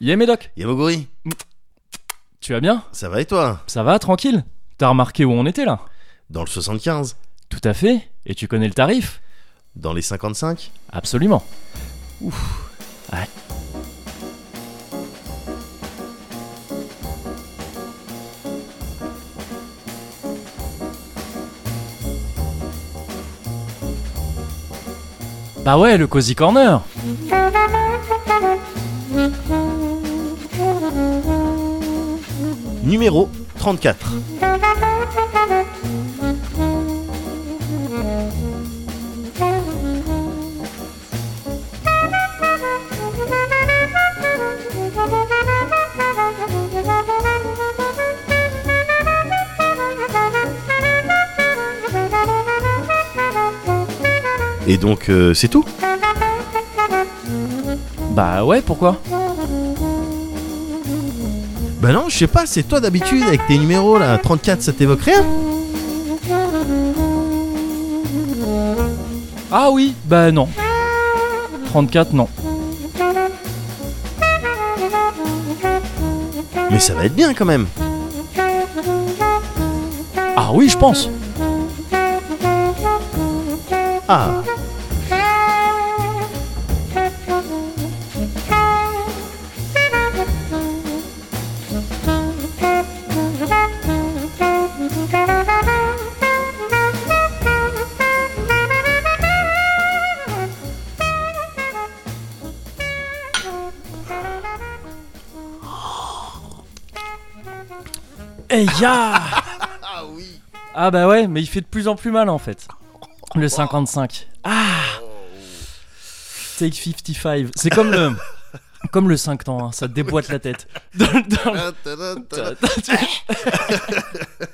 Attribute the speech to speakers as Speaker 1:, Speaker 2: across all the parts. Speaker 1: Yé Médoc,
Speaker 2: Yamoguri,
Speaker 1: tu vas bien
Speaker 2: ça va et toi
Speaker 1: Ça va, tranquille T'as remarqué où on était là
Speaker 2: Dans le 75
Speaker 1: Tout à fait, et tu connais le tarif
Speaker 2: Dans les 55
Speaker 1: Absolument. Bah ouais, le Cozy Corner
Speaker 2: Numéro 34. Et donc, euh, c'est tout
Speaker 1: Bah ouais, pourquoi
Speaker 2: Bah non, je sais pas, c'est toi d'habitude avec tes numéros là. 34, ça t'évoque rien
Speaker 1: Ah oui, bah non. 34, non.
Speaker 2: Mais ça va être bien quand même.
Speaker 1: Ah oui, je pense
Speaker 2: Ah,
Speaker 1: Eh ya Ah bah ouais, mais il fait de plus en plus mal en fait. Le 55. Ah Take 55. C'est comme le... Comme le 5 temps, hein, ça te déboîte la tête. Dans le- dans
Speaker 2: Ah,
Speaker 1: le-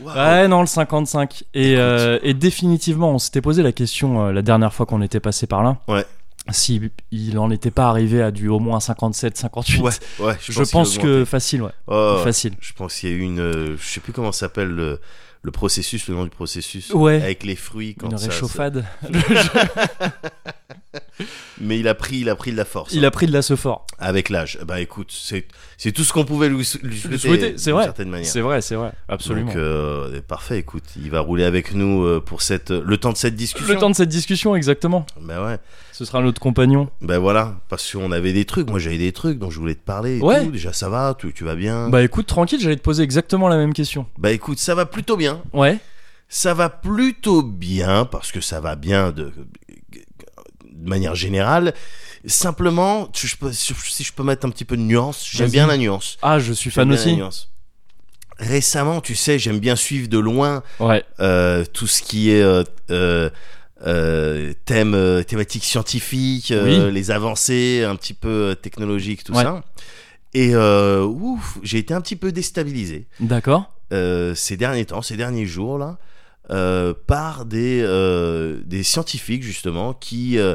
Speaker 1: Ouais, non, le 55. Et, euh, et définitivement, on s'était posé la question euh, la dernière fois qu'on était passé par là.
Speaker 2: Ouais.
Speaker 1: Si il en était pas arrivé à du au moins 57, 58.
Speaker 2: Ouais, ouais, je
Speaker 1: je,
Speaker 2: pense, qu'il
Speaker 1: pense
Speaker 2: augmente.
Speaker 1: que facile, ouais.
Speaker 2: Oh,
Speaker 1: Facile.
Speaker 2: Je pense qu'il y a eu une. euh, je sais plus comment ça s'appelle le, le processus, le nom du processus.
Speaker 1: Ouais.
Speaker 2: Avec les fruits quand
Speaker 1: Une
Speaker 2: ça- ça-
Speaker 1: réchauffade.
Speaker 2: Mais il a pris, il a pris de la force.
Speaker 1: Il a pris de la fort.
Speaker 2: hein, Avec l'âge. Bah écoute, c'est c'est tout ce qu'on pouvait lui, sou- lui souhaiter.
Speaker 1: souhaiter, c'est
Speaker 2: d'une
Speaker 1: vrai.
Speaker 2: certaine manière.
Speaker 1: C'est vrai, c'est vrai. Absolument.
Speaker 2: Donc euh, parfait, écoute, il va rouler avec nous euh, pour cette le temps de cette discussion.
Speaker 1: Le temps de cette discussion, exactement.
Speaker 2: Bah ouais.
Speaker 1: Ce sera notre compagnon.
Speaker 2: Bah voilà, parce qu'on avait des trucs, moi j'avais des trucs dont je voulais te parler. et
Speaker 1: Ouais.
Speaker 2: tout. Déjà ça va, tu, tu vas bien. Bah...
Speaker 1: Bah écoute, tranquille, j'allais te poser exactement la même question.
Speaker 2: écoute, ça va plutôt bien.
Speaker 1: Ouais.
Speaker 2: Ça va plutôt bien parce que ça va bien de, de manière générale. Simplement, tu- je peux- si je peux mettre un petit peu de nuance, j'aime
Speaker 1: Vas-y.
Speaker 2: bien la nuance.
Speaker 1: Ah, je suis fan
Speaker 2: J'aime bien la
Speaker 1: aussi.
Speaker 2: nuance. Récemment, tu sais, j'aime bien suivre de loin
Speaker 1: Ouais.
Speaker 2: euh, tout ce qui est euh, euh, euh, thème euh, thématique scientifique, euh, les avancées un petit peu euh, technologiques, tout
Speaker 1: Ouais.
Speaker 2: ça. Et euh, ouf, j'ai été un petit peu déstabilisé
Speaker 1: D'accord.
Speaker 2: euh, ces derniers temps, ces derniers jours là, euh, par des euh, des scientifiques justement qui euh,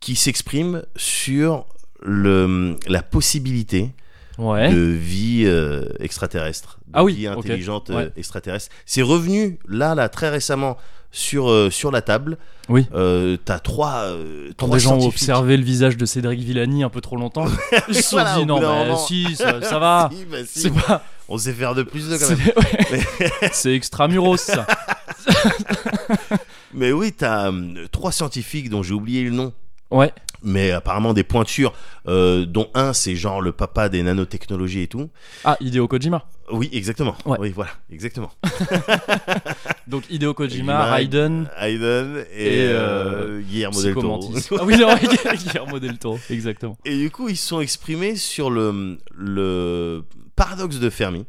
Speaker 2: qui s'expriment sur le la possibilité
Speaker 1: Ouais.
Speaker 2: de vie euh, extraterrestre, de
Speaker 1: Hein Ah oui,
Speaker 2: vie
Speaker 1: ok.
Speaker 2: intelligente euh,
Speaker 1: Ouais.
Speaker 2: extraterrestre. C'est revenu là, là, très récemment sur euh, sur la table.
Speaker 1: Oui.
Speaker 2: Euh, T'as trois, euh,
Speaker 1: Quand
Speaker 2: trois
Speaker 1: des gens ont
Speaker 2: scientifiques.
Speaker 1: observé le visage de Cédric Villani un peu trop longtemps, ils se sont
Speaker 2: Voilà, au
Speaker 1: dit non,
Speaker 2: bout d'un
Speaker 1: mais
Speaker 2: moment.
Speaker 1: si, ça, euh, ça va.
Speaker 2: Si, bah, si.
Speaker 1: C'est pas.
Speaker 2: On sait faire de plus de quand
Speaker 1: C'est
Speaker 2: même.
Speaker 1: ouais. C'est extramuros, ça.
Speaker 2: Mais oui, t'as euh, trois scientifiques dont j'ai oublié le nom.
Speaker 1: Ouais.
Speaker 2: Mais apparemment des pointures, euh, dont un c'est genre le papa des nanotechnologies et tout.
Speaker 1: Ah, Hideo Kojima.
Speaker 2: Oui, exactement.
Speaker 1: Ouais.
Speaker 2: Oui, voilà, exactement.
Speaker 1: Donc Hideo Kojima,
Speaker 2: Kojima,
Speaker 1: Raiden.
Speaker 2: Hayden et,
Speaker 1: Et,
Speaker 2: euh, Guillermo del
Speaker 1: Psycho
Speaker 2: Toro.
Speaker 1: Mantis. Ah oui, non, Guillermo del Toro, exactement.
Speaker 2: Et du coup, ils se sont exprimés sur le, le paradoxe de Fermi.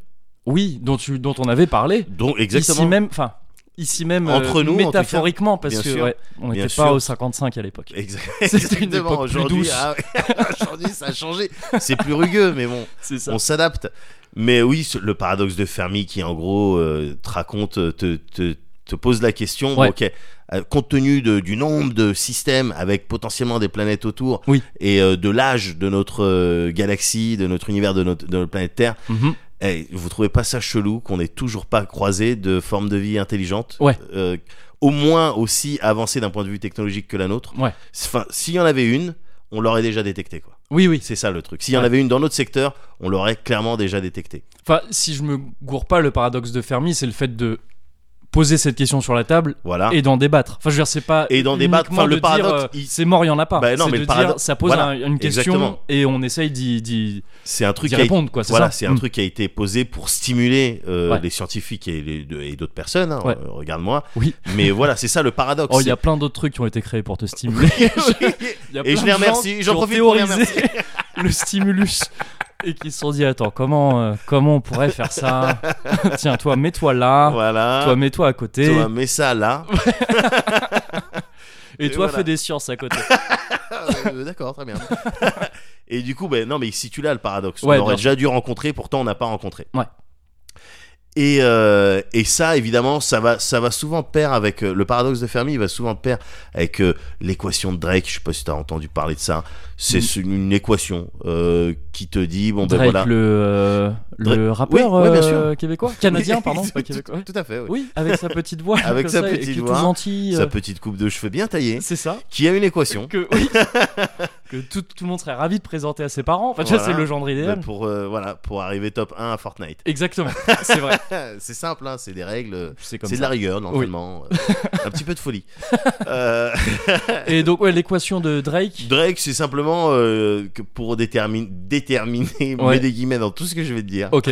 Speaker 1: Oui, dont, tu, dont on avait parlé.
Speaker 2: Donc, exactement.
Speaker 1: Ici même, enfin, ici même,
Speaker 2: Entre
Speaker 1: euh,
Speaker 2: nous, en tout cas.
Speaker 1: métaphoriquement, parce
Speaker 2: Bien
Speaker 1: que
Speaker 2: sûr.
Speaker 1: ouais, on
Speaker 2: Bien
Speaker 1: n'était
Speaker 2: sûr.
Speaker 1: pas au 55 à l'époque.
Speaker 2: Exa-
Speaker 1: C'est une
Speaker 2: Exactement.
Speaker 1: époque plus
Speaker 2: Aujourd'hui,
Speaker 1: douce.
Speaker 2: ah ouais, aujourd'hui, ça a changé. C'est plus rugueux, mais bon,
Speaker 1: C'est ça.
Speaker 2: on s'adapte. Mais oui, ce- le paradoxe de Fermi qui, en gros, euh, te raconte, euh, te, te- te pose la question. bon,
Speaker 1: Ouais.
Speaker 2: ok, euh, compte tenu de- du nombre de systèmes avec potentiellement des planètes autour
Speaker 1: Oui.
Speaker 2: et euh, de l'âge de notre euh, galaxie, de notre univers, de notre, de notre planète Terre,
Speaker 1: Mhm.
Speaker 2: Eh, vous trouvez pas ça chelou qu'on n'ait toujours pas croisé de forme de vie intelligente
Speaker 1: Ouais.
Speaker 2: euh, au moins aussi avancée d'un point de vue technologique que la nôtre
Speaker 1: Ouais.
Speaker 2: Enfin, s'il y en avait une, on l'aurait déjà détecté, quoi.
Speaker 1: Oui, oui.
Speaker 2: C'est ça le truc. S'il y en
Speaker 1: Ouais.
Speaker 2: avait une dans notre secteur, on l'aurait clairement déjà détecté.
Speaker 1: Enfin, si je me gourre pas, le paradoxe de Fermi, c'est le fait de poser cette question sur la table
Speaker 2: Voilà.
Speaker 1: et d'en débattre. Enfin, je veux dire, c'est pas.
Speaker 2: Ah. Et d'en débattre.
Speaker 1: uniquement
Speaker 2: Enfin, le
Speaker 1: de
Speaker 2: paradoxe,
Speaker 1: dire, euh,
Speaker 2: il-
Speaker 1: C'est mort, il y en a pas.
Speaker 2: Bah non,
Speaker 1: c'est
Speaker 2: mais
Speaker 1: de
Speaker 2: le paradoxe-
Speaker 1: dire, ça pose
Speaker 2: voilà,
Speaker 1: un- une question
Speaker 2: exactement.
Speaker 1: et on essaye d'y- d'y
Speaker 2: C'est un truc
Speaker 1: d'y
Speaker 2: qui a été-
Speaker 1: répondre, quoi. C'est
Speaker 2: voilà,
Speaker 1: ça
Speaker 2: c'est un
Speaker 1: Mm.
Speaker 2: truc qui a été posé pour stimuler euh,
Speaker 1: Ouais.
Speaker 2: les scientifiques et, les- et d'autres personnes. hein,
Speaker 1: Ouais.
Speaker 2: euh, Regarde-moi.
Speaker 1: Oui.
Speaker 2: Mais voilà, c'est ça le paradoxe.
Speaker 1: Oh, il y a plein d'autres trucs qui ont été créés pour te stimuler. Il y a
Speaker 2: Et
Speaker 1: plein
Speaker 2: je les
Speaker 1: de gens
Speaker 2: remercie,
Speaker 1: qui
Speaker 2: j'en
Speaker 1: ont
Speaker 2: profite pour les
Speaker 1: théorisé le stimulus et qui se sont dit attends comment euh, comment on pourrait faire ça Tiens toi mets-toi là,
Speaker 2: voilà.
Speaker 1: toi mets-toi à côté
Speaker 2: Toi, mets ça là.
Speaker 1: et,
Speaker 2: et
Speaker 1: toi
Speaker 2: voilà.
Speaker 1: fais des sciences à côté. Ah,
Speaker 2: Euh, D'accord, très bien. et du coup, ben non, mais il situe là le paradoxe.
Speaker 1: Ouais,
Speaker 2: on aurait
Speaker 1: bien
Speaker 2: déjà dû rencontrer, pourtant on n'a pas rencontré.
Speaker 1: Ouais.
Speaker 2: Et, euh, et ça, évidemment, ça va, ça va souvent pair avec euh, le paradoxe de Fermi. Il va souvent pair avec euh, l'équation de Drake. Je sais pas si t'as entendu parler de ça. C'est
Speaker 1: Mm.
Speaker 2: ce- une équation euh, qui te dit bon ben
Speaker 1: Drake
Speaker 2: voilà.
Speaker 1: le euh, le
Speaker 2: Drake-
Speaker 1: rappeur
Speaker 2: Oui, ouais, bien sûr.
Speaker 1: euh, québécois, canadien
Speaker 2: Oui,
Speaker 1: pardon,
Speaker 2: tout-
Speaker 1: pas québécois. Ouais.
Speaker 2: Tout à fait. oui.
Speaker 1: Oui, avec sa petite voix
Speaker 2: Avec
Speaker 1: comme
Speaker 2: sa
Speaker 1: ça, et
Speaker 2: petite
Speaker 1: qui est
Speaker 2: voix,
Speaker 1: tout gentil.
Speaker 2: Sa
Speaker 1: euh,
Speaker 2: petite coupe de cheveux bien taillée,
Speaker 1: C'est ça.
Speaker 2: qui a une équation.
Speaker 1: Que, oui, que tout, tout le monde serait ravi de présenter à ses parents. Enfin, tu vois,
Speaker 2: Voilà.
Speaker 1: c'est le genre idéal.
Speaker 2: euh, Pour, euh, voilà, pour arriver top 1 à Fortnite.
Speaker 1: Exactement, c'est vrai.
Speaker 2: c'est simple, hein, c'est des règles.
Speaker 1: C'est comme
Speaker 2: C'est de
Speaker 1: ça.
Speaker 2: la rigueur, normalement. euh, un petit peu de folie. Euh,
Speaker 1: Et donc, ouais, l'équation de Drake.
Speaker 2: Drake, c'est simplement euh, que pour déterminer, déterminer,
Speaker 1: Ouais.
Speaker 2: mets des guillemets dans tout ce que je vais te dire,
Speaker 1: Ok,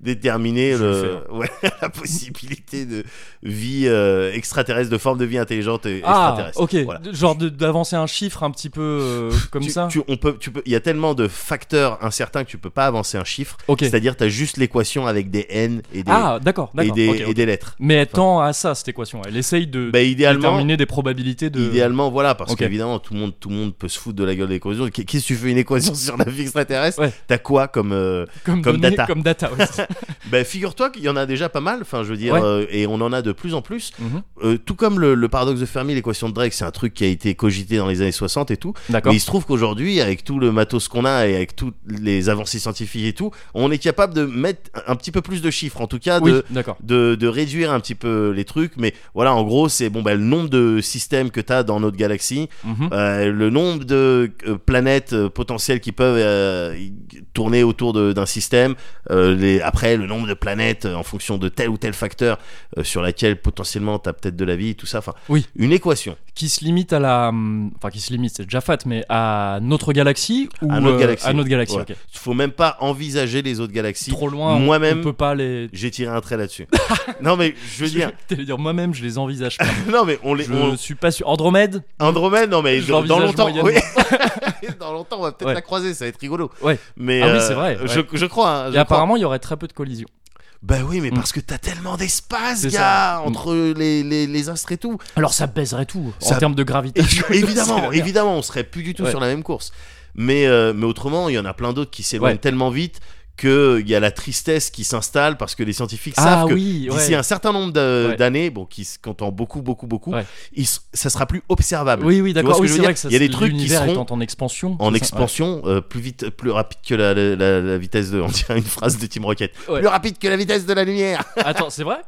Speaker 2: déterminer
Speaker 1: Je vais
Speaker 2: le- ouais, la possibilité de vie euh, extraterrestre, de forme de vie intelligente et
Speaker 1: Ah,
Speaker 2: extraterrestre.
Speaker 1: ok.
Speaker 2: Voilà.
Speaker 1: De- Genre de- d'avancer un chiffre un petit peu euh, comme
Speaker 2: Tu-
Speaker 1: ça.
Speaker 2: tu- on peut, tu peux, il y a tellement de facteurs incertains que tu peux pas avancer un chiffre.
Speaker 1: Ok.
Speaker 2: C'est-à-dire, t'as juste l'équation avec des n et des,
Speaker 1: Ah, d'accord,
Speaker 2: et
Speaker 1: d'accord.
Speaker 2: des,
Speaker 1: ok,
Speaker 2: et
Speaker 1: ok.
Speaker 2: des lettres.
Speaker 1: Mais elle tend à ça, cette équation. Elle essaye de
Speaker 2: Bah, idéalement,
Speaker 1: déterminer des probabilités de.
Speaker 2: Idéalement, voilà, parce
Speaker 1: Ok.
Speaker 2: qu'évidemment, tout le, monde, tout le monde peut se foutre de la gueule des équations. Qu'est- Qu'est-ce que tu fais une équation sur la vie extraterrestre
Speaker 1: Ouais.
Speaker 2: T'as quoi comme. euh,
Speaker 1: Comme,
Speaker 2: comme
Speaker 1: données-
Speaker 2: data.
Speaker 1: Comme data, ouais, c'est ça.
Speaker 2: Ben, figure-toi qu'il y en a déjà pas mal, enfin, je veux dire,
Speaker 1: Ouais.
Speaker 2: euh, et on en a de plus en plus.
Speaker 1: Mhm,
Speaker 2: Euh, tout comme le, le paradoxe de Fermi, l'équation de Drake, c'est un truc qui a été cogité dans les années 60 et tout.
Speaker 1: D'accord.
Speaker 2: Mais il se trouve qu'aujourd'hui, avec tout le matos qu'on a et avec toutes les avancées scientifiques et tout, on est capable de mettre un petit peu plus de chiffres, en tout cas,
Speaker 1: Oui,
Speaker 2: de,
Speaker 1: d'accord.
Speaker 2: de, de réduire un petit peu les trucs, mais voilà, en gros, c'est bon, bah, le nombre de systèmes que tu as dans notre galaxie,
Speaker 1: Mhm.
Speaker 2: euh, le nombre de euh, planètes euh, potentielles qui peuvent euh, y- tourner autour de- d'un système, euh, les- après, le nombre de planètes euh, en fonction de tel ou tel facteur euh, sur laquelle potentiellement tu as peut-être de la vie, tout ça, enfin,
Speaker 1: Oui.
Speaker 2: une équation
Speaker 1: Qui se limite à la. hum, Enfin, qui se limite, c'est déjà fat, mais à notre galaxie ou.
Speaker 2: à notre
Speaker 1: euh,
Speaker 2: galaxie.
Speaker 1: À notre galaxie,
Speaker 2: Ouais.
Speaker 1: ok.
Speaker 2: Faut même pas envisager les autres galaxies.
Speaker 1: Trop loin, on-
Speaker 2: Moi-même-
Speaker 1: on peut pas les.
Speaker 2: J'ai tiré un trait là-dessus. non, mais je veux dire,
Speaker 1: T'allais dire moi-même, je les envisage pas.
Speaker 2: non, mais on les.
Speaker 1: je
Speaker 2: on-
Speaker 1: suis pas sûr. Andromède
Speaker 2: Andromède, non mais
Speaker 1: Je
Speaker 2: dans, dans
Speaker 1: l'envisage
Speaker 2: longtemps, oui.
Speaker 1: moyennement.
Speaker 2: dans longtemps, on va peut-être
Speaker 1: Ouais.
Speaker 2: la croiser, ça va être rigolo.
Speaker 1: Ouais.
Speaker 2: Mais
Speaker 1: Ah oui,
Speaker 2: euh,
Speaker 1: c'est vrai,
Speaker 2: Je,
Speaker 1: ouais.
Speaker 2: je crois. hein, je
Speaker 1: Et
Speaker 2: crois.
Speaker 1: apparemment, il y aurait très peu de collisions.
Speaker 2: Bah oui, mais
Speaker 1: Mm.
Speaker 2: parce que t'as tellement d'espace,
Speaker 1: C'est
Speaker 2: gars,
Speaker 1: ça. Mm.
Speaker 2: entre les, les, les astres et tout.
Speaker 1: Alors ça baiserait tout
Speaker 2: Ça-
Speaker 1: en termes de gravité.
Speaker 2: Et-
Speaker 1: C'est la
Speaker 2: évidemment,
Speaker 1: merde.
Speaker 2: évidemment, on serait plus du tout
Speaker 1: Ouais.
Speaker 2: sur la même course. Mais euh, mais autrement, il y en a plein d'autres qui s'éloignent
Speaker 1: Ouais.
Speaker 2: tellement vite que il y a la tristesse qui s'installe parce que les scientifiques
Speaker 1: Ah
Speaker 2: savent que
Speaker 1: oui, ouais.
Speaker 2: d'ici un certain nombre d'a-
Speaker 1: Ouais.
Speaker 2: d'années, bon, qui se comptent en beaucoup, beaucoup, beaucoup,
Speaker 1: Ouais.
Speaker 2: ils s- ça sera plus observable.
Speaker 1: oui, oui,
Speaker 2: vois ce
Speaker 1: d'accord.
Speaker 2: que
Speaker 1: Oui,
Speaker 2: je
Speaker 1: c'est
Speaker 2: veux
Speaker 1: vrai
Speaker 2: dire
Speaker 1: que ça,
Speaker 2: Il y a des trucs qui
Speaker 1: l'univers
Speaker 2: seront
Speaker 1: étant en expansion.
Speaker 2: en
Speaker 1: c'est ça
Speaker 2: expansion, euh, plus vite, plus rapide que la, la- la- la vitesse de. On dirait une phrase de Team Rocket.
Speaker 1: Ouais.
Speaker 2: Plus rapide que la vitesse de la lumière.
Speaker 1: Ouais. Attends, c'est vrai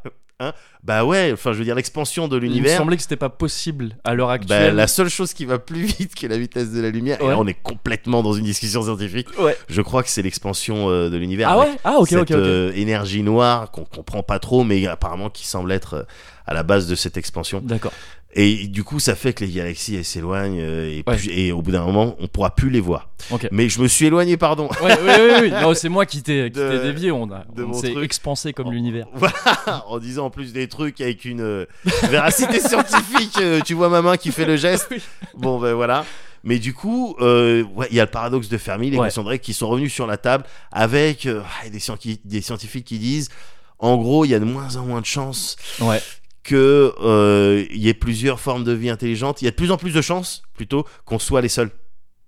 Speaker 2: bah ouais, enfin je veux dire l'expansion de
Speaker 1: Il me
Speaker 2: l'univers.
Speaker 1: semblait que c'était pas possible à l'heure
Speaker 2: Bah,
Speaker 1: actuelle.
Speaker 2: la seule chose qui va plus vite que la vitesse de la lumière, et
Speaker 1: Ouais.
Speaker 2: là, on est complètement dans une discussion scientifique.
Speaker 1: Ouais.
Speaker 2: Je crois que c'est l'expansion euh, de l'univers.
Speaker 1: Ah
Speaker 2: avec
Speaker 1: ouais Ah ok,
Speaker 2: cette
Speaker 1: ok, ok.
Speaker 2: euh, énergie noire qu'on comprend pas trop, mais apparemment qui semble être euh, à la base de cette expansion.
Speaker 1: D'accord.
Speaker 2: Et du coup, ça fait que les galaxies elles s'éloignent euh, et,
Speaker 1: Ouais.
Speaker 2: plus- et au bout d'un moment, on pourra plus les voir.
Speaker 1: Ok.
Speaker 2: Mais je me suis éloigné, pardon.
Speaker 1: Ouais, oui, oui, oui. Non, c'est moi qui t'ai qui
Speaker 2: De-
Speaker 1: t'ai dévié. On, a,
Speaker 2: de
Speaker 1: on
Speaker 2: mon
Speaker 1: s'est
Speaker 2: truc.
Speaker 1: expansé comme
Speaker 2: Oh.
Speaker 1: l'univers.
Speaker 2: Voilà, en disant en plus des trucs avec une euh, véracité scientifique. euh, tu vois ma main qui fait le geste.
Speaker 1: Oui.
Speaker 2: Bon, ben voilà. Mais du coup, euh, ouais, il y a le paradoxe de Fermi, les
Speaker 1: Ouais.
Speaker 2: questions de Drake qui sont revenus sur la table avec euh, des, scien- qui- des scientifiques qui disent en gros, il y a de moins en moins de chances
Speaker 1: Ouais.
Speaker 2: que euh, il y ait plusieurs formes de vie intelligente. Il y a de plus en plus de chances, plutôt, qu'on soit les seuls.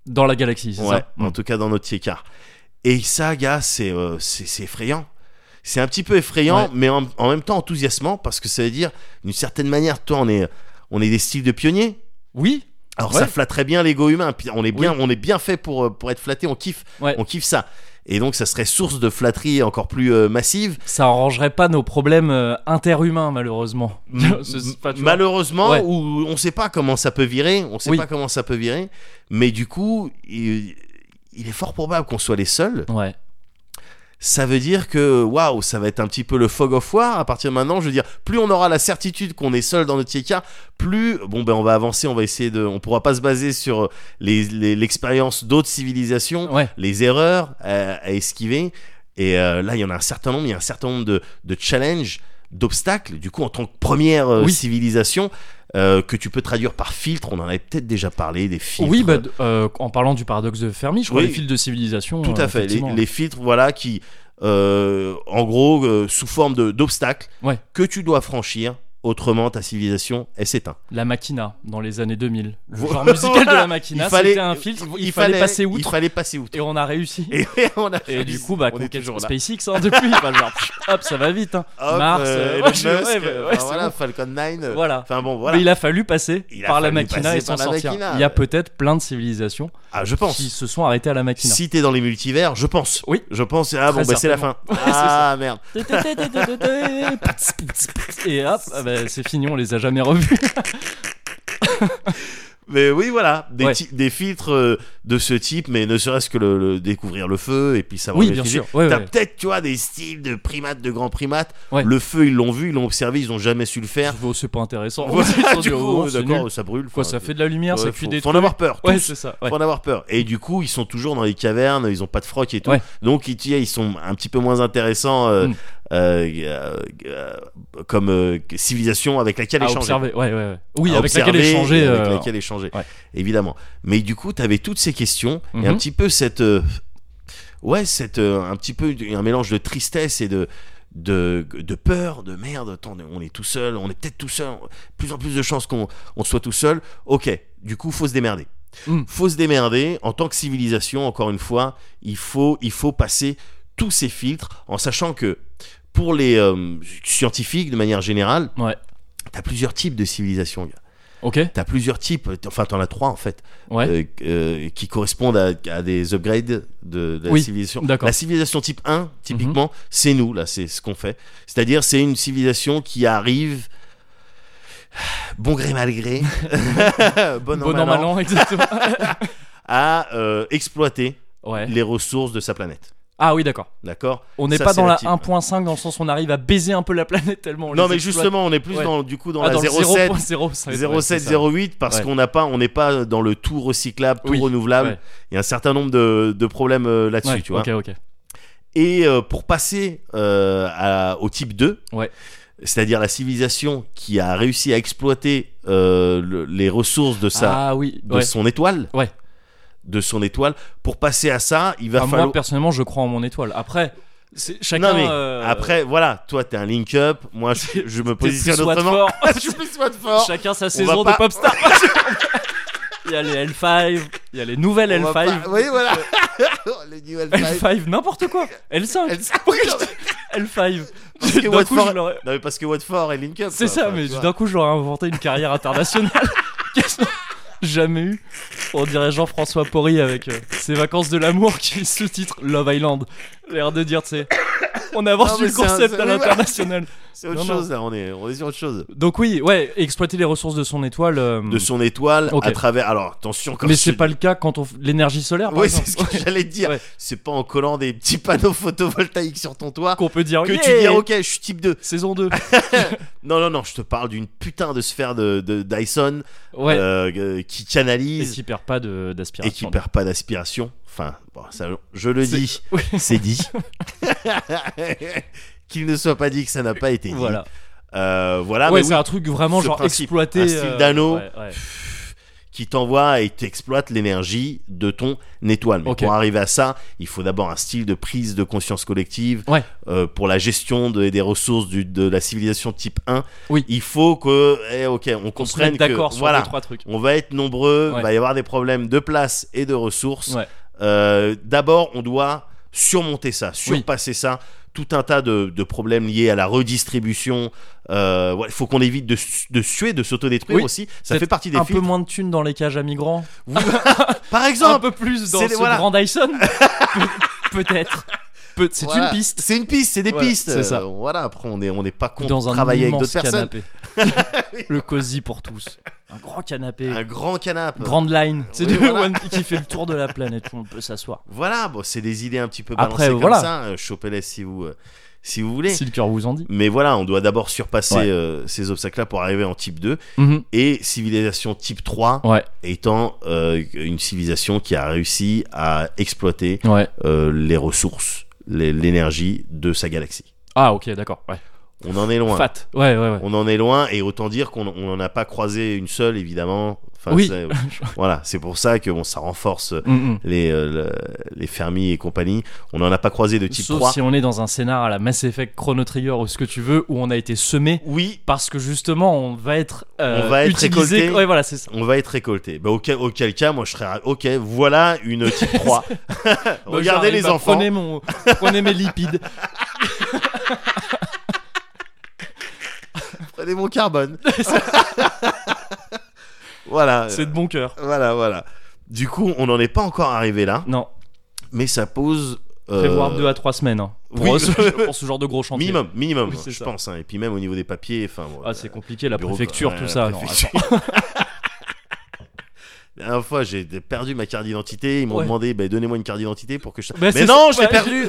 Speaker 1: Dans la galaxie, c'est
Speaker 2: Ouais,
Speaker 1: ça
Speaker 2: en tout cas dans notre petit écart. Et ça, gars, c'est euh, c'est c'est effrayant. C'est un petit peu effrayant,
Speaker 1: Ouais.
Speaker 2: mais en, en même temps enthousiasmant, parce que ça veut dire, d'une certaine manière, toi, on est, on est des styles de pionniers.
Speaker 1: Oui
Speaker 2: Alors
Speaker 1: Ouais.
Speaker 2: ça flatte très bien l'ego humain. Puis on est bien, on est bien fait pour, euh, pour être flatté. On kiffe,
Speaker 1: Ouais.
Speaker 2: on kiffe ça. Et donc, ça serait source de flatterie encore plus euh, massive.
Speaker 1: Ça arrangerait pas nos problèmes euh, interhumains, malheureusement. Ce- c'est pas- Ah, tu vois.
Speaker 2: Malheureusement,
Speaker 1: Ouais.
Speaker 2: où on sait pas comment ça peut virer, on sait
Speaker 1: Oui.
Speaker 2: pas comment ça peut virer, mais du coup, il, il est fort probable qu'on soit les seuls.
Speaker 1: Ouais.
Speaker 2: Ça veut dire que waouh, ça va être un petit peu le fog of war à partir de maintenant. Je veux dire, plus on aura la certitude qu'on est seul dans notre écart, plus bon ben on va avancer, on va essayer de, on pourra pas se baser sur les- les- l'expérience d'autres civilisations
Speaker 1: Ouais.
Speaker 2: les erreurs euh, à, à esquiver. Et euh, là, il y en a un certain nombre, il y a un certain nombre de, de challenges, d'obstacles. Du coup, en tant que première euh,
Speaker 1: Oui.
Speaker 2: civilisation, euh, que tu peux traduire par filtre, on en avait peut-être déjà parlé, des filtres.
Speaker 1: Oui, bah, d- euh, en parlant du paradoxe de Fermi, je crois
Speaker 2: Oui.
Speaker 1: les fils de civilisation.
Speaker 2: Tout
Speaker 1: euh,
Speaker 2: à fait. Les,
Speaker 1: effectivement.
Speaker 2: les filtres, voilà, qui, euh, en gros, euh, sous forme de- d'obstacles
Speaker 1: Ouais.
Speaker 2: que tu dois franchir. Autrement, ta civilisation, elle s'éteteint.
Speaker 1: La Machina dans les années 2000. Le
Speaker 2: Voilà.
Speaker 1: genre musical de la Machina, c'était un filtre. Il, fallait, passer
Speaker 2: Il
Speaker 1: outre.
Speaker 2: fallait passer outre.
Speaker 1: Et on a réussi.
Speaker 2: Et, on a
Speaker 1: Et du coup, bah,
Speaker 2: on est
Speaker 1: conquête
Speaker 2: toujours là.
Speaker 1: SpaceX hein, depuis. bah, genre, hop, ça va vite. hein.
Speaker 2: Hop,
Speaker 1: Mars,
Speaker 2: euh,
Speaker 1: euh,
Speaker 2: Elon
Speaker 1: ouais, je- ouais,
Speaker 2: Musk,
Speaker 1: bah, ouais,
Speaker 2: euh,
Speaker 1: c'est
Speaker 2: voilà,
Speaker 1: bon.
Speaker 2: Falcon 9. euh,
Speaker 1: Voilà.
Speaker 2: Enfin bon, voilà.
Speaker 1: Mais il a fallu passer
Speaker 2: Il a
Speaker 1: par la
Speaker 2: fallu
Speaker 1: Machina
Speaker 2: passer
Speaker 1: et s'en
Speaker 2: par la
Speaker 1: sortir.
Speaker 2: Machina.
Speaker 1: Il y a peut-être plein de civilisations
Speaker 2: Ah, je pense.
Speaker 1: qui se sont arrêtées à la Machina.
Speaker 2: Si t'es dans les multivers, je pense.
Speaker 1: Oui.
Speaker 2: Je pense. Ah bon,
Speaker 1: Très
Speaker 2: bah c'est la fin. ah merde.
Speaker 1: Et hop, ah bah, c'est fini, on les a jamais revus.
Speaker 2: Mais oui, voilà. Des,
Speaker 1: Ouais.
Speaker 2: ti- des filtres euh, de ce type, mais ne serait-ce que le, le- découvrir le feu et puis savoir.
Speaker 1: Oui, bien
Speaker 2: maîtriser.
Speaker 1: sûr. Ouais,
Speaker 2: T'as
Speaker 1: ouais.
Speaker 2: peut-être, tu vois, des styles de primates, de grands primates.
Speaker 1: Ouais.
Speaker 2: Le feu, ils l'ont vu, ils l'ont observé, ils ont jamais su le faire.
Speaker 1: Oh, C'est pas intéressant.
Speaker 2: Voilà,
Speaker 1: Ils sont
Speaker 2: du
Speaker 1: dit,
Speaker 2: coup,
Speaker 1: oh, c'est nul.
Speaker 2: d'accord, ça brûle.
Speaker 1: Quoi,
Speaker 2: enfin, euh,
Speaker 1: ça fait de la lumière,
Speaker 2: ouais,
Speaker 1: ça cuit
Speaker 2: faut-
Speaker 1: des
Speaker 2: Faut en avoir peur.
Speaker 1: Ouais,
Speaker 2: tous.
Speaker 1: c'est ça. ouais.
Speaker 2: Faut en avoir peur. Et du coup, ils sont toujours dans les cavernes, ils ont pas de froc et tout.
Speaker 1: Ouais.
Speaker 2: Donc, ils, tu sais, ils sont un petit peu moins intéressants euh,
Speaker 1: Mm.
Speaker 2: euh, euh, euh, comme euh, civilisation avec laquelle
Speaker 1: À
Speaker 2: échanger.
Speaker 1: observer. Ouais, ouais, ouais. Oui,
Speaker 2: À
Speaker 1: avec
Speaker 2: observer
Speaker 1: laquelle échanger.
Speaker 2: et Avec
Speaker 1: euh,
Speaker 2: laquelle échanger,
Speaker 1: ouais.
Speaker 2: évidemment. Mais du coup, tu avais toutes ces questions et un
Speaker 1: Mhm.
Speaker 2: petit peu cette. euh, ouais, cette. euh, un petit peu un mélange de tristesse et de. De, de peur, de merde, attends, on est tout seul, on est peut-être tout seul, plus en plus de chances qu'on on soit tout seul. Ok, du coup, faut se démerder.
Speaker 1: Mhm.
Speaker 2: Faut se démerder. En tant que civilisation, encore une fois, il faut, il faut passer tous ces filtres en sachant que pour les euh, scientifiques, de manière générale,
Speaker 1: Ouais.
Speaker 2: t'as plusieurs types de civilisations.
Speaker 1: Ok,
Speaker 2: T'as plusieurs types, t- enfin t'en as trois en fait,
Speaker 1: ouais.
Speaker 2: euh, euh, qui correspondent à, à des upgrades de, de la
Speaker 1: Oui,
Speaker 2: civilisation.
Speaker 1: d'accord. Mhm.
Speaker 2: La civilisation type 1, typiquement, c'est nous, là, c'est ce qu'on fait. C'est-à-dire, c'est une civilisation qui arrive, bon gré mal gré, bon,
Speaker 1: Bon an, mal an, exactement.
Speaker 2: à euh, exploiter
Speaker 1: Ouais.
Speaker 2: les ressources de sa planète.
Speaker 1: Ah oui, d'accord.
Speaker 2: D'accord
Speaker 1: On n'est
Speaker 2: Ça,
Speaker 1: pas
Speaker 2: c'est
Speaker 1: dans
Speaker 2: la
Speaker 1: la
Speaker 2: type.
Speaker 1: 1.5 dans le sens où on arrive à baiser un peu la planète tellement. on
Speaker 2: Non,
Speaker 1: les
Speaker 2: mais
Speaker 1: exploite.
Speaker 2: justement, on est plus
Speaker 1: Ouais.
Speaker 2: dans, du coup dans
Speaker 1: Ah,
Speaker 2: la
Speaker 1: dans le
Speaker 2: 07.
Speaker 1: 0.07, ouais, c'est
Speaker 2: 07,
Speaker 1: ça.
Speaker 2: 08 parce
Speaker 1: Ouais.
Speaker 2: qu'on n'a pas, on n'est pas dans le tout recyclable, tout
Speaker 1: Oui,
Speaker 2: renouvelable.
Speaker 1: ouais.
Speaker 2: Il y a un certain nombre de, de problèmes euh, là-dessus,
Speaker 1: Ouais,
Speaker 2: tu vois.
Speaker 1: Ok, ok.
Speaker 2: Et euh, pour passer euh, à- au type 2,
Speaker 1: Ouais.
Speaker 2: c'est-à-dire la civilisation qui a réussi à exploiter euh, le- les ressources de sa,
Speaker 1: ah oui,
Speaker 2: de
Speaker 1: ouais.
Speaker 2: son étoile,
Speaker 1: Ouais.
Speaker 2: de son étoile, pour passer à ça, il va
Speaker 1: Enfin,
Speaker 2: falloir
Speaker 1: Ah, Moi, personnellement, je crois en mon étoile. Après, c'est- chacun.
Speaker 2: non mais
Speaker 1: euh,
Speaker 2: après voilà, toi t'es un link up, moi je, je me
Speaker 1: t'es plus
Speaker 2: positionne
Speaker 1: soit de
Speaker 2: autrement.
Speaker 1: fort.
Speaker 2: je suis plus soit de fort.
Speaker 1: Chacun sa saison
Speaker 2: pas-
Speaker 1: de Popstar. Il y a les L5, il y a les nouvelles
Speaker 2: On va
Speaker 1: L5.
Speaker 2: pas- Oui voilà. le new L5.
Speaker 1: L5, n'importe quoi. L5,
Speaker 2: L5.
Speaker 1: L5.
Speaker 2: Parce que
Speaker 1: D'un coup,
Speaker 2: Watford-
Speaker 1: je l'aurais-
Speaker 2: non mais parce que Watford est link up.
Speaker 1: C'est
Speaker 2: quoi.
Speaker 1: ça,
Speaker 2: Enfin,
Speaker 1: mais
Speaker 2: tu vois.
Speaker 1: d'un coup, j'aurais inventé une carrière internationale. Qu'est-ce qu'on- Jamais eu. On dirait Jean-François Porry avec euh, ses vacances de l'amour qui sous-titre Love Island. L'air de dire, tu sais, on
Speaker 2: Non,
Speaker 1: avance
Speaker 2: mais
Speaker 1: du
Speaker 2: c'est un-
Speaker 1: concept
Speaker 2: c'est-
Speaker 1: à l'international.
Speaker 2: c'est autre
Speaker 1: non, non.
Speaker 2: chose là, on est on est sur autre chose.
Speaker 1: Donc, oui, ouais, exploiter les ressources de son étoile. euh,
Speaker 2: de son étoile
Speaker 1: Ok.
Speaker 2: à travers. Alors attention, quand
Speaker 1: mais
Speaker 2: je-
Speaker 1: c'est pas le cas quand on. f- L'énergie solaire, par
Speaker 2: Oui, c'est
Speaker 1: exemple.
Speaker 2: ce que j'allais te dire.
Speaker 1: Ouais.
Speaker 2: C'est pas en collant des petits panneaux photovoltaïques sur ton toit
Speaker 1: Qu'on peut dire.
Speaker 2: que
Speaker 1: yeah,
Speaker 2: tu dis ah, ok, je suis type 2.
Speaker 1: Saison 2.
Speaker 2: Non, non, non, je te parle d'une putain de sphère de, de Dyson
Speaker 1: Ouais.
Speaker 2: euh, euh, qui
Speaker 1: Et
Speaker 2: canalise
Speaker 1: qui perd pas de-
Speaker 2: et qui
Speaker 1: d'aspiration.
Speaker 2: perd pas d'aspiration. Enfin, bon, ça, je le
Speaker 1: C'est-
Speaker 2: dis,
Speaker 1: Oui.
Speaker 2: c'est dit. Qu'il ne soit pas dit que ça n'a pas été dit.
Speaker 1: Voilà.
Speaker 2: Euh, voilà,
Speaker 1: ouais,
Speaker 2: mais
Speaker 1: c'est un truc vraiment
Speaker 2: ce
Speaker 1: genre
Speaker 2: principe,
Speaker 1: exploité. euh,
Speaker 2: un style d'anneau.
Speaker 1: ouais, ouais.
Speaker 2: qui t'envoie et t'exploite l'énergie de ton étoile. Mais
Speaker 1: Ok.
Speaker 2: pour arriver à ça, il faut d'abord un style de prise de conscience collective
Speaker 1: Ouais.
Speaker 2: euh, pour la gestion de- des ressources du- de la civilisation type 1.
Speaker 1: Oui.
Speaker 2: Il faut que, eh, ok, on
Speaker 1: Qu'on se
Speaker 2: comprenne
Speaker 1: mette
Speaker 2: que
Speaker 1: d'accord sur
Speaker 2: voilà,
Speaker 1: les trois trucs.
Speaker 2: on va être nombreux, il
Speaker 1: Ouais.
Speaker 2: va y avoir des problèmes de place et de ressources.
Speaker 1: Ouais.
Speaker 2: Euh, d'abord, on doit surmonter ça, surpasser ça. Tout un tas de, de problèmes liés à la redistribution. Il faut qu'on évite de, su- de suer, de s'autodétruire
Speaker 1: Oui.
Speaker 2: aussi. Ça
Speaker 1: C'est
Speaker 2: fait partie des
Speaker 1: un
Speaker 2: filtres.
Speaker 1: peu moins de thunes dans les cages à migrants.
Speaker 2: Par
Speaker 1: Un
Speaker 2: exemple,
Speaker 1: peu plus dans
Speaker 2: c'est-
Speaker 1: ce
Speaker 2: voilà.
Speaker 1: grand Dyson. Peut-être. Peut- c'est
Speaker 2: Voilà.
Speaker 1: une piste.
Speaker 2: C'est une piste, c'est des
Speaker 1: Voilà,
Speaker 2: pistes.
Speaker 1: c'est ça.
Speaker 2: Euh, voilà, après, on n'est on est pas contre
Speaker 1: Dans un
Speaker 2: travailler avec
Speaker 1: immense
Speaker 2: d'autres personnes.
Speaker 1: canapé. le cosy pour tous. Un grand canapé.
Speaker 2: Un grand canapé.
Speaker 1: Grande line. C'est
Speaker 2: Ah, Oui,
Speaker 1: du
Speaker 2: voilà.
Speaker 1: One qui fait le tour de la planète où on peut s'asseoir.
Speaker 2: Voilà, bon, c'est des idées un petit peu balancées
Speaker 1: Après,
Speaker 2: comme
Speaker 1: voilà.
Speaker 2: ça. Euh, Chopez-les si vous, euh, si vous voulez.
Speaker 1: Si le cœur vous en dit.
Speaker 2: Mais voilà, on doit d'abord surpasser
Speaker 1: Ouais.
Speaker 2: euh, ces obstacles-là pour arriver en type 2. Et civilisation type 3
Speaker 1: Ouais,
Speaker 2: étant euh, une civilisation qui a réussi à exploiter
Speaker 1: Mhm. ouais.
Speaker 2: euh, les ressources, les- l'énergie de sa galaxie.
Speaker 1: Ah, ok, d'accord. Ouais.
Speaker 2: On en est loin.
Speaker 1: Fat. Ouais, ouais, ouais.
Speaker 2: On en est loin et autant dire qu'on on n'en a pas croisé une seule, évidemment. Enfin,
Speaker 1: oui.
Speaker 2: c'est- voilà, c'est pour ça que bon, ça renforce
Speaker 1: Mm, mm.
Speaker 2: les, euh, le- les fermiers et compagnie. On n'en a pas croisé de type
Speaker 1: Sauf
Speaker 2: 3.
Speaker 1: si on est dans un scénar à la Mass Effect Chrono Trigger ou ce que tu veux, où on a été semé,
Speaker 2: Oui,
Speaker 1: parce que justement, on va être, euh,
Speaker 2: On va être
Speaker 1: utilisé-
Speaker 2: récolté.
Speaker 1: Ouais, voilà, c'est ça.
Speaker 2: on va être récolté. Bah, auquel, auquel cas, moi je serais. ra- Ok, voilà une type 3.
Speaker 1: Bah,
Speaker 2: Regardez
Speaker 1: j'arrive,
Speaker 2: les
Speaker 1: bah,
Speaker 2: enfants.
Speaker 1: Prenez, mon... prenez mes lipides.
Speaker 2: Prenez mon carbone. voilà.
Speaker 1: C'est de bon cœur.
Speaker 2: Voilà, voilà. Du coup, on n'en est pas encore arrivé là,
Speaker 1: Non,
Speaker 2: mais ça pose. euh,
Speaker 1: prévoir 2 à 3 semaines hein, pour,
Speaker 2: oui.
Speaker 1: ce, pour ce genre de gros chantier.
Speaker 2: minimum, minimum,
Speaker 1: Oui, c'est
Speaker 2: je
Speaker 1: ça.
Speaker 2: pense. hein. Et puis même au niveau des papiers, enfin. bon,
Speaker 1: Ah,
Speaker 2: euh,
Speaker 1: c'est compliqué, la
Speaker 2: bureau-
Speaker 1: préfecture,
Speaker 2: ouais,
Speaker 1: tout
Speaker 2: la
Speaker 1: ça. non,
Speaker 2: préfecture. La dernière fois, j'ai perdu ma carte d'identité. Ils m'ont
Speaker 1: Ouais.
Speaker 2: demandé, ben, donnez-moi une carte d'identité pour que je.
Speaker 1: Bah,
Speaker 2: mais
Speaker 1: c'est ça,
Speaker 2: non, je l'ai
Speaker 1: ouais.
Speaker 2: perdu.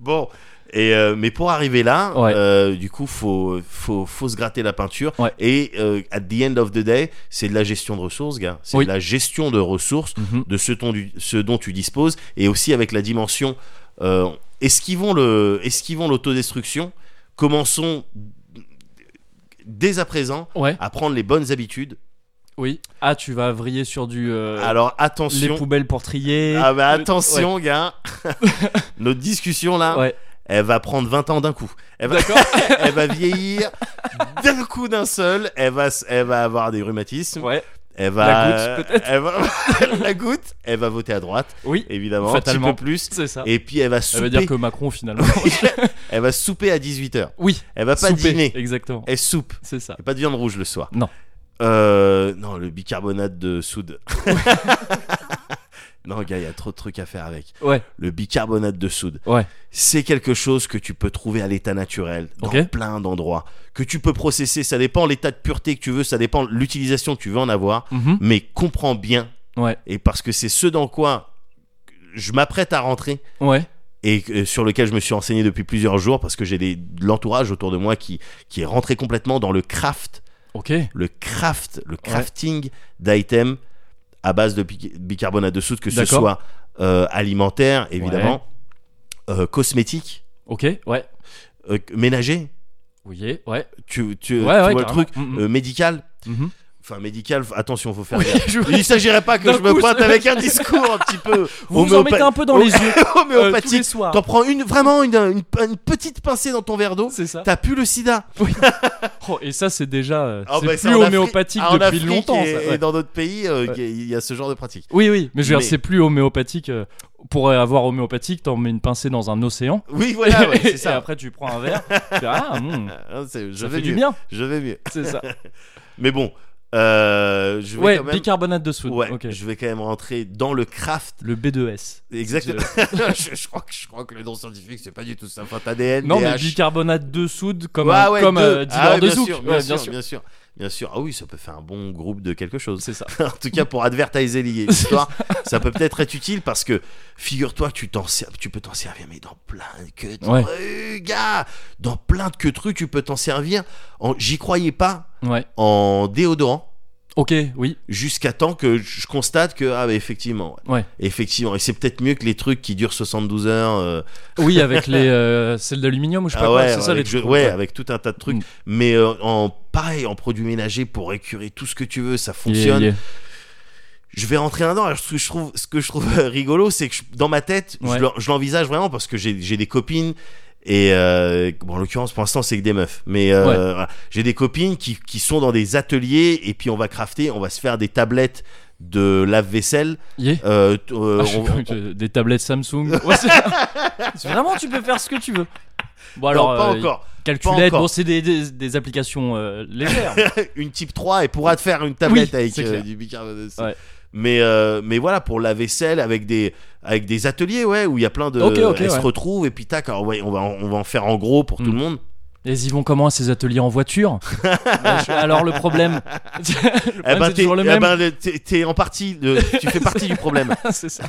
Speaker 2: bon. Et euh, mais pour arriver là,
Speaker 1: Ouais.
Speaker 2: euh, du coup, faut, faut, faut se gratter la peinture.
Speaker 1: Ouais.
Speaker 2: Et euh, at the end of the day, c'est de la gestion de ressources, gars. C'est
Speaker 1: Oui.
Speaker 2: de la gestion de ressources,
Speaker 1: Mhm.
Speaker 2: de ce, ton du- ce dont tu disposes, et aussi avec la dimension. Euh, esquivons le, esquivons l'autodestruction. Commençons dès à présent
Speaker 1: Ouais,
Speaker 2: à prendre les bonnes habitudes.
Speaker 1: oui. Ah, tu vas vriller sur du. euh,
Speaker 2: Alors
Speaker 1: les
Speaker 2: attention.
Speaker 1: poubelles pour trier.
Speaker 2: Ah bah
Speaker 1: Le-
Speaker 2: attention, gars. Notre discussion là,
Speaker 1: Ouais. ouais.
Speaker 2: elle va prendre 20 ans d'un coup. Elle va,
Speaker 1: D'accord.
Speaker 2: elle va vieillir d'un coup d'un seul. Elle va, s- elle va avoir des rhumatismes.
Speaker 1: Ouais.
Speaker 2: Elle va,
Speaker 1: La goutte, peut-être.
Speaker 2: elle va- la goutte. Elle va voter à droite,
Speaker 1: Oui,
Speaker 2: évidemment,
Speaker 1: Fatalement.
Speaker 2: un petit peu plus.
Speaker 1: c'est ça.
Speaker 2: Et puis elle va
Speaker 1: Ça
Speaker 2: souper.
Speaker 1: veut dire que Macron, finalement.
Speaker 2: elle va souper à 18h.
Speaker 1: oui,
Speaker 2: Elle va pas
Speaker 1: souper,
Speaker 2: dîner.
Speaker 1: Exactement.
Speaker 2: Elle soupe.
Speaker 1: C'est ça.
Speaker 2: Il a pas de viande rouge le soir.
Speaker 1: Non.
Speaker 2: Euh, non, le bicarbonate de soude. non, gars, il y a trop de trucs à faire avec.
Speaker 1: Ouais.
Speaker 2: Le bicarbonate de soude.
Speaker 1: Ouais.
Speaker 2: C'est quelque chose que tu peux trouver à l'état naturel, dans
Speaker 1: Ok.
Speaker 2: plein d'endroits, que tu peux processer. Ça dépend l'état de pureté que tu veux, ça dépend l'utilisation que tu veux en avoir.
Speaker 1: Mhm.
Speaker 2: Mais comprends bien.
Speaker 1: Ouais.
Speaker 2: Et parce que c'est ce dans quoi je m'apprête à rentrer
Speaker 1: Ouais.
Speaker 2: et euh, sur lequel je me suis enseigné depuis plusieurs jours parce que j'ai des- de l'entourage autour de moi qui, qui est rentré complètement dans le craft
Speaker 1: Ok.
Speaker 2: le craft, le crafting d'items à base de bi- bicarbonate de soude, que ce
Speaker 1: D'accord.
Speaker 2: soit euh, alimentaire, évidemment, euh, cosmétique,
Speaker 1: Ok. Ouais.
Speaker 2: euh, ménager,
Speaker 1: Oui. Ouais.
Speaker 2: tu, Euh, tu, tu
Speaker 1: Ouais,
Speaker 2: vois
Speaker 1: ouais.
Speaker 2: le
Speaker 1: carrément.
Speaker 2: truc,
Speaker 1: Mhm.
Speaker 2: euh, médical.
Speaker 1: Mhm.
Speaker 2: Enfin, médical, f- attention, faut faire
Speaker 1: Oui,
Speaker 2: gaffe.
Speaker 1: je-
Speaker 2: Il s'agirait pas que
Speaker 1: D'un
Speaker 2: je me
Speaker 1: coup,
Speaker 2: pointe
Speaker 1: je-
Speaker 2: avec un discours un petit peu
Speaker 1: Vous vous en
Speaker 2: homéopa-
Speaker 1: mettez un peu dans les yeux. euh, tous les
Speaker 2: homéopathique.
Speaker 1: soirs.
Speaker 2: T'en prends une, vraiment une, une, une petite pincée dans ton verre d'eau,
Speaker 1: C'est ça.
Speaker 2: t'as plus le sida.
Speaker 1: Oh, et ça, c'est déjà. euh,
Speaker 2: Ah,
Speaker 1: c'est
Speaker 2: bah,
Speaker 1: plus
Speaker 2: ça, en Afrique-
Speaker 1: homéopathique
Speaker 2: en
Speaker 1: depuis
Speaker 2: Afrique
Speaker 1: longtemps.
Speaker 2: Et,
Speaker 1: ça,
Speaker 2: et
Speaker 1: ouais.
Speaker 2: dans d'autres pays, euh,
Speaker 1: Ouais.
Speaker 2: il y a- il y a ce genre de pratique.
Speaker 1: Oui, oui. Mais je veux
Speaker 2: Mais-
Speaker 1: dire, c'est plus homéopathique. euh, Pour avoir homéopathique, t'en mets une pincée dans un océan.
Speaker 2: Oui, voilà, Ah ouais, c'est
Speaker 1: et
Speaker 2: ça.
Speaker 1: après, tu prends un verre. tu fais, ah, hmm,
Speaker 2: Ah, non, c'est- je
Speaker 1: ça
Speaker 2: vais
Speaker 1: fait du
Speaker 2: mieux,
Speaker 1: bien.
Speaker 2: Je vais mieux.
Speaker 1: C'est ça.
Speaker 2: Mais bon, euh, je vais
Speaker 1: Ouais,
Speaker 2: quand même.
Speaker 1: bicarbonate de soude.
Speaker 2: Ouais,
Speaker 1: ok.
Speaker 2: je vais quand même rentrer dans le craft.
Speaker 1: Le B2S.
Speaker 2: Exactement. je, je crois que, je crois que le nom scientifique, c'est pas du tout ça. Enfin, t'as ADN,
Speaker 1: Non, mais
Speaker 2: DH.
Speaker 1: bicarbonate de soude comme,
Speaker 2: Ouais,
Speaker 1: un-
Speaker 2: ouais,
Speaker 1: comme
Speaker 2: deux.
Speaker 1: euh, dealer
Speaker 2: Ah ouais,
Speaker 1: de
Speaker 2: bien
Speaker 1: zouk.
Speaker 2: sûr,
Speaker 1: Ouais,
Speaker 2: bien, sûr, bien sûr. Bien sûr. Ah oui, ça peut faire un bon groupe de quelque chose.
Speaker 1: C'est ça.
Speaker 2: en tout cas, pour advertiser l'histoire, ça peut peut-être être utile parce que figure-toi, que tu t'en ser- tu peux t'en servir, mais dans plein de que de
Speaker 1: Ouais.
Speaker 2: trucs, gars. Dans plein de que de trucs, tu peux t'en servir. En- J'y croyais pas,
Speaker 1: Ouais.
Speaker 2: en déodorant
Speaker 1: Ok, oui.
Speaker 2: jusqu'à temps que je constate que ah bah effectivement
Speaker 1: Ouais.
Speaker 2: effectivement et c'est peut-être mieux que les trucs qui durent 72 heures euh,
Speaker 1: Oui, avec les euh, celles d'aluminium ou je sais
Speaker 2: ah
Speaker 1: pas
Speaker 2: ouais,
Speaker 1: quoi. C'est ça les
Speaker 2: avec, je-
Speaker 1: trucs.
Speaker 2: ouais, avec tout un tas de trucs
Speaker 1: Mm.
Speaker 2: mais euh, en pareil en produits ménagers pour récurer tout ce que tu veux ça
Speaker 1: Yeah,
Speaker 2: fonctionne
Speaker 1: yeah.
Speaker 2: je vais rentrer là-dedans alors ce que je trouve ce que je trouve euh, rigolo c'est que je- dans ma tête je
Speaker 1: Ouais.
Speaker 2: l'en- je l'envisage vraiment parce que j'ai j'ai des copines et euh, bon, en l'occurrence pour l'instant c'est que des meufs mais euh,
Speaker 1: Ouais.
Speaker 2: voilà. j'ai des copines qui, qui sont dans des ateliers et puis on va crafter on va se faire des tablettes de lave-vaisselle
Speaker 1: Yeah.
Speaker 2: Euh, t- euh,
Speaker 1: Ah, je suis
Speaker 2: on-
Speaker 1: con-
Speaker 2: on-
Speaker 1: euh, Des tablettes Samsung. Ouais, c'est- c'est Vraiment, tu peux faire ce que tu veux. Bon, alors,
Speaker 2: non, pas
Speaker 1: euh,
Speaker 2: encore
Speaker 1: calculette,
Speaker 2: encore.
Speaker 1: bon, c'est des, des- des applications euh, légères.
Speaker 2: une type 3 et pourra te faire une tablette
Speaker 1: Oui,
Speaker 2: avec
Speaker 1: c'est
Speaker 2: euh,
Speaker 1: clair.
Speaker 2: du bicarbonate
Speaker 1: Ouais.
Speaker 2: Mais, euh, mais voilà, pour la vaisselle, avec des, avec des ateliers, ouais, où il y a plein de.
Speaker 1: Ok, ok,
Speaker 2: elles se
Speaker 1: ouais.
Speaker 2: retrouvent, et puis tac, alors, ouais, on, va en, on va en faire en gros pour tout
Speaker 1: Mm.
Speaker 2: le monde.
Speaker 1: Et ils y vont comment à ces ateliers en voiture Bah, Alors le problème, le
Speaker 2: Eh
Speaker 1: problème,
Speaker 2: ben,
Speaker 1: c'est
Speaker 2: t'es
Speaker 1: toujours le
Speaker 2: eh
Speaker 1: même.
Speaker 2: ben, le- t'es- t'es en partie, de- tu fais partie du problème.
Speaker 1: c'est ça.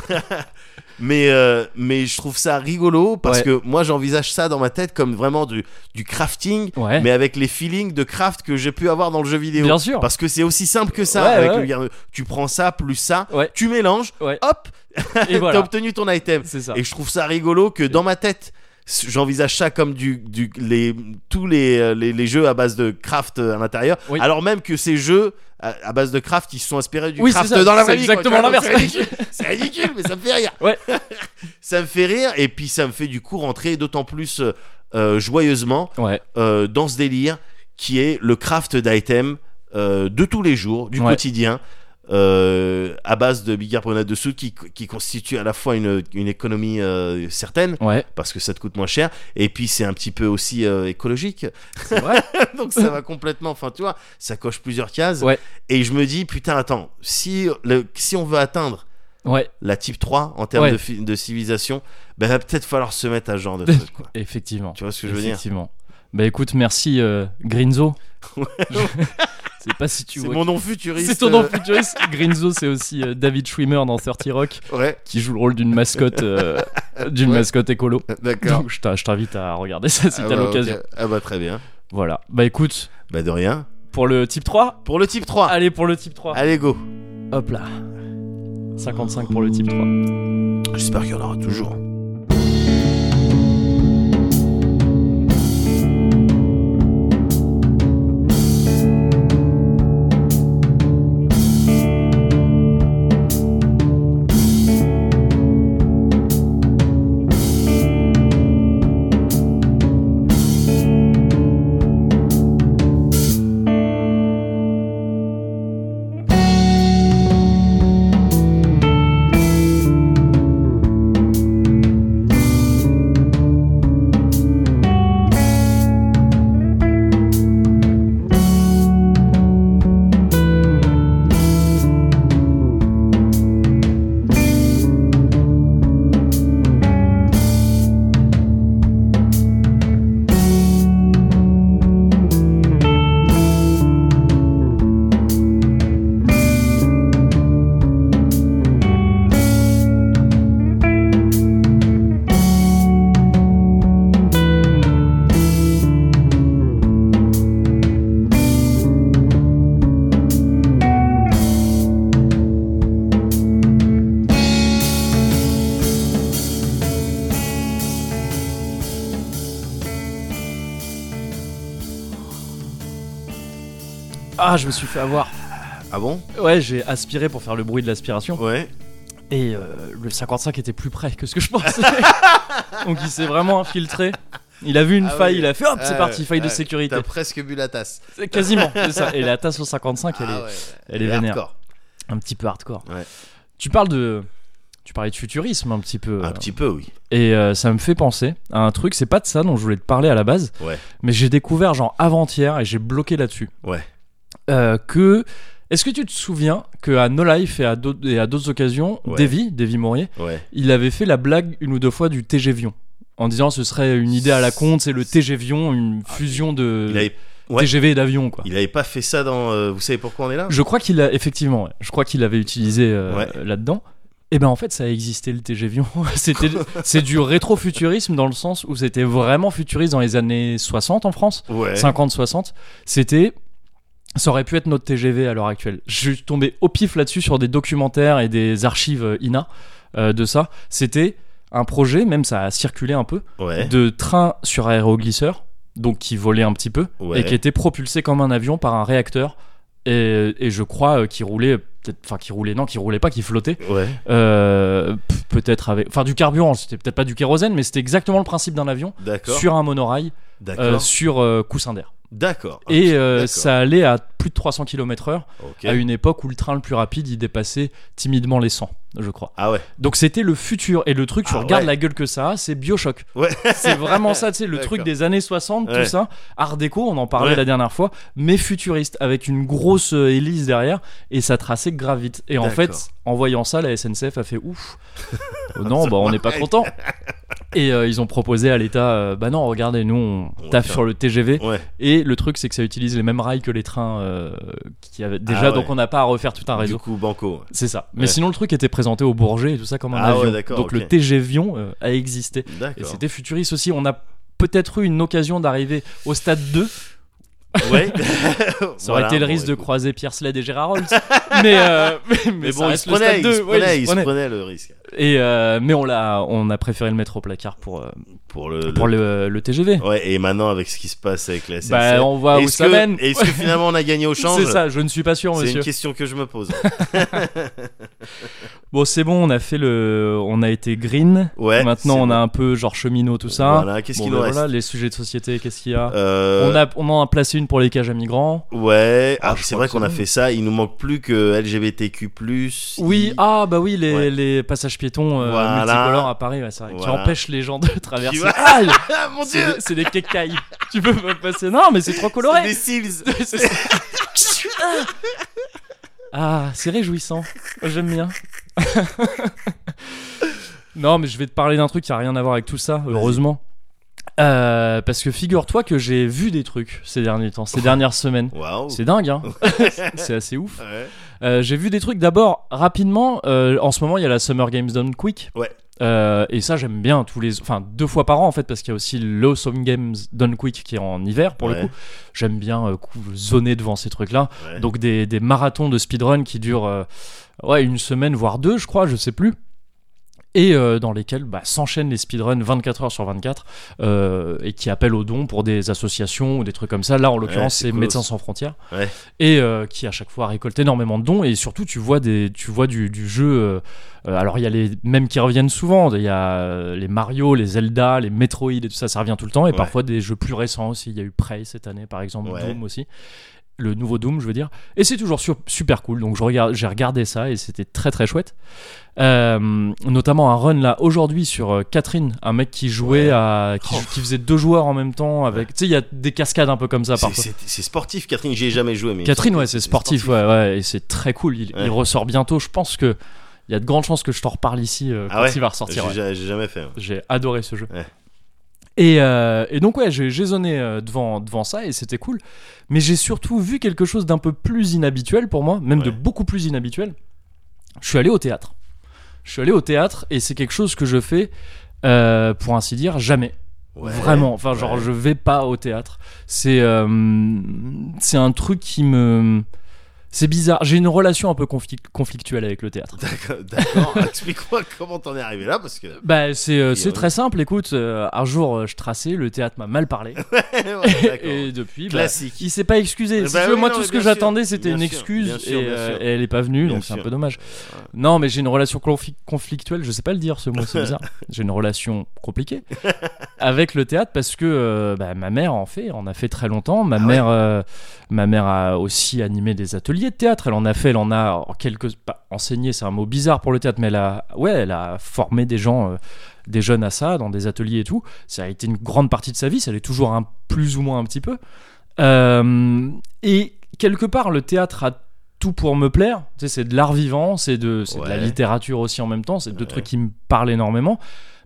Speaker 2: Mais, euh, mais je trouve ça rigolo parce
Speaker 1: Ouais.
Speaker 2: que moi, j'envisage ça dans ma tête comme vraiment du, du crafting,
Speaker 1: Ouais.
Speaker 2: mais avec les feelings de craft que j'ai pu avoir dans le jeu vidéo.
Speaker 1: Bien sûr.
Speaker 2: Parce que c'est aussi simple que ça.
Speaker 1: Ouais,
Speaker 2: avec
Speaker 1: ouais.
Speaker 2: le garde- tu prends ça plus ça,
Speaker 1: Ouais.
Speaker 2: tu mélanges,
Speaker 1: Ouais.
Speaker 2: hop,
Speaker 1: Et
Speaker 2: t'as
Speaker 1: voilà.
Speaker 2: obtenu ton item.
Speaker 1: C'est ça.
Speaker 2: Et je trouve ça rigolo que dans ma tête, s- j'envisage ça comme du, du- les, tous les, euh, les, les jeux à base de craft euh, à l'intérieur.
Speaker 1: Oui.
Speaker 2: Alors même que ces jeux à, à base de craft, ils se sont inspirés du
Speaker 1: Oui, c'est
Speaker 2: craft
Speaker 1: ça,
Speaker 2: dans la
Speaker 1: c'est
Speaker 2: vraie vie, quoi, tu
Speaker 1: exactement
Speaker 2: vois, donc
Speaker 1: l'inverse.
Speaker 2: C'est ridicule, c'est ridicule, mais ça me fait rire.
Speaker 1: Ouais.
Speaker 2: ça me fait rire et puis ça me fait du coup rentrer d'autant plus euh, euh, joyeusement
Speaker 1: Ouais.
Speaker 2: euh, dans ce délire qui est le craft d'items euh, de tous les jours, du
Speaker 1: Ouais.
Speaker 2: quotidien, euh, à base de bicarbonate de soude qui, qui constitue à la fois une, une économie euh, certaine,
Speaker 1: Ouais.
Speaker 2: parce que ça te coûte moins cher, et puis c'est un petit peu aussi euh, écologique,
Speaker 1: C'est vrai.
Speaker 2: donc ça va complètement, enfin tu vois, ça coche plusieurs cases,
Speaker 1: Ouais.
Speaker 2: et je me dis, putain, attends, si, le, si on veut atteindre
Speaker 1: Ouais.
Speaker 2: la type 3 en termes
Speaker 1: Ouais.
Speaker 2: de, fi- de civilisation, ben va peut-être falloir se mettre à ce genre de truc, quoi.
Speaker 1: Effectivement.
Speaker 2: Tu vois ce que je veux dire
Speaker 1: Effectivement. Bah écoute, merci euh, Grinzo.
Speaker 2: Ouais.
Speaker 1: c'est pas si tu
Speaker 2: C'est
Speaker 1: vois.
Speaker 2: mon nom futuriste. euh,
Speaker 1: C'est ton nom futuriste. Grinzo, c'est aussi euh, David Schwimmer dans 30 Rock
Speaker 2: Ouais,
Speaker 1: qui joue le rôle d'une mascotte, euh, d'une
Speaker 2: Ouais.
Speaker 1: mascotte écolo.
Speaker 2: d'accord.
Speaker 1: Donc je t'in- je t'invite à regarder ça si
Speaker 2: Ah
Speaker 1: t'as
Speaker 2: bah,
Speaker 1: l'occasion.
Speaker 2: ok. Ah bah très bien.
Speaker 1: Voilà. Bah écoute,
Speaker 2: Bah de rien.
Speaker 1: pour le type 3,
Speaker 2: Pour le type 3.
Speaker 1: allez pour le type 3.
Speaker 2: Allez go.
Speaker 1: Hop là. 55 pour le type 3.
Speaker 2: J'espère qu'il y en aura toujours.
Speaker 1: Ah, je me suis fait avoir.
Speaker 2: Ah bon
Speaker 1: Ouais, j'ai aspiré pour faire le bruit de l'aspiration.
Speaker 2: Ouais.
Speaker 1: Et euh, le 55 était plus près que ce que je pensais. Donc il s'est vraiment infiltré. Il a vu une
Speaker 2: Ah
Speaker 1: faille,
Speaker 2: oui.
Speaker 1: il a fait hop,
Speaker 2: Ah
Speaker 1: c'est parti,
Speaker 2: ouais,
Speaker 1: faille de
Speaker 2: ouais,
Speaker 1: sécurité.
Speaker 2: T'as presque bu la tasse.
Speaker 1: C'est Quasiment, c'est ça. Et la tasse au 55, elle est
Speaker 2: Ah ouais.
Speaker 1: elle est vénère.
Speaker 2: hardcore.
Speaker 1: un petit peu hardcore.
Speaker 2: Ouais.
Speaker 1: Tu parles de. Tu parlais de futurisme un petit peu. euh,
Speaker 2: Un petit peu oui.
Speaker 1: Et euh, ça me fait penser à un truc, c'est pas de ça dont je voulais te parler à la base,
Speaker 2: Ouais.
Speaker 1: mais j'ai découvert genre avant-hier et j'ai bloqué là-dessus.
Speaker 2: Ouais.
Speaker 1: Euh, que est-ce que tu te souviens que à No Life et à d'autres et à d'autres occasions,
Speaker 2: Ouais.
Speaker 1: Davy, Davy Maurier,
Speaker 2: Ouais.
Speaker 1: il avait fait la blague une ou deux fois du TGVion en disant ce serait une idée à la con, c'est le TGVion, une fusion de
Speaker 2: Ah, Il avait, ouais.
Speaker 1: TGV et d'avion quoi.
Speaker 2: il avait pas fait ça dans. euh, vous savez pourquoi on est là
Speaker 1: Je crois qu'il a effectivement, ouais. je crois qu'il l'avait utilisé euh,
Speaker 2: Ouais.
Speaker 1: là-dedans. Et ben en fait, ça a existé le TGVion. c'était c'est du rétrofuturisme dans le sens où c'était vraiment futuriste dans les années 60 en France,
Speaker 2: Ouais.
Speaker 1: 50-60. C'était ça aurait pu être notre TGV à l'heure actuelle. Je suis tombé au pif là-dessus sur des documentaires et des archives euh, INA euh, de ça. C'était un projet, même ça a circulé un peu,
Speaker 2: Ouais.
Speaker 1: de train sur aéroglisseur, donc qui volait un petit peu,
Speaker 2: Ouais.
Speaker 1: et qui était propulsé comme un avion par un réacteur, et, et je crois euh, qui roulait, peut-être, enfin qui roulait, non, qui roulait pas, qui flottait,
Speaker 2: Ouais.
Speaker 1: euh, p- peut-être avec, enfin du carburant, c'était peut-être pas du kérosène, mais c'était exactement le principe d'un avion
Speaker 2: D'accord.
Speaker 1: sur un monorail, euh,
Speaker 2: D'accord.
Speaker 1: sur euh, coussin d'air.
Speaker 2: D'accord.
Speaker 1: Et
Speaker 2: Ok,
Speaker 1: euh,
Speaker 2: d'accord.
Speaker 1: ça allait à plus de 300 km/h
Speaker 2: Ok.
Speaker 1: à une époque où le train le plus rapide il dépassait timidement les 100, je crois.
Speaker 2: Ah ouais.
Speaker 1: Donc c'était le futur et le truc, tu
Speaker 2: Ah
Speaker 1: regardes
Speaker 2: ouais.
Speaker 1: la gueule que ça a, c'est Bioshock.
Speaker 2: Ouais.
Speaker 1: C'est vraiment ça, tu sais, le
Speaker 2: D'accord.
Speaker 1: truc des années 60,
Speaker 2: Ouais.
Speaker 1: tout ça, art déco, on en parlait
Speaker 2: Ouais.
Speaker 1: la dernière fois, mais futuriste avec une grosse euh, hélice derrière et ça traçait grave vite. Et en
Speaker 2: D'accord.
Speaker 1: fait, en voyant ça, la SNCF a fait ouf. Euh, non, bah on n'est pas
Speaker 2: Ouais.
Speaker 1: content. Et euh, ils ont proposé à l'État, euh, bah non, regardez, nous on
Speaker 2: On
Speaker 1: taffe
Speaker 2: fait un-
Speaker 1: sur le TGV.
Speaker 2: Ouais.
Speaker 1: Et le truc, c'est que ça utilise les mêmes rails que les trains euh, qui avaient déjà,
Speaker 2: Ah ouais.
Speaker 1: donc on n'a pas à refaire tout un réseau.
Speaker 2: Du coup, Banco. ouais.
Speaker 1: C'est ça. Mais
Speaker 2: Ouais.
Speaker 1: sinon, le truc était présenté au Bourget et tout ça comme un
Speaker 2: Ah ouais,
Speaker 1: avion.
Speaker 2: d'accord,
Speaker 1: Donc
Speaker 2: ok.
Speaker 1: le TGVion euh, a existé. Et
Speaker 2: D'accord.
Speaker 1: c'était futuriste aussi. On a peut-être eu une occasion d'arriver au stade 2.
Speaker 2: Ouais.
Speaker 1: Ça aurait été le risque de croiser Pierre Sled et Gérard Holtz. mais, euh, mais, mais
Speaker 2: Mais
Speaker 1: ça
Speaker 2: bon, il
Speaker 1: reste
Speaker 2: se
Speaker 1: le
Speaker 2: prenait,
Speaker 1: stade
Speaker 2: il
Speaker 1: 2.
Speaker 2: se
Speaker 1: ouais, il
Speaker 2: prenait,
Speaker 1: se
Speaker 2: il se
Speaker 1: prenait.
Speaker 2: prenait le risque.
Speaker 1: Et, euh, mais on, l'a, on a préféré le mettre au placard pour, euh,
Speaker 2: Pour le.
Speaker 1: pour
Speaker 2: le-
Speaker 1: le, le TGV.
Speaker 2: Ouais. Et maintenant, avec ce qui se passe avec la SNCF.
Speaker 1: Bah, on voit où
Speaker 2: est-ce
Speaker 1: ça
Speaker 2: que-
Speaker 1: mène.
Speaker 2: Est-ce que finalement on a gagné au change
Speaker 1: C'est ça, je ne suis pas sûr,
Speaker 2: C'est
Speaker 1: monsieur.
Speaker 2: une question que je me pose.
Speaker 1: Bon, c'est bon, on a fait le. On a été green.
Speaker 2: Ouais.
Speaker 1: Maintenant,
Speaker 2: c'est
Speaker 1: on a
Speaker 2: bon.
Speaker 1: un peu genre cheminot, tout ça.
Speaker 2: Voilà. Qu'est-ce
Speaker 1: Bon,
Speaker 2: qu'il
Speaker 1: ben
Speaker 2: nous reste
Speaker 1: voilà, les sujets de société, qu'est-ce qu'il y a
Speaker 2: Euh,
Speaker 1: on, a, on en a placé une pour les cages à migrants.
Speaker 2: Ouais,
Speaker 1: Ah,
Speaker 2: ah,
Speaker 1: je
Speaker 2: c'est
Speaker 1: crois
Speaker 2: vrai
Speaker 1: que
Speaker 2: qu'on
Speaker 1: c'est
Speaker 2: a
Speaker 1: bon.
Speaker 2: fait ça. Il nous manque plus que LGBTQ.
Speaker 1: Oui,
Speaker 2: I-
Speaker 1: ah bah oui, les,
Speaker 2: Ouais.
Speaker 1: les passages piétons euh,
Speaker 2: Voilà.
Speaker 1: multicolores à Paris, ouais, c'est vrai, qui
Speaker 2: Voilà.
Speaker 1: empêchent les gens de traverser.
Speaker 2: va-
Speaker 1: Aïe
Speaker 2: Ah, mon
Speaker 1: C'est
Speaker 2: dieu
Speaker 1: des- c'est des quécailles. tu peux pas passer. Non, mais c'est trop
Speaker 2: C'est
Speaker 1: coloré.
Speaker 2: des Seals
Speaker 1: C'est ça. ah, c'est réjouissant. J'aime bien. non, mais je vais te parler d'un truc qui a rien à voir avec tout ça, heureusement. Euh, parce que figure-toi que j'ai vu des trucs ces derniers temps, ces dernières semaines.
Speaker 2: Waouh
Speaker 1: C'est dingue, hein C'est assez ouf.
Speaker 2: Ouais.
Speaker 1: Euh, j'ai vu des trucs d'abord rapidement. euh, en ce moment, il y a la Summer Games Done Quick.
Speaker 2: Ouais.
Speaker 1: Euh, et ça, j'aime bien tous les, enfin deux fois par an en fait, parce qu'il y a aussi le Summer Games Done Quick qui est en hiver pour
Speaker 2: Ouais.
Speaker 1: le coup. J'aime bien euh, cou- zoner devant ces trucs-là.
Speaker 2: Ouais.
Speaker 1: Donc des, des marathons de speedrun qui durent euh, ouais, une semaine, voire deux, je crois, je sais plus. Et euh, dans lesquels bah, s'enchaînent les speedruns 24 heures sur 24 euh, et qui appellent aux dons pour des associations ou des trucs comme ça. Là, en l'occurrence,
Speaker 2: c'est
Speaker 1: c'est
Speaker 2: cool.
Speaker 1: Médecins sans frontières
Speaker 2: Ouais.
Speaker 1: et euh, qui à chaque fois récolte énormément de dons. Et surtout, tu vois, des, tu vois du, du jeu. euh, euh, alors, il y a les mêmes qui reviennent souvent. Il y a euh, les Mario, les Zelda, les Metroid et tout ça, ça revient tout le temps. Et
Speaker 2: Ouais.
Speaker 1: parfois des jeux plus récents aussi. Il y a eu Prey cette année, par exemple,
Speaker 2: Ouais.
Speaker 1: Doom aussi le nouveau Doom, je veux dire. Et c'est toujours sur- super cool. Donc je regarde, j'ai regardé ça et c'était très très chouette. Euh, notamment un run là aujourd'hui sur euh, Catherine, un mec qui jouait
Speaker 2: Ouais.
Speaker 1: à, qui,
Speaker 2: Oh.
Speaker 1: qui faisait deux joueurs en même temps avec. Tu sais, il y a des cascades un peu comme ça
Speaker 2: C'est-
Speaker 1: parfois.
Speaker 2: C'est c'est sportif, Catherine, j'y ai jamais joué. Mais
Speaker 1: Catherine, ouais, c'est sportif, ouais, ouais, et c'est très cool. Il,
Speaker 2: Ouais.
Speaker 1: il ressort bientôt. Je pense que il y a de grandes chances que je t'en reparle ici euh,
Speaker 2: Ah
Speaker 1: quand
Speaker 2: ouais
Speaker 1: il va
Speaker 2: J'ai
Speaker 1: ressortir. ouais.
Speaker 2: j'ai jamais fait. hein. ouais.
Speaker 1: J'ai adoré ce jeu.
Speaker 2: Ouais.
Speaker 1: Et, euh, et donc ouais, j'ai j'ai zoné euh, devant, devant ça et c'était cool. Mais j'ai surtout vu quelque chose d'un peu plus inhabituel pour moi, même de
Speaker 2: Ouais.
Speaker 1: beaucoup plus inhabituel. Je suis allé au théâtre. Je suis allé au théâtre et c'est quelque chose que je fais, euh, pour ainsi dire, jamais.
Speaker 2: Ouais.
Speaker 1: Vraiment, enfin genre
Speaker 2: ouais.
Speaker 1: je vais pas au théâtre. C'est euh, c'est un truc qui me... C'est bizarre, j'ai une relation un peu conflic- conflictuelle avec le théâtre.
Speaker 2: D'accord, D'accord, explique-moi comment t'en es arrivé là parce que.
Speaker 1: Bah c'est euh, c'est
Speaker 2: euh,
Speaker 1: très simple, écoute, euh, un jour euh, je traçais, le théâtre m'a mal parlé.
Speaker 2: Ouais, d'accord.
Speaker 1: et depuis, bah,
Speaker 2: Classique.
Speaker 1: il s'est pas excusé.
Speaker 2: Eh
Speaker 1: Si
Speaker 2: ben
Speaker 1: tu veux,
Speaker 2: oui,
Speaker 1: moi,
Speaker 2: non,
Speaker 1: tout
Speaker 2: mais
Speaker 1: ce que
Speaker 2: bien sûr,
Speaker 1: j'attendais, c'était
Speaker 2: bien
Speaker 1: une
Speaker 2: sûr,
Speaker 1: excuse
Speaker 2: bien sûr,
Speaker 1: et,
Speaker 2: bien
Speaker 1: euh,
Speaker 2: sûr.
Speaker 1: et elle est pas venue,
Speaker 2: Bien
Speaker 1: donc c'est un
Speaker 2: sûr.
Speaker 1: peu dommage.
Speaker 2: Ouais.
Speaker 1: Non, mais j'ai une relation confi- conflictuelle. Je sais pas le dire ce mot, c'est bizarre. j'ai une relation compliquée avec le théâtre parce que euh, bah, ma mère en fait, en a fait très longtemps. Ma
Speaker 2: Ah ouais
Speaker 1: mère, euh, ma mère a aussi animé des ateliers de théâtre. Elle en a fait, elle en a en quelques pas enseigné. C'est un mot bizarre pour le théâtre, mais elle a, ouais, elle a formé des gens. euh, des jeunes à ça, dans des ateliers et tout. Ça a été une grande partie de sa vie, ça l'est toujours un plus ou moins un petit peu. Euh, et quelque part, le théâtre a tout pour me plaire. Tu sais, c'est de l'art vivant, c'est de, c'est de la
Speaker 2: Ouais.
Speaker 1: littérature aussi en même temps, c'est deux
Speaker 2: Ouais.
Speaker 1: trucs qui me parlent énormément.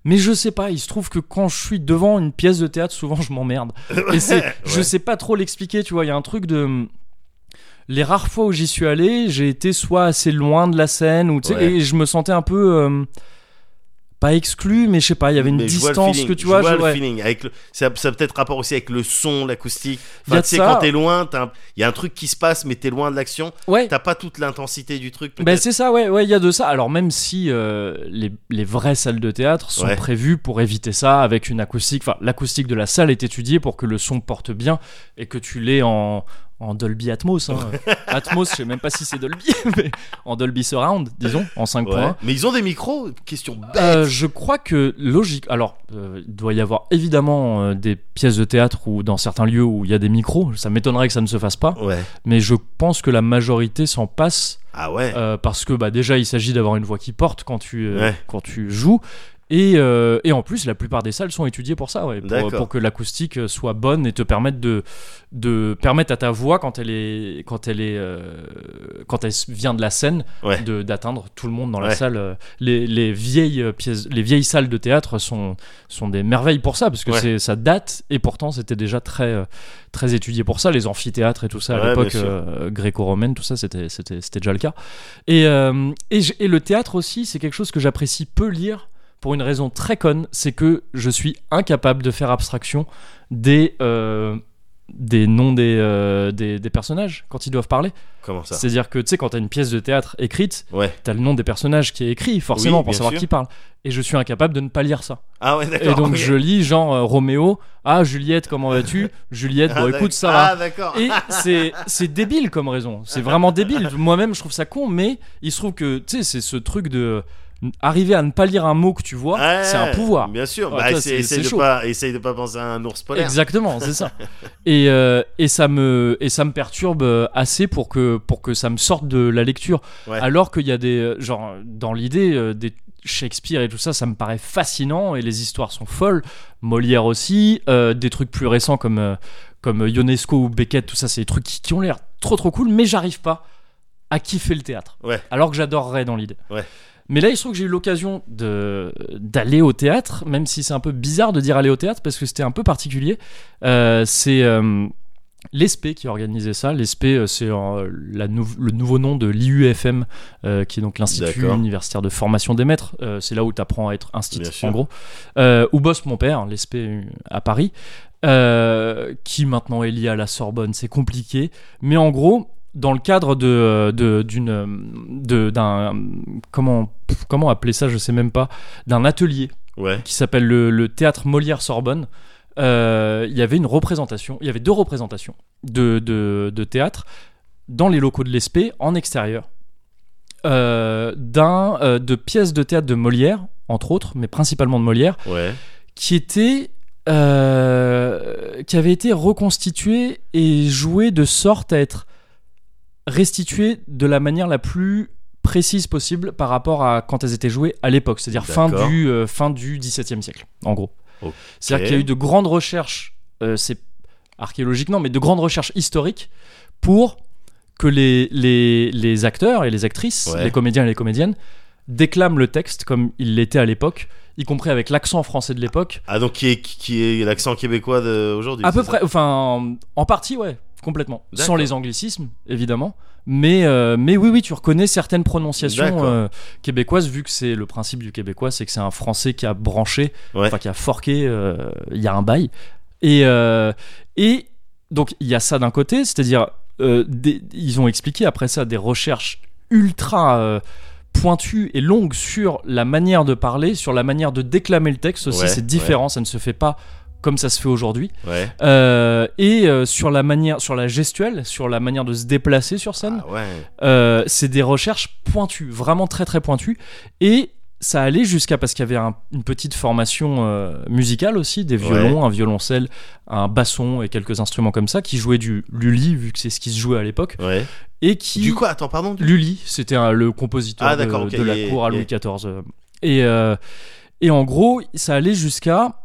Speaker 1: Mais je sais pas, il se trouve que quand je suis devant une pièce de théâtre, souvent je m'emmerde. Et c'est, je
Speaker 2: Ouais.
Speaker 1: sais pas trop l'expliquer, tu vois, il y a un truc de les rares fois où j'y suis allé, j'ai été soit assez loin de la scène ou tu sais,
Speaker 2: Ouais.
Speaker 1: et je me sentais un peu euh, pas exclu, mais je sais pas, il y avait une
Speaker 2: Mais je vois le
Speaker 1: distance
Speaker 2: feeling,
Speaker 1: que tu vois,
Speaker 2: Je vois
Speaker 1: je-
Speaker 2: le
Speaker 1: ouais.
Speaker 2: feeling. Avec le- Ça, ça a peut-être rapport aussi avec le son, l'acoustique.
Speaker 1: Y a
Speaker 2: Enfin,
Speaker 1: de
Speaker 2: tu sais,
Speaker 1: ça.
Speaker 2: quand t'es loin, t'as un- il y a un truc qui se passe, mais t'es loin de l'action.
Speaker 1: ouais.
Speaker 2: T'as pas toute l'intensité du truc.
Speaker 1: Ben
Speaker 2: peut-être.
Speaker 1: c'est ça, ouais, ouais, il y a de ça. Alors même si euh, les, les vraies salles de théâtre sont
Speaker 2: Ouais.
Speaker 1: prévues pour éviter ça avec une acoustique, enfin l'acoustique de la salle est étudiée pour que le son porte bien et que tu l'aies en, en Dolby Atmos. hein. Atmos, je sais même pas si c'est Dolby, mais en Dolby Surround, disons, en 5.1.
Speaker 2: Ouais. Mais ils ont des micros, question bête.
Speaker 1: Euh, je crois que logique. Alors, euh, il doit y avoir évidemment euh, des pièces de théâtre ou dans certains lieux où il y a des micros. Ça m'étonnerait que ça ne se fasse pas,
Speaker 2: Ouais.
Speaker 1: mais je pense que la majorité s'en passe
Speaker 2: Ah ouais.
Speaker 1: euh, parce que bah, déjà il s'agit d'avoir une voix qui porte quand tu euh,
Speaker 2: Ouais.
Speaker 1: quand tu joues. Et, euh, et en plus, la plupart des salles sont étudiées pour ça, ouais, pour,
Speaker 2: D'accord.
Speaker 1: pour que l'acoustique euh, soit bonne et te permette de, de permettre à ta voix quand elle est quand elle est euh, quand elle vient de la scène
Speaker 2: Ouais.
Speaker 1: de d'atteindre tout le monde dans la
Speaker 2: Ouais.
Speaker 1: salle. euh, Les, les vieilles euh, pièces, les vieilles salles de théâtre sont sont des merveilles pour ça parce que
Speaker 2: Ouais.
Speaker 1: c'est ça date et pourtant c'était déjà très euh, très étudié pour ça. Les amphithéâtres et tout ça à
Speaker 2: Ouais, bien
Speaker 1: l'époque
Speaker 2: sûr.
Speaker 1: euh, gréco-romaine, tout ça c'était c'était c'était déjà le cas. Et euh, et, j- et le théâtre aussi, c'est quelque chose que j'apprécie peu lire pour une raison très conne, c'est que je suis incapable de faire abstraction des euh, des noms des, euh, des, des personnages quand ils doivent parler.
Speaker 2: Comment ça
Speaker 1: C'est-à-dire que tu sais, quand t'as une pièce de théâtre écrite,
Speaker 2: Ouais.
Speaker 1: t'as le nom des personnages qui est écrit, forcément,
Speaker 2: Oui,
Speaker 1: pour
Speaker 2: bien
Speaker 1: savoir
Speaker 2: sûr.
Speaker 1: qui parle. Et je suis incapable de ne pas lire ça.
Speaker 2: Ah ouais,
Speaker 1: Et
Speaker 2: d'accord.
Speaker 1: donc
Speaker 2: ok.
Speaker 1: je lis genre euh, Roméo, ah Juliette, comment vas-tu Juliette,
Speaker 2: Ah,
Speaker 1: bon
Speaker 2: d'ac-
Speaker 1: écoute, ça va.
Speaker 2: Ah d'accord.
Speaker 1: Et c'est c'est débile comme raison. C'est vraiment débile. Moi-même, je trouve ça con, mais il se trouve que, tu sais, c'est ce truc de. Arriver à ne pas lire un mot que tu vois,
Speaker 2: Ouais,
Speaker 1: c'est un pouvoir.
Speaker 2: Bien sûr.
Speaker 1: Ah,
Speaker 2: bah,
Speaker 1: toi,
Speaker 2: essaye,
Speaker 1: c'est-
Speaker 2: essaye
Speaker 1: c'est
Speaker 2: de
Speaker 1: chaud.
Speaker 2: pas, essaye de pas penser à un ours polaire.
Speaker 1: Exactement, c'est ça. Et, euh, et, ça me, et ça me perturbe euh, assez pour que, pour que ça me sorte de la lecture.
Speaker 2: Ouais.
Speaker 1: Alors qu'il y a des. euh, Genre, dans l'idée, euh, des Shakespeare et tout ça, ça me paraît fascinant et les histoires sont folles. Molière aussi, euh, des trucs plus récents comme, euh, comme Ionesco ou Beckett, tout ça, c'est des trucs qui, qui ont l'air trop trop cool, mais j'arrive pas à kiffer le théâtre.
Speaker 2: Ouais.
Speaker 1: Alors que j'adorerais dans l'idée.
Speaker 2: Ouais.
Speaker 1: Mais là, il se trouve que j'ai eu l'occasion de- d'aller au théâtre, même si c'est un peu bizarre de dire aller au théâtre parce que c'était un peu particulier. Euh, c'est euh, l'ESPE qui organisait ça. L'ESPE, euh, c'est euh, la nou- le nouveau nom de l'IUFM, euh, qui est donc l'Institut
Speaker 2: D'accord.
Speaker 1: universitaire de formation des maîtres. Euh, c'est là où tu apprends à être institut,
Speaker 2: Bien
Speaker 1: en
Speaker 2: sûr.
Speaker 1: gros. Euh, où bosse mon père, l'ESPE à Paris, euh, qui maintenant est lié à la Sorbonne. C'est compliqué. Mais en gros, dans le cadre de de- d'une euh, de- d'un comment pff, comment appeler ça je sais même pas d'un atelier
Speaker 2: Ouais.
Speaker 1: qui s'appelle le, le théâtre Molière Sorbonne. Euh, il y avait une représentation, il y avait deux représentations de, de, de théâtre dans les locaux de l'ESPE en extérieur, Euh, d'un euh, de pièces de théâtre de Molière entre autres, mais principalement de Molière,
Speaker 2: Ouais.
Speaker 1: qui était euh, qui avait été reconstitué et joué de sorte à être restitué de la manière la plus précise possible par rapport à quand elles étaient jouées à l'époque, c'est-à-dire fin
Speaker 2: D'accord.
Speaker 1: du euh, fin du XVIIe siècle, en gros.
Speaker 2: Ok.
Speaker 1: C'est-à-dire qu'il y a eu de grandes recherches, euh, c'est archéologique non, mais de grandes recherches historiques pour que les, les, les acteurs et les actrices,
Speaker 2: Ouais.
Speaker 1: les comédiens et les comédiennes déclament le texte comme il l'était à l'époque, y compris avec l'accent français de l'époque.
Speaker 2: Ah donc qui est qui est l'accent québécois de- aujourd'hui
Speaker 1: À peu
Speaker 2: c'est ça
Speaker 1: près, enfin, en partie, ouais, complètement. Sans
Speaker 2: D'accord.
Speaker 1: les anglicismes, évidemment. Mais, euh, mais oui, oui, tu reconnais certaines prononciations
Speaker 2: D'accord.
Speaker 1: euh, québécoises, vu que c'est le principe du québécois, c'est que c'est un français qui a branché,
Speaker 2: Ouais.
Speaker 1: enfin, qui a forqué euh, il y a un bail. Et, euh, et donc, il y a ça d'un côté, c'est-à-dire, euh, des- ils ont expliqué après ça des recherches ultra. euh, pointues et longues sur la manière de parler, sur la manière de déclamer le texte aussi,
Speaker 2: Ouais,
Speaker 1: c'est différent, ça ne se fait pas comme ça se fait aujourd'hui.
Speaker 2: Ouais.
Speaker 1: Euh, et euh, sur la manière, sur la gestuelle, sur la manière de se déplacer sur scène,
Speaker 2: Ah ouais.
Speaker 1: euh, c'est des recherches pointues, vraiment très très pointues. Et ça allait jusqu'à parce qu'il y avait un- une petite formation euh, musicale aussi, des violons, un violoncelle, un basson et quelques instruments comme ça qui jouaient du luli vu que c'est ce qui se jouait à l'époque
Speaker 2: Ouais.
Speaker 1: et qui
Speaker 2: Du quoi Attends, pardon. du-
Speaker 1: Lully, c'était un- le compositeur
Speaker 2: Ah,
Speaker 1: de,
Speaker 2: d'accord, ok,
Speaker 1: de la
Speaker 2: yeah,
Speaker 1: cour à
Speaker 2: yeah.
Speaker 1: Louis XIV. euh. Et, euh, et en gros, ça allait jusqu'à.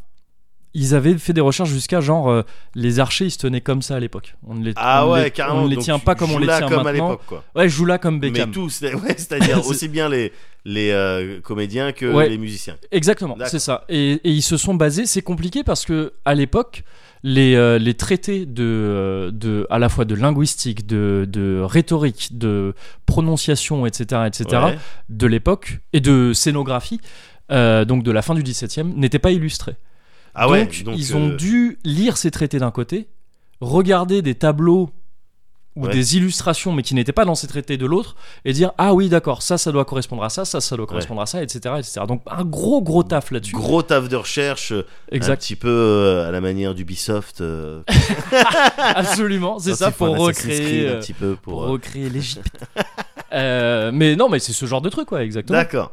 Speaker 1: Ils avaient fait des recherches jusqu'à genre euh, les archers ils se tenaient comme ça à l'époque. On ne les,
Speaker 2: Ah
Speaker 1: on
Speaker 2: ouais,
Speaker 1: les-
Speaker 2: carrément.
Speaker 1: on ne les
Speaker 2: donc
Speaker 1: tient
Speaker 2: tu
Speaker 1: pas comme on
Speaker 2: joues
Speaker 1: les
Speaker 2: là
Speaker 1: tient
Speaker 2: comme à
Speaker 1: maintenant.
Speaker 2: l'époque, quoi.
Speaker 1: Ouais, je joue là comme Beckham.
Speaker 2: Mais tout, c'est- ouais, c'est-à-dire
Speaker 1: C'est-
Speaker 2: aussi bien les les euh, comédiens que
Speaker 1: Ouais.
Speaker 2: les musiciens.
Speaker 1: Exactement,
Speaker 2: D'accord.
Speaker 1: c'est ça. Et, et ils se sont basés. C'est compliqué parce que à l'époque, les, euh, les traités de, euh, de à la fois de linguistique, de, de rhétorique, de prononciation, etc., etc.
Speaker 2: Ouais.
Speaker 1: de l'époque et de scénographie, euh, donc de la fin du XVIIe, n'étaient pas illustrés.
Speaker 2: Ah ouais.
Speaker 1: donc,
Speaker 2: donc,
Speaker 1: ils
Speaker 2: euh,
Speaker 1: ont dû lire ces traités d'un côté, regarder des tableaux ou
Speaker 2: Ouais.
Speaker 1: des illustrations, mais qui n'étaient pas dans ces traités de l'autre, et dire ah oui d'accord, ça ça doit correspondre à ça, ça ça doit correspondre à ça, etc., etc. Donc un gros gros taf là-dessus.
Speaker 2: Gros taf de recherche, euh, un
Speaker 1: Exact.
Speaker 2: petit peu euh, à la manière d'Ubisoft. euh,
Speaker 1: Absolument, c'est
Speaker 2: quand
Speaker 1: ça
Speaker 2: ils font
Speaker 1: pour
Speaker 2: un Assassin's
Speaker 1: recréer,
Speaker 2: Creed,
Speaker 1: euh,
Speaker 2: un petit peu pour.
Speaker 1: pour
Speaker 2: euh,
Speaker 1: recréer l'Égypte. Euh, mais non, mais c'est ce genre de truc, ouais, exactement.
Speaker 2: D'accord.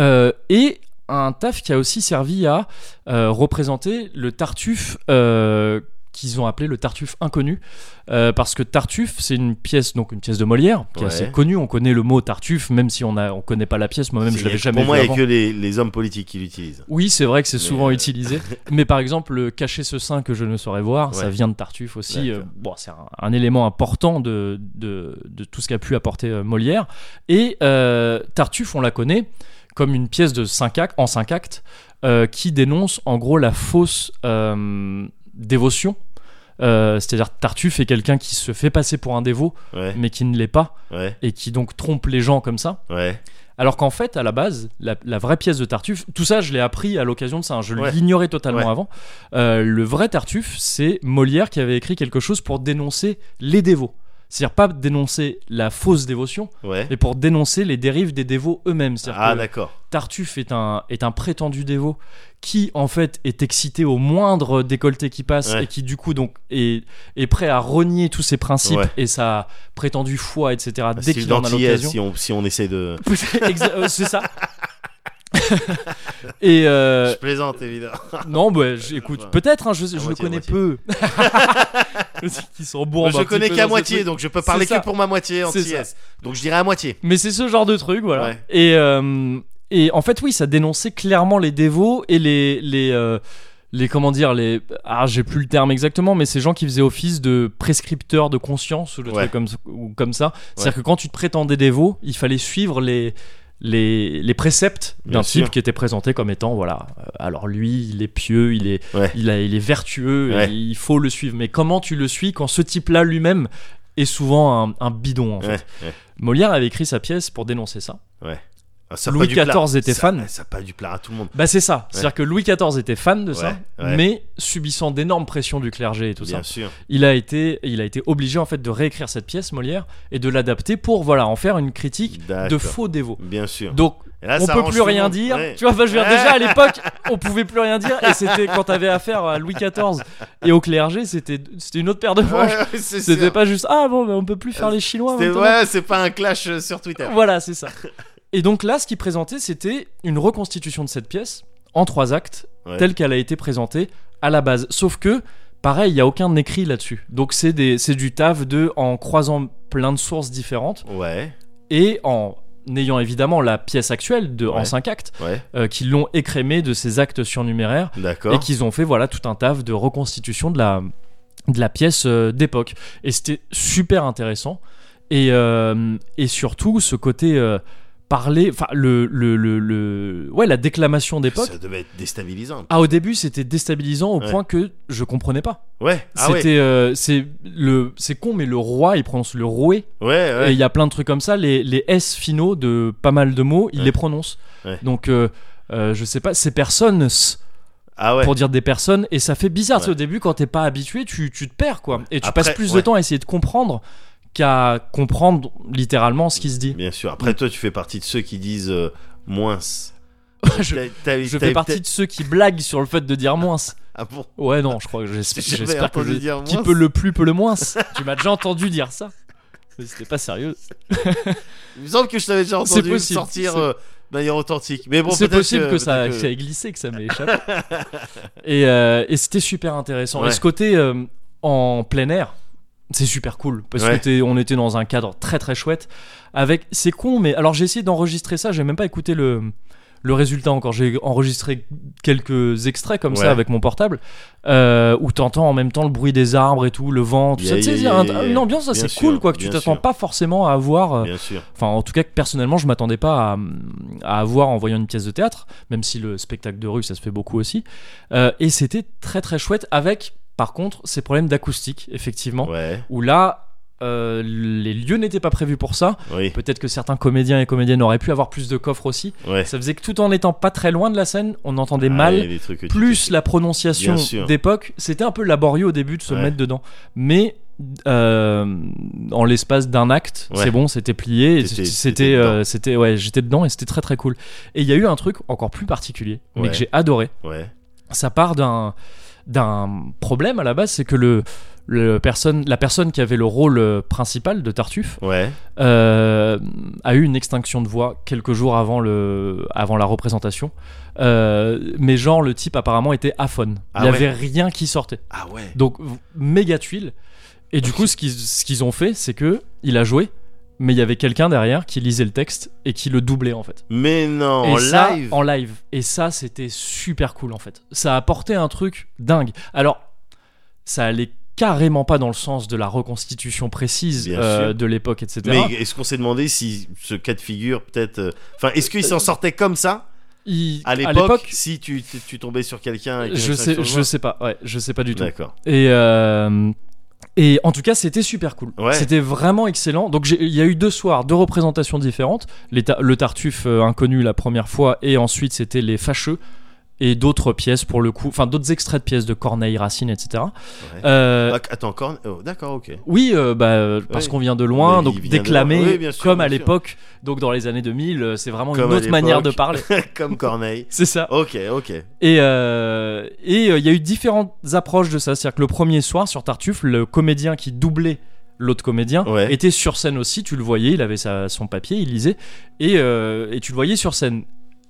Speaker 1: Euh, et un taf qui a aussi servi à euh, représenter le Tartuffe euh, qu'ils ont appelé le Tartuffe inconnu, Euh, parce que Tartuffe c'est une pièce donc une pièce de Molière qui est
Speaker 2: Ouais.
Speaker 1: assez connue. On connaît le mot Tartuffe même si on a on connaît pas la pièce. Moi-même
Speaker 2: C'est-
Speaker 1: je l'avais jamais
Speaker 2: Pour moi,
Speaker 1: vu
Speaker 2: il n'y
Speaker 1: avant.
Speaker 2: a que les, les hommes politiques qui l'utilisent.
Speaker 1: Oui, c'est vrai que c'est
Speaker 2: Mais,
Speaker 1: souvent
Speaker 2: euh,
Speaker 1: utilisé. Mais par exemple, le cacher ce sein que je ne saurais voir, ça
Speaker 2: Ouais.
Speaker 1: vient de Tartuffe aussi.
Speaker 2: D'accord.
Speaker 1: Euh, bon, c'est un, un élément important de, de, de tout ce qu'a pu apporter euh, Molière. Et euh, Tartuffe, on la connaît comme une pièce de cinq actes, en cinq actes euh, qui dénonce en gros la fausse euh, dévotion. Euh, C'est-à-dire Tartuffe est quelqu'un qui se fait passer pour un dévot,
Speaker 2: Ouais,
Speaker 1: mais qui ne l'est pas,
Speaker 2: ouais,
Speaker 1: et qui donc trompe les gens comme ça.
Speaker 2: ouais.
Speaker 1: Alors qu'en fait, à la base, la, la vraie pièce de Tartuffe, tout ça, je l'ai appris à l'occasion de ça. hein, je
Speaker 2: Ouais.
Speaker 1: l'ignorais totalement
Speaker 2: Ouais.
Speaker 1: avant. Euh, le vrai Tartuffe, c'est Molière qui avait écrit quelque chose pour dénoncer les dévots. C'est-à-dire pas dénoncer la fausse dévotion,
Speaker 2: ouais.
Speaker 1: mais pour dénoncer les dérives des dévots eux-mêmes. C'est-à-dire
Speaker 2: Ah,
Speaker 1: que
Speaker 2: d'accord.
Speaker 1: Tartuffe est un, est un prétendu dévot qui, en fait, est excité au moindre décolleté qui passe
Speaker 2: Ouais.
Speaker 1: et qui, du coup, donc, est, est prêt à renier tous ses principes
Speaker 2: Ouais.
Speaker 1: et sa prétendue foi, etc.
Speaker 2: Un
Speaker 1: dès
Speaker 2: Style
Speaker 1: qu'il en a
Speaker 2: d'antillaise,
Speaker 1: l'occasion.
Speaker 2: euh, si on, si on essaie de.
Speaker 1: Exa- euh, c'est ça. Et euh,
Speaker 2: Je plaisante, évidemment.
Speaker 1: non, bah, j- écoute,
Speaker 2: Ouais.
Speaker 1: peut-être, hein, je, je le
Speaker 2: moitié,
Speaker 1: connais
Speaker 2: moitié. Bah,
Speaker 1: peu. Qui sont bons.
Speaker 2: je connais qu'à moitié, donc je peux parler
Speaker 1: C'est ça.
Speaker 2: que pour ma moitié
Speaker 1: C'est
Speaker 2: antillaise. Donc je dirais à moitié.
Speaker 1: Mais c'est ce genre de truc, voilà.
Speaker 2: Ouais.
Speaker 1: Et, euh, et en fait, oui, ça dénonçait clairement les dévots et les. les euh, les comment dire les ah j'ai plus le terme exactement mais ces gens qui faisaient office de prescripteurs de conscience ou de
Speaker 2: Ouais.
Speaker 1: trucs comme ou comme ça c'est-à-dire que quand tu te prétendais dévot il fallait suivre les les, les préceptes d'un
Speaker 2: Bien sûr.
Speaker 1: type qui était présenté comme étant voilà euh, alors lui il est pieux il est
Speaker 2: Ouais.
Speaker 1: il, a- il est vertueux et
Speaker 2: Ouais.
Speaker 1: il faut le suivre mais comment tu le suis quand ce type là lui-même est souvent un, un bidon en fait
Speaker 2: Ouais, ouais.
Speaker 1: Molière avait écrit sa pièce pour dénoncer ça.
Speaker 2: Ah, ça
Speaker 1: Louis
Speaker 2: pas du plat.
Speaker 1: XIV était
Speaker 2: Ça- eh,
Speaker 1: fan.
Speaker 2: Ça pas du plat à tout le monde.
Speaker 1: Bah c'est ça, c'est-à-dire que Louis XIV était fan de ça,
Speaker 2: Ouais, ouais.
Speaker 1: mais subissant d'énormes pressions du clergé et tout
Speaker 2: Bien
Speaker 1: ça,
Speaker 2: sûr.
Speaker 1: il a été, il a été obligé en fait de réécrire cette pièce Molière et de l'adapter pour voilà en faire une critique de
Speaker 2: D'accord.
Speaker 1: faux dévots.
Speaker 2: Bien sûr.
Speaker 1: Donc
Speaker 2: Et là,
Speaker 1: on
Speaker 2: ça
Speaker 1: peut
Speaker 2: arrange
Speaker 1: plus
Speaker 2: tout le
Speaker 1: rien
Speaker 2: monde.
Speaker 1: dire.
Speaker 2: Ouais.
Speaker 1: Tu vois, enfin, je veux dire,
Speaker 2: Ouais.
Speaker 1: déjà à l'époque, on pouvait plus rien dire et c'était quand t'avais affaire à Louis XIV et au clergé, c'était c'était une autre paire de
Speaker 2: Ouais,
Speaker 1: manches.
Speaker 2: ouais, c'est
Speaker 1: C'était
Speaker 2: sûr.
Speaker 1: pas juste ah bon, mais on peut plus faire les Chinois.
Speaker 2: C'est
Speaker 1: maintenant.
Speaker 2: ouais, c'est pas un clash euh, sur Twitter.
Speaker 1: Voilà, c'est ça. Et donc là, ce qu'il présentait, c'était une reconstitution de cette pièce en trois actes,
Speaker 2: Ouais.
Speaker 1: telle qu'elle a été présentée à la base. Sauf que, pareil, il n'y a aucun écrit là-dessus. Donc c'est des- c'est du taf de en croisant plein de sources différentes
Speaker 2: Ouais,
Speaker 1: et en ayant évidemment la pièce actuelle de, en
Speaker 2: Ouais.
Speaker 1: cinq actes
Speaker 2: ouais,
Speaker 1: euh, qui l'ont écrémée de ces actes surnuméraires et
Speaker 2: d'accord.
Speaker 1: qu'ils ont fait voilà tout un taf de reconstitution de la de la pièce euh, d'époque et c'était super intéressant et euh, et surtout ce côté euh, parler enfin le, le le le- ouais la déclamation d'époque
Speaker 2: Ça devait être déstabilisant.
Speaker 1: ah au début c'était déstabilisant au
Speaker 2: Ouais.
Speaker 1: point que je comprenais pas
Speaker 2: Ouais, ah ouais.
Speaker 1: c'était euh, c'est le c'est con mais le roi il prononce le roué
Speaker 2: Ouais,
Speaker 1: et
Speaker 2: ouais.
Speaker 1: il y a plein de trucs comme ça, les, les S finaux de pas mal de mots, il
Speaker 2: Ouais.
Speaker 1: les prononce.
Speaker 2: Ouais.
Speaker 1: Donc, euh, euh, je sais pas, c'est personnes
Speaker 2: Ah ouais.
Speaker 1: pour dire des personnes, et ça fait bizarre. tu sais,
Speaker 2: Ouais.
Speaker 1: Au début, quand t'es pas habitué, tu, tu te perds, quoi. Et tu
Speaker 2: Après,
Speaker 1: passes plus de
Speaker 2: ouais.
Speaker 1: temps à essayer de comprendre qu'à comprendre littéralement ce qui se dit.
Speaker 2: Bien sûr. Après, toi, tu fais partie de ceux qui disent euh, moins.
Speaker 1: je-
Speaker 2: T'as- t'as-
Speaker 1: Je
Speaker 2: t'as-
Speaker 1: fais partie
Speaker 2: t'as-
Speaker 1: de ceux qui blaguent sur le fait de dire moins.
Speaker 2: Ah bon
Speaker 1: Ouais, non, je crois que j'es-
Speaker 2: J'ai jamais
Speaker 1: j'espère que
Speaker 2: entendu
Speaker 1: je-
Speaker 2: dire
Speaker 1: qui
Speaker 2: moins.
Speaker 1: peut le plus peut le moins. tu m'as déjà entendu dire ça. Mais C'était pas sérieux.
Speaker 2: Il me semble que je t'avais déjà
Speaker 1: C'est
Speaker 2: entendu
Speaker 1: possible,
Speaker 2: sortir
Speaker 1: c'est-
Speaker 2: euh, de manière authentique. Mais bon,
Speaker 1: c'est
Speaker 2: peut-être
Speaker 1: possible que, ça,
Speaker 2: peut-être
Speaker 1: que ça ait glissé, que ça m'ait échappé. et euh, et c'était super intéressant. Et
Speaker 2: Ouais.
Speaker 1: ce côté euh, en plein air, c'est super cool. Parce
Speaker 2: Ouais.
Speaker 1: que t'es- on était dans un cadre très très chouette. Avec, c'est con, mais alors j'ai essayé d'enregistrer ça. J'ai même pas écouté le, le résultat encore. J'ai enregistré quelques extraits comme
Speaker 2: Ouais.
Speaker 1: ça avec mon portable. Euh, où t'entends en même temps le bruit des arbres et tout, le vent, tout
Speaker 2: Yeah,
Speaker 1: ça. Tu sais,
Speaker 2: yeah,
Speaker 1: il y a
Speaker 2: yeah,
Speaker 1: un-
Speaker 2: yeah.
Speaker 1: une ambiance
Speaker 2: Bien
Speaker 1: assez
Speaker 2: sûr,
Speaker 1: cool, quoi, que tu
Speaker 2: bien
Speaker 1: t'attends
Speaker 2: sûr.
Speaker 1: pas forcément à avoir. euh,
Speaker 2: Bien sûr.
Speaker 1: Enfin, en tout cas, que personnellement, je m'attendais pas à, à avoir en voyant une pièce de théâtre, même si le spectacle de rue, ça se fait beaucoup aussi. Euh, et c'était très très chouette, avec, par contre, ces problèmes d'acoustique, effectivement,
Speaker 2: Ouais,
Speaker 1: où là, euh, les lieux n'étaient pas prévus pour ça.
Speaker 2: oui,
Speaker 1: Peut-être que certains comédiens et comédiennes auraient pu avoir plus de coffres aussi.
Speaker 2: ouais.
Speaker 1: Ça faisait que tout en étant pas très loin de la scène, on entendait
Speaker 2: Ah,
Speaker 1: mal
Speaker 2: il y a des trucs que tu
Speaker 1: plus
Speaker 2: fais.
Speaker 1: la prononciation
Speaker 2: Bien sûr.
Speaker 1: d'époque, c'était un peu laborieux au début de se
Speaker 2: Ouais.
Speaker 1: mettre dedans. Mais euh, en l'espace d'un acte,
Speaker 2: Ouais.
Speaker 1: c'est bon, c'était plié, et
Speaker 2: T'étais-
Speaker 1: c'était,
Speaker 2: t'étais
Speaker 1: euh,
Speaker 2: dedans.
Speaker 1: c'était, ouais, j'étais dedans et c'était très très cool. Et il y a eu un truc encore plus particulier, mais
Speaker 2: Ouais.
Speaker 1: que j'ai adoré.
Speaker 2: Ouais.
Speaker 1: Ça part d'un d'un problème à la base, c'est que le le personne, la personne qui avait le rôle euh, principal de Tartuffe
Speaker 2: Ouais.
Speaker 1: euh, a eu une extinction de voix quelques jours avant le avant la représentation. Euh, mais genre le type apparemment était aphone.
Speaker 2: Ah
Speaker 1: il n'y
Speaker 2: ouais.
Speaker 1: avait rien qui sortait.
Speaker 2: Ah ouais.
Speaker 1: Donc v- méga tuile. Et du coup, ce qu'ils ce qu'ils ont fait, c'est que il a joué, mais il y avait quelqu'un derrière qui lisait le texte et qui le doublait en fait.
Speaker 2: Mais non,
Speaker 1: et
Speaker 2: en
Speaker 1: ça,
Speaker 2: live.
Speaker 1: En live. Et ça, c'était super cool en fait. Ça apportait un truc dingue. Alors, ça allait carrément pas dans le sens de la reconstitution précise
Speaker 2: Bien
Speaker 1: euh,
Speaker 2: sûr.
Speaker 1: de l'époque, etc.
Speaker 2: Mais est-ce qu'on s'est demandé si ce cas de figure, peut-être. euh, Enfin, est-ce qu'il s'en sortait comme ça
Speaker 1: Il-
Speaker 2: à l'époque Si tu, tu- tu tombais sur quelqu'un. avec une
Speaker 1: je sais,
Speaker 2: extinction de
Speaker 1: je
Speaker 2: voix
Speaker 1: sais pas. Ouais, je sais pas du tout.
Speaker 2: D'accord.
Speaker 1: Et, euh, et en tout cas, c'était super cool.
Speaker 2: Ouais.
Speaker 1: C'était vraiment excellent. Donc, j'ai- il y a eu deux soirs, deux représentations différentes. Les ta- le Tartuffe euh, inconnu la première fois, et ensuite, c'était Les Fâcheux. Et d'autres pièces pour le coup, enfin d'autres extraits de pièces de Corneille, Racine, etc.
Speaker 2: Ouais.
Speaker 1: Euh,
Speaker 2: Ah, Attends, Corne. oh, D'accord, ok.
Speaker 1: oui, euh, bah, euh, parce
Speaker 2: Oui.
Speaker 1: qu'on vient de loin,
Speaker 2: Mais il
Speaker 1: donc
Speaker 2: vient de
Speaker 1: déclamer
Speaker 2: loin. Oui, bien sûr,
Speaker 1: comme
Speaker 2: bien
Speaker 1: à
Speaker 2: sûr.
Speaker 1: l'époque, donc dans les années 2000, euh, c'est vraiment
Speaker 2: Comme
Speaker 1: une
Speaker 2: à
Speaker 1: autre manière de
Speaker 2: l'époque.
Speaker 1: parler.
Speaker 2: Comme Corneille.
Speaker 1: C'est ça.
Speaker 2: Ok, ok.
Speaker 1: Et euh, et, euh, il y a eu différentes approches de ça. C'est-à-dire que le premier soir sur Tartuffe, le comédien qui doublait l'autre comédien
Speaker 2: Ouais.
Speaker 1: était sur scène aussi. Tu le voyais, il avait sa- son papier, il lisait. Et, euh, et tu le voyais sur scène.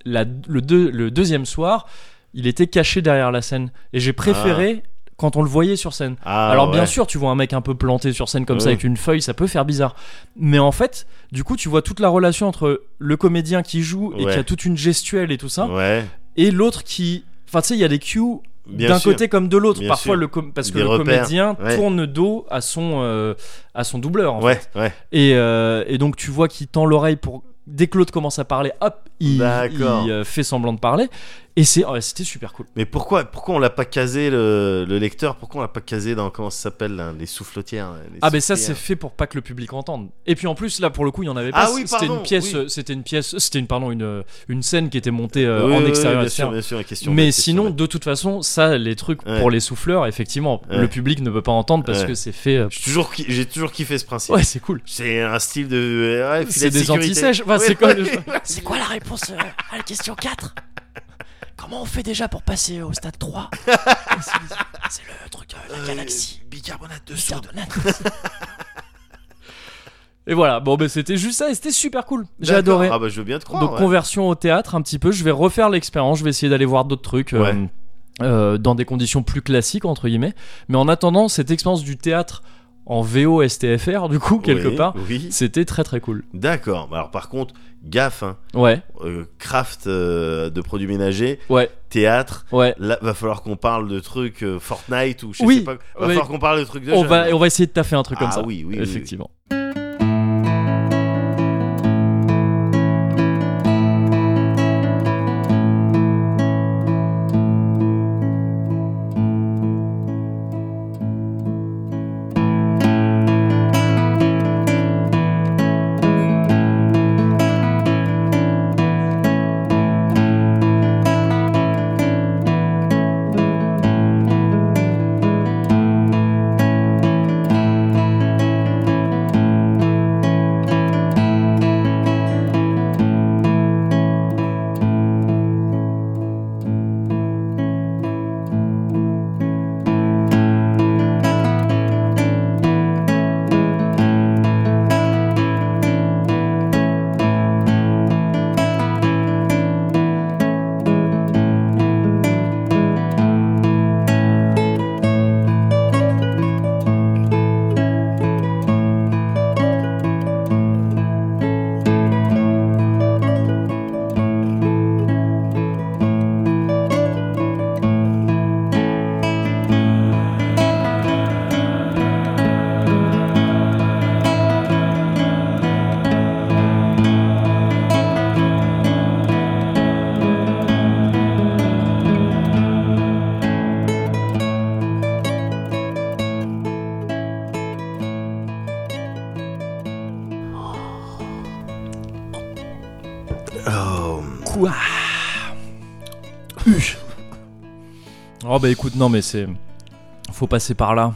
Speaker 1: La- le, deux- le deuxième soir, il était caché derrière la scène. Et j'ai préféré quand on le voyait sur scène.
Speaker 2: Ah,
Speaker 1: Alors bien
Speaker 2: ouais.
Speaker 1: sûr, hein. tu vois un mec un peu planté sur scène comme ça
Speaker 2: Ouais.
Speaker 1: avec une feuille, ça peut faire bizarre. Mais en fait, du coup, tu vois toute la relation entre le comédien qui joue et
Speaker 2: Ouais.
Speaker 1: qui a toute une gestuelle et tout ça
Speaker 2: Ouais.
Speaker 1: et l'autre qui enfin tu sais il y a des cues
Speaker 2: Bien
Speaker 1: d'un
Speaker 2: sûr.
Speaker 1: côté comme de l'autre
Speaker 2: Bien
Speaker 1: parfois
Speaker 2: sûr.
Speaker 1: le com- parce que
Speaker 2: Des
Speaker 1: le
Speaker 2: repères.
Speaker 1: comédien
Speaker 2: Ouais.
Speaker 1: tourne dos à son euh, à son doubleur en
Speaker 2: Ouais,
Speaker 1: fait.
Speaker 2: ouais.
Speaker 1: et euh, et donc tu vois qu'il tend l'oreille pour dès que l'autre commence à parler hop il,
Speaker 2: D'accord.
Speaker 1: il, euh, fait semblant de parler et c'est ouais, c'était super cool
Speaker 2: Mais pourquoi, pourquoi on l'a pas casé le, le lecteur Pourquoi on l'a pas casé dans comment ça s'appelle là, les soufflotières là, les
Speaker 1: ah ben ça c'est
Speaker 2: soufflières.
Speaker 1: fait pour pas que le public entende et puis en plus là pour le coup il y en avait
Speaker 2: euh, Ah
Speaker 1: pas
Speaker 2: oui,
Speaker 1: c'était une
Speaker 2: pardon,
Speaker 1: pièce
Speaker 2: oui.
Speaker 1: euh, c'était une pièce c'était une pardon une une scène qui était montée euh,
Speaker 2: Oui,
Speaker 1: en
Speaker 2: oui, oui,
Speaker 1: extérieur
Speaker 2: bien
Speaker 1: etc.
Speaker 2: sûr, bien sûr, la question.
Speaker 1: Mais
Speaker 2: la question,
Speaker 1: sinon,
Speaker 2: ouais.
Speaker 1: de toute façon, ça, les trucs
Speaker 2: Ouais.
Speaker 1: pour les souffleurs, effectivement,
Speaker 2: Ouais.
Speaker 1: le public ne peut pas entendre parce
Speaker 2: Ouais.
Speaker 1: que c'est fait. euh,
Speaker 2: J'ai toujours, ki- j'ai toujours kiffé ce principe.
Speaker 1: Ouais, c'est cool.
Speaker 2: C'est un style de. ouais, filet
Speaker 1: C'est
Speaker 2: de
Speaker 1: des
Speaker 2: sécurité.
Speaker 1: anti-sèches. Enfin,
Speaker 2: Ouais,
Speaker 1: c'est quoi,
Speaker 2: ouais.
Speaker 1: le- c'est quoi la réponse euh, à la question 4 Comment on fait déjà pour passer au stade 3 C'est- C'est le truc, euh, la
Speaker 2: Euh,
Speaker 1: galaxie.
Speaker 2: Bicarbonate de
Speaker 1: Mr.
Speaker 2: soude.
Speaker 1: Donut. Et voilà, bon, ben c'était juste ça et c'était super cool. J'ai
Speaker 2: D'accord.
Speaker 1: adoré.
Speaker 2: Ah bah je veux bien te croire.
Speaker 1: Donc
Speaker 2: ouais.
Speaker 1: conversion au théâtre un petit peu. Je vais refaire l'expérience. Je vais essayer d'aller voir d'autres trucs. euh,
Speaker 2: Ouais.
Speaker 1: euh, dans des conditions plus classiques entre guillemets mais en attendant cette expérience du théâtre en VO STFR du coup quelque
Speaker 2: Oui,
Speaker 1: part
Speaker 2: Oui.
Speaker 1: c'était très très cool
Speaker 2: D'accord. Bah Alors par contre, gaffe. Hein.
Speaker 1: ouais
Speaker 2: Euh, craft euh, de produits ménagers,
Speaker 1: ouais
Speaker 2: théâtre.
Speaker 1: ouais
Speaker 2: Là, va falloir qu'on parle de trucs euh, Fortnite ou je
Speaker 1: Oui,
Speaker 2: sais pas. Va
Speaker 1: oui.
Speaker 2: falloir qu'on parle de trucs de.
Speaker 1: on
Speaker 2: jeunes.
Speaker 1: va, on va essayer de taffer un truc comme
Speaker 2: Ah
Speaker 1: ça
Speaker 2: oui, oui, oui, oui.
Speaker 1: effectivement
Speaker 2: Oh.
Speaker 1: quoi oh bah écoute non mais c'est faut passer par là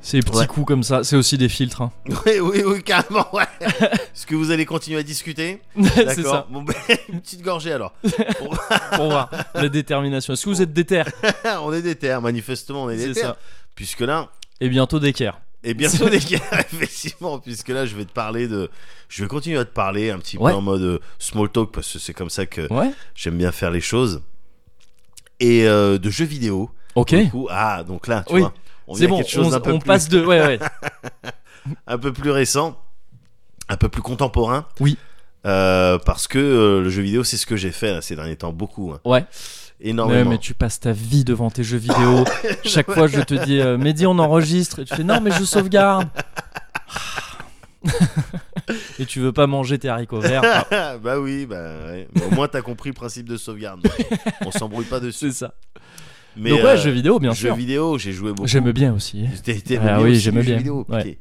Speaker 1: Ces petits
Speaker 2: Ouais.
Speaker 1: coups comme ça, c'est aussi des filtres. hein.
Speaker 2: Oui, oui, oui, carrément, ouais. Est-ce que vous allez continuer à discuter
Speaker 1: c'est
Speaker 2: D'accord.
Speaker 1: ça,
Speaker 2: Bon, ben, une petite gorgée alors.
Speaker 1: pour voir la détermination. Est-ce que vous êtes déter
Speaker 2: on est des terres, manifestement, on est des
Speaker 1: C'est
Speaker 2: terres.
Speaker 1: ça.
Speaker 2: Puisque là,
Speaker 1: Et bientôt d'équerre.
Speaker 2: et bientôt les gars, effectivement, puisque là, je vais te parler de. Je vais continuer à te parler un petit
Speaker 1: Ouais.
Speaker 2: peu en mode euh, small talk, parce que c'est comme ça que
Speaker 1: Ouais,
Speaker 2: j'aime bien faire les choses. Et euh, de jeux vidéo.
Speaker 1: ok.
Speaker 2: Du coup, ah, donc là, tu
Speaker 1: Oui.
Speaker 2: vois, on vient
Speaker 1: C'est
Speaker 2: à
Speaker 1: bon,
Speaker 2: quelque chose
Speaker 1: on,
Speaker 2: d'un peu
Speaker 1: on
Speaker 2: plus-
Speaker 1: passe de. Ouais, ouais.
Speaker 2: un peu plus récent, un peu plus contemporain.
Speaker 1: Oui.
Speaker 2: Euh, parce que euh, le jeu vidéo, c'est ce que j'ai fait là, ces derniers temps, beaucoup. hein.
Speaker 1: Ouais. Ouais,
Speaker 2: Énormément.
Speaker 1: mais tu passes ta vie devant tes jeux vidéo. Chaque fois, je te dis, euh, Mehdi, on enregistre. Et tu fais, non, mais je sauvegarde. et tu veux pas manger tes haricots verts. Ah,
Speaker 2: bah oui, bah ouais. Mais au moins t'as compris le principe de sauvegarde. on s'embrouille pas dessus.
Speaker 1: c'est ça.
Speaker 2: Mais
Speaker 1: Donc, ouais,
Speaker 2: euh,
Speaker 1: jeux vidéo, bien
Speaker 2: jeux
Speaker 1: sûr.
Speaker 2: vidéo, j'ai joué beaucoup.
Speaker 1: J'aime bien aussi.
Speaker 2: T'es- t'es-
Speaker 1: Ah
Speaker 2: mais
Speaker 1: oui,
Speaker 2: aussi
Speaker 1: j'aimais
Speaker 2: les jeux
Speaker 1: bien.
Speaker 2: vidéo,
Speaker 1: Ouais.
Speaker 2: putain.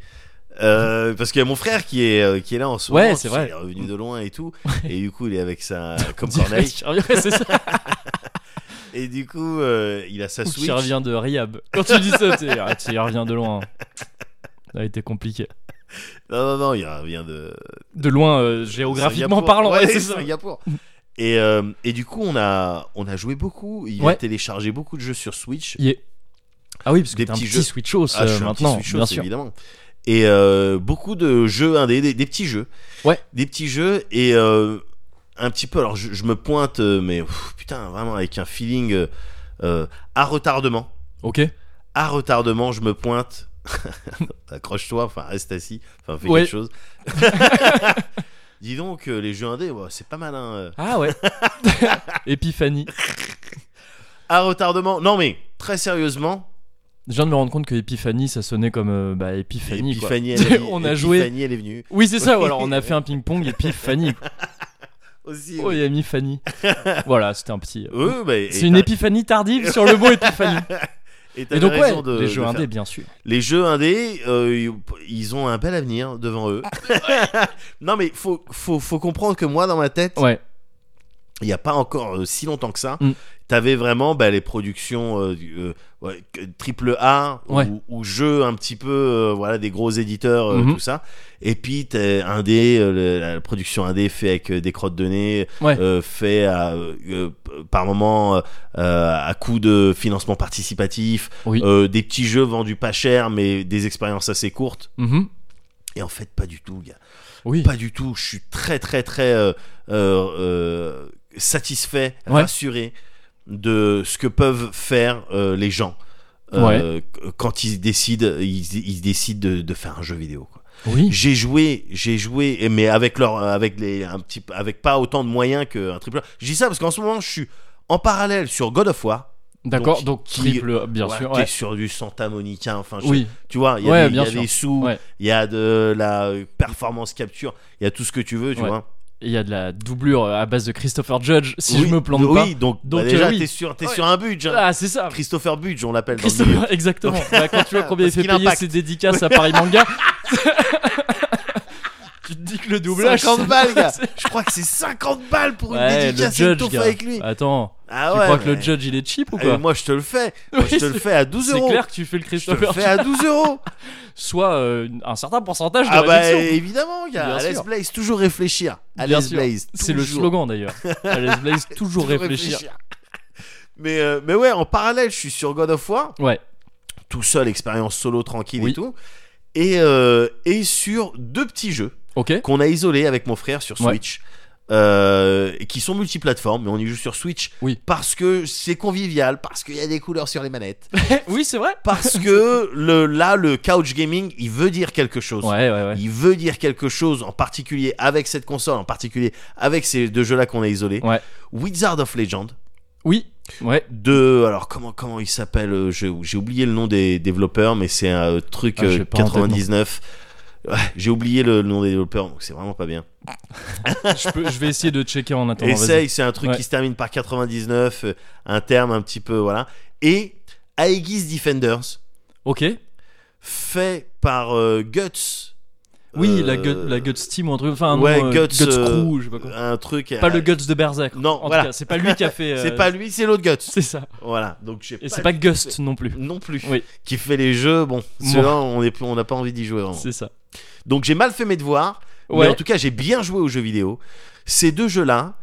Speaker 2: Euh, parce qu'il y a mon frère qui est euh, qui est là en ce
Speaker 1: Ouais,
Speaker 2: moment.
Speaker 1: c'est
Speaker 2: parce qu'il
Speaker 1: vrai.
Speaker 2: est revenu de loin et tout. Et du coup, il est avec sa comme
Speaker 1: Ouais,
Speaker 2: Corneille.
Speaker 1: c'est ça.
Speaker 2: Et du coup, euh, il a sa
Speaker 1: Ou
Speaker 2: Switch.
Speaker 1: qui revient de Riab. Quand tu dis ça, tu ah, tu y reviens de loin. Ça a été compliqué.
Speaker 2: Non, non, non, il revient de
Speaker 1: De loin, euh, géographiquement
Speaker 2: Singapour.
Speaker 1: parlant.
Speaker 2: Ouais,
Speaker 1: ouais, c'est ça.
Speaker 2: Singapour. Et, euh, et du coup, on a, on a joué beaucoup. Il a
Speaker 1: Ouais.
Speaker 2: téléchargé beaucoup de jeux sur Switch.
Speaker 1: Yeah. Ah oui, parce que
Speaker 2: Des
Speaker 1: t'es un
Speaker 2: petits
Speaker 1: petit
Speaker 2: jeux.
Speaker 1: Switchos
Speaker 2: Ah, je
Speaker 1: euh,
Speaker 2: suis un petit
Speaker 1: maintenant,
Speaker 2: Switchos,
Speaker 1: bien sûr.
Speaker 2: évidemment. Et euh, beaucoup de jeux indés, des, des petits jeux.
Speaker 1: Ouais.
Speaker 2: Des petits jeux. Et euh, un petit peu, alors je, je me pointe, euh, mais pff, putain, vraiment avec un feeling euh, euh, à retardement.
Speaker 1: Ok.
Speaker 2: À retardement, je me pointe. Accroche-toi, enfin reste assis, enfin fais
Speaker 1: Ouais.
Speaker 2: quelque chose. Dis donc, euh, les jeux indés, ouais, c'est pas mal. Hein, euh.
Speaker 1: Ah ouais. Épiphanie.
Speaker 2: À retardement. Non mais très sérieusement.
Speaker 1: Je viens de me rendre compte que Épiphanie, ça sonnait comme euh, bah, Épiphanie. quoi.
Speaker 2: Epiphanie, elle est-
Speaker 1: on a joué.
Speaker 2: Epiphanie, elle est venue.
Speaker 1: Oui, c'est ça. ou alors on a fait un ping-pong et puis Fanny. quoi.
Speaker 2: Aussi.
Speaker 1: Oh, il a mis Fanny. voilà, c'était un petit. euh,
Speaker 2: Oui, bah, et
Speaker 1: C'est une
Speaker 2: t'as-
Speaker 1: épiphanie tardive sur le mot épiphanie.
Speaker 2: Et, t'avais
Speaker 1: Et donc, ouais,
Speaker 2: raison de,
Speaker 1: les
Speaker 2: de
Speaker 1: jeux
Speaker 2: faire-
Speaker 1: indés, bien sûr.
Speaker 2: Les jeux indés, euh, ils ont un bel avenir devant eux. non, mais faut, faut, faut comprendre que moi, dans ma tête, il
Speaker 1: Ouais,
Speaker 2: n'y a pas encore euh, si longtemps que ça,
Speaker 1: Mm.
Speaker 2: t'avais vraiment bah, les productions euh, du- euh, ouais, que- triple A ou-
Speaker 1: Ouais.
Speaker 2: ou, jeux un petit peu, euh, voilà, des gros éditeurs, euh,
Speaker 1: Mhm.
Speaker 2: tout ça. Et puis, t'es indé, euh, le- la production indé fait avec euh, des crottes de nez,
Speaker 1: Ouais.
Speaker 2: euh, fait à, euh, euh, par moment euh, à coup de financement participatif.
Speaker 1: oui.
Speaker 2: Euh, des petits jeux vendus pas cher, mais des expériences assez courtes.
Speaker 1: Mhm.
Speaker 2: Et en fait, pas du tout, gars.
Speaker 1: Oui.
Speaker 2: Pas du tout. Je suis très, très, très euh, euh, euh, satisfait,
Speaker 1: Ouais.
Speaker 2: rassuré de ce que peuvent faire euh, les gens euh, qu- quand ils décident, ils, ils décident de, de faire un jeu vidéo. quoi.
Speaker 1: Oui.
Speaker 2: J'ai joué, j'ai joué, et- mais avec leur, avec les, un petit, peu- avec pas autant de moyens qu'un triple. A. Je dis ça parce qu'en ce moment, je suis en parallèle sur God of War.
Speaker 1: D'accord,
Speaker 2: donc,
Speaker 1: donc
Speaker 2: qui- euh,
Speaker 1: triple, A, bien
Speaker 2: Ouais,
Speaker 1: sûr.
Speaker 2: qui est
Speaker 1: ouais.
Speaker 2: sur du Santa Monica, enfin, je-
Speaker 1: Oui,
Speaker 2: tu vois, il y a,
Speaker 1: Ouais,
Speaker 2: des, il y
Speaker 1: bien
Speaker 2: a
Speaker 1: sûr.
Speaker 2: des sous, il
Speaker 1: Ouais.
Speaker 2: y a de la performance capture, il y a tout ce que tu veux, tu
Speaker 1: Ouais.
Speaker 2: vois.
Speaker 1: Et il y a de la doublure euh, à base de Christopher Judge, si
Speaker 2: oui,
Speaker 1: je me plante
Speaker 2: oui,
Speaker 1: pas.
Speaker 2: donc, bah,
Speaker 1: Donc, euh,
Speaker 2: déjà,
Speaker 1: oui.
Speaker 2: t'es sur, t'es
Speaker 1: Ouais.
Speaker 2: sur un budge. hein.
Speaker 1: Ah, c'est ça.
Speaker 2: Christopher Budge, on l'appelle. dans le
Speaker 1: Christophe,
Speaker 2: milieu.
Speaker 1: exactement. Bah, quand tu vois combien il
Speaker 2: Parce
Speaker 1: fait
Speaker 2: qu'il
Speaker 1: payer
Speaker 2: impacte.
Speaker 1: ses dédicaces à Paris Manga, tu te dis que le doublage.
Speaker 2: 50
Speaker 1: c'est-
Speaker 2: balles, gars.
Speaker 1: c'est-
Speaker 2: Je crois que c'est 50 balles pour une
Speaker 1: Ouais, le
Speaker 2: dédicace et une
Speaker 1: judge,
Speaker 2: touffe
Speaker 1: gars.
Speaker 2: avec lui.
Speaker 1: Attends,
Speaker 2: Ah
Speaker 1: tu
Speaker 2: ouais,
Speaker 1: crois que
Speaker 2: mais-
Speaker 1: le judge il est cheap ou
Speaker 2: Eh,
Speaker 1: quoi
Speaker 2: Moi, je te le fais. Moi, je
Speaker 1: Oui,
Speaker 2: te le
Speaker 1: c'est-
Speaker 2: fais à 12
Speaker 1: C'est
Speaker 2: euros.
Speaker 1: clair que tu fais le
Speaker 2: Je te le
Speaker 1: Christopher
Speaker 2: fais à 12 euros.
Speaker 1: soit euh, un certain pourcentage de
Speaker 2: Ah bah
Speaker 1: réduction.
Speaker 2: évidemment, gars.
Speaker 1: Bien
Speaker 2: Alice
Speaker 1: sûr.
Speaker 2: Blaze, toujours réfléchir.
Speaker 1: Bien
Speaker 2: Alice
Speaker 1: sûr.
Speaker 2: Blaze.
Speaker 1: C'est le
Speaker 2: toujours.
Speaker 1: slogan d'ailleurs. Alice Blaze, toujours
Speaker 2: Toujours
Speaker 1: réfléchir.
Speaker 2: Mais, euh, mais ouais, en parallèle, je suis sur God of War.
Speaker 1: Ouais,
Speaker 2: tout seul, expérience solo tranquille et
Speaker 1: Oui.
Speaker 2: tout. Et, euh, et sur deux petits jeux
Speaker 1: ok.
Speaker 2: qu'on a isolés avec mon frère sur
Speaker 1: Ouais.
Speaker 2: Switch, euh, et qui sont multiplateformes, mais on y joue sur Switch
Speaker 1: Oui.
Speaker 2: parce que c'est convivial, parce qu'il y a des couleurs sur les manettes,
Speaker 1: oui, c'est vrai.
Speaker 2: parce que le, là, le couch gaming, il veut dire quelque chose.
Speaker 1: Ouais, ouais, ouais.
Speaker 2: Il veut dire quelque chose en particulier avec cette console, en particulier avec ces deux jeux-là qu'on a isolés.
Speaker 1: Ouais.
Speaker 2: Wizard of Legend,
Speaker 1: Oui, ouais.
Speaker 2: de alors comment comment il s'appelle euh, j'ai j'ai oublié le nom des développeurs mais c'est un euh, truc
Speaker 1: Ah,
Speaker 2: euh,
Speaker 1: j'ai pas en tête, non.
Speaker 2: 99 Ouais, j'ai oublié le, le nom des développeurs donc c'est vraiment pas bien
Speaker 1: Je, peux- je vais essayer de checker en attendant. vas-y.
Speaker 2: essaye c'est un truc
Speaker 1: Ouais.
Speaker 2: qui se termine par 99 euh, un terme un petit peu voilà et Aegis Defenders
Speaker 1: Ok.
Speaker 2: fait par euh, Guts
Speaker 1: Oui,
Speaker 2: euh,
Speaker 1: la, gut, la Guts Team ou un truc. Enfin, un
Speaker 2: ouais,
Speaker 1: nom, euh,
Speaker 2: Guts,
Speaker 1: Guts Crew,
Speaker 2: euh,
Speaker 1: je sais pas quoi.
Speaker 2: un truc.
Speaker 1: Pas
Speaker 2: euh,
Speaker 1: le Guts de Berserk.
Speaker 2: Non,
Speaker 1: En
Speaker 2: voilà.
Speaker 1: tout cas, c'est pas lui qui a fait. euh,
Speaker 2: C'est pas lui, c'est l'autre Guts.
Speaker 1: C'est ça.
Speaker 2: Voilà. Donc j'ai
Speaker 1: Et c'est pas Gust non plus.
Speaker 2: non plus
Speaker 1: Oui.
Speaker 2: qui fait les jeux. Bon,
Speaker 1: Moi.
Speaker 2: ceux-là, on est plus- on n'a pas envie d'y jouer vraiment.
Speaker 1: C'est ça.
Speaker 2: Donc j'ai mal fait mes devoirs,
Speaker 1: Ouais.
Speaker 2: mais en tout cas j'ai bien joué aux jeux vidéo. Ces deux jeux-là,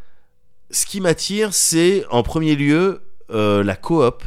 Speaker 2: ce qui m'attire, c'est en premier lieu euh, la coop.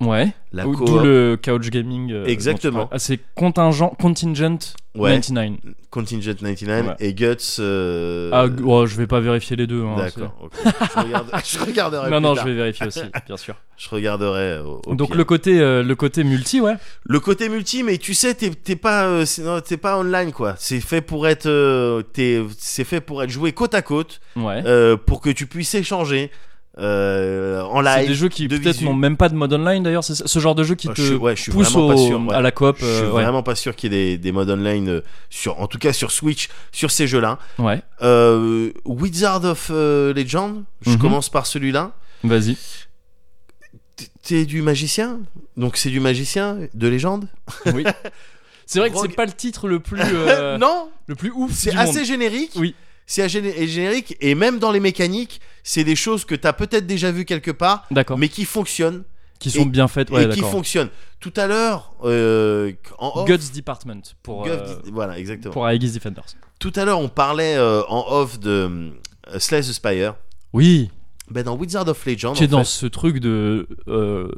Speaker 1: Ouais.
Speaker 2: La
Speaker 1: Ou-
Speaker 2: coop.
Speaker 1: D'où le couch gaming. euh, dont tu
Speaker 2: Exactement.
Speaker 1: parles. Ah, c'est contingent, contingent
Speaker 2: Ouais,
Speaker 1: 99.
Speaker 2: Contingent 99
Speaker 1: Ouais.
Speaker 2: et Guts. euh,
Speaker 1: Ah, g- oh, je vais pas vérifier les deux. hein,
Speaker 2: D'accord. ok. Je, regarde- je
Speaker 1: c'est-
Speaker 2: regarderai.
Speaker 1: Non,
Speaker 2: plus
Speaker 1: non, je
Speaker 2: tard.
Speaker 1: vais vérifier aussi, bien sûr.
Speaker 2: Je regarderai. euh, au- au
Speaker 1: Donc
Speaker 2: pire.
Speaker 1: le côté, euh, le côté multi, ouais.
Speaker 2: Le côté multi, mais tu sais, t'es t'es pas, euh, c'est- non, t'es pas online quoi. C'est fait pour être, euh, t'es- c'est fait pour être joué côte à côte,
Speaker 1: Ouais.
Speaker 2: euh, pour que tu puisses échanger euh, en
Speaker 1: c'est
Speaker 2: live.
Speaker 1: des jeux qui
Speaker 2: de
Speaker 1: peut-être
Speaker 2: visu.
Speaker 1: n'ont même pas de mode online d'ailleurs. C'est ça- ce genre de jeu qui
Speaker 2: Ah,
Speaker 1: te
Speaker 2: je suis- ouais, je suis
Speaker 1: pousse
Speaker 2: vraiment pas
Speaker 1: au-
Speaker 2: sûr, ouais.
Speaker 1: à la coop.
Speaker 2: Je suis
Speaker 1: euh, ouais.
Speaker 2: vraiment pas sûr qu'il y ait des, des modes online euh, sur, en tout cas sur Switch, sur ces jeux-là.
Speaker 1: Ouais.
Speaker 2: Euh, Wizard of euh, Legend. Je
Speaker 1: Mhm.
Speaker 2: commence par celui-là.
Speaker 1: Vas-y.
Speaker 2: T- T'es du magicien, donc c'est du magicien de légende.
Speaker 1: Oui. C'est vrai que
Speaker 2: Rogue-
Speaker 1: c'est pas le titre le plus euh,
Speaker 2: non,
Speaker 1: le plus ouf.
Speaker 2: c'est
Speaker 1: du
Speaker 2: assez
Speaker 1: monde.
Speaker 2: générique.
Speaker 1: Oui.
Speaker 2: C'est assez géné- générique et même dans les mécaniques, c'est des choses que t'as peut-être déjà vu quelque part,
Speaker 1: D'accord.
Speaker 2: mais qui fonctionnent
Speaker 1: Qui sont bien faites. Ouais,
Speaker 2: et qui
Speaker 1: d'accord.
Speaker 2: fonctionnent. Tout à l'heure, euh, en off,
Speaker 1: Guts Department pour
Speaker 2: Gov
Speaker 1: euh,
Speaker 2: dit- voilà exactement.
Speaker 1: pour Aegis Defenders.
Speaker 2: Tout à l'heure, on parlait euh, en off de euh, Slay the Spire.
Speaker 1: Oui.
Speaker 2: Ben, dans Wizard of Legend,
Speaker 1: Qui est dans
Speaker 2: en fait,
Speaker 1: ce truc de euh,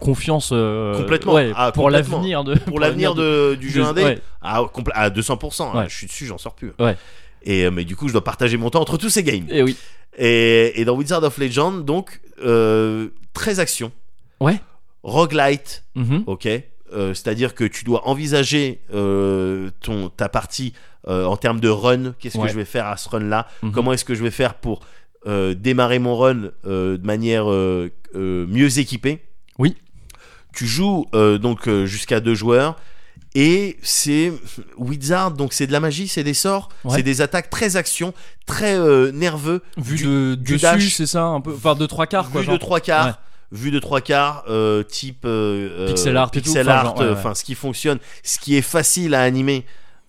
Speaker 1: confiance. euh,
Speaker 2: Complètement.
Speaker 1: ouais,
Speaker 2: Ah,
Speaker 1: pour
Speaker 2: complètement.
Speaker 1: l'avenir de.
Speaker 2: pour l'avenir de- du jeu indé,
Speaker 1: ouais.
Speaker 2: à, compl- à 200%, hein,
Speaker 1: Ouais.
Speaker 2: je suis dessus, j'en sors plus.
Speaker 1: Ouais.
Speaker 2: Et, euh, mais du coup, je dois partager mon temps entre tous ces games.
Speaker 1: Et Eh oui.
Speaker 2: Et, et dans Wizard of Legend, donc, euh, 13 actions.
Speaker 1: Ouais.
Speaker 2: Roguelite,
Speaker 1: Mhm.
Speaker 2: ok Euh, C'est-à-dire que tu dois envisager euh, ton, ta partie euh, en termes de run. Qu'est-ce
Speaker 1: Ouais.
Speaker 2: que je vais faire à ce run-là
Speaker 1: Mhm.
Speaker 2: Comment est-ce que je vais faire pour euh, démarrer mon run euh, de manière euh, euh, mieux équipée
Speaker 1: Oui.
Speaker 2: Tu joues euh, donc euh, jusqu'à deux joueurs et c'est Wizard, donc c'est de la magie, c'est des sorts,
Speaker 1: Ouais.
Speaker 2: c'est des attaques très actions, très euh, nerveux,
Speaker 1: Vu
Speaker 2: du-
Speaker 1: de
Speaker 2: du
Speaker 1: dessus,
Speaker 2: dash.
Speaker 1: c'est ça un peu. Enfin de trois quarts quoi.
Speaker 2: vue de
Speaker 1: genre.
Speaker 2: trois quarts. Vue de trois quarts, euh, type euh, euh,
Speaker 1: Pixel art et tout,
Speaker 2: pixel
Speaker 1: enfin,
Speaker 2: art,
Speaker 1: genre, ouais, ouais.
Speaker 2: enfin, ce qui fonctionne, ce qui est facile à animer,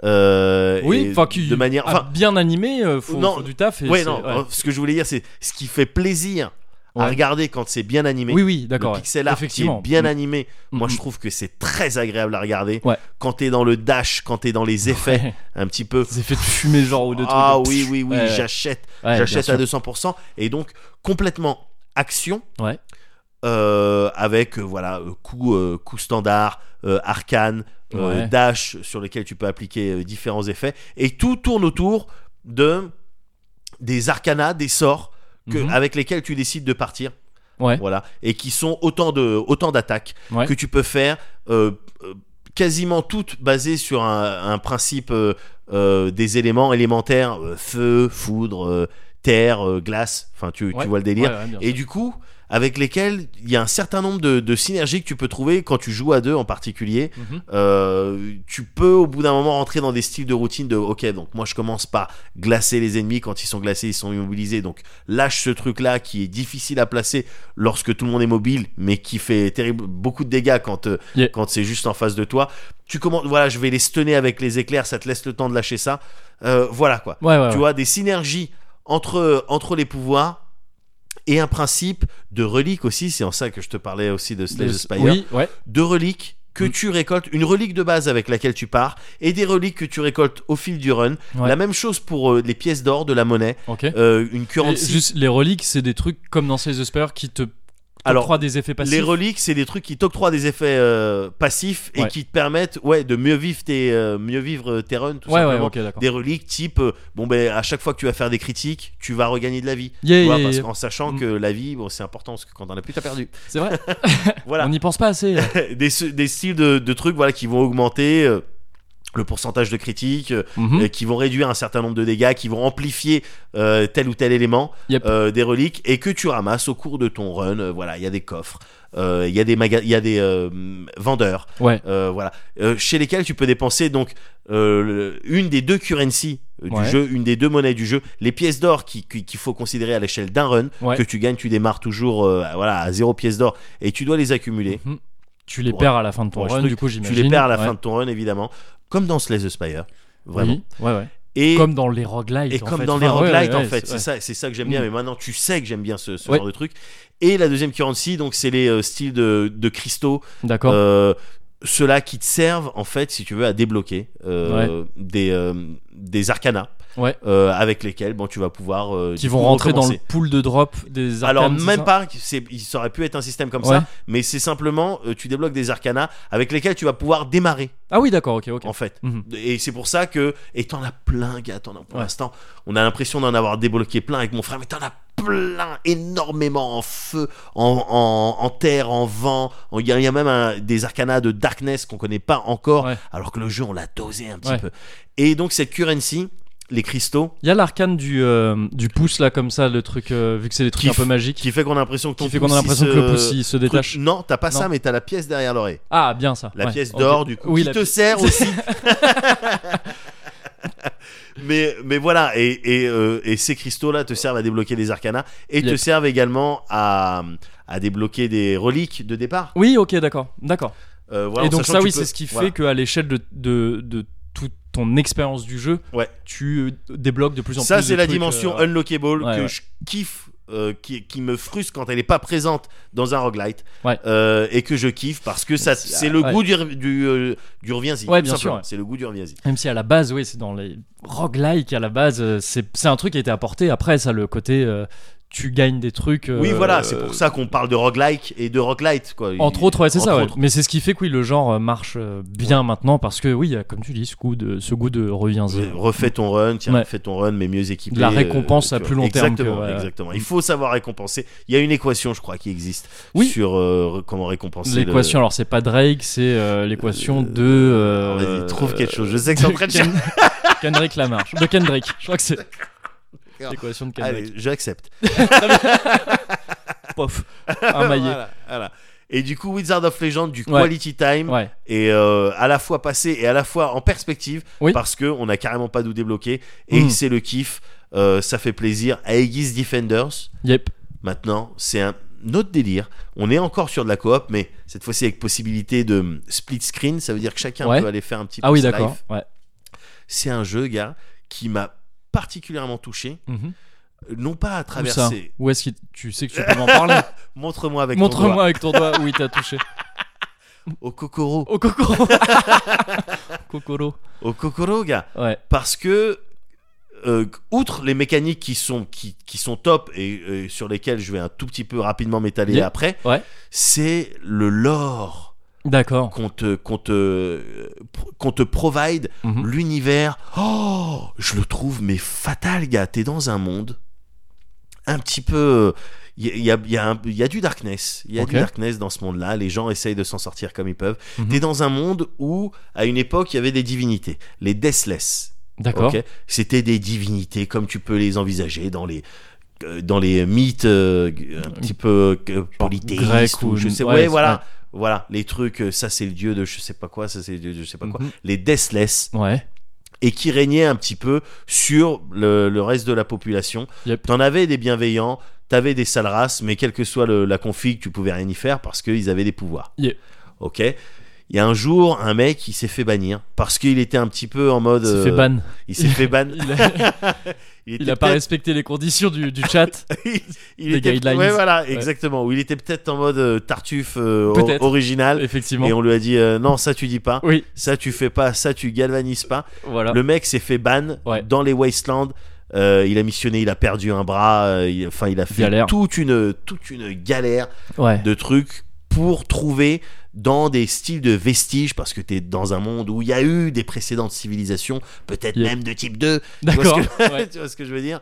Speaker 2: euh,
Speaker 1: Oui,
Speaker 2: et
Speaker 1: enfin qui
Speaker 2: de manière,
Speaker 1: ah,
Speaker 2: enfin,
Speaker 1: bien animé, euh, faut,
Speaker 2: Non.
Speaker 1: faut du taf. Et
Speaker 2: ouais,
Speaker 1: c'est-
Speaker 2: non, euh, ce que je voulais dire, c'est ce qui fait plaisir
Speaker 1: Ouais.
Speaker 2: à regarder quand c'est bien animé.
Speaker 1: Oui, oui,
Speaker 2: Le
Speaker 1: d'accord. ouais.
Speaker 2: pixel art qui est
Speaker 1: Effectivement.
Speaker 2: bien
Speaker 1: Mm,
Speaker 2: animé,
Speaker 1: mm,
Speaker 2: moi
Speaker 1: mm.
Speaker 2: je trouve que c'est très agréable à regarder.
Speaker 1: Ouais.
Speaker 2: Quand t'es dans le dash, quand t'es dans les effets,
Speaker 1: Ouais.
Speaker 2: un petit peu.
Speaker 1: Des effets de fumée, genre, ou de trucs.
Speaker 2: Ah
Speaker 1: de-
Speaker 2: oui, oui, oui,
Speaker 1: Ouais, ouais.
Speaker 2: j'achète,
Speaker 1: Ouais,
Speaker 2: j'achète
Speaker 1: bien
Speaker 2: à
Speaker 1: sûr.
Speaker 2: 200%. Et donc, complètement action.
Speaker 1: Ouais.
Speaker 2: Euh, avec euh, voilà euh, coup euh, coup standard euh, arcane euh,
Speaker 1: Ouais.
Speaker 2: dash sur lequel tu peux appliquer euh, différents effets et tout tourne autour de des arcanas des sorts que,
Speaker 1: Mhm.
Speaker 2: avec lesquels tu décides de partir
Speaker 1: Ouais.
Speaker 2: voilà et qui sont autant de autant d'attaques
Speaker 1: Ouais.
Speaker 2: que tu peux faire euh, euh, quasiment toutes basées sur un, un principe euh, euh, des éléments élémentaires euh, feu foudre euh, terre euh, glace enfin tu, tu
Speaker 1: Ouais.
Speaker 2: vois le délire
Speaker 1: Ouais, ouais, bien
Speaker 2: et du coup, avec lesquels il y a un certain nombre de, de synergies que tu peux trouver quand tu joues à deux en particulier.
Speaker 1: sûr. Mhm.
Speaker 2: Euh, tu peux au bout d'un moment rentrer dans des styles de routine de ok, donc moi je commence par glacer les ennemis quand ils sont glacés, ils sont immobilisés. Donc lâche ce truc là qui est difficile à placer lorsque tout le monde est mobile, mais qui fait terrible, beaucoup de dégâts quand, euh,
Speaker 1: Yeah.
Speaker 2: quand c'est juste en face de toi. Tu commences, voilà, je vais les stunner avec les éclairs, ça te laisse le temps de lâcher ça. Euh, voilà quoi
Speaker 1: Ouais, ouais,
Speaker 2: tu
Speaker 1: ouais.
Speaker 2: vois, des synergies entre, euh, entre les pouvoirs et un principe de relique aussi. C'est en ça que je te parlais aussi de Slay the
Speaker 1: Le-
Speaker 2: Spire.
Speaker 1: Oui, ouais.
Speaker 2: De reliques que
Speaker 1: Mm.
Speaker 2: tu récoltes, une relique de base avec laquelle tu pars et des reliques que tu récoltes au fil du run.
Speaker 1: Ouais.
Speaker 2: La même chose pour euh, les pièces d'or, de la monnaie,
Speaker 1: Ok.
Speaker 2: euh, une
Speaker 1: Et
Speaker 2: currency.
Speaker 1: juste, les reliques, c'est des trucs comme dans Slay the Spire qui te
Speaker 2: Alors,
Speaker 1: croient des effets passifs.
Speaker 2: Les reliques, c'est des trucs qui t'octroient des effets euh, passifs et
Speaker 1: Ouais.
Speaker 2: qui te permettent ouais, de mieux vivre tes, euh, mieux vivre tes runs, tout
Speaker 1: Ouais, ouais,
Speaker 2: simplement.
Speaker 1: ok, d'accord.
Speaker 2: Des reliques type, euh, bon ben à chaque fois que tu vas faire des critiques, tu vas regagner de la vie.
Speaker 1: Yeah,
Speaker 2: Tu vois,
Speaker 1: yeah,
Speaker 2: parce
Speaker 1: yeah.
Speaker 2: qu'en sachant
Speaker 1: Mm.
Speaker 2: que la vie, bon, c'est important parce que quand on a plus, t'as perdu.
Speaker 1: C'est vrai,
Speaker 2: Voilà,
Speaker 1: on n'y pense pas assez.
Speaker 2: des, se- des styles de, de trucs voilà, qui vont augmenter euh, le pourcentage de critiques, euh,
Speaker 1: Mhm.
Speaker 2: euh, qui vont réduire un certain nombre de dégâts, qui vont amplifier euh, tel ou tel élément
Speaker 1: Yep.
Speaker 2: euh, des reliques et que tu ramasses au cours de ton run. Euh, voilà, il y a des coffres, euh, il y a des, maga- il y a des euh, vendeurs,
Speaker 1: Ouais.
Speaker 2: euh, voilà, euh, chez lesquels tu peux dépenser donc euh, le- une des deux currencies euh, du
Speaker 1: Ouais.
Speaker 2: jeu, une des deux monnaies du jeu, les pièces d'or qui- qui- qu'il faut considérer à l'échelle d'un run
Speaker 1: Ouais.
Speaker 2: que tu gagnes, tu démarres toujours euh, voilà à zéro pièce d'or et tu dois les accumuler.
Speaker 1: Mhm. Tu les
Speaker 2: Pour-
Speaker 1: perds à la fin de ton
Speaker 2: pour un
Speaker 1: run,
Speaker 2: truc,
Speaker 1: du coup,
Speaker 2: Tu
Speaker 1: j'imagine.
Speaker 2: les perds à la
Speaker 1: Ouais.
Speaker 2: fin de ton run évidemment, comme dans Slay the Spire. vraiment.
Speaker 1: Oui, ouais, ouais.
Speaker 2: Et
Speaker 1: comme dans les roguelites.
Speaker 2: et
Speaker 1: en
Speaker 2: comme
Speaker 1: fait.
Speaker 2: dans les
Speaker 1: Enfin, ouais,
Speaker 2: roguelites,
Speaker 1: ouais,
Speaker 2: en
Speaker 1: ouais,
Speaker 2: fait, c'est
Speaker 1: ouais.
Speaker 2: ça, c'est ça que j'aime
Speaker 1: Mm.
Speaker 2: bien. Mais maintenant, tu sais que j'aime bien ce, ce
Speaker 1: Ouais.
Speaker 2: genre de truc. Et la deuxième currency, donc, c'est les euh, styles de, de cristaux,
Speaker 1: D'accord.
Speaker 2: euh, ceux-là qui te servent, en fait, si tu veux, à débloquer euh, des, euh, des arcanas
Speaker 1: Ouais.
Speaker 2: euh, avec lesquels, bon, tu vas pouvoir. euh,
Speaker 1: qui
Speaker 2: du
Speaker 1: vont
Speaker 2: coup,
Speaker 1: rentrer dans le
Speaker 2: recommencer.
Speaker 1: pool de drop des
Speaker 2: Alors
Speaker 1: arcanes, c'est
Speaker 2: même
Speaker 1: ça
Speaker 2: pas, c'est, il ça aurait pu être un système comme
Speaker 1: Ouais.
Speaker 2: ça, mais c'est simplement euh, tu débloques des arcanas avec lesquels tu vas pouvoir démarrer
Speaker 1: Ah oui, d'accord, ok, ok.
Speaker 2: en fait.
Speaker 1: Mhm.
Speaker 2: Et c'est pour ça que et t'en as plein, gars. T'en as, pour
Speaker 1: Ouais.
Speaker 2: l'instant, on a l'impression d'en avoir débloqué plein avec mon frère, mais t'en as plein, énormément en feu, en, en- en terre, en vent. en- Il y, a- il y a même un- des arcanas de darkness qu'on connaît pas encore,
Speaker 1: Ouais.
Speaker 2: alors que le jeu on l'a dosé un petit
Speaker 1: Ouais.
Speaker 2: peu. Et donc cette currency, les cristaux,
Speaker 1: Il y a l'arcane du, euh, du pouce là comme ça, le truc euh, vu que c'est des trucs
Speaker 2: Qui
Speaker 1: un peu
Speaker 2: f-
Speaker 1: magiques, qui,
Speaker 2: qui euh, fait qu'on a l'impression que ton
Speaker 1: fait qu'on a
Speaker 2: pouce,
Speaker 1: l'impression
Speaker 2: il se-
Speaker 1: que le pouce il se détache.
Speaker 2: Non, t'as pas ça,
Speaker 1: Non.
Speaker 2: mais t'as la pièce derrière l'oreille.
Speaker 1: Ah bien ça.
Speaker 2: La
Speaker 1: ouais,
Speaker 2: pièce
Speaker 1: ok.
Speaker 2: d'or, du coup,
Speaker 1: Oui,
Speaker 2: qui
Speaker 1: la
Speaker 2: te
Speaker 1: pi-
Speaker 2: sert aussi. mais, mais voilà, et, et, euh, et ces cristaux-là te servent à débloquer des arcanas et
Speaker 1: Yep.
Speaker 2: te servent également à, à débloquer des reliques de départ.
Speaker 1: Oui, ok, d'accord, d'accord.
Speaker 2: Euh, voilà,
Speaker 1: Et
Speaker 2: en
Speaker 1: donc
Speaker 2: sachant
Speaker 1: ça,
Speaker 2: que
Speaker 1: oui,
Speaker 2: tu
Speaker 1: c'est
Speaker 2: peux-
Speaker 1: ce qui
Speaker 2: voilà.
Speaker 1: fait qu'à l'échelle de, de, de toute ton expérience du jeu,
Speaker 2: Ouais.
Speaker 1: tu euh, débloques de plus en plus.
Speaker 2: Ça, c'est
Speaker 1: de
Speaker 2: la
Speaker 1: trucs,
Speaker 2: dimension
Speaker 1: euh,
Speaker 2: unlockable
Speaker 1: Ouais,
Speaker 2: que
Speaker 1: ouais.
Speaker 2: je kiffe. euh, qui, qui me frustre quand elle n'est pas présente dans un roguelite
Speaker 1: Ouais.
Speaker 2: Euh, et que je kiffe parce que ça c'est le
Speaker 1: ouais.
Speaker 2: goût du, re- du, euh, du reviens-y
Speaker 1: Ouais,
Speaker 2: tout
Speaker 1: bien sûr,
Speaker 2: simplement.
Speaker 1: ouais.
Speaker 2: c'est le goût du reviens-y
Speaker 1: Même si à la base, oui, c'est dans les roguelike, à la base, euh, c'est c'est un truc qui a été apporté. Après, ça, le côté, euh, tu gagnes des trucs.
Speaker 2: oui
Speaker 1: euh,
Speaker 2: voilà c'est pour ça qu'on parle de roguelike et de roguelite quoi
Speaker 1: Entre
Speaker 2: Il-
Speaker 1: autres, ouais, c'est
Speaker 2: entre
Speaker 1: ça. ouais.
Speaker 2: autres.
Speaker 1: Mais c'est ce qui fait que oui, le genre euh, marche euh, bien maintenant parce que oui, il y a, comme tu dis, ce goût de, ce goût de reviens
Speaker 2: Euh, refais ton run tiens
Speaker 1: Ouais.
Speaker 2: refais ton run mais mieux équipé
Speaker 1: De la
Speaker 2: euh,
Speaker 1: récompense
Speaker 2: tu
Speaker 1: à
Speaker 2: vois.
Speaker 1: plus long terme
Speaker 2: exactement
Speaker 1: que, ouais, ouais.
Speaker 2: exactement il faut savoir récompenser il y a une équation je crois qui existe
Speaker 1: Oui.
Speaker 2: sur euh, re- comment récompenser le-
Speaker 1: L'équation, alors c'est pas Drake, c'est euh, l'équation de. euh,
Speaker 2: Ah, Vas-y, trouve quelque chose je
Speaker 1: euh,
Speaker 2: sais que t'es en train de
Speaker 1: Ken- Kendrick Lamar. De Kendrick. Je crois que c'est. L'équation de Kendrick.
Speaker 2: Allez, j'accepte
Speaker 1: Pof. Un maillet.
Speaker 2: Voilà, voilà. Et du coup, Wizard of Legend, du
Speaker 1: Ouais.
Speaker 2: quality time,
Speaker 1: Ouais.
Speaker 2: et euh, à la fois passé et à la fois en perspective,
Speaker 1: Oui.
Speaker 2: parce que on a carrément pas d'où débloquer, et
Speaker 1: Mm.
Speaker 2: c'est le kiff, euh, ça fait plaisir. À Aegis Defenders,
Speaker 1: Yep.
Speaker 2: maintenant, c'est un autre délire. On est encore sur de la coop, mais cette fois-ci avec possibilité de hum, split screen, ça veut dire que chacun
Speaker 1: Ouais.
Speaker 2: peut aller faire un petit peu
Speaker 1: Ah oui,
Speaker 2: sa
Speaker 1: d'accord.
Speaker 2: life.
Speaker 1: Ouais.
Speaker 2: C'est un jeu, gars, qui m'a particulièrement touché,
Speaker 1: Mhm.
Speaker 2: non pas
Speaker 1: Où
Speaker 2: à
Speaker 1: ça
Speaker 2: traverser.
Speaker 1: Où est-ce que tu sais que tu peux m'en parler
Speaker 2: Montre-moi avec ton doigt.
Speaker 1: Montre-moi avec ton doigt où il t'a touché.
Speaker 2: au Kokoro,
Speaker 1: Au Kokoro. Kokoro.
Speaker 2: au Kokoro, gars.
Speaker 1: Ouais.
Speaker 2: parce que euh, outre les mécaniques qui sont qui, qui sont top et, euh, sur lesquelles je vais un tout petit peu rapidement m'étaler
Speaker 1: Yeah.
Speaker 2: après
Speaker 1: Ouais.
Speaker 2: c'est le lore
Speaker 1: D'accord.
Speaker 2: qu'on te qu'on te euh, pro- qu'on te provide
Speaker 1: Mhm.
Speaker 2: l'univers oh je le trouve mais fatal gars t'es dans un monde un petit peu il y a, il y a un- il y a du darkness il y a
Speaker 1: Ok.
Speaker 2: du darkness dans ce monde là les gens essayent de s'en sortir comme ils peuvent
Speaker 1: Mhm.
Speaker 2: t'es dans un monde où à une époque il y avait des divinités les deathless
Speaker 1: D'accord.
Speaker 2: Ok. C'était des divinités comme tu peux les envisager dans les euh, dans les mythes euh, un petit peu euh, polythéistes
Speaker 1: Grec
Speaker 2: ou,
Speaker 1: ou-
Speaker 2: je sais
Speaker 1: ouais,
Speaker 2: ouais,
Speaker 1: c'est-
Speaker 2: voilà
Speaker 1: ouais.
Speaker 2: voilà les trucs euh, ça c'est le dieu de je sais pas quoi ça c'est le dieu de je sais pas quoi
Speaker 1: Mhm.
Speaker 2: les deathless
Speaker 1: Ouais.
Speaker 2: et qui régnaient un petit peu sur le, le reste de la population
Speaker 1: Yep.
Speaker 2: t'en avais des bienveillants t'avais des sales races mais quelle que soit le- la config tu pouvais rien y faire parce qu'ils avaient des pouvoirs
Speaker 1: Yeah.
Speaker 2: ok il y a un jour un mec il s'est fait bannir parce qu'il était un petit peu en mode
Speaker 1: Il s'est fait
Speaker 2: euh,
Speaker 1: ban.
Speaker 2: il s'est fait ban
Speaker 1: Il a,
Speaker 2: il
Speaker 1: il
Speaker 2: était
Speaker 1: a pas
Speaker 2: peut-être-
Speaker 1: respecté les conditions du, du chat.
Speaker 2: il
Speaker 1: Des
Speaker 2: était
Speaker 1: guidelines.
Speaker 2: ouais, voilà exactement où il était peut-être en mode euh, tartuffe euh, or-
Speaker 1: Peut-être.
Speaker 2: original
Speaker 1: Effectivement.
Speaker 2: et on lui a dit euh, non ça tu dis pas
Speaker 1: Oui.
Speaker 2: ça tu fais pas ça tu galvanises pas
Speaker 1: Voilà.
Speaker 2: le mec s'est fait ban
Speaker 1: Ouais.
Speaker 2: dans les wastelands Euh, il a missionné il a perdu un bras euh, il- enfin il a fait
Speaker 1: Galère.
Speaker 2: toute une toute une galère
Speaker 1: Ouais.
Speaker 2: de trucs pour trouver dans des styles de vestiges parce que t'es dans un monde où il y a eu des précédentes civilisations peut-être
Speaker 1: Yeah.
Speaker 2: même de type 2 tu vois ce
Speaker 1: D'accord. Ouais.
Speaker 2: tu vois ce que je veux dire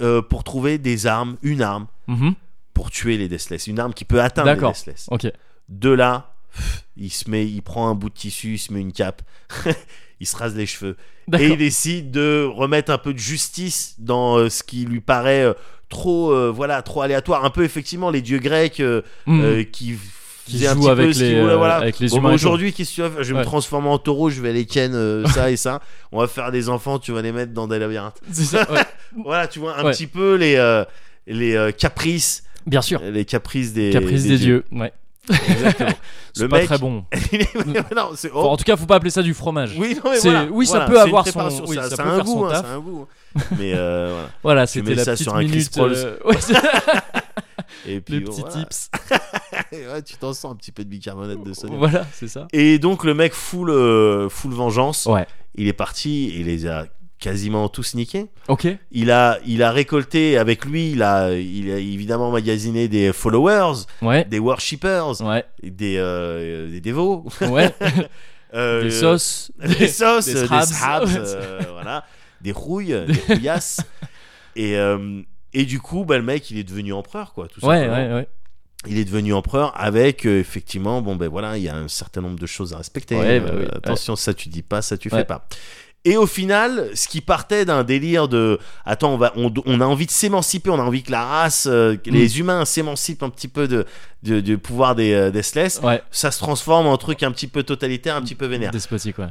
Speaker 2: Euh, pour trouver des armes une arme
Speaker 1: Mhm.
Speaker 2: pour tuer les Deathless, une arme qui peut atteindre les
Speaker 1: D'accord.
Speaker 2: Deathless.
Speaker 1: Ok.
Speaker 2: De là, pff, il se met, il prend un bout de tissu, il se met une cape, il se rase les cheveux et
Speaker 1: D'accord.
Speaker 2: il décide de remettre un peu de justice dans euh, ce qui lui paraît euh, trop, euh, voilà, trop aléatoire. Un peu effectivement les dieux grecs euh,
Speaker 1: Mhm.
Speaker 2: euh, qui
Speaker 1: qui
Speaker 2: faisaient un
Speaker 1: joue
Speaker 2: petit peu
Speaker 1: avec
Speaker 2: ce qu'ils
Speaker 1: les,
Speaker 2: voulaient,
Speaker 1: euh,
Speaker 2: voilà.
Speaker 1: avec les
Speaker 2: Bon,
Speaker 1: humains.
Speaker 2: bah,
Speaker 1: et tout.
Speaker 2: aujourd'hui, qu'est-ce que tu vas faire Je vais
Speaker 1: Ouais.
Speaker 2: me transformer en taureau, je vais les ken euh, ça et ça. On va faire des enfants, tu vas les mettre dans des labyrinthes.
Speaker 1: C'est ça, ouais.
Speaker 2: Voilà, tu vois un
Speaker 1: Ouais.
Speaker 2: petit peu les euh, les euh, caprices,
Speaker 1: Bien sûr.
Speaker 2: les caprices des
Speaker 1: Caprice des, dieux. Ouais.
Speaker 2: Exactement.
Speaker 1: C'est
Speaker 2: Le
Speaker 1: pas
Speaker 2: mec-
Speaker 1: très bon.
Speaker 2: Il est- non, c'est- oh.
Speaker 1: Enfin, en tout cas, faut pas appeler ça du fromage.
Speaker 2: Oui, non, mais
Speaker 1: C'est-
Speaker 2: voilà,
Speaker 1: oui, ça
Speaker 2: voilà,
Speaker 1: peut
Speaker 2: c'est une
Speaker 1: avoir son-
Speaker 2: préparation,
Speaker 1: oui,
Speaker 2: ça,
Speaker 1: ça
Speaker 2: ça
Speaker 1: peut
Speaker 2: a un
Speaker 1: faire
Speaker 2: goût,
Speaker 1: son
Speaker 2: hein,
Speaker 1: taf.
Speaker 2: ça a un goût. hein. Mais euh, voilà.
Speaker 1: Voilà, c'était
Speaker 2: mets
Speaker 1: la
Speaker 2: ça
Speaker 1: petite
Speaker 2: sur un Chris
Speaker 1: minute. euh,
Speaker 2: Paul.
Speaker 1: ouais, c'est-
Speaker 2: Et puis,
Speaker 1: le
Speaker 2: bon,
Speaker 1: petit
Speaker 2: voilà.
Speaker 1: tips.
Speaker 2: Et ouais, tu t'en sens un petit peu de bicarbonate de sodium.
Speaker 1: Voilà, c'est ça.
Speaker 2: Et donc le mec full, euh, full vengeance,
Speaker 1: Ouais.
Speaker 2: il est parti, il les a quasiment tous niqués.
Speaker 1: Ok.
Speaker 2: Il a, il a récolté avec lui, il a, il a évidemment magasiné des followers,
Speaker 1: Ouais.
Speaker 2: des worshippers,
Speaker 1: Ouais.
Speaker 2: des, euh, des dévots,
Speaker 1: Ouais.
Speaker 2: euh,
Speaker 1: Des sauces.
Speaker 2: des sauces,
Speaker 1: des
Speaker 2: des
Speaker 1: shrabs.
Speaker 2: shrabs, euh, voilà, des rouilles, euh, des rouillasses. et, euh, et du coup, bah, le mec, il est devenu empereur, quoi, tout
Speaker 1: Ouais,
Speaker 2: simplement.
Speaker 1: ouais, ouais.
Speaker 2: il est devenu empereur avec euh, effectivement bon ben voilà il y a un certain nombre de choses à respecter Euh,
Speaker 1: Ouais, bah oui, ouais.
Speaker 2: attention ça tu dis pas ça tu
Speaker 1: Ouais.
Speaker 2: fais pas et au final ce qui partait d'un délire de attends on va on, on a envie de s'émanciper on a envie que la race euh, que
Speaker 1: Mm.
Speaker 2: les humains s'émancipent un petit peu de, de- du pouvoir des euh, des Celestes,
Speaker 1: Ouais.
Speaker 2: ça se transforme en truc un petit peu totalitaire un petit peu vénère
Speaker 1: Despotique, ouais.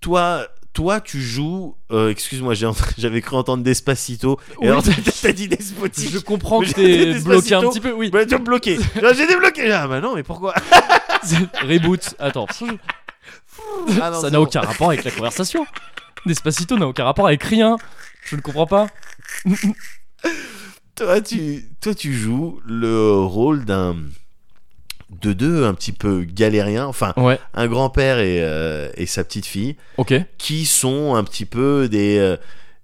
Speaker 2: toi toi tu joues euh, excuse-moi j'ai ent- j'avais cru entendre Despacito et
Speaker 1: Oui.
Speaker 2: alors t'as t'as dit Despotique
Speaker 1: Je comprends que
Speaker 2: Mais
Speaker 1: t'es
Speaker 2: Despacito-
Speaker 1: bloqué un petit peu. Oui.
Speaker 2: bah, tu as bloqué. Là, J'ai débloqué. Ah, bah non, mais pourquoi
Speaker 1: Reboot. Attends.
Speaker 2: Ah non,
Speaker 1: ça
Speaker 2: c'est
Speaker 1: n'a
Speaker 2: bon.
Speaker 1: aucun rapport avec la conversation. Despacito n'a aucun rapport avec rien. Je ne comprends pas.
Speaker 2: Toi, tu, toi, tu joues le rôle d'un. de deux un petit peu galérien. Enfin,
Speaker 1: Ouais.
Speaker 2: un grand-père et, euh, et sa petite-fille
Speaker 1: Ok.
Speaker 2: qui sont un petit peu des. euh,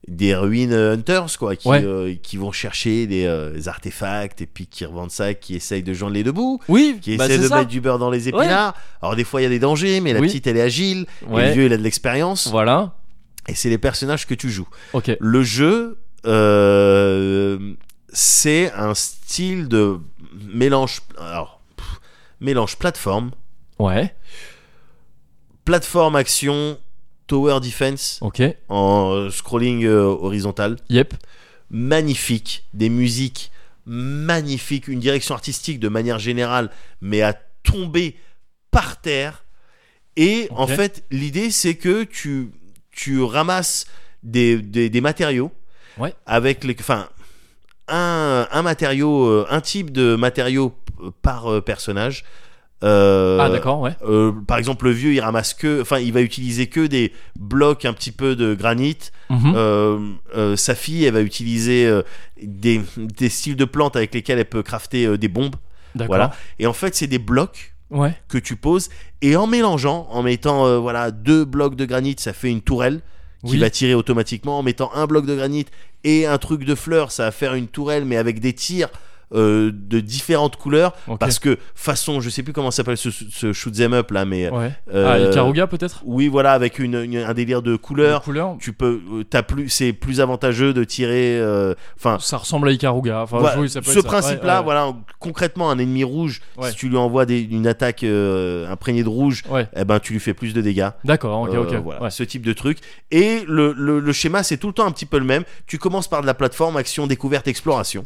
Speaker 2: des ruines hunters quoi qui,
Speaker 1: Ouais.
Speaker 2: euh, qui vont chercher des euh, des artefacts et puis qui revendent ça qui essayent de joindre les deux bouts
Speaker 1: Oui.
Speaker 2: qui
Speaker 1: bah,
Speaker 2: essayent
Speaker 1: c'est
Speaker 2: de
Speaker 1: ça.
Speaker 2: mettre du beurre dans les épinards alors des fois il y a des dangers mais la
Speaker 1: Oui.
Speaker 2: petite elle est agile et le
Speaker 1: Ouais.
Speaker 2: vieux il a de l'expérience
Speaker 1: Voilà.
Speaker 2: et c'est les personnages que tu joues
Speaker 1: Ok.
Speaker 2: le jeu, euh, c'est un style de mélange, alors, pff, mélange plateforme,
Speaker 1: Ouais.
Speaker 2: plateforme action, tower defense
Speaker 1: Ok.
Speaker 2: en euh, scrolling euh, horizontal.
Speaker 1: Yep.
Speaker 2: Magnifique, des musiques magnifiques, une direction artistique de manière générale, mais à tomber par terre. Et en
Speaker 1: Ok.
Speaker 2: fait, l'idée, c'est que tu, tu ramasses des, des, des matériaux
Speaker 1: Ouais.
Speaker 2: avec les, enfin, un, un matériau, euh, un type de matériau p- par euh, personnage. Euh,
Speaker 1: ah d'accord. Ouais.
Speaker 2: euh, par exemple, le vieux, il ramasse que, enfin, il va utiliser que des blocs un petit peu de granit.
Speaker 1: Mhm.
Speaker 2: Euh, euh, sa fille, elle va utiliser euh, des, des styles de plantes avec lesquels elle peut crafter euh, des bombes.
Speaker 1: d'accord.
Speaker 2: Voilà. Et en fait, c'est des blocs
Speaker 1: Ouais.
Speaker 2: que tu poses et en mélangeant, en mettant euh, voilà deux blocs de granit, ça fait une tourelle qui
Speaker 1: Oui.
Speaker 2: va tirer automatiquement. En mettant un bloc de granit et un truc de fleurs, ça va faire une tourelle, mais avec des tirs. euh, de différentes couleurs
Speaker 1: Ok.
Speaker 2: parce que façon je sais plus comment s'appelle ce, ce shoot 'em up là mais
Speaker 1: Ouais.
Speaker 2: euh,
Speaker 1: Ah, Ikaruga peut-être.
Speaker 2: oui voilà avec une- une- un délire de couleurs
Speaker 1: Les couleurs.
Speaker 2: tu peux euh, t'as plus c'est plus avantageux de tirer euh, enfin
Speaker 1: Ça ressemble à Ikaruga. Enfin,
Speaker 2: voilà,
Speaker 1: oui, ça peut
Speaker 2: ce
Speaker 1: être ça. Ouais,
Speaker 2: principe là
Speaker 1: ouais.
Speaker 2: voilà concrètement un ennemi rouge
Speaker 1: Ouais.
Speaker 2: si tu lui envoies des- une attaque euh, imprégnée de rouge
Speaker 1: Ouais.
Speaker 2: eh ben tu lui fais plus de dégâts
Speaker 1: D'accord. Ok. Ok.
Speaker 2: Euh, voilà,
Speaker 1: Ouais.
Speaker 2: ce type de truc et le, le- le schéma c'est tout le temps un petit peu le même tu commences par de la plateforme action découverte exploration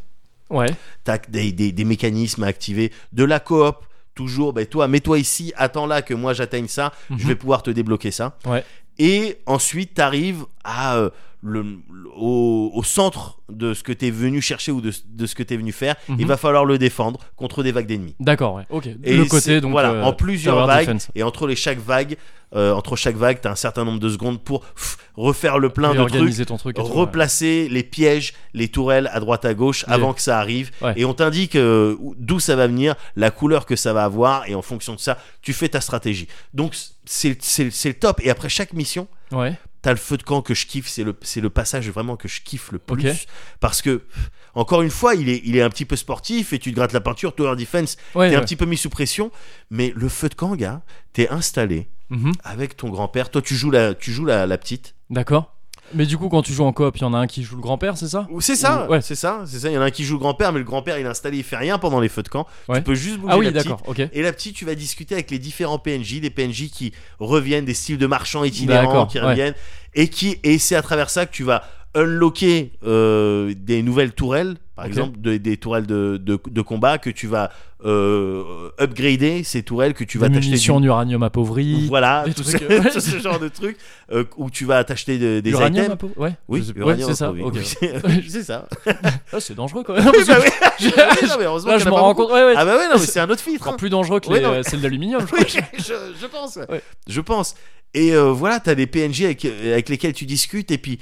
Speaker 1: Ouais.
Speaker 2: t'as des, des- des mécanismes à activer de la coop toujours ben toi mets-toi ici attends là que moi j'atteigne ça je
Speaker 1: Mhm.
Speaker 2: vais pouvoir te débloquer ça.
Speaker 1: Ouais.
Speaker 2: Et ensuite, t'arrives à euh, le, le- au, au centre de ce que t'es venu chercher ou de, de ce que t'es venu faire.
Speaker 1: Mhm.
Speaker 2: Il va falloir le défendre contre des vagues d'ennemis.
Speaker 1: D'accord. Ouais. Ok.
Speaker 2: Et
Speaker 1: le
Speaker 2: c'est-
Speaker 1: côté donc.
Speaker 2: voilà,
Speaker 1: euh,
Speaker 2: en plusieurs
Speaker 1: tower
Speaker 2: vagues
Speaker 1: defense.
Speaker 2: et entre les chaque vague, euh, entre chaque vague, t'as un certain nombre de secondes pour pff, refaire le plein de trucs.
Speaker 1: Réorganiser ton truc. et tout, ouais.
Speaker 2: Replacer les pièges, les tourelles à droite à gauche
Speaker 1: Les-
Speaker 2: avant que ça arrive,
Speaker 1: Ouais.
Speaker 2: et on t'indique euh, où- d'où ça va venir, la couleur que ça va avoir, et en fonction de ça, tu fais ta stratégie. Donc c'est c'est- c'est le top. Et après chaque mission,
Speaker 1: Ouais.
Speaker 2: T'as le feu de camp que je kiffe, c'est le, c'est le passage vraiment que je kiffe le plus.
Speaker 1: Ok.
Speaker 2: Parce que, encore une fois, il est, il est un petit peu sportif et tu te grattes la peinture, tower defense,
Speaker 1: Ouais.
Speaker 2: t'es un
Speaker 1: ouais.
Speaker 2: petit peu mis sous pression. Mais le feu de camp, gars, t'es installé
Speaker 1: Mhm.
Speaker 2: avec ton grand-père. Toi, tu joues la, tu joues la, la petite.
Speaker 1: D'accord. Mais du coup, quand tu joues en coop, il y en a un qui joue le grand-père, c'est ça
Speaker 2: Ou- C'est ça,
Speaker 1: Ou- ouais.
Speaker 2: c'est ça, c'est ça. Il y en a un qui joue le grand-père, mais le grand-père, il est installé, il fait rien pendant les feux de camp.
Speaker 1: Ouais.
Speaker 2: Tu peux juste bouger
Speaker 1: Ah oui,
Speaker 2: la petite.
Speaker 1: d'accord, ok.
Speaker 2: Et la petite, tu vas discuter avec les différents PNJ, des PNJ qui reviennent, des styles de marchands itinérants
Speaker 1: D'accord,
Speaker 2: qui
Speaker 1: ouais.
Speaker 2: reviennent, et qui et c'est à travers ça que tu vas unlocker euh, des nouvelles tourelles Par
Speaker 1: Ok.
Speaker 2: exemple, de- des tourelles de, de- de combat que tu vas euh, upgrader, ces tourelles que tu vas
Speaker 1: des
Speaker 2: t'acheter. du-
Speaker 1: munitions en uranium appauvri.
Speaker 2: Voilà,
Speaker 1: des
Speaker 2: tout,
Speaker 1: trucs,
Speaker 2: ce,
Speaker 1: ouais.
Speaker 2: tout ce genre de trucs euh, où tu vas t'acheter de- des
Speaker 1: uranium
Speaker 2: items.
Speaker 1: appauvri Ouais,
Speaker 2: Oui,
Speaker 1: Je sais- ouais,
Speaker 2: uranium
Speaker 1: c'est ça.
Speaker 2: appauvri.
Speaker 1: ok.
Speaker 2: Oui, c'est- c'est ça.
Speaker 1: Ah, c'est dangereux quand même. parce que
Speaker 2: Bah oui,
Speaker 1: je-
Speaker 2: ah oui, non, mais heureusement
Speaker 1: Là,
Speaker 2: qu'il y
Speaker 1: je
Speaker 2: en a
Speaker 1: m'en
Speaker 2: pas
Speaker 1: rends
Speaker 2: beaucoup.
Speaker 1: compte. Ouais, ouais.
Speaker 2: Ah bah oui, non, mais c'est un autre filtre. hein.
Speaker 1: Encore plus dangereux que
Speaker 2: Ouais,
Speaker 1: les,
Speaker 2: non,
Speaker 1: euh, celles d'aluminium, je
Speaker 2: Oui,
Speaker 1: crois.
Speaker 2: je, je pense. ouais.
Speaker 1: Ouais.
Speaker 2: Je pense. Et euh, voilà, t'as des PNJ avec, avec lesquels tu discutes et puis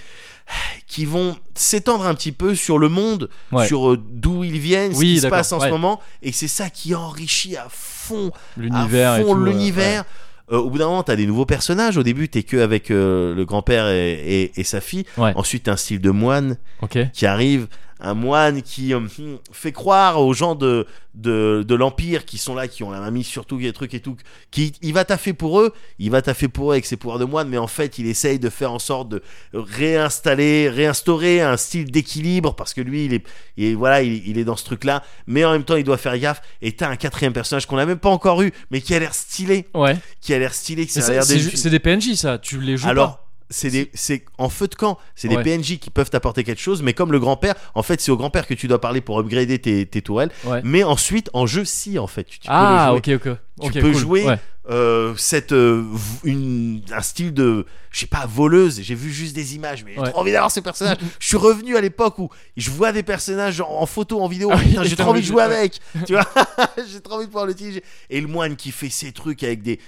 Speaker 2: qui vont s'étendre un petit peu sur le monde,
Speaker 1: Ouais.
Speaker 2: sur euh, d'où ils viennent,
Speaker 1: Oui,
Speaker 2: ce qui se
Speaker 1: d'accord,
Speaker 2: passe en ce
Speaker 1: ouais.
Speaker 2: moment. Et c'est ça qui enrichit à fond, à
Speaker 1: L'univers et
Speaker 2: fond
Speaker 1: tout. euh,
Speaker 2: l'univers.
Speaker 1: ouais.
Speaker 2: Euh, au bout d'un moment, t'as des nouveaux personnages. Au début, t'es que avec euh, le grand-père et, et- et sa fille.
Speaker 1: Ouais.
Speaker 2: Ensuite, t'as un style de moine
Speaker 1: Ok.
Speaker 2: qui arrive, un moine qui euh, hum, fait croire aux gens de, de, de l'Empire qui sont là, qui ont la main mise sur tout, les trucs et tout, qui il va taffer pour eux, il va taffer pour eux avec ses pouvoirs de moine, mais en fait il essaye de faire en sorte de réinstaller, réinstaurer un style d'équilibre parce que lui il est, il est- voilà, il, il est dans ce truc là, mais en même temps il doit faire gaffe. Et t'as un quatrième personnage qu'on n'a même pas encore eu, mais qui a l'air stylé,
Speaker 1: Ouais.
Speaker 2: qui a l'air stylé, qui
Speaker 1: Mais
Speaker 2: a
Speaker 1: ça,
Speaker 2: l'air
Speaker 1: C'est
Speaker 2: d'être
Speaker 1: ju- c'est des PNJ, ça. Tu les joues
Speaker 2: alors,
Speaker 1: pas.
Speaker 2: c'est des, c'est en feu de camp. C'est
Speaker 1: Ouais.
Speaker 2: des PNJ qui peuvent t'apporter quelque chose, mais comme le grand-père, en fait, c'est au grand-père que tu dois parler pour upgrader tes, tes tourelles.
Speaker 1: Ouais.
Speaker 2: Mais ensuite, en jeu, si, en fait, tu, tu
Speaker 1: Ah,
Speaker 2: peux le jouer.
Speaker 1: ok, ok.
Speaker 2: Tu
Speaker 1: Ok,
Speaker 2: peux
Speaker 1: cool.
Speaker 2: jouer
Speaker 1: Ouais.
Speaker 2: Euh, cette, euh, v- une, un style de, je sais pas, voleuse. J'ai vu juste des images, mais j'ai
Speaker 1: Ouais.
Speaker 2: trop envie d'avoir ce personnage. je suis revenu à l'époque où je vois des personnages en, en photo, en vidéo.
Speaker 1: Ah oui,
Speaker 2: Putain,
Speaker 1: et
Speaker 2: j'ai
Speaker 1: t'as
Speaker 2: trop envie de
Speaker 1: envie de-
Speaker 2: jouer
Speaker 1: ouais.
Speaker 2: avec. tu vois, j'ai trop envie de pouvoir le tiger. Et le moine qui fait ses trucs avec des,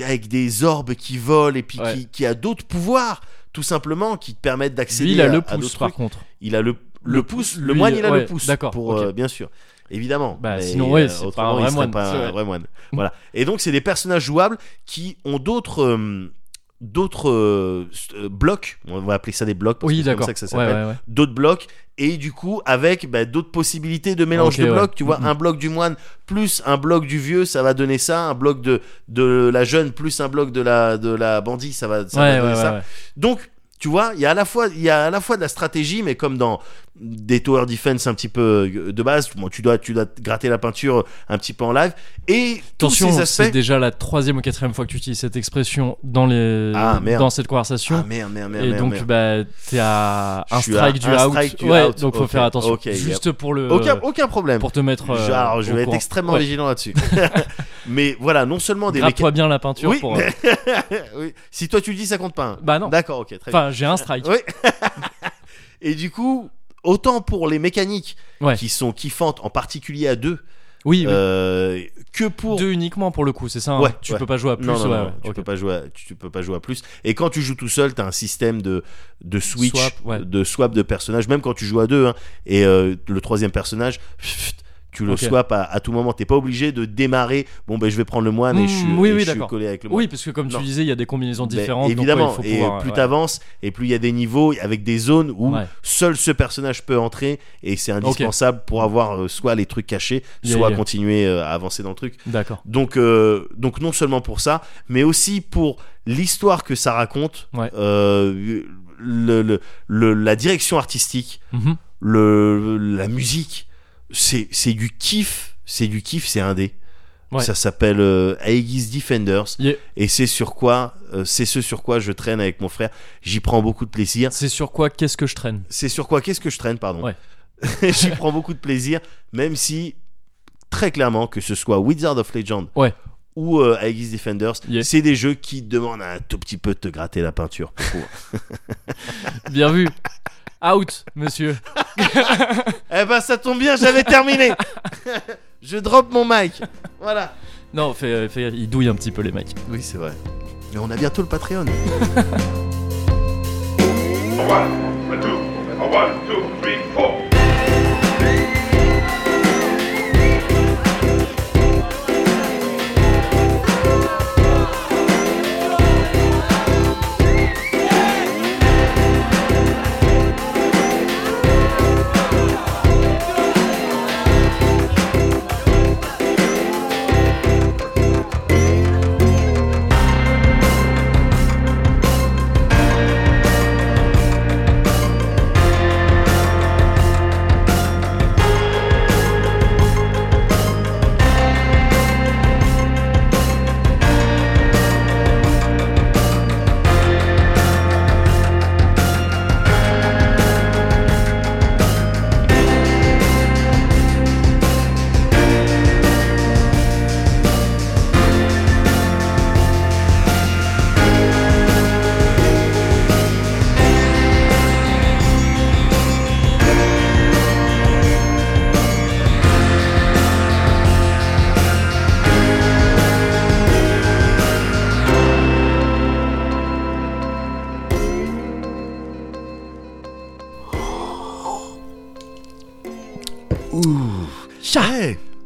Speaker 2: avec des orbes qui volent et puis
Speaker 1: Ouais.
Speaker 2: qui, qui a d'autres pouvoirs, tout simplement, qui te permettent
Speaker 1: Lui,
Speaker 2: d'accéder
Speaker 1: il a
Speaker 2: à,
Speaker 1: le
Speaker 2: à
Speaker 1: pouce,
Speaker 2: d'autres
Speaker 1: par
Speaker 2: trucs.
Speaker 1: contre.
Speaker 2: Il a le, le,
Speaker 1: Le
Speaker 2: pouce,
Speaker 1: pouce,
Speaker 2: le
Speaker 1: lui,
Speaker 2: moine, il a le
Speaker 1: ouais,
Speaker 2: pouce.
Speaker 1: d'accord,
Speaker 2: Pour,
Speaker 1: ok.
Speaker 2: euh, bien sûr. Évidemment.
Speaker 1: Bah,
Speaker 2: Mais, euh,
Speaker 1: sinon, ouais, c'est pas
Speaker 2: autrement,
Speaker 1: un vrai
Speaker 2: il serait
Speaker 1: moine,
Speaker 2: pas
Speaker 1: c'est
Speaker 2: un
Speaker 1: vrai.
Speaker 2: vrai moine. Voilà. Et donc, c'est des personnages jouables qui ont d'autres. euh, d'autres euh, st- euh, blocs, on va appeler ça des blocs parce
Speaker 1: Oui,
Speaker 2: que c'est comme
Speaker 1: d'accord.
Speaker 2: ça que ça
Speaker 1: Ouais,
Speaker 2: s'appelle,
Speaker 1: ouais, ouais.
Speaker 2: d'autres blocs et du coup avec bah, d'autres possibilités de mélange
Speaker 1: Ok,
Speaker 2: de
Speaker 1: ouais.
Speaker 2: blocs, tu vois,
Speaker 1: Mhm.
Speaker 2: un bloc du moine plus un bloc du vieux, ça va donner ça, un bloc de de la jeune plus un bloc de la de la bandit, ça va ça va
Speaker 1: Ouais, ouais,
Speaker 2: donner ça.
Speaker 1: ouais. ouais.
Speaker 2: Donc, tu vois, il y a à la fois, il y a à la fois de la stratégie, mais comme dans des tower defense un petit peu euh, de base, bon, tu dois, tu dois te gratter la peinture un petit peu en live. Et
Speaker 1: Attention,
Speaker 2: tous ces
Speaker 1: c'est
Speaker 2: aspects.
Speaker 1: déjà la troisième ou quatrième fois que tu utilises cette expression dans, les...
Speaker 2: Ah, merde.
Speaker 1: dans cette
Speaker 2: Ah
Speaker 1: conversation.
Speaker 2: merde, merde, merde.
Speaker 1: et
Speaker 2: merde,
Speaker 1: donc,
Speaker 2: merde.
Speaker 1: bah, t'es à un
Speaker 2: Je suis à
Speaker 1: strike, du,
Speaker 2: un
Speaker 1: out.
Speaker 2: strike du
Speaker 1: Ouais,
Speaker 2: out.
Speaker 1: donc faut
Speaker 2: Ok,
Speaker 1: faire attention.
Speaker 2: ok, yep.
Speaker 1: Juste pour le.
Speaker 2: aucun, aucun problème.
Speaker 1: euh, Pour te mettre. euh,
Speaker 2: Genre, je
Speaker 1: au
Speaker 2: vais être
Speaker 1: courant.
Speaker 2: extrêmement
Speaker 1: Ouais.
Speaker 2: vigilant là-dessus. mais voilà, non seulement des méca-
Speaker 1: Grappe-toi bien la peinture
Speaker 2: Oui,
Speaker 1: pour. euh,
Speaker 2: mais- Oui. Si toi tu le dis, ça compte pas. hein.
Speaker 1: Bah non.
Speaker 2: D'accord, ok, très bien.
Speaker 1: Enfin, j'ai un strike.
Speaker 2: Oui. Et du coup, autant pour les mécaniques
Speaker 1: Ouais.
Speaker 2: qui sont kiffantes, en particulier à deux,
Speaker 1: Oui, oui.
Speaker 2: euh, que pour
Speaker 1: Deux uniquement pour le coup, c'est ça hein
Speaker 2: Ouais,
Speaker 1: Tu
Speaker 2: ouais.
Speaker 1: peux pas jouer à plus.
Speaker 2: non, non,
Speaker 1: ouais,
Speaker 2: non,
Speaker 1: ouais,
Speaker 2: tu
Speaker 1: ok.
Speaker 2: peux pas jouer à, tu, tu peux pas jouer à plus et quand tu joues tout seul t'as un système de de switch
Speaker 1: Swap, ouais.
Speaker 2: de swap de personnages même quand tu joues à deux hein, et euh, le troisième personnage pfft, tu le
Speaker 1: Ok.
Speaker 2: swaps à, à tout moment t'es pas obligé de démarrer bon ben je vais prendre le moine et je suis,
Speaker 1: Mm, oui,
Speaker 2: et
Speaker 1: oui,
Speaker 2: je suis
Speaker 1: d'accord.
Speaker 2: collé avec le moine
Speaker 1: Oui, parce que comme
Speaker 2: Non.
Speaker 1: tu disais, il y a des combinaisons
Speaker 2: Ben,
Speaker 1: différentes. donc ouais,
Speaker 2: évidemment
Speaker 1: il faut
Speaker 2: et
Speaker 1: pouvoir,
Speaker 2: plus
Speaker 1: ouais.
Speaker 2: t'avances et plus il y a des niveaux avec des zones où
Speaker 1: Ouais.
Speaker 2: seul ce personnage peut entrer et c'est indispensable pour avoir euh, soit les trucs cachés
Speaker 1: Yeah,
Speaker 2: soit
Speaker 1: yeah.
Speaker 2: continuer euh, à avancer dans le truc
Speaker 1: D'accord.
Speaker 2: donc, euh, donc non seulement pour ça, mais aussi pour l'histoire que ça raconte,
Speaker 1: Ouais.
Speaker 2: euh, le- le- le- la direction artistique,
Speaker 1: Mhm.
Speaker 2: le, la musique, c'est c'est du kiff, c'est du kiff, c'est indé.
Speaker 1: Ouais.
Speaker 2: Ça s'appelle euh, Aegis Defenders
Speaker 1: Yeah.
Speaker 2: et c'est sur quoi, euh, c'est ce sur quoi je traîne avec mon frère. J'y prends beaucoup de plaisir.
Speaker 1: C'est sur quoi Qu'est-ce que je traîne
Speaker 2: C'est sur quoi Qu'est-ce que je traîne, pardon
Speaker 1: Ouais.
Speaker 2: J'y prends beaucoup de plaisir, même si, très clairement, que ce soit Wizard of Legend
Speaker 1: Ouais.
Speaker 2: ou euh, Aegis Defenders,
Speaker 1: Yeah.
Speaker 2: c'est des jeux qui demandent un tout petit peu de te gratter la peinture. pour pouvoir.
Speaker 1: Bien vu. Out, monsieur.
Speaker 2: eh ben, ça tombe bien, j'avais terminé Je drop mon mic Voilà
Speaker 1: Non, fais, fais- il douille un petit peu les mecs.
Speaker 2: Oui, c'est vrai. Mais on a bientôt le Patreon.
Speaker 3: A one, a two, a one, two, three, four.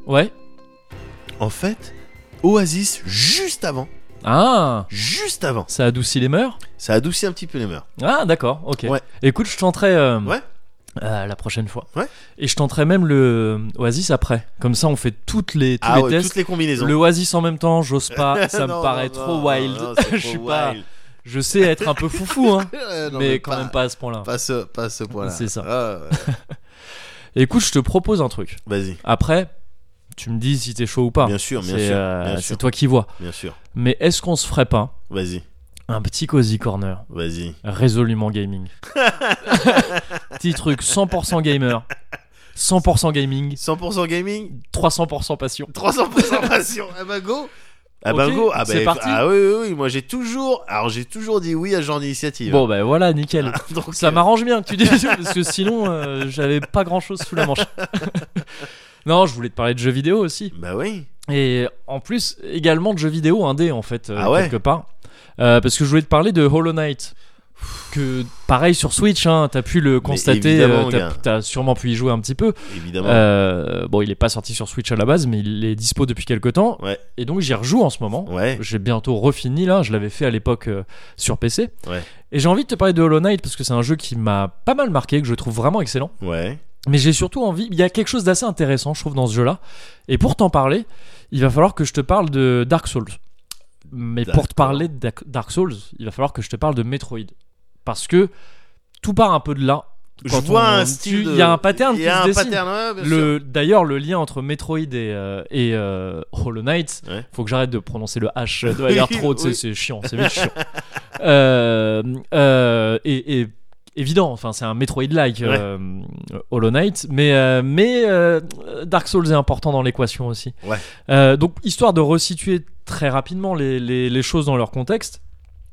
Speaker 1: Ouais.
Speaker 2: Eh, En fait, Oasis, juste avant,
Speaker 1: Ah
Speaker 2: juste avant,
Speaker 1: Ça adoucit les mœurs
Speaker 2: ça adoucit un petit peu les mœurs.
Speaker 1: Ah, d'accord, ok.
Speaker 2: Ouais.
Speaker 1: Écoute, je tenterai euh,
Speaker 2: Ouais.
Speaker 1: euh, la prochaine fois.
Speaker 2: Ouais.
Speaker 1: Et je tenterai même le euh, Oasis après. Comme ça, on fait toutes les, tous
Speaker 2: ah
Speaker 1: les
Speaker 2: ouais,
Speaker 1: tests.
Speaker 2: toutes les combinaisons.
Speaker 1: Le Oasis en même temps, j'ose pas, ça
Speaker 2: Non,
Speaker 1: me paraît
Speaker 2: non,
Speaker 1: trop
Speaker 2: non,
Speaker 1: wild.
Speaker 2: non, c'est
Speaker 1: je
Speaker 2: trop
Speaker 1: suis pas,
Speaker 2: wild.
Speaker 1: je sais être un peu foufou, hein,
Speaker 2: Euh, non,
Speaker 1: mais, quand même pas à ce point-là.
Speaker 2: Pas ce, pas ce point-là.
Speaker 1: C'est ça.
Speaker 2: Ah, ouais.
Speaker 1: Écoute, je te propose un truc.
Speaker 2: Vas-y.
Speaker 1: Après, tu me dis si t'es chaud ou pas.
Speaker 2: Bien sûr, bien
Speaker 1: Ah, C'est,
Speaker 2: sûr,
Speaker 1: euh,
Speaker 2: bien
Speaker 1: c'est
Speaker 2: sûr.
Speaker 1: toi qui vois.
Speaker 2: Bien sûr.
Speaker 1: Mais est-ce qu'on se ferait pas
Speaker 2: Vas-y,
Speaker 1: un petit cozy corner
Speaker 2: vas-y.
Speaker 1: résolument gaming Petit truc 100% gamer, 100% gaming,
Speaker 2: 100% gaming,
Speaker 1: 300% passion.
Speaker 2: 300% passion. Ah bah go. Ah bah
Speaker 1: Ok,
Speaker 2: go. Ah bah,
Speaker 1: c'est parti.
Speaker 2: Ah oui, oui, oui. Moi j'ai toujours. Alors j'ai toujours dit oui à ce genre d'initiative.
Speaker 1: Bon ben voilà, nickel.
Speaker 2: Donc,
Speaker 1: Ça
Speaker 2: euh,
Speaker 1: m'arrange bien que tu dises ça, parce que sinon euh, j'avais pas grand chose sous la manche. non, je voulais te parler de jeux vidéo aussi.
Speaker 2: Bah oui.
Speaker 1: Et en plus, également de jeux vidéo indé en fait, euh,
Speaker 2: Ah ouais
Speaker 1: quelque part. Euh, parce que je voulais te parler de Hollow Knight. Que pareil sur Switch, hein, t'as pu le constater,
Speaker 2: évidemment,
Speaker 1: euh, t'as-
Speaker 2: gars.
Speaker 1: t'as sûrement pu y jouer un petit peu.
Speaker 2: Évidemment.
Speaker 1: Euh, bon, il est pas sorti sur Switch à la base, mais il est dispo depuis quelques temps.
Speaker 2: Ouais.
Speaker 1: Et donc j'y rejoue en ce moment.
Speaker 2: Ouais.
Speaker 1: J'ai bientôt refini là, je l'avais fait à l'époque euh, sur PC.
Speaker 2: Ouais.
Speaker 1: Et j'ai envie de te parler de Hollow Knight parce que c'est un jeu qui m'a pas mal marqué, que je trouve vraiment excellent.
Speaker 2: Ouais.
Speaker 1: Mais j'ai surtout envie, il y a quelque chose d'assez intéressant, je trouve, dans ce jeu-là. Et pour t'en parler, il va falloir que je te parle de Dark Souls. Mais
Speaker 2: D'accord.
Speaker 1: pour te parler de Dark- Dark Souls, il va falloir que je te parle de Metroid. Parce que tout part un peu de là.
Speaker 2: je
Speaker 1: Quand
Speaker 2: vois
Speaker 1: on-
Speaker 2: un
Speaker 1: tu-
Speaker 2: style. de-
Speaker 1: Il y a un pattern
Speaker 2: Il
Speaker 1: qui
Speaker 2: y a
Speaker 1: se
Speaker 2: un
Speaker 1: dessine.
Speaker 2: pattern. ouais, bien sûr.
Speaker 1: Le- D'ailleurs, le lien entre Metroid et, euh, et, euh, Hollow Knight,
Speaker 2: Ouais.
Speaker 1: faut que j'arrête de prononcer le H de manière trop, tu sais,
Speaker 2: Oui.
Speaker 1: c'est chiant, c'est vite chiant. Euh, euh, et, et évident, enfin, c'est un Metroid-like, euh, Hollow Knight, mais, euh, mais euh, Dark Souls est important dans l'équation aussi.
Speaker 2: Ouais.
Speaker 1: Euh, donc, histoire de resituer très rapidement les, les- les choses dans leur contexte.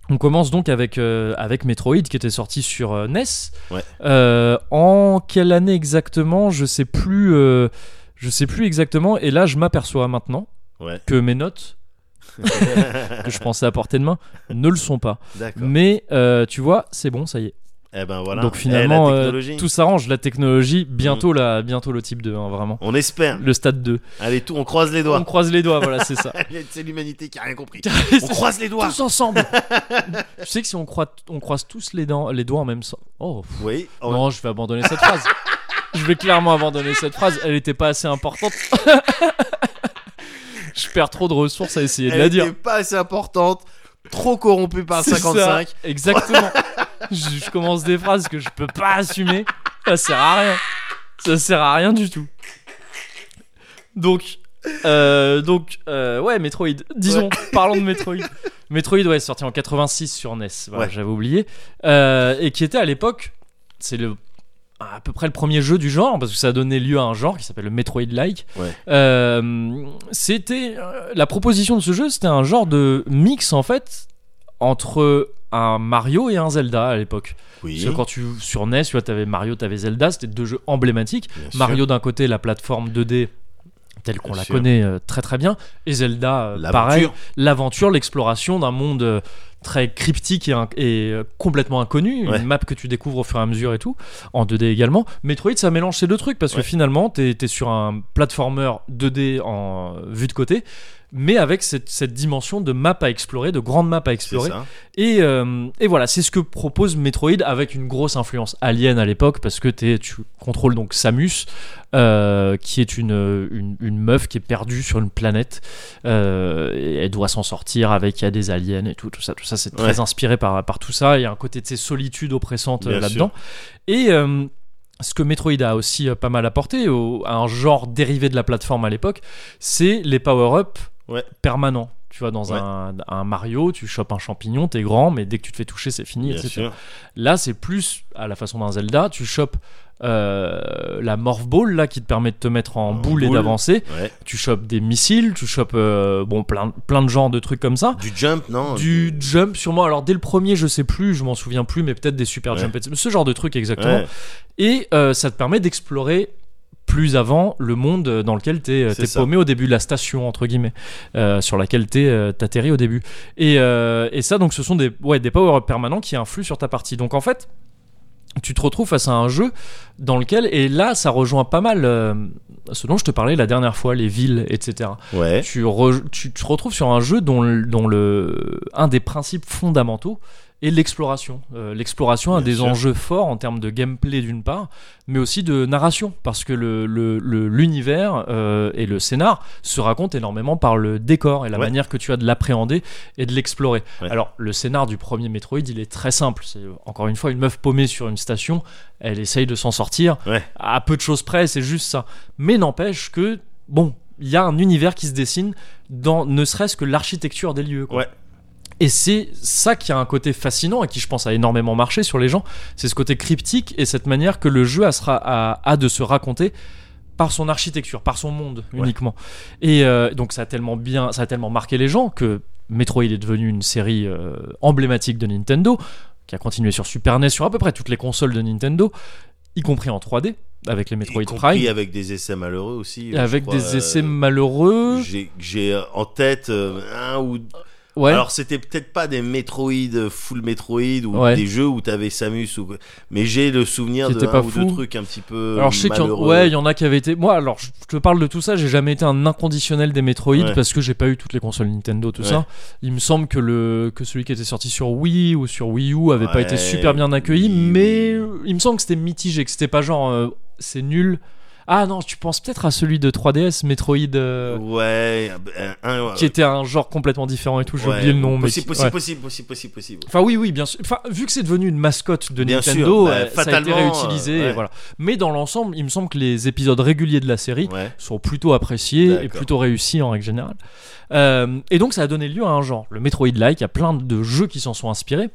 Speaker 1: On commence donc avec, euh, avec Metroid qui était sorti sur euh, NES.
Speaker 2: Ouais.
Speaker 1: Euh, en quelle année exactement Je sais plus. euh, je sais plus exactement. Et là, je m'aperçois maintenant
Speaker 2: Ouais.
Speaker 1: que mes notes que je pensais à portée de main ne le sont pas.
Speaker 2: D'accord.
Speaker 1: Mais euh, tu vois, c'est bon, ça y est.
Speaker 2: Eh ben voilà.
Speaker 1: Donc
Speaker 2: Eh,
Speaker 1: finalement,
Speaker 2: la
Speaker 1: euh,
Speaker 2: technologie.
Speaker 1: tout s'arrange. La technologie, bientôt,
Speaker 2: Mm.
Speaker 1: la, bientôt le type 2, hein, vraiment.
Speaker 2: On espère.
Speaker 1: Le stade 2.
Speaker 2: Allez, tout. On croise les
Speaker 1: On
Speaker 2: doigts.
Speaker 1: croise les doigts, voilà, c'est ça.
Speaker 2: C'est l'humanité qui a rien compris. On
Speaker 1: Tous
Speaker 2: croise les doigts.
Speaker 1: ensemble. tu sais que si on, croise- on croise tous les, dents, les doigts en même sens. Oh,
Speaker 2: Oui. on-
Speaker 1: Non, je vais abandonner cette phrase. je vais clairement abandonner cette phrase. Elle n'était pas assez importante. je perds trop de ressources à essayer de
Speaker 2: Elle
Speaker 1: la
Speaker 2: était
Speaker 1: dire.
Speaker 2: pas assez importante. Trop corrompue par
Speaker 1: C'est ça,
Speaker 2: 55.
Speaker 1: exactement. je, je commence des phrases que je peux pas assumer. Ça sert à rien. Ça sert à rien du tout. Donc, euh, donc euh, ouais, Metroid. Disons, parlons de Metroid. Metroid, ouais, sorti en 86 sur NES. Voilà,
Speaker 2: Ouais.
Speaker 1: J'avais oublié. Euh, et qui était à l'époque, c'est le à peu près le premier jeu du genre parce que ça a donné lieu à un genre qui s'appelle le Metroid-like.
Speaker 2: Ouais.
Speaker 1: Euh, c'était euh, la proposition de ce jeu, c'était un genre de mix en fait entre un Mario et un Zelda à l'époque.
Speaker 2: Oui.
Speaker 1: Parce que quand tu sur NES, tu vois, t'avais Mario, t'avais Zelda, c'était deux jeux emblématiques.
Speaker 2: bien sûr.
Speaker 1: Mario d'un côté, la plateforme 2D telle qu'on
Speaker 2: Bien
Speaker 1: la
Speaker 2: sûr.
Speaker 1: connaît euh, très très bien, et Zelda, euh,
Speaker 2: L'aventure.
Speaker 1: pareil, l'aventure, l'exploration d'un monde euh, très cryptique et, inc- et, euh, complètement inconnu,
Speaker 2: Ouais.
Speaker 1: une map que tu découvres au fur et à mesure et tout, en 2D également. Metroid, ça mélange ces deux trucs parce
Speaker 2: Ouais.
Speaker 1: que finalement, t'es es sur un platformer 2D en euh, vue de côté, mais avec cette, cette dimension de map à explorer, de grande map à
Speaker 2: C'est
Speaker 1: explorer.
Speaker 2: ça.
Speaker 1: Et, euh, et voilà, c'est ce que propose Metroid avec une grosse influence alien à l'époque parce que t'es- tu contrôles donc Samus, euh, qui est une, une, une meuf qui est perdue sur une planète euh, et elle doit s'en sortir avec il y a des aliens et tout, tout ça, tout ça, c'est très
Speaker 2: Ouais.
Speaker 1: inspiré par, par tout ça. Il y a un côté de ces solitudes oppressantes
Speaker 2: Bien
Speaker 1: euh, là-dedans. Et euh, ce que Metroid a aussi euh, pas mal apporté au- à un genre dérivé de la plateforme à l'époque, c'est les power-up
Speaker 2: Ouais.
Speaker 1: permanents. Tu vois, dans
Speaker 2: Ouais.
Speaker 1: un, un Mario, tu chopes un champignon, t'es grand, mais dès que tu te fais toucher, c'est fini.
Speaker 2: Bien
Speaker 1: etc.
Speaker 2: sûr.
Speaker 1: Là, c'est plus à la façon d'un Zelda, tu chopes euh, la Morph Ball, là, qui te permet de te mettre en
Speaker 2: En
Speaker 1: boule et
Speaker 2: boule.
Speaker 1: d'avancer.
Speaker 2: Ouais.
Speaker 1: Tu chopes des missiles, tu chopes euh, bon, plein, plein de genres de trucs comme ça
Speaker 2: Du jump, non
Speaker 1: du jump sur moi alors dès le premier je sais plus je m'en souviens plus mais peut-être des super
Speaker 2: Ouais.
Speaker 1: jump etc. ce genre de truc exactement
Speaker 2: Ouais,
Speaker 1: et euh, ça te permet d'explorer plus avant le monde dans lequel t'es euh,
Speaker 2: C'est
Speaker 1: t'es
Speaker 2: ça.
Speaker 1: paumé au début la station entre guillemets euh, sur laquelle t'es euh, t'atterris au début et, euh, et ça donc ce sont des ouais des power up permanents qui influent sur ta partie donc en fait tu te retrouves face à un jeu dans lequel, et là ça rejoint pas mal euh, ce dont je te parlais la dernière fois, les villes, etc.
Speaker 2: Ouais.
Speaker 1: Tu, re- tu te retrouves sur un jeu dont, le- dont le, un des principes fondamentaux est l'exploration. Euh, l'exploration a
Speaker 2: Bien
Speaker 1: des
Speaker 2: sûr.
Speaker 1: enjeux forts en termes de gameplay d'une part, mais aussi de narration, parce que le- le- le- l'univers euh, et le scénar se racontent énormément par le décor et la
Speaker 2: Ouais.
Speaker 1: manière que tu as de l'appréhender et de l'explorer.
Speaker 2: Ouais.
Speaker 1: Alors, le scénar du premier Metroid, il est très simple. C'est euh, encore une fois une meuf paumée sur une station, elle essaye de s'en sortir.
Speaker 2: Ouais.
Speaker 1: À peu de choses près, c'est juste ça. Mais n'empêche que, bon, il y a un univers qui se dessine dans ne serait-ce que l'architecture des lieux. quoi.
Speaker 2: Ouais.
Speaker 1: Et c'est ça qui a un côté fascinant et qui, je pense, a énormément marché sur les gens. C'est ce côté cryptique et cette manière que le jeu a, sera- a- a de se raconter par son architecture, par son monde
Speaker 2: Ouais.
Speaker 1: uniquement. Et euh, donc ça a tellement bien, ça a tellement marqué les gens que Metroid est devenu une série euh, emblématique de Nintendo, qui a continué sur Super NES, sur à peu près toutes les consoles de Nintendo, y compris en 3D avec les Metroid
Speaker 2: Y compris
Speaker 1: Prime,
Speaker 2: avec des essais malheureux aussi.
Speaker 1: et
Speaker 2: je
Speaker 1: avec
Speaker 2: crois,
Speaker 1: des
Speaker 2: euh,
Speaker 1: essais malheureux.
Speaker 2: j'ai- J'ai euh, en tête euh, un ou
Speaker 1: Ouais.
Speaker 2: Alors c'était peut-être pas des Metroid, euh, full Metroid ou
Speaker 1: Ouais.
Speaker 2: des jeux où t'avais Samus ou quoi. mais j'ai le souvenir
Speaker 1: Qui
Speaker 2: de
Speaker 1: étaient
Speaker 2: un
Speaker 1: pas
Speaker 2: ou
Speaker 1: fous.
Speaker 2: deux trucs un petit peu
Speaker 1: Alors je sais qu'il y, en-
Speaker 2: malheureux.
Speaker 1: ouais, il y en a qui avaient été. Moi, alors je te parle de tout ça, j'ai jamais été un inconditionnel des Metroid
Speaker 2: Ouais.
Speaker 1: parce que j'ai pas eu toutes les consoles Nintendo, tout
Speaker 2: Ouais.
Speaker 1: ça. Il me semble que le que celui qui était sorti sur Wii ou sur Wii U avait pas été
Speaker 2: Ouais,
Speaker 1: super bien accueilli,
Speaker 2: oui,
Speaker 1: mais
Speaker 2: oui.
Speaker 1: euh, il me semble que c'était mitigé, que c'était pas genre euh, c'est nul. Ah non, tu penses peut-être à celui de 3DS Metroid euh,
Speaker 2: Ouais, un, un-
Speaker 1: qui était un genre complètement différent et tout. J'ai
Speaker 2: ouais,
Speaker 1: oublié le nom, mais
Speaker 2: possible,
Speaker 1: qui-
Speaker 2: possible,
Speaker 1: ouais.
Speaker 2: possible, possible, possible, possible.
Speaker 1: Enfin oui, oui, bien sûr. Enfin, vu que c'est devenu une mascotte de
Speaker 2: Bien
Speaker 1: Nintendo,
Speaker 2: sûr, bah,
Speaker 1: euh, ça a été
Speaker 2: fatalement,
Speaker 1: réutilisé.
Speaker 2: euh,
Speaker 1: et
Speaker 2: ouais.
Speaker 1: voilà. Mais dans l'ensemble, il me semble que les épisodes réguliers de la série
Speaker 2: Ouais.
Speaker 1: sont plutôt appréciés et
Speaker 2: D'accord.
Speaker 1: plutôt réussis en règle générale. Euh, et donc ça a donné lieu à un genre, le Metroid-like, il y a plein de jeux qui s'en sont inspirés.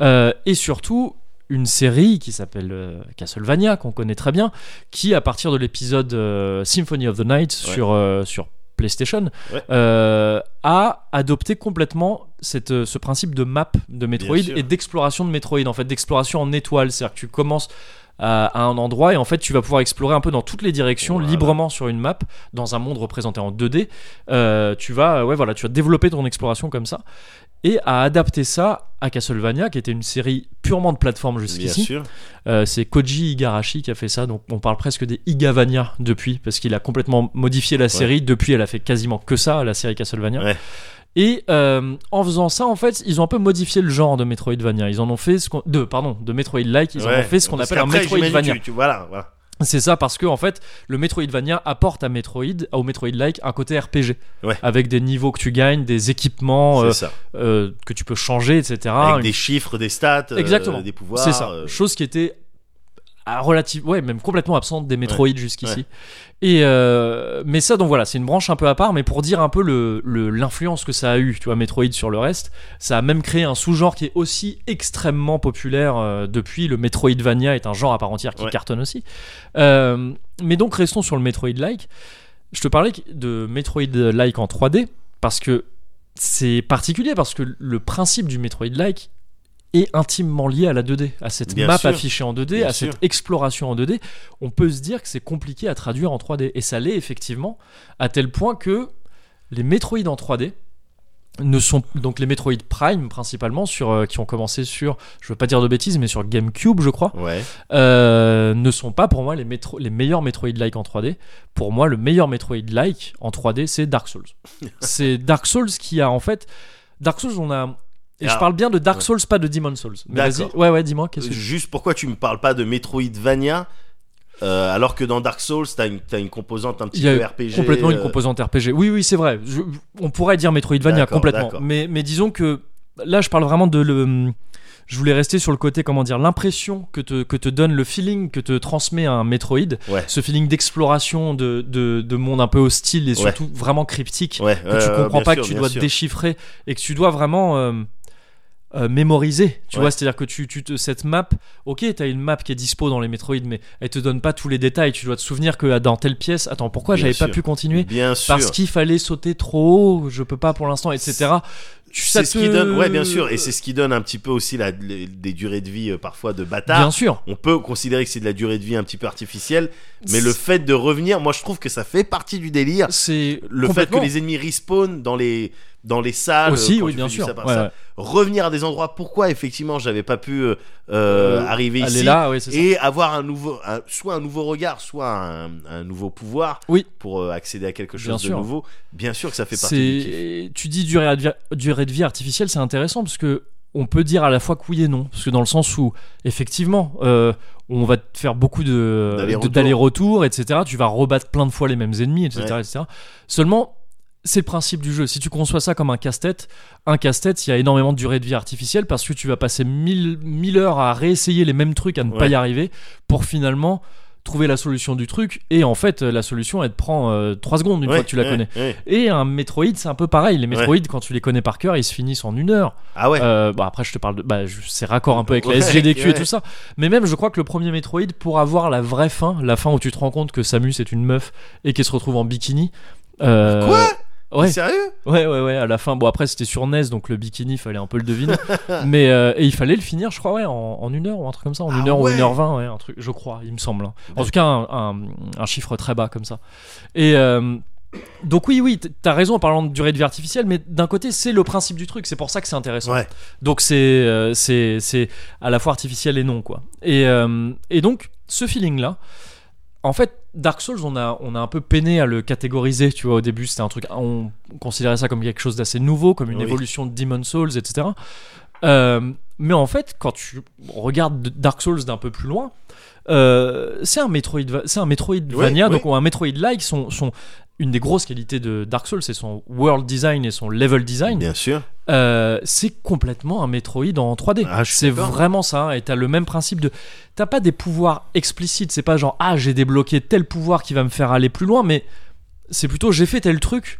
Speaker 1: Euh, et surtout une série qui s'appelle euh, Castlevania, qu'on connaît très bien, qui à partir de l'épisode euh, Symphony of the Night
Speaker 2: Ouais.
Speaker 1: sur, euh, sur PlayStation,
Speaker 2: Ouais.
Speaker 1: euh, a adopté complètement cette, euh, ce principe de map de Metroid
Speaker 2: sûr.
Speaker 1: et d'exploration de Metroid, en fait, d'exploration en étoile, c'est-à-dire que tu commences euh, à, à un endroit et en fait tu vas pouvoir explorer un peu dans toutes les directions
Speaker 2: Voilà.
Speaker 1: librement sur une map dans un monde représenté en 2D euh, tu vas ouais voilà tu vas développer ton exploration comme ça et à adapter ça à Castlevania qui était une série purement de plateforme
Speaker 2: Bien
Speaker 1: jusqu'ici
Speaker 2: sûr.
Speaker 1: euh, c'est Koji Igarashi qui a fait ça donc on parle presque des Igavania depuis parce qu'il a complètement modifié la série depuis elle a fait quasiment que ça la série Castlevania
Speaker 2: Ouais.
Speaker 1: et euh, en faisant ça en fait ils ont un peu modifié le genre de Metroidvania ils en ont fait ce qu'on de pardon de Metroid-like ils en ont
Speaker 2: Ouais.
Speaker 1: fait ce qu'on
Speaker 2: Parce
Speaker 1: appelle un
Speaker 2: qu'après, j'imagine,
Speaker 1: Metroidvania
Speaker 2: tu- tu- Voilà, voilà.
Speaker 1: c'est ça parce que en fait, le Metroidvania apporte à Metroid, au Metroid-like, un côté RPG,
Speaker 2: Ouais.
Speaker 1: avec des niveaux que tu gagnes, des équipements
Speaker 2: C'est
Speaker 1: euh,
Speaker 2: ça.
Speaker 1: euh, que tu peux changer, etc.
Speaker 2: Avec
Speaker 1: Une-
Speaker 2: des chiffres, des stats, euh,
Speaker 1: Exactement.
Speaker 2: des pouvoirs.
Speaker 1: C'est ça.
Speaker 2: euh,
Speaker 1: Chose qui était à relative, ouais, même complètement absente des Metroid jusqu'ici. Et euh, mais ça, donc voilà, c'est une branche un peu à part, mais pour dire un peu le le- l'influence que ça a eu, tu vois, Metroid sur le reste, ça a même créé un sous-genre qui est aussi extrêmement populaire euh, depuis. Le Metroidvania est un genre à part entière qui
Speaker 2: Ouais.
Speaker 1: cartonne aussi. Euh, mais donc restons sur le Metroid-like. Je te parlais de Metroid-like en 3D parce que c'est particulier parce que le principe du Metroid-like est intimement lié à la 2D, à cette
Speaker 2: Bien
Speaker 1: map
Speaker 2: sûr.
Speaker 1: affichée en 2D,
Speaker 2: Bien
Speaker 1: à
Speaker 2: sûr.
Speaker 1: cette exploration en 2D. On peut se dire que c'est compliqué à traduire en 3D et ça l'est effectivement à tel point que les Metroid en 3D ne sont donc les Metroid Prime principalement sur euh, qui ont commencé sur je veux pas dire de bêtises mais sur GameCube je crois
Speaker 2: Ouais.
Speaker 1: euh, ne sont pas pour moi les, métro- les meilleurs Metroid-like en 3D. Pour moi, le meilleur Metroid-like en 3D, c'est Dark Souls. c'est Dark Souls qui a en fait. Dark Souls, on a. Et je
Speaker 2: Alors,
Speaker 1: parle bien de Dark
Speaker 2: Ah. ouais.
Speaker 1: Souls, pas de Demon Souls. Mais vas-y.
Speaker 2: D'accord.
Speaker 1: Ouais, ouais, dis-moi. Qu'est-ce que tu-
Speaker 2: Juste pourquoi tu me parles pas de Metroidvania euh, alors que dans Dark Souls, t'as une, t'as une composante un petit
Speaker 1: Il y a
Speaker 2: peu RPG.
Speaker 1: complètement une
Speaker 2: euh,
Speaker 1: composante RPG. Oui, oui, c'est vrai. Je- on pourrait dire Metroidvania
Speaker 2: D'accord,
Speaker 1: complètement.
Speaker 2: d'accord.
Speaker 1: Mais, mais disons que là, je parle vraiment de le. Je voulais rester sur le côté, comment dire, l'impression que te, que te donne le feeling que te transmet un Metroid.
Speaker 2: Ouais.
Speaker 1: Ce feeling d'exploration, de, de, de monde un peu hostile et
Speaker 2: Ouais.
Speaker 1: surtout vraiment cryptique.
Speaker 2: Ouais,
Speaker 1: que tu comprends pas, que tu dois
Speaker 2: te
Speaker 1: te déchiffrer et que tu dois vraiment euh, euh, mémoriser. Tu
Speaker 2: Ouais.
Speaker 1: vois, c'est-à-dire que tu, tu te, cette map, ok, t'as une map qui est dispo dans les Metroid, mais elle te donne pas tous les détails. Tu dois te souvenir que ah, dans telle pièce, attends, pourquoi
Speaker 2: Bien
Speaker 1: j'avais pas
Speaker 2: sûr.
Speaker 1: pu continuer
Speaker 2: Bien sûr.
Speaker 1: Parce qu'il fallait sauter trop haut, je peux pas pour l'instant, etc. Tu- ça
Speaker 2: C'est ce
Speaker 1: te-
Speaker 2: qui donne, ouais, bien sûr, et c'est ce qui donne un petit peu aussi la, les- des durées de vie euh, parfois de
Speaker 1: Bien
Speaker 2: bâtard.
Speaker 1: sûr.
Speaker 2: On peut considérer que c'est de la durée de vie un petit peu artificielle, mais le fait de revenir, moi je trouve que ça fait partie du délire.
Speaker 1: C'est
Speaker 2: Le fait que
Speaker 1: complètement-
Speaker 2: les ennemis respawnent dans les dans les salles.
Speaker 1: Aussi,
Speaker 2: quand
Speaker 1: oui,
Speaker 2: tu
Speaker 1: bien
Speaker 2: fais du
Speaker 1: sûr.
Speaker 2: ça par
Speaker 1: Ouais,
Speaker 2: ça.
Speaker 1: ouais.
Speaker 2: Revenir à des endroits, pourquoi effectivement j'avais pas pu euh, euh,
Speaker 1: Euh,
Speaker 2: arriver
Speaker 1: Elle
Speaker 2: ici
Speaker 1: est là, ouais, c'est ça.
Speaker 2: et avoir un nouveau, un- soit un nouveau regard, soit un, un nouveau pouvoir
Speaker 1: Oui.
Speaker 2: pour euh, accéder à quelque
Speaker 1: Bien
Speaker 2: chose de
Speaker 1: sûr.
Speaker 2: nouveau. Bien sûr que ça fait partie du kiff.
Speaker 1: C'est, tu dis durée, de vie- durée de vie artificielle, c'est intéressant parce que on peut dire à la fois que oui et non, parce que dans le sens où effectivement, euh, on va te faire beaucoup de
Speaker 2: D'aller-retour.
Speaker 1: de- d'aller-retour, etc. Tu vas rebattre plein de fois les mêmes ennemis, etc.,
Speaker 2: Ouais.
Speaker 1: etc. Seulement, c'est le principe du jeu. Si tu conçois ça comme un casse-tête, un casse-tête, il y a énormément de durée de vie artificielle parce que tu vas passer 1000 mille heures à réessayer les mêmes trucs, à ne pas
Speaker 2: Ouais.
Speaker 1: y arriver, pour finalement trouver la solution du truc. Et en fait, la solution, elle te prend 3 secondes une
Speaker 2: Ouais,
Speaker 1: fois que tu la
Speaker 2: ouais,
Speaker 1: connais.
Speaker 2: ouais.
Speaker 1: Et un Metroid, c'est un peu pareil. Les Metroid, quand tu les connais par cœur, ils se finissent en une heure.
Speaker 2: Ah ouais.
Speaker 1: Euh, bon, après, je te parle de. Bah, je- c'est raccord un peu avec la
Speaker 2: Ouais,
Speaker 1: SGDQ et
Speaker 2: ouais.
Speaker 1: tout ça. Mais même, je crois que le premier Metroid, pour avoir la vraie fin, la fin où tu te rends compte que Samus est une meuf et qu'elle se retrouve en bikini. euh,
Speaker 2: Quoi
Speaker 1: ouais,
Speaker 2: Sérieux
Speaker 1: ouais, ouais, ouais, à la fin. Bon, après, c'était sur NES, donc le bikini, fallait un peu le deviner. mais euh, et il fallait le finir, je crois, ouais, en, en une heure ou un truc comme ça, en
Speaker 2: Ah
Speaker 1: une heure
Speaker 2: ouais.
Speaker 1: ou une heure vingt, ouais, un truc, je crois, il me semble. hein. En tout cas, un, un- un chiffre très bas comme ça. Et euh, donc oui, oui, t- t'as raison en parlant de durée de vie artificielle, mais d'un côté, c'est le principe du truc, c'est pour ça que c'est intéressant.
Speaker 2: Ouais.
Speaker 1: Donc c'est euh, c'est c'est à la fois artificiel et non quoi. Et euh, et donc ce feeling là. En fait, Dark Souls, on a, on a un peu peiné à le catégoriser, tu vois, au début, c'était un truc, on considérait ça comme quelque chose d'assez nouveau, comme une
Speaker 2: Oui.
Speaker 1: évolution de Demon Souls, etc. Euh, mais en fait, quand tu regardes de- Dark Souls d'un peu plus loin, euh, c'est un Metroid, c'est un Metroidvania,
Speaker 2: Oui, oui.
Speaker 1: donc ou un Metroid-like. Son, son- une des grosses qualités de Dark Souls, c'est son world design et son level design.
Speaker 2: Bien sûr.
Speaker 1: Euh, c'est complètement un Metroid en 3D.
Speaker 2: Ah, je suis
Speaker 1: c'est
Speaker 2: d'accord.
Speaker 1: vraiment ça. hein, Et t'as le même principe de. T'as pas des pouvoirs explicites. C'est pas genre, ah, j'ai débloqué tel pouvoir qui va me faire aller plus loin, mais c'est plutôt, j'ai fait tel truc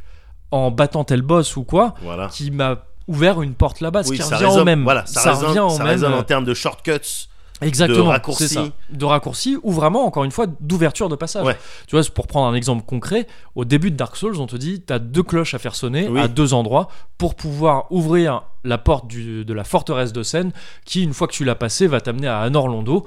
Speaker 1: en battant tel boss ou quoi,
Speaker 2: Voilà.
Speaker 1: qui m'a ouvert une porte là-bas. Ce
Speaker 2: Oui,
Speaker 1: qui
Speaker 2: ça
Speaker 1: revient au
Speaker 2: résonne-
Speaker 1: même.
Speaker 2: Voilà, ça, résonne-
Speaker 1: revient au
Speaker 2: ça
Speaker 1: même.
Speaker 2: résonne
Speaker 1: euh,
Speaker 2: en termes de shortcuts.
Speaker 1: Exactement,
Speaker 2: de raccourcis.
Speaker 1: c'est ça. de raccourcis ou vraiment encore une fois d'ouverture de passage.
Speaker 2: Ouais.
Speaker 1: Tu vois, pour prendre un exemple concret, au début de Dark Souls, on te dit t'as deux cloches à faire sonner
Speaker 2: Oui.
Speaker 1: à deux endroits pour pouvoir ouvrir la porte du- de la forteresse de Seine, qui une fois que tu l'as passée va t'amener à Anor Londo.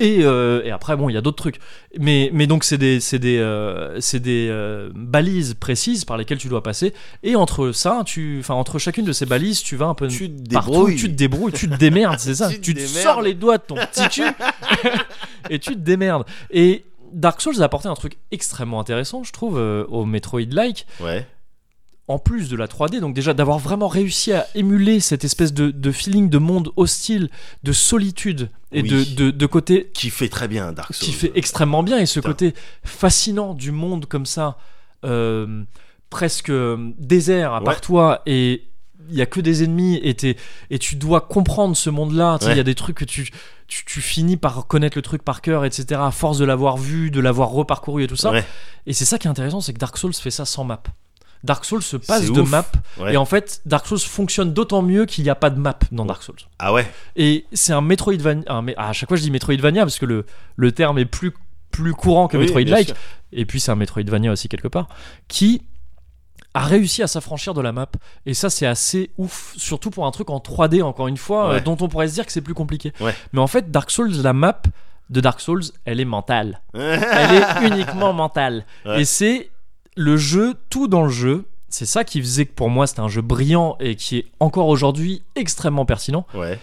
Speaker 1: Et, euh, et après, bon, il y a d'autres trucs. Mais, mais donc, c'est des, c'est des, euh, c'est des euh, balises précises par lesquelles tu dois passer. Et entre ça, tu, enfin, entre chacune de ces balises, tu vas un peu
Speaker 2: Tu te
Speaker 1: partout,
Speaker 2: débrouilles.
Speaker 1: tu te débrouilles, tu te démerdes, c'est ça.
Speaker 2: Tu te
Speaker 1: Tu, te
Speaker 2: démerdes.
Speaker 1: sors les doigts de ton petit cul et tu te démerdes. Et Dark Souls a apporté un truc extrêmement intéressant, je trouve, euh, au Metroid-like,
Speaker 2: Ouais.
Speaker 1: en plus de la 3D. Donc déjà d'avoir vraiment réussi à émuler cette espèce de, de feeling de monde hostile, de solitude et
Speaker 2: Oui.
Speaker 1: de, de, de côté
Speaker 2: Qui fait très bien Dark Souls.
Speaker 1: qui fait extrêmement bien et ce
Speaker 2: Putain.
Speaker 1: côté fascinant du monde comme ça euh, presque euh, désert à
Speaker 2: Ouais.
Speaker 1: part toi et il y a que des ennemis et, t'es- et tu dois comprendre ce monde là il y a
Speaker 2: Ouais.
Speaker 1: des trucs que tu, tu tu finis par connaître le truc par cœur etc à force de l'avoir vu de l'avoir reparcouru et tout ça
Speaker 2: Ouais.
Speaker 1: et c'est ça qui est intéressant c'est que Dark Souls fait ça sans map Dark Souls se
Speaker 2: C'est
Speaker 1: passe de
Speaker 2: ouf.
Speaker 1: map
Speaker 2: Ouais.
Speaker 1: et en fait Dark Souls fonctionne d'autant mieux qu'il n'y a pas de map dans Dark Souls
Speaker 2: Ah ouais.
Speaker 1: et c'est un Metroidvania. un mé- ah, à chaque fois, je dis Metroidvania parce que le, le terme est plus, plus courant que
Speaker 2: Oui, bien
Speaker 1: Metroid-like.
Speaker 2: sûr.
Speaker 1: Et puis, c'est un Metroidvania aussi, quelque part, qui a réussi à s'affranchir de la map. Et ça, c'est assez ouf, surtout pour un truc en 3D, encore une fois,
Speaker 2: Ouais.
Speaker 1: euh, dont on pourrait se dire que c'est plus compliqué.
Speaker 2: Ouais.
Speaker 1: Mais en fait, Dark Souls, la map de Dark Souls, elle est mentale. Elle est uniquement mentale.
Speaker 2: Ouais.
Speaker 1: Et c'est le jeu, tout dans le jeu. C'est ça qui faisait que pour moi c'était un jeu brillant et qui est encore aujourd'hui extrêmement pertinent
Speaker 2: ouais.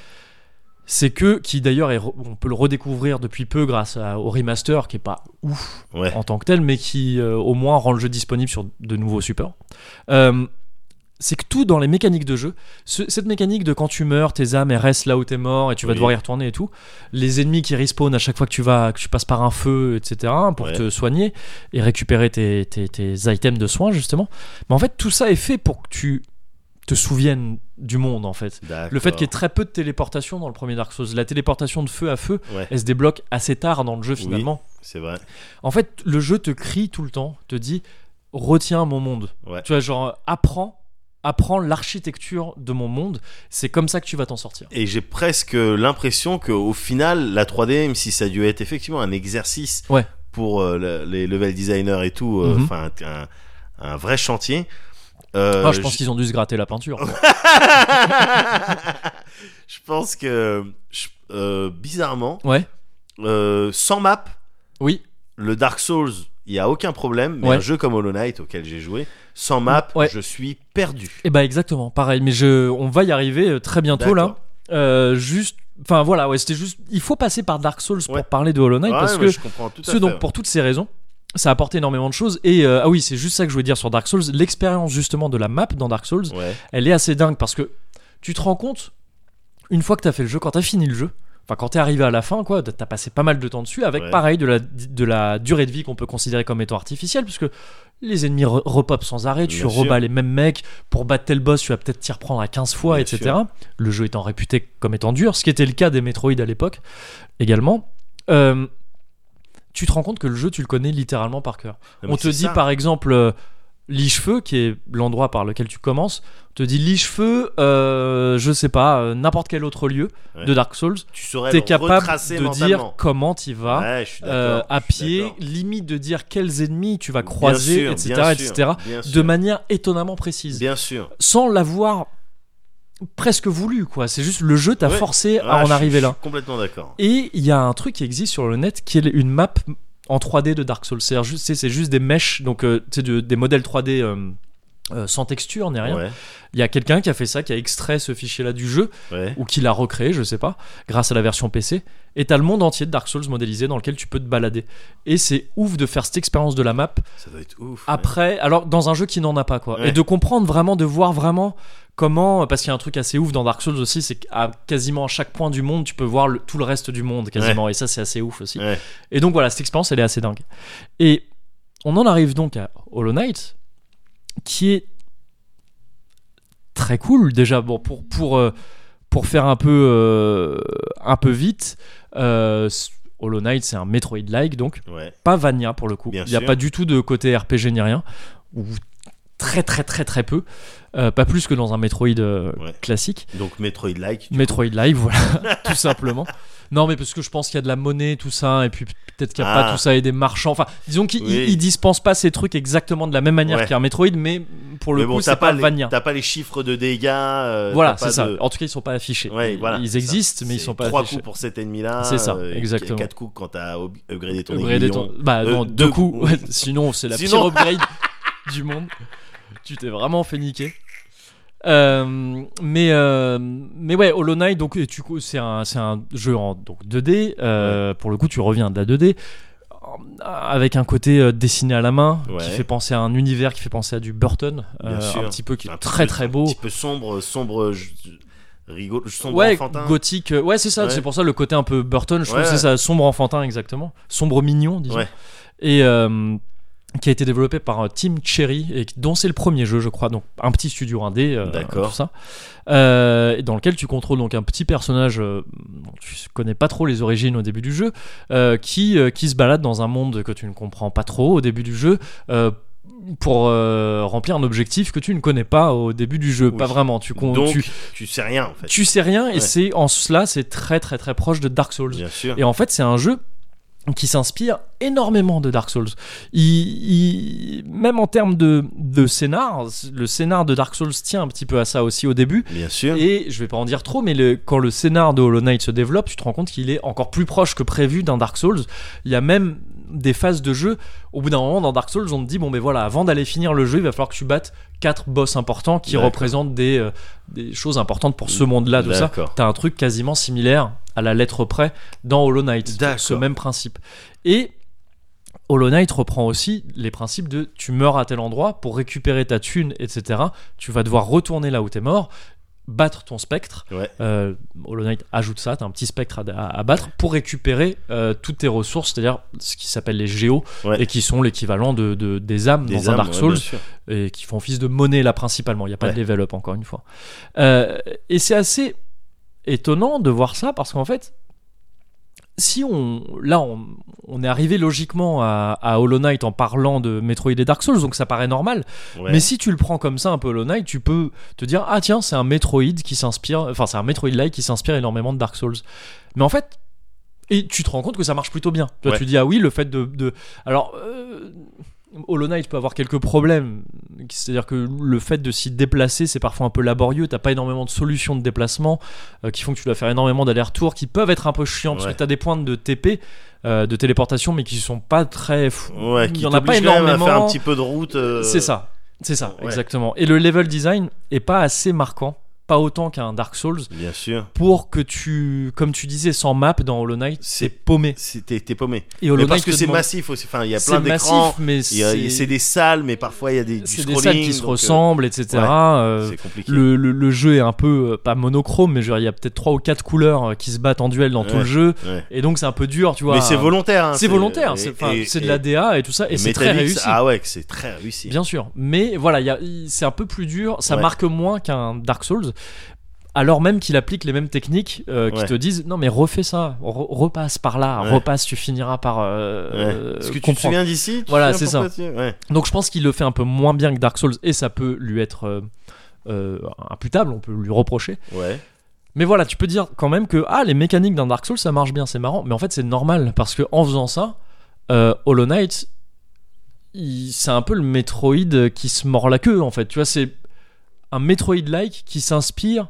Speaker 1: c'est que qui d'ailleurs est re- on peut le redécouvrir depuis peu grâce à- au remaster qui est pas ouf
Speaker 2: Ouais.
Speaker 1: en tant que tel mais qui euh, au moins rend le jeu disponible sur de nouveaux supports Euh, c'est que tout dans les mécaniques de jeu, ce- cette mécanique de quand tu meurs, tes âmes elles restent là où t'es mort et tu vas
Speaker 2: Oui.
Speaker 1: devoir y retourner et tout, les ennemis qui respawnent à chaque fois que tu vas, que tu passes par un feu, etc. pour
Speaker 2: Ouais.
Speaker 1: te soigner et récupérer tes, tes- tes items de soins justement. Mais en fait tout ça est fait pour que tu te souviennes du monde en fait. Le
Speaker 2: Euh.
Speaker 1: fait qu'il y ait très peu de téléportation dans le premier Dark Souls, la téléportation de feu à feu,
Speaker 2: Ouais.
Speaker 1: elle se débloque assez tard dans le jeu
Speaker 2: Oui.
Speaker 1: finalement.
Speaker 2: C'est vrai.
Speaker 1: En fait, le jeu te crie tout le temps, te dit retiens mon monde.
Speaker 2: Ouais.
Speaker 1: Tu vois, genre apprends, apprends l'architecture de mon monde, c'est comme ça que tu vas t'en sortir.
Speaker 2: Et j'ai presque l'impression qu'au final, la 3D, même si ça a dû être effectivement un exercice
Speaker 1: Ouais.
Speaker 2: pour euh, le- les level designers et tout, euh,
Speaker 1: Mhm.
Speaker 2: enfin un, un vrai chantier. euh,
Speaker 1: Ah, je pense
Speaker 2: j-
Speaker 1: qu'ils ont dû se gratter la peinture. quoi.
Speaker 2: je pense que je- euh, bizarrement,
Speaker 1: ouais,
Speaker 2: euh, sans map,
Speaker 1: oui,
Speaker 2: le Dark Souls il n'y a aucun problème, mais
Speaker 1: Ouais.
Speaker 2: un jeu comme Hollow Knight auquel j'ai joué, sans map,
Speaker 1: Ouais.
Speaker 2: je suis perdu.
Speaker 1: Et bah exactement, pareil. Mais je, on va y arriver euh, très bientôt là.
Speaker 2: D'accord.
Speaker 1: Euh, juste, enfin voilà, ouais, c'était juste. Il faut passer par Dark Souls
Speaker 2: Ouais.
Speaker 1: pour parler de Hollow Knight
Speaker 2: Ouais,
Speaker 1: parce
Speaker 2: mais
Speaker 1: que
Speaker 2: je comprends tout à
Speaker 1: ce
Speaker 2: fait.
Speaker 1: donc pour toutes ces raisons. Ça apporte énormément de choses et euh, ah oui c'est juste ça que je voulais dire sur Dark Souls l'expérience justement de la map dans Dark Souls
Speaker 2: Ouais.
Speaker 1: elle est assez dingue parce que tu te rends compte une fois que t'as fait le jeu quand t'as fini le jeu enfin quand t'es arrivé à la fin quoi t'as passé pas mal de temps dessus avec
Speaker 2: Ouais.
Speaker 1: pareil de la, de la durée de vie qu'on peut considérer comme étant artificielle puisque les ennemis re- repopent sans arrêt tu
Speaker 2: Bien sûr.
Speaker 1: rebats les mêmes mecs pour battre tel boss tu vas peut-être t'y reprendre à 15 fois
Speaker 2: Bien
Speaker 1: etc
Speaker 2: sûr.
Speaker 1: le jeu étant réputé comme étant dur ce qui était le cas des Metroid à l'époque également Euh, tu te rends compte que le jeu tu le connais littéralement par cœur
Speaker 2: Non, mais
Speaker 1: on te
Speaker 2: c'est
Speaker 1: dit
Speaker 2: ça.
Speaker 1: par exemple euh, Lichefeu, qui est l'endroit par lequel tu commences, on te dit Lichefeu, euh, je sais pas, euh, n'importe quel autre lieu
Speaker 2: Ouais.
Speaker 1: de Dark Souls,
Speaker 2: tu serais
Speaker 1: t'es capable
Speaker 2: retracé
Speaker 1: de dire
Speaker 2: mentalement.
Speaker 1: comment t'y vas
Speaker 2: Ouais, je suis d'accord,
Speaker 1: euh, à
Speaker 2: je suis
Speaker 1: pied,
Speaker 2: d'accord.
Speaker 1: limite de dire quels ennemis tu vas
Speaker 2: Bien
Speaker 1: croiser,
Speaker 2: sûr,
Speaker 1: etc.,
Speaker 2: bien sûr,
Speaker 1: etc.,
Speaker 2: bien
Speaker 1: de
Speaker 2: sûr,
Speaker 1: manière étonnamment précise,
Speaker 2: Bien sûr.
Speaker 1: sans l'avoir presque voulu, quoi. C'est juste le jeu t'a
Speaker 2: Ouais.
Speaker 1: forcé
Speaker 2: Ah,
Speaker 1: à
Speaker 2: je
Speaker 1: en
Speaker 2: suis-
Speaker 1: arriver
Speaker 2: je
Speaker 1: là.
Speaker 2: suis Complètement d'accord.
Speaker 1: Et il y a un truc qui existe sur le net qui est une map en 3D de Dark Souls. C'est-à-dire, juste- C'est c'est juste des mèches, donc euh, tu sais, de- des modèles 3D euh, euh, sans texture ni rien. Il
Speaker 2: Ouais,
Speaker 1: y a quelqu'un qui a fait ça, qui a extrait ce fichier-là du jeu,
Speaker 2: ouais.
Speaker 1: ou qui l'a recréé, je sais pas, grâce à la version PC. Et t'as le monde entier de Dark Souls modélisé dans lequel tu peux te balader. Et c'est ouf de faire cette expérience de la map
Speaker 2: Ça doit être ouf. ouais.
Speaker 1: après, alors dans un jeu qui n'en a pas quoi,
Speaker 2: Ouais.
Speaker 1: et de comprendre vraiment, de voir vraiment comment, parce qu'il y a un truc assez ouf dans Dark Souls aussi, c'est qu'à quasiment à chaque point du monde, tu peux voir le- tout le reste du monde quasiment, et ça c'est assez ouf aussi.
Speaker 2: Ouais.
Speaker 1: Et donc voilà, cette expérience elle est assez dingue. Et on en arrive donc à Hollow Knight, qui est très cool déjà. Bon pour pour euh, pour faire un peu euh, un peu vite, euh, Hollow Knight c'est un Metroid-like donc
Speaker 2: Ouais.
Speaker 1: pas Vania pour le coup.
Speaker 2: Bien
Speaker 1: Il n'y a
Speaker 2: sûr.
Speaker 1: pas du tout de côté RPG ni rien. Ou très très très très peu. Euh, pas plus que dans un Metroid euh,
Speaker 2: Ouais.
Speaker 1: classique.
Speaker 2: Donc Metroid-like.
Speaker 1: Metroid Live, voilà, tout simplement. Non, mais parce que je pense qu'il y a de la monnaie, tout ça, et puis peut-être qu'il n'y a
Speaker 2: Ah.
Speaker 1: pas tout ça et des marchands. Enfin, disons qu'ils
Speaker 2: Oui.
Speaker 1: ils dispensent pas ces trucs exactement de la même manière
Speaker 2: Ouais.
Speaker 1: qu'un Metroid, mais pour le
Speaker 2: Mais bon,
Speaker 1: coup,
Speaker 2: t'as
Speaker 1: c'est
Speaker 2: pas,
Speaker 1: pas,
Speaker 2: les-
Speaker 1: Vania.
Speaker 2: t'as pas les chiffres de dégâts. euh,
Speaker 1: Voilà,
Speaker 2: t'as pas
Speaker 1: c'est ça.
Speaker 2: de-
Speaker 1: En tout cas, ils sont pas affichés.
Speaker 2: Ouais, voilà,
Speaker 1: ils
Speaker 2: c'est ça.
Speaker 1: existent, mais ils
Speaker 2: C'est
Speaker 1: sont pas
Speaker 2: Trois
Speaker 1: affichés.
Speaker 2: coups pour cet ennemi-là.
Speaker 1: C'est ça,
Speaker 2: euh, et
Speaker 1: exactement.
Speaker 2: Quatre coups quand t'as ob- upgradé ton
Speaker 1: Upgrader
Speaker 2: aiguillon.
Speaker 1: ton- Bah
Speaker 2: Euh,
Speaker 1: non,
Speaker 2: deux
Speaker 1: deux, coups.
Speaker 2: coups.
Speaker 1: Ouais, sinon, c'est la
Speaker 2: Sinon-
Speaker 1: pire upgrade du monde. Tu t'es vraiment fait niquer. Euh, mais euh, mais ouais Hollow Knight donc et tu c'est un c'est un jeu en donc 2D euh, pour le coup tu reviens de la 2D euh, avec un côté euh, dessiné à la main
Speaker 2: Ouais.
Speaker 1: qui fait penser à un univers qui fait penser à du Burton
Speaker 2: Bien
Speaker 1: euh,
Speaker 2: sûr.
Speaker 1: un petit peu qui
Speaker 2: Un
Speaker 1: est
Speaker 2: petit
Speaker 1: très
Speaker 2: peu-
Speaker 1: très
Speaker 2: Un
Speaker 1: beau
Speaker 2: petit peu sombre, sombre, je- rigolo, sombre
Speaker 1: Oh. ouais,
Speaker 2: enfantin.
Speaker 1: gothique. euh, Ouais, c'est ça.
Speaker 2: Ouais.
Speaker 1: C'est pour ça le côté un peu Burton. Je trouve
Speaker 2: Ouais,
Speaker 1: que c'est ça,
Speaker 2: ouais.
Speaker 1: sombre enfantin exactement, sombre mignon, disons.
Speaker 2: Ouais.
Speaker 1: Et euh, qui a été développé par euh, Tim Cherry et qui- dont c'est le premier jeu, je crois. Donc un petit studio indé, euh,
Speaker 2: D'accord.
Speaker 1: tout ça. Euh, et dans lequel tu contrôles donc un petit personnage. euh, dont tu connais pas trop les origines au début du jeu, euh, qui euh, qui se balade dans un monde que tu ne comprends pas trop au début du jeu. euh, pour euh, remplir un objectif que tu ne connais pas au début du jeu,
Speaker 2: Oui.
Speaker 1: pas vraiment. Tu, con-
Speaker 2: Donc,
Speaker 1: tu,
Speaker 2: tu... sais rien en fait.
Speaker 1: tu sais rien et
Speaker 2: Ouais.
Speaker 1: c'est en cela c'est très très très proche de Dark Souls.
Speaker 2: Bien sûr.
Speaker 1: Et en fait c'est un jeu qui s'inspire énormément de Dark Souls. Il, il- même en termes de, de scénar, le scénar de Dark Souls tient un petit peu à ça aussi au début.
Speaker 2: Bien sûr.
Speaker 1: Et je vais pas en dire trop, mais le- quand le scénar de Hollow Knight se développe, tu te rends compte qu'il est encore plus proche que prévu d'un Dark Souls. Il y a même des phases de jeu. Au bout d'un moment, dans Dark Souls, on te dit bon, mais voilà, avant d'aller finir le jeu, il va falloir que tu battes quatre boss importants qui
Speaker 2: D'accord.
Speaker 1: représentent des, euh, des choses importantes pour ce monde-là, tout ça.
Speaker 2: D'accord.
Speaker 1: T'as un truc quasiment similaire à la lettre près dans Hollow Knight.
Speaker 2: D'accord.
Speaker 1: Ce même principe. Et Hollow Knight reprend aussi les principes de tu meurs à tel endroit pour récupérer ta thune, etc. Tu vas devoir retourner là où t'es mort, battre ton spectre.
Speaker 2: Ouais.
Speaker 1: Euh, Hollow Knight ajoute ça, t'as un petit spectre à, à- à battre pour récupérer euh, toutes tes ressources, c'est-à-dire ce qui s'appelle les géos
Speaker 2: Ouais.
Speaker 1: et qui sont l'équivalent de, de- des âmes
Speaker 2: Des
Speaker 1: dans un
Speaker 2: âmes,
Speaker 1: Dark
Speaker 2: ouais,
Speaker 1: Souls
Speaker 2: bien sûr.
Speaker 1: et qui font office de monnaie là principalement. Il n'y a pas
Speaker 2: Ouais.
Speaker 1: de level up encore une fois. Euh, et c'est assez étonnant de voir ça parce qu'en fait, si on là on, on est arrivé logiquement à, à Hollow Knight en parlant de Metroid et Dark Souls, donc ça paraît normal.
Speaker 2: Ouais.
Speaker 1: Mais si tu le prends comme ça un peu Hollow Knight, tu peux te dire ah tiens c'est un Metroid qui s'inspire, enfin c'est un Metroid-like qui s'inspire énormément de Dark Souls. Mais en fait et tu te rends compte que ça marche plutôt bien. Toi,
Speaker 2: Ouais.
Speaker 1: tu dis ah oui le fait de, de- alors euh, Hollow Knight peut avoir quelques problèmes. C'est-à-dire que le fait de s'y déplacer, c'est parfois un peu laborieux. T'as pas énormément de solutions de déplacement euh, qui font que tu dois faire énormément d'allers-retours qui peuvent être un peu chiants parce
Speaker 2: Ouais.
Speaker 1: que t'as des points de TP, euh, de téléportation, mais qui sont pas très. fou-
Speaker 2: Ouais, qui
Speaker 1: Il y en a pas
Speaker 2: t'oblige quand même à
Speaker 1: énormément.
Speaker 2: faire un petit peu de route. euh,
Speaker 1: C'est ça, c'est ça,
Speaker 2: ouais.
Speaker 1: exactement. Et le level design est pas assez marquant, pas autant qu'un Dark Souls,
Speaker 2: Bien sûr.
Speaker 1: pour que tu, comme tu disais, sans map dans Hollow Knight,
Speaker 2: C'est-
Speaker 1: c'est paumé.
Speaker 2: C'est- T'es t'es paumé.
Speaker 1: Et Hollow
Speaker 2: mais parce
Speaker 1: Knight
Speaker 2: que
Speaker 1: te
Speaker 2: c'est
Speaker 1: demande-
Speaker 2: massif aussi. Enfin, il y a
Speaker 1: c'est
Speaker 2: plein d'écrans.
Speaker 1: massif, mais
Speaker 2: il y a- C'est
Speaker 1: c'est
Speaker 2: des salles, mais parfois il y a des, du
Speaker 1: c'est des
Speaker 2: scrolling.
Speaker 1: salles qui se
Speaker 2: donc, euh,
Speaker 1: ressemblent, etc.
Speaker 2: ouais,
Speaker 1: Euh,
Speaker 2: C'est compliqué.
Speaker 1: le, le- le jeu est un peu euh, pas monochrome, mais je veux dire, il y a peut-être trois ou quatre couleurs euh, qui se battent en duel dans tout
Speaker 2: Ouais.
Speaker 1: le jeu,
Speaker 2: Ouais.
Speaker 1: et donc c'est un peu dur, tu vois.
Speaker 2: Mais c'est volontaire. hein,
Speaker 1: C'est volontaire, c'est
Speaker 2: et-
Speaker 1: enfin,
Speaker 2: et-
Speaker 1: c'est de
Speaker 2: et-
Speaker 1: la DA et tout ça, et c'est très
Speaker 2: Metal Gear,
Speaker 1: réussi.
Speaker 2: Ah ouais, que c'est très réussi.
Speaker 1: Bien sûr, mais voilà, il y a- il- c'est un peu plus dur, ça
Speaker 2: Ouais.
Speaker 1: marque moins qu'un Dark Souls, alors même qu'il applique les mêmes techniques euh, qui
Speaker 2: Ouais.
Speaker 1: te disent non mais refais ça, re- repasse par là,
Speaker 2: Ouais.
Speaker 1: repasse, tu finiras par
Speaker 2: Ouais.
Speaker 1: euh,
Speaker 2: Est-ce que tu te
Speaker 1: comprendre.
Speaker 2: souviens d'ici Tu
Speaker 1: Voilà,
Speaker 2: te souviens
Speaker 1: c'est
Speaker 2: pourquoi tu- Ouais.
Speaker 1: Donc je pense qu'il le fait un peu moins bien que Dark Souls et ça peut lui être euh, euh, imputable, on peut lui reprocher.
Speaker 2: Ouais.
Speaker 1: Mais voilà, tu peux dire quand même que ah les mécaniques d'un Dark Souls ça marche bien, c'est marrant, mais en fait c'est normal parce que en faisant ça, euh, Hollow Knight, il- c'est un peu le Metroid qui se mord la queue en fait. Tu vois, c'est un Metroid-like qui s'inspire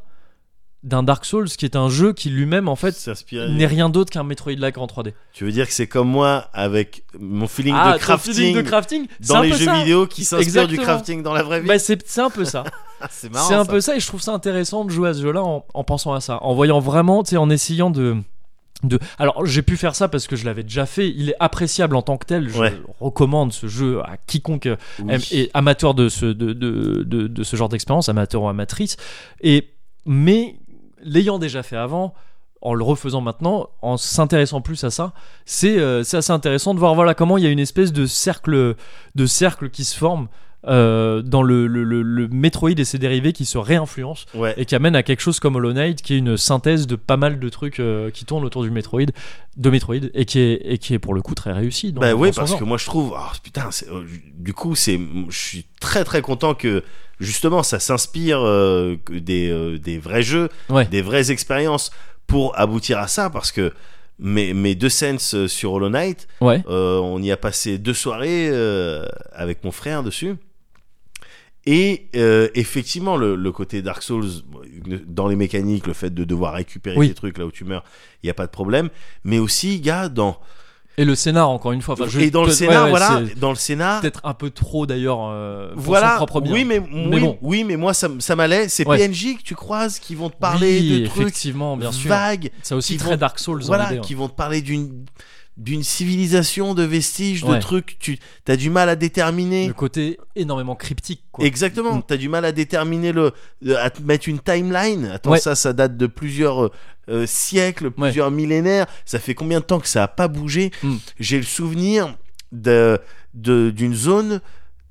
Speaker 1: d'un Dark Souls qui est un jeu qui lui-même en fait
Speaker 2: S'inspirer.
Speaker 1: n'est rien d'autre qu'un Metroid-like en 3D.
Speaker 2: Tu veux dire que c'est comme moi avec mon feeling
Speaker 1: ah,
Speaker 2: de
Speaker 1: ton feeling
Speaker 2: crafting
Speaker 1: de crafting, c'est
Speaker 2: dans
Speaker 1: un
Speaker 2: les
Speaker 1: peu
Speaker 2: jeux
Speaker 1: ça.
Speaker 2: vidéo qui s'inspirent du
Speaker 1: Exactement.
Speaker 2: crafting dans la vraie vie.
Speaker 1: Bah, c'est c'est un peu ça.
Speaker 2: Ah, c'est marrant.
Speaker 1: C'est un
Speaker 2: ça.
Speaker 1: peu ça et je trouve ça intéressant de jouer à ce jeu-là en, en pensant à ça, en voyant vraiment, tu sais, en essayant de. De... Alors j'ai pu faire ça parce que je l'avais déjà fait, il est appréciable en tant que tel, je
Speaker 2: Ouais.
Speaker 1: recommande ce jeu à quiconque euh,
Speaker 2: Oui.
Speaker 1: aime- est amateur de ce, de, de, de- de ce genre d'expérience, amateur ou amatrice, et, mais l'ayant déjà fait avant, en le refaisant maintenant, en s'intéressant plus à ça, c'est euh, c'est assez intéressant de voir voilà, comment il y a une espèce de cercle, de cercle qui se forme euh, dans le, le, le- le Metroid et ses dérivés qui se réinfluencent
Speaker 2: Ouais.
Speaker 1: et qui amène à quelque chose comme Hollow Knight qui est une synthèse de pas mal de trucs euh, qui tournent autour du Metroid de Metroid et qui est, et qui est pour le coup très réussi dans-
Speaker 2: Bah oui,
Speaker 1: dans son
Speaker 2: parce
Speaker 1: genre.
Speaker 2: que moi je trouve, ah, putain, c'est- euh, du coup, c'est, je suis très très content que justement ça s'inspire euh, que des, euh, des vrais jeux,
Speaker 1: Ouais.
Speaker 2: des vraies expériences pour aboutir à ça, parce que mes, mes deux cents euh, sur Hollow Knight,
Speaker 1: ouais
Speaker 2: euh, on y a passé deux soirées euh, avec mon frère dessus. Et euh, effectivement, le, le côté Dark Souls, dans les mécaniques, le fait de devoir récupérer
Speaker 1: Oui.
Speaker 2: des trucs là où tu meurs, il n'y a pas de problème. Mais aussi, gars, dans
Speaker 1: et le scénar encore une fois Enfin, je-
Speaker 2: et dans le
Speaker 1: peut-
Speaker 2: scénar,
Speaker 1: ouais, ouais,
Speaker 2: voilà,
Speaker 1: c'est
Speaker 2: dans le scénar,
Speaker 1: peut-être un peu trop d'ailleurs euh, pour son
Speaker 2: Ah. voilà,
Speaker 1: propre bien
Speaker 2: oui, mais, oui,
Speaker 1: bon.
Speaker 2: oui, mais moi ça, m- ça m'allait. C'est
Speaker 1: Ouais.
Speaker 2: PNJ que tu croises qui vont te parler
Speaker 1: Oui,
Speaker 2: de trucs
Speaker 1: effectivement bien sûr
Speaker 2: vagues,
Speaker 1: c'est aussi
Speaker 2: qui
Speaker 1: très
Speaker 2: vont-
Speaker 1: Dark Souls en
Speaker 2: voilà,
Speaker 1: idée, hein.
Speaker 2: qui vont te parler d'une d'une civilisation de vestiges,
Speaker 1: Ouais.
Speaker 2: de trucs. Tu as du mal à déterminer.
Speaker 1: le côté énormément cryptique quoi.
Speaker 2: Exactement,
Speaker 1: Mm.
Speaker 2: t'as du mal à déterminer le, euh, à te mettre une timeline. Attends,
Speaker 1: Ouais.
Speaker 2: ça, ça date de plusieurs euh, euh, siècles, plusieurs millénaires. Ça fait combien de temps que ça a pas bougé
Speaker 1: Mm.
Speaker 2: J'ai le souvenir de de- d'une zone.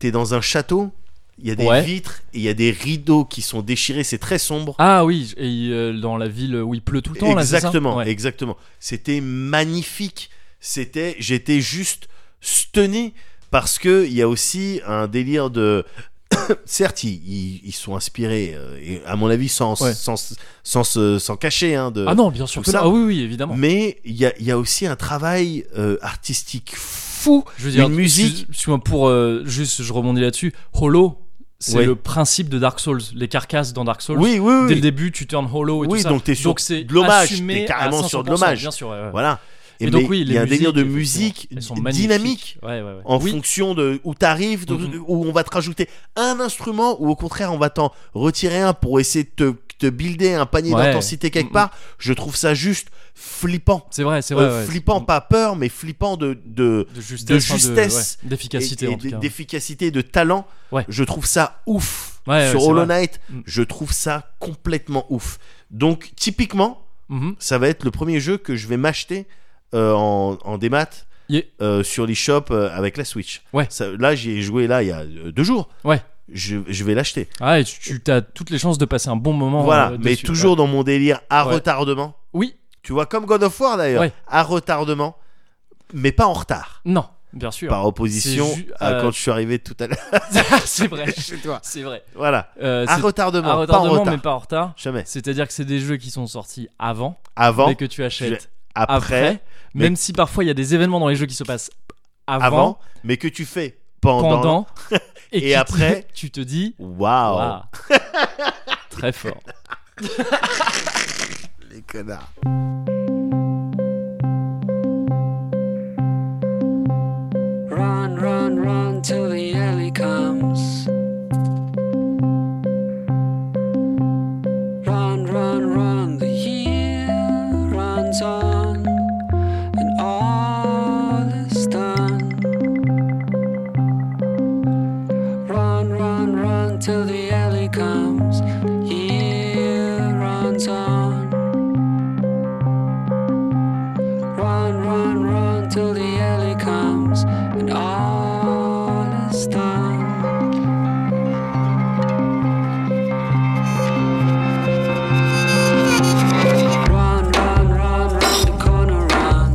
Speaker 2: T'es dans un château. Il y a des
Speaker 1: Ouais.
Speaker 2: vitres et il y a des rideaux qui sont déchirés. C'est très sombre.
Speaker 1: ah oui et euh, dans la ville où il pleut tout le temps là, c'est ça
Speaker 2: exactement,
Speaker 1: Ouais.
Speaker 2: exactement. C'était magnifique. C'était, j'étais juste stunné parce que il y a aussi un délire de. Certes, ils, ils- ils sont inspirés, euh, et à mon avis, sans
Speaker 1: Ouais.
Speaker 2: sans, sans, se- sans cacher. hein, de...
Speaker 1: ah non bien sûr
Speaker 2: tout
Speaker 1: que
Speaker 2: ça.
Speaker 1: non. ah oui oui évidemment
Speaker 2: Mais il y a, il y a aussi un travail euh, artistique fou.
Speaker 1: Je veux dire,
Speaker 2: Une musique.
Speaker 1: excuse- excuse-moi, pour euh, juste, je rebondis là-dessus. Hollow, c'est
Speaker 2: Ouais.
Speaker 1: le principe de Dark Souls. Les carcasses dans Dark Souls.
Speaker 2: Oui, oui,
Speaker 1: Dès
Speaker 2: oui.
Speaker 1: le début, tu turns Hollow et
Speaker 2: Oui,
Speaker 1: tout ça.
Speaker 2: donc t'es sur
Speaker 1: c'est
Speaker 2: de l'hommage,
Speaker 1: assumé
Speaker 2: t'es carrément
Speaker 1: à
Speaker 2: sur de
Speaker 1: 500%,
Speaker 2: l'hommage.
Speaker 1: Bien sûr. ouais, ouais.
Speaker 2: Voilà. Et
Speaker 1: Mais
Speaker 2: mais
Speaker 1: donc oui,
Speaker 2: il
Speaker 1: les
Speaker 2: y a un délire de
Speaker 1: musiques,
Speaker 2: musique
Speaker 1: effectivement, elles sont
Speaker 2: d-
Speaker 1: magnifiques.
Speaker 2: dynamique.
Speaker 1: Ouais, ouais, ouais.
Speaker 2: en
Speaker 1: Oui,
Speaker 2: fonction de où t'arrives, de-
Speaker 1: Mhm.
Speaker 2: où on va te rajouter un instrument, ou au contraire on va t'en retirer un pour essayer de te, te builder un panier
Speaker 1: Ouais.
Speaker 2: d'intensité quelque
Speaker 1: Mhm.
Speaker 2: part. Je trouve ça juste flippant,
Speaker 1: c'est vrai, c'est vrai.
Speaker 2: Euh,
Speaker 1: ouais.
Speaker 2: flippant, pas peur, mais flippant de, de
Speaker 1: de justesse,
Speaker 2: de
Speaker 1: enfin,
Speaker 2: justesse
Speaker 1: ouais, d'efficacité
Speaker 2: et- et
Speaker 1: en tout
Speaker 2: d-
Speaker 1: cas.
Speaker 2: d'efficacité, de talent.
Speaker 1: Ouais.
Speaker 2: Je trouve ça ouf
Speaker 1: Ouais,
Speaker 2: sur
Speaker 1: ouais, c'est
Speaker 2: Hollow
Speaker 1: vrai.
Speaker 2: Knight.
Speaker 1: Mhm.
Speaker 2: Je trouve ça complètement ouf. Donc typiquement,
Speaker 1: Mhm.
Speaker 2: ça va être le premier jeu que je vais m'acheter euh, en, en démat
Speaker 1: Yeah.
Speaker 2: euh, sur l'eShop euh, avec la Switch.
Speaker 1: Ouais.
Speaker 2: Ça- là, j'y ai joué là il y a euh, deux jours.
Speaker 1: Ouais.
Speaker 2: Je, je vais l'acheter.
Speaker 1: Ah, et tu as toutes les chances de passer un bon moment.
Speaker 2: voilà,
Speaker 1: euh,
Speaker 2: mais
Speaker 1: dessus,
Speaker 2: toujours
Speaker 1: ouais.
Speaker 2: dans mon délire à
Speaker 1: Ouais.
Speaker 2: retardement.
Speaker 1: Oui,
Speaker 2: Tu vois, comme God of War d'ailleurs,
Speaker 1: Ouais.
Speaker 2: à retardement, mais pas en retard.
Speaker 1: non, bien sûr.
Speaker 2: Par opposition
Speaker 1: C'est ju-
Speaker 2: à
Speaker 1: euh,
Speaker 2: quand je suis arrivé tout à l'heure.
Speaker 1: c'est vrai. C'est vrai.
Speaker 2: voilà,
Speaker 1: Euh,
Speaker 2: à
Speaker 1: c'est- à
Speaker 2: retardement, pas en
Speaker 1: retardement,
Speaker 2: retard.
Speaker 1: mais pas en retard.
Speaker 2: Jamais.
Speaker 1: C'est-à-dire que c'est des jeux qui sont sortis avant,
Speaker 2: Avant,
Speaker 1: mais que tu achètes
Speaker 2: après,
Speaker 1: après,
Speaker 2: mais-
Speaker 1: même si parfois il y a des événements dans les jeux qui se passent avant.
Speaker 2: avant, mais que tu fais pendant.
Speaker 1: pendant
Speaker 2: Et
Speaker 1: qui-
Speaker 2: après Ah
Speaker 1: tu te dis
Speaker 2: Waouh
Speaker 1: waouh. très fort
Speaker 2: Les connards.
Speaker 4: Run, run, run till the alley comes. Run, run, run, the year runs on, and all is done. Run, run, run till the alley comes. Year runs on. Run, run, run till the alley comes and all is done. Run, run, run, run the corner, run.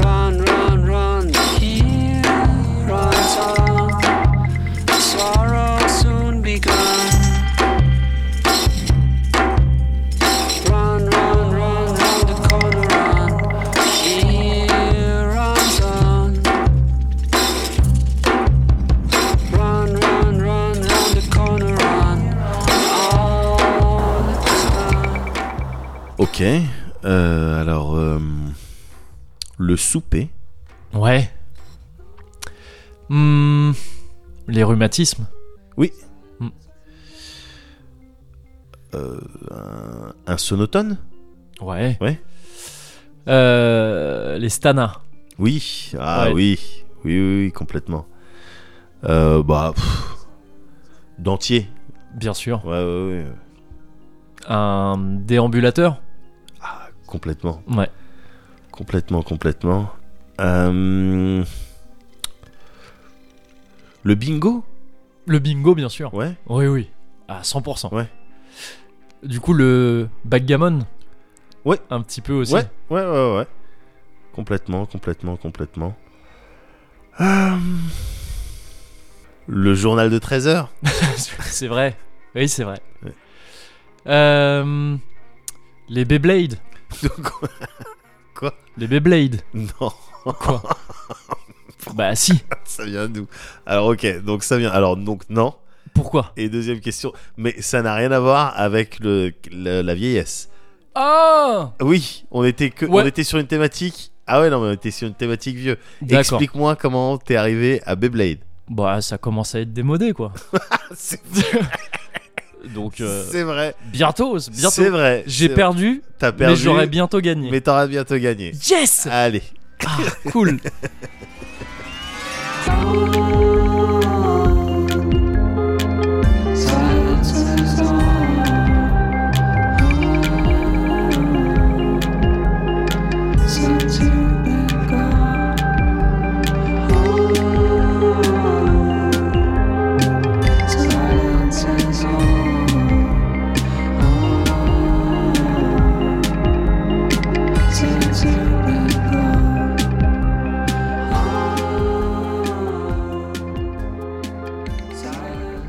Speaker 4: Run, run, run, the year runs on. Sorrow soon begun. Run, run, run, round the corner, run. Here runs on. Run, run, run, round the corner, run. All is done.
Speaker 2: Ok. euh, alors, euh, le souper.
Speaker 1: ouais Hmm, les rhumatismes
Speaker 2: euh, un, un sonotone
Speaker 1: ouais
Speaker 2: Ouais.
Speaker 1: Euh, les stanas
Speaker 2: Oui. Ah
Speaker 1: Ouais.
Speaker 2: oui. oui. Oui, oui, complètement. Euh, bah. pff, Dentier.
Speaker 1: bien sûr
Speaker 2: Ouais, ouais, ouais.
Speaker 1: un déambulateur
Speaker 2: Ah, complètement.
Speaker 1: ouais
Speaker 2: Complètement, complètement. Euh, Le bingo
Speaker 1: le bingo bien sûr
Speaker 2: Ouais.
Speaker 1: oui oui à 100%
Speaker 2: Ouais.
Speaker 1: du coup le backgammon
Speaker 2: Ouais.
Speaker 1: un petit peu aussi
Speaker 2: Ouais, ouais, ouais, ouais. Complètement, complètement, complètement. Euh, Le journal de 13 heures
Speaker 1: c'est vrai oui c'est vrai
Speaker 2: Ouais.
Speaker 1: Euh, les Beyblade
Speaker 2: Quoi
Speaker 1: les Beyblade
Speaker 2: Non,
Speaker 1: Quoi Bah si.
Speaker 2: ça vient d'où Alors ok, donc ça vient... Alors donc non.
Speaker 1: Pourquoi
Speaker 2: Et deuxième question, mais ça n'a rien à voir avec le, le- la vieillesse.
Speaker 1: Ah
Speaker 2: Oui, on était, que,
Speaker 1: Ouais.
Speaker 2: on était sur une thématique... Ah ouais, non, mais on était sur une thématique vieux.
Speaker 1: D'accord.
Speaker 2: Explique-moi comment t'es arrivé à Beyblade.
Speaker 1: Bah ça commence à être démodé quoi.
Speaker 2: C'est
Speaker 1: Donc euh,
Speaker 2: C'est vrai.
Speaker 1: bientôt, c'est
Speaker 2: C'est
Speaker 1: bientôt.
Speaker 2: vrai.
Speaker 1: J'ai
Speaker 2: c'est-
Speaker 1: perdu,
Speaker 2: T'as perdu.
Speaker 1: mais j'aurais bientôt gagné.
Speaker 2: Mais t'auras bientôt gagné.
Speaker 1: Yes
Speaker 2: Allez.
Speaker 1: Ah, Cool.
Speaker 4: Silence is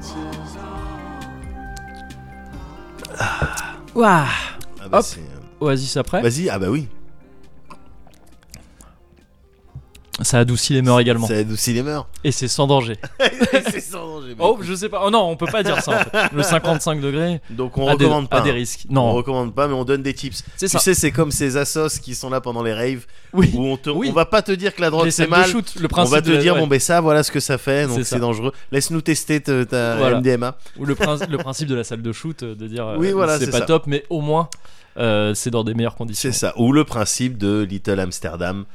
Speaker 4: on.
Speaker 1: Ouah.
Speaker 2: Ah bah
Speaker 1: Hop.
Speaker 2: c'est-
Speaker 1: Oasis après.
Speaker 2: Vas-y. Ah bah oui.
Speaker 1: Ça adoucit les mœurs également.
Speaker 2: Ça adoucit les mœurs.
Speaker 1: Et c'est sans danger.
Speaker 2: c'est sans danger.
Speaker 1: Oh je sais pas. Oh non on peut pas dire ça. en fait. Le 55 degrés.
Speaker 2: Donc on
Speaker 1: a Ah, des,
Speaker 2: recommande
Speaker 1: a
Speaker 2: pas.
Speaker 1: des
Speaker 2: hein.
Speaker 1: risques.
Speaker 2: On
Speaker 1: Non.
Speaker 2: recommande pas, mais on donne des tips.
Speaker 1: C'est
Speaker 2: Tu
Speaker 1: ça.
Speaker 2: sais, c'est comme ces assos qui sont là pendant les raves
Speaker 1: Oui.
Speaker 2: où on te,
Speaker 1: Oui.
Speaker 2: on va pas te dire que la drogue
Speaker 1: Les
Speaker 2: c'est
Speaker 1: scènes de
Speaker 2: mal.
Speaker 1: shoot. Le
Speaker 2: On
Speaker 1: principe.
Speaker 2: va te
Speaker 1: de la-
Speaker 2: dire
Speaker 1: ouais.
Speaker 2: bon ben ça voilà ce que ça fait donc
Speaker 1: C'est
Speaker 2: c'est
Speaker 1: ça.
Speaker 2: dangereux. Laisse-nous tester te- ta
Speaker 1: Voilà.
Speaker 2: MDMA.
Speaker 1: Ou le, prince- le principe de la salle de shoot, euh, de dire euh,
Speaker 2: bah- Oui, voilà,
Speaker 1: c'est
Speaker 2: c'est
Speaker 1: pas
Speaker 2: ça.
Speaker 1: top, mais au moins euh, c'est dans des meilleures conditions.
Speaker 2: C'est ça. Ou le principe de Little Amsterdam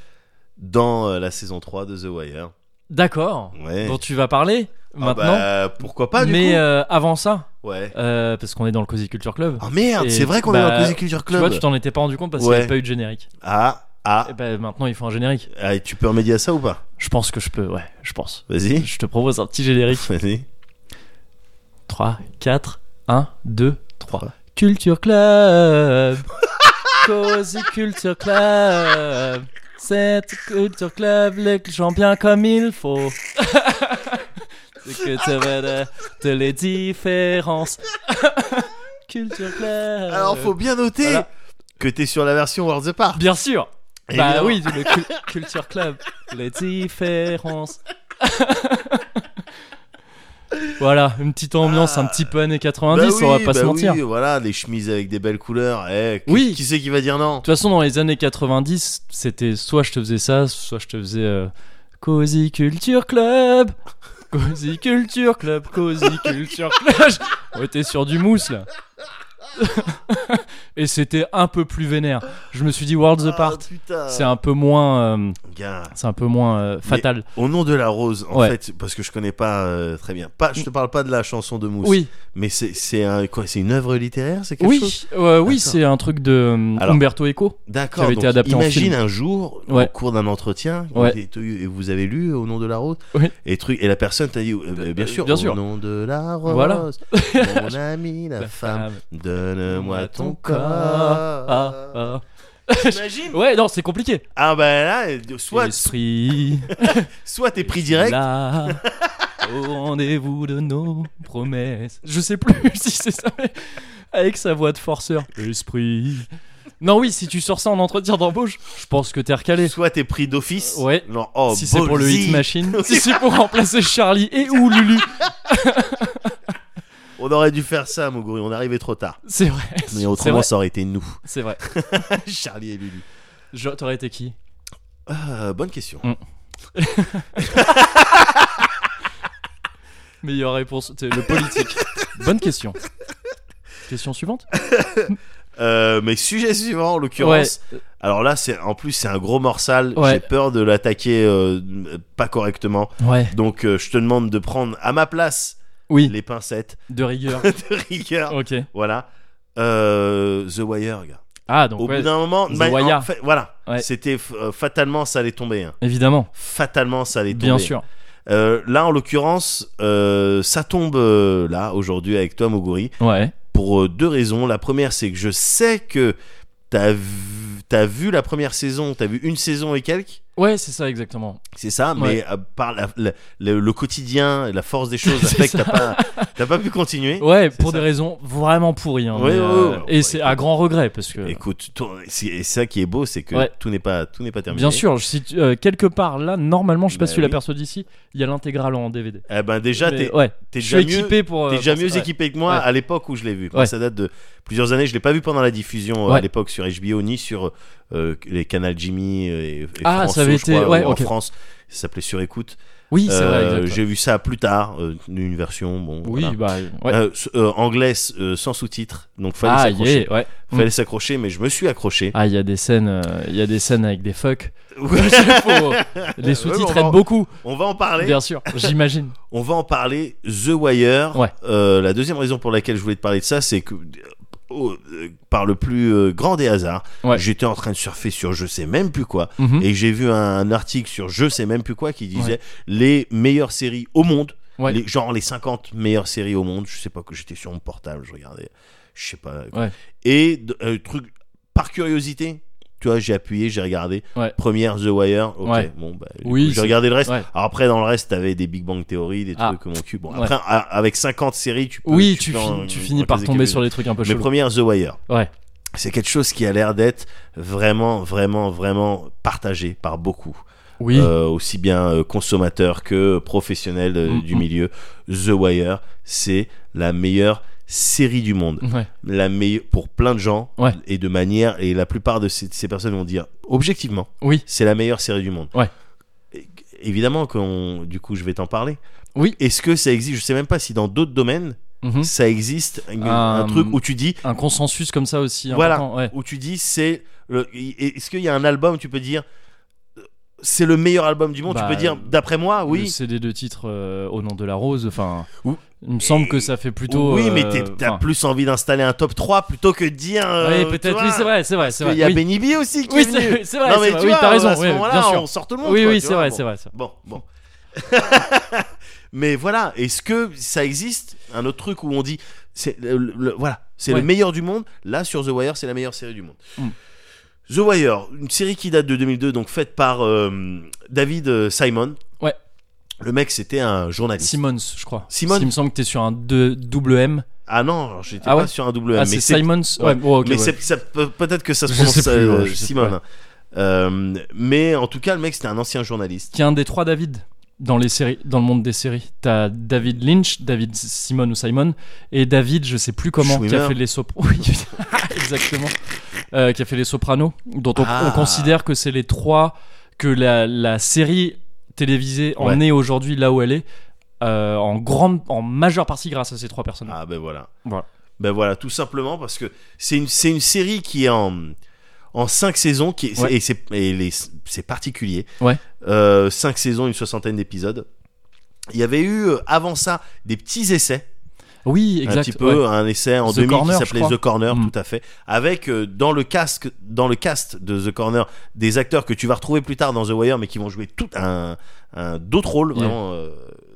Speaker 2: dans euh, la saison 3 de The Wire.
Speaker 1: D'accord.
Speaker 2: Ouais.
Speaker 1: Dont tu vas parler
Speaker 2: Ah
Speaker 1: maintenant.
Speaker 2: bah, pourquoi pas du
Speaker 1: mais
Speaker 2: coup
Speaker 1: euh, avant ça,
Speaker 2: Ouais.
Speaker 1: euh, parce qu'on est dans le Cozy Culture Club.
Speaker 2: Oh merde,
Speaker 1: Et
Speaker 2: c'est vrai qu'on est
Speaker 1: bah,
Speaker 2: dans le Cozy Culture
Speaker 1: Tu
Speaker 2: Club.
Speaker 1: vois, tu t'en étais pas rendu compte parce qu'il
Speaker 2: Ouais.
Speaker 1: n'y avait pas eu de générique.
Speaker 2: Ah, ah,
Speaker 1: Et ben maintenant, il faut un générique.
Speaker 2: ah, et tu peux remédier à ça ou pas
Speaker 1: Je pense que je peux, ouais, je pense.
Speaker 2: Vas-y.
Speaker 1: Je te propose un petit générique.
Speaker 2: Vas-y.
Speaker 1: 3, 4, 1, 2, 3.
Speaker 2: Trois.
Speaker 1: Culture Club Cozy Culture Club Cette Culture Club, les champions comme il faut C'est que tu veux de, de les différences Culture Club
Speaker 2: Alors, faut bien noter
Speaker 1: Voilà.
Speaker 2: que t'es sur la version World the Park.
Speaker 1: Bien sûr Bah
Speaker 2: Évidemment.
Speaker 1: oui, le cul- Culture Club, les différences. voilà, une petite ambiance,
Speaker 2: Ah.
Speaker 1: un petit peu années 90,
Speaker 2: Bah
Speaker 1: on va
Speaker 2: oui,
Speaker 1: pas se
Speaker 2: bah
Speaker 1: mentir.
Speaker 2: oui, voilà, les chemises avec des belles couleurs. Eh, qui,
Speaker 1: Oui.
Speaker 2: Qui c'est qui va dire non
Speaker 1: De toute façon, dans les années 90, c'était soit je te faisais ça, soit je te faisais euh, Cozy Culture Club. Cozy Culture Club, Cozy Culture Club. On était sur du mousse là. Et c'était un peu plus vénère. Je me suis dit Worlds
Speaker 2: Ah,
Speaker 1: Apart,
Speaker 2: putain.
Speaker 1: c'est un peu moins, euh,
Speaker 2: Gars,
Speaker 1: c'est un peu moins euh, fatal.
Speaker 2: au nom de la rose, en
Speaker 1: Ouais.
Speaker 2: fait, parce que je connais pas euh, très bien. Pas, je te parle pas de la chanson de Mousse.
Speaker 1: Oui,
Speaker 2: Mais c'est c'est un, quoi, c'est une œuvre littéraire, c'est quelque chose.
Speaker 1: oui, euh, oui,
Speaker 2: D'accord.
Speaker 1: c'est un truc de euh,
Speaker 2: Alors.
Speaker 1: Umberto Eco.
Speaker 2: D'accord.
Speaker 1: Qui avait
Speaker 2: donc
Speaker 1: été adapté en
Speaker 2: imagine
Speaker 1: film.
Speaker 2: un jour, au
Speaker 1: Ouais.
Speaker 2: cours d'un entretien,
Speaker 1: Ouais.
Speaker 2: et tu- et vous avez lu euh, Au nom de la rose,
Speaker 1: Oui.
Speaker 2: et truc, et la personne t'a dit, euh,
Speaker 1: Euh,
Speaker 2: bien sûr,
Speaker 1: bien sûr.
Speaker 2: Au nom de la rose,
Speaker 1: Voilà.
Speaker 2: mon ami, la, femme, donne-moi ton corps.
Speaker 1: Ah, ah.
Speaker 2: T'imagines
Speaker 1: Ouais, non, c'est compliqué.
Speaker 2: Ah bah là, soit
Speaker 1: Esprit.
Speaker 2: soit t'es pris direct.
Speaker 1: Là, au rendez-vous de nos promesses. Je sais plus si c'est ça, mais avec sa voix de forceur. Esprit. Non, oui, si tu sors ça en entretien d'embauche, je pense que t'es recalé.
Speaker 2: Soit t'es pris d'office.
Speaker 1: Ouais.
Speaker 2: Genre, oh,
Speaker 1: si c'est pour le
Speaker 2: ballsy.
Speaker 1: Hit Machine, si c'est pour remplacer Charlie et ou Lulu,
Speaker 2: On aurait dû faire ça, Moguri. On est arrivé trop tard.
Speaker 1: c'est vrai.
Speaker 2: Mais
Speaker 1: c'est
Speaker 2: autrement,
Speaker 1: vrai.
Speaker 2: ça aurait été nous.
Speaker 1: C'est vrai.
Speaker 2: Charlie et Lulu.
Speaker 1: Je- T'aurais été qui
Speaker 2: Euh, bonne question.
Speaker 1: Meilleure réponse, t'es le politique. Bonne question. Question suivante
Speaker 2: Euh, mais sujet suivant, en l'occurrence. Alors là, c'est en plus, c'est un gros morsal.
Speaker 1: Ouais.
Speaker 2: J'ai peur de l'attaquer euh, pas correctement.
Speaker 1: Ouais.
Speaker 2: Donc, euh, je te demande de prendre à ma place
Speaker 1: Oui,
Speaker 2: les pincettes
Speaker 1: de rigueur.
Speaker 2: de rigueur.
Speaker 1: Ok.
Speaker 2: Voilà. Euh, The Wire, gars.
Speaker 1: Ah, donc,
Speaker 2: Au
Speaker 1: ouais,
Speaker 2: bout d'un moment,
Speaker 1: The
Speaker 2: bah, en
Speaker 1: Wire.
Speaker 2: fait, voilà.
Speaker 1: Ouais.
Speaker 2: C'était f- euh, fatalement, ça allait tomber. hein.
Speaker 1: évidemment.
Speaker 2: Fatalement, ça allait tomber.
Speaker 1: Bien sûr.
Speaker 2: Euh, là, en l'occurrence, euh, ça tombe euh, là aujourd'hui avec toi, Moguri,
Speaker 1: Ouais.
Speaker 2: pour euh, deux raisons. La première, c'est que je sais que t'as vu, t'as vu la première saison, t'as vu une saison et quelques.
Speaker 1: Ouais, c'est ça, exactement.
Speaker 2: C'est ça, mais
Speaker 1: Ouais.
Speaker 2: euh, par la- la- le, le quotidien, la force des choses, a
Speaker 1: C'est
Speaker 2: fait que
Speaker 1: ça.
Speaker 2: t'as pas, t'as pas pu continuer.
Speaker 1: Ouais, pour
Speaker 2: ça.
Speaker 1: des raisons vraiment pourries. hein,
Speaker 2: Ouais,
Speaker 1: mais,
Speaker 2: ouais,
Speaker 1: euh,
Speaker 2: ouais, ouais,
Speaker 1: et
Speaker 2: ouais,
Speaker 1: c'est
Speaker 2: écoute.
Speaker 1: à grand regret parce que.
Speaker 2: Écoute, toi, c'est et ça qui est beau, c'est que
Speaker 1: Ouais.
Speaker 2: tout n'est pas, tout n'est pas terminé.
Speaker 1: Bien sûr, si tu- euh, quelque part là, normalement, je sais pas
Speaker 2: Bah
Speaker 1: si tu
Speaker 2: oui.
Speaker 1: l'aperçois d'ici, il y a l'intégrale en DVD.
Speaker 2: Eh ben déjà,
Speaker 1: Mais
Speaker 2: t'es,
Speaker 1: ouais,
Speaker 2: t'es
Speaker 1: je suis
Speaker 2: déjà mieux.
Speaker 1: équipé pour. euh,
Speaker 2: T'es déjà
Speaker 1: pour
Speaker 2: mieux
Speaker 1: ça, ouais.
Speaker 2: équipé que moi
Speaker 1: Ouais.
Speaker 2: à l'époque où je l'ai vu. Moi,
Speaker 1: Ouais.
Speaker 2: Ça date de plusieurs années. Je l'ai pas vu pendant la diffusion euh, à
Speaker 1: Ouais.
Speaker 2: l'époque sur HBO ni sur euh, les canals Jimmy euh, et, et
Speaker 1: Ah,
Speaker 2: France,
Speaker 1: ça avait
Speaker 2: je crois,
Speaker 1: été-
Speaker 2: ou
Speaker 1: ouais,
Speaker 2: en
Speaker 1: ok.
Speaker 2: France. Ça s'appelait Sur Écoute.
Speaker 1: Oui, c'est vrai.
Speaker 2: Euh,
Speaker 1: exact, ouais.
Speaker 2: J'ai vu ça plus tard, euh, une version. Bon,
Speaker 1: Oui,
Speaker 2: voilà.
Speaker 1: bah. Ouais.
Speaker 2: Euh, s- euh, anglais euh, sans sous-titres. Donc fallait
Speaker 1: ah,
Speaker 2: s'accrocher.
Speaker 1: yeah, ouais.
Speaker 2: Fallait s'accrocher, mais je me suis accroché.
Speaker 1: Ah, il y a des scènes, euh, il y a des scènes avec des fuck.
Speaker 2: Ouais,
Speaker 1: Ah. Faut- euh, les
Speaker 2: Ouais,
Speaker 1: sous-titres
Speaker 2: mais on va-
Speaker 1: aident beaucoup,
Speaker 2: On va en parler.
Speaker 1: bien sûr. J'imagine.
Speaker 2: On va en parler. The Wire.
Speaker 1: Ouais.
Speaker 2: Euh, la deuxième raison pour laquelle je voulais te parler de ça, c'est que oh, euh, par le plus euh, grand des hasards,
Speaker 1: Ouais.
Speaker 2: j'étais en train de surfer sur je sais même plus quoi,
Speaker 1: Mhm.
Speaker 2: et j'ai vu un, article sur je sais même plus quoi qui disait les meilleures séries au monde,
Speaker 1: Ouais.
Speaker 2: les, genre les 50 meilleures séries au monde. Je sais pas que j'étais sur mon portable, je regardais, je sais pas. quoi.
Speaker 1: Ouais.
Speaker 2: Et d- euh, truc par curiosité. Tu vois, j'ai appuyé, j'ai regardé.
Speaker 1: Ouais.
Speaker 2: Première The Wire. Ok,
Speaker 1: Ouais.
Speaker 2: bon, bah, du
Speaker 1: Oui,
Speaker 2: coup, j'ai
Speaker 1: c'est-
Speaker 2: regardé le reste.
Speaker 1: Ouais.
Speaker 2: Alors après, dans le reste, t'avais des Big Bang Theory, des
Speaker 1: Ah.
Speaker 2: trucs comme mon cul. Bon,
Speaker 1: Ouais.
Speaker 2: après, à- avec 50 séries, tu peux.
Speaker 1: Oui, tu,
Speaker 2: peux en-
Speaker 1: finis, tu
Speaker 2: en
Speaker 1: finis par
Speaker 2: placer
Speaker 1: tomber
Speaker 2: quelques-unes.
Speaker 1: sur des trucs un peu
Speaker 2: Mais
Speaker 1: chelous.
Speaker 2: première, The Wire.
Speaker 1: Ouais.
Speaker 2: C'est quelque chose qui a l'air d'être vraiment, vraiment, vraiment partagé par beaucoup.
Speaker 1: Oui.
Speaker 2: Euh, aussi bien euh, consommateurs que professionnels euh,
Speaker 1: Mm,
Speaker 2: du
Speaker 1: mm.
Speaker 2: milieu. The Wire, c'est la meilleure série du monde.
Speaker 1: Ouais.
Speaker 2: La meilleure pour plein de gens.
Speaker 1: Ouais.
Speaker 2: Et de manière. Et la plupart de ces- ces personnes vont dire, objectivement,
Speaker 1: Oui.
Speaker 2: c'est la meilleure série du monde.
Speaker 1: Ouais.
Speaker 2: É- Évidemment qu'on, du coup, je vais t'en parler.
Speaker 1: Oui.
Speaker 2: Est-ce que ça existe Je sais même pas si dans d'autres domaines
Speaker 1: Mhm.
Speaker 2: ça existe un- un
Speaker 1: Euh,
Speaker 2: truc où tu dis,
Speaker 1: Un consensus comme ça aussi.
Speaker 2: Voilà.
Speaker 1: important, ouais.
Speaker 2: où tu dis, c'est. le- Est-ce qu'il y a un album où tu peux dire, euh, c'est le meilleur album du monde
Speaker 1: Bah,
Speaker 2: Tu peux dire, d'après moi,
Speaker 1: le
Speaker 2: oui.
Speaker 1: CD de titre euh, au nom de la rose. Enfin,
Speaker 2: Ou-
Speaker 1: il me semble que ça fait plutôt.
Speaker 2: oui, mais
Speaker 1: euh,
Speaker 2: t'es- t'as
Speaker 1: enfin,
Speaker 2: plus envie d'installer un top 3 plutôt que de dire.
Speaker 1: ouais,
Speaker 2: euh, tu
Speaker 1: peut-être.
Speaker 2: vois,
Speaker 1: Oui, c'est vrai, c'est vrai, c'est
Speaker 2: parce
Speaker 1: vrai.
Speaker 2: qu'il y a
Speaker 1: Oui,
Speaker 2: Benny B aussi qui
Speaker 1: Oui,
Speaker 2: est venu.
Speaker 1: c'est c'est vrai.
Speaker 2: non mais
Speaker 1: c'est vrai.
Speaker 2: tu vois,
Speaker 1: oui, t'as raison.
Speaker 2: à ce
Speaker 1: ouais, bien
Speaker 2: moment-là,
Speaker 1: sûr.
Speaker 2: on sort tout le monde.
Speaker 1: Oui,
Speaker 2: quoi,
Speaker 1: oui,
Speaker 2: tu
Speaker 1: c'est
Speaker 2: vois,
Speaker 1: vrai,
Speaker 2: bon.
Speaker 1: c'est vrai. c'est vrai.
Speaker 2: Bon, bon. Mais voilà, est-ce que ça existe un autre truc où on dit c'est le- le- le- voilà, c'est
Speaker 1: Ouais.
Speaker 2: le meilleur du monde. Là sur The Wire, c'est la meilleure série du monde.
Speaker 1: Mm.
Speaker 2: The Wire, une série qui date de 2002, donc faite par euh, David euh, Simon.
Speaker 1: Ouais.
Speaker 2: Le mec, c'était un journaliste.
Speaker 1: Simons, je crois.
Speaker 2: Simons.
Speaker 1: Il me semble que t'es sur un deux- double M.
Speaker 2: Ah non, alors, j'étais
Speaker 1: Ah
Speaker 2: pas
Speaker 1: ouais
Speaker 2: sur un double M,
Speaker 1: Ah,
Speaker 2: mais
Speaker 1: c'est
Speaker 2: c'est-
Speaker 1: Simons.
Speaker 2: ouais.
Speaker 1: Ouais, bon, ok,
Speaker 2: mais
Speaker 1: ouais.
Speaker 2: c'est- ça peut- peut-être que ça se
Speaker 1: Je
Speaker 2: prononce
Speaker 1: sais plus,
Speaker 2: euh,
Speaker 1: ouais, je sais
Speaker 2: Simon.
Speaker 1: pas.
Speaker 2: hein. Euh, mais en tout cas, le mec, c'était un ancien journaliste.
Speaker 1: Qui est un des trois David dans les séries, dans le monde des séries. T'as David Lynch, David Simon ou Simon, et David, je sais plus comment, qui a
Speaker 2: Schwimmer.
Speaker 1: fait les sopranos. exactement. Euh, qui a fait les sopranos, dont on,
Speaker 2: Ah.
Speaker 1: on considère que c'est les trois que la, la série télévisée en
Speaker 2: Ouais.
Speaker 1: est aujourd'hui là où elle est. euh, en grande, en majeure partie grâce à ces trois personnes.
Speaker 2: Ah ben voilà.
Speaker 1: Voilà.
Speaker 2: Ben voilà, tout simplement parce que c'est une, c'est une série qui est en, en 5 saisons, qui est-
Speaker 1: Ouais.
Speaker 2: et c'est et les- c'est particulier.
Speaker 1: Ouais.
Speaker 2: 5 saisons, une soixantaine d'épisodes. Il y avait eu euh, avant ça des petits essais,
Speaker 1: Oui, exact.
Speaker 2: Ah. un petit peu euh,
Speaker 1: ouais.
Speaker 2: un essai en
Speaker 1: The
Speaker 2: 2000
Speaker 1: Corner,
Speaker 2: qui
Speaker 1: je
Speaker 2: s'appelait
Speaker 1: crois.
Speaker 2: The Corner,
Speaker 1: Mm.
Speaker 2: tout à fait, avec euh, dans le casque, dans le cast de The Corner des acteurs que tu vas retrouver plus tard dans The Wire, mais qui vont jouer tout un, un- d'autres rôles,
Speaker 1: Yeah.
Speaker 2: vraiment euh,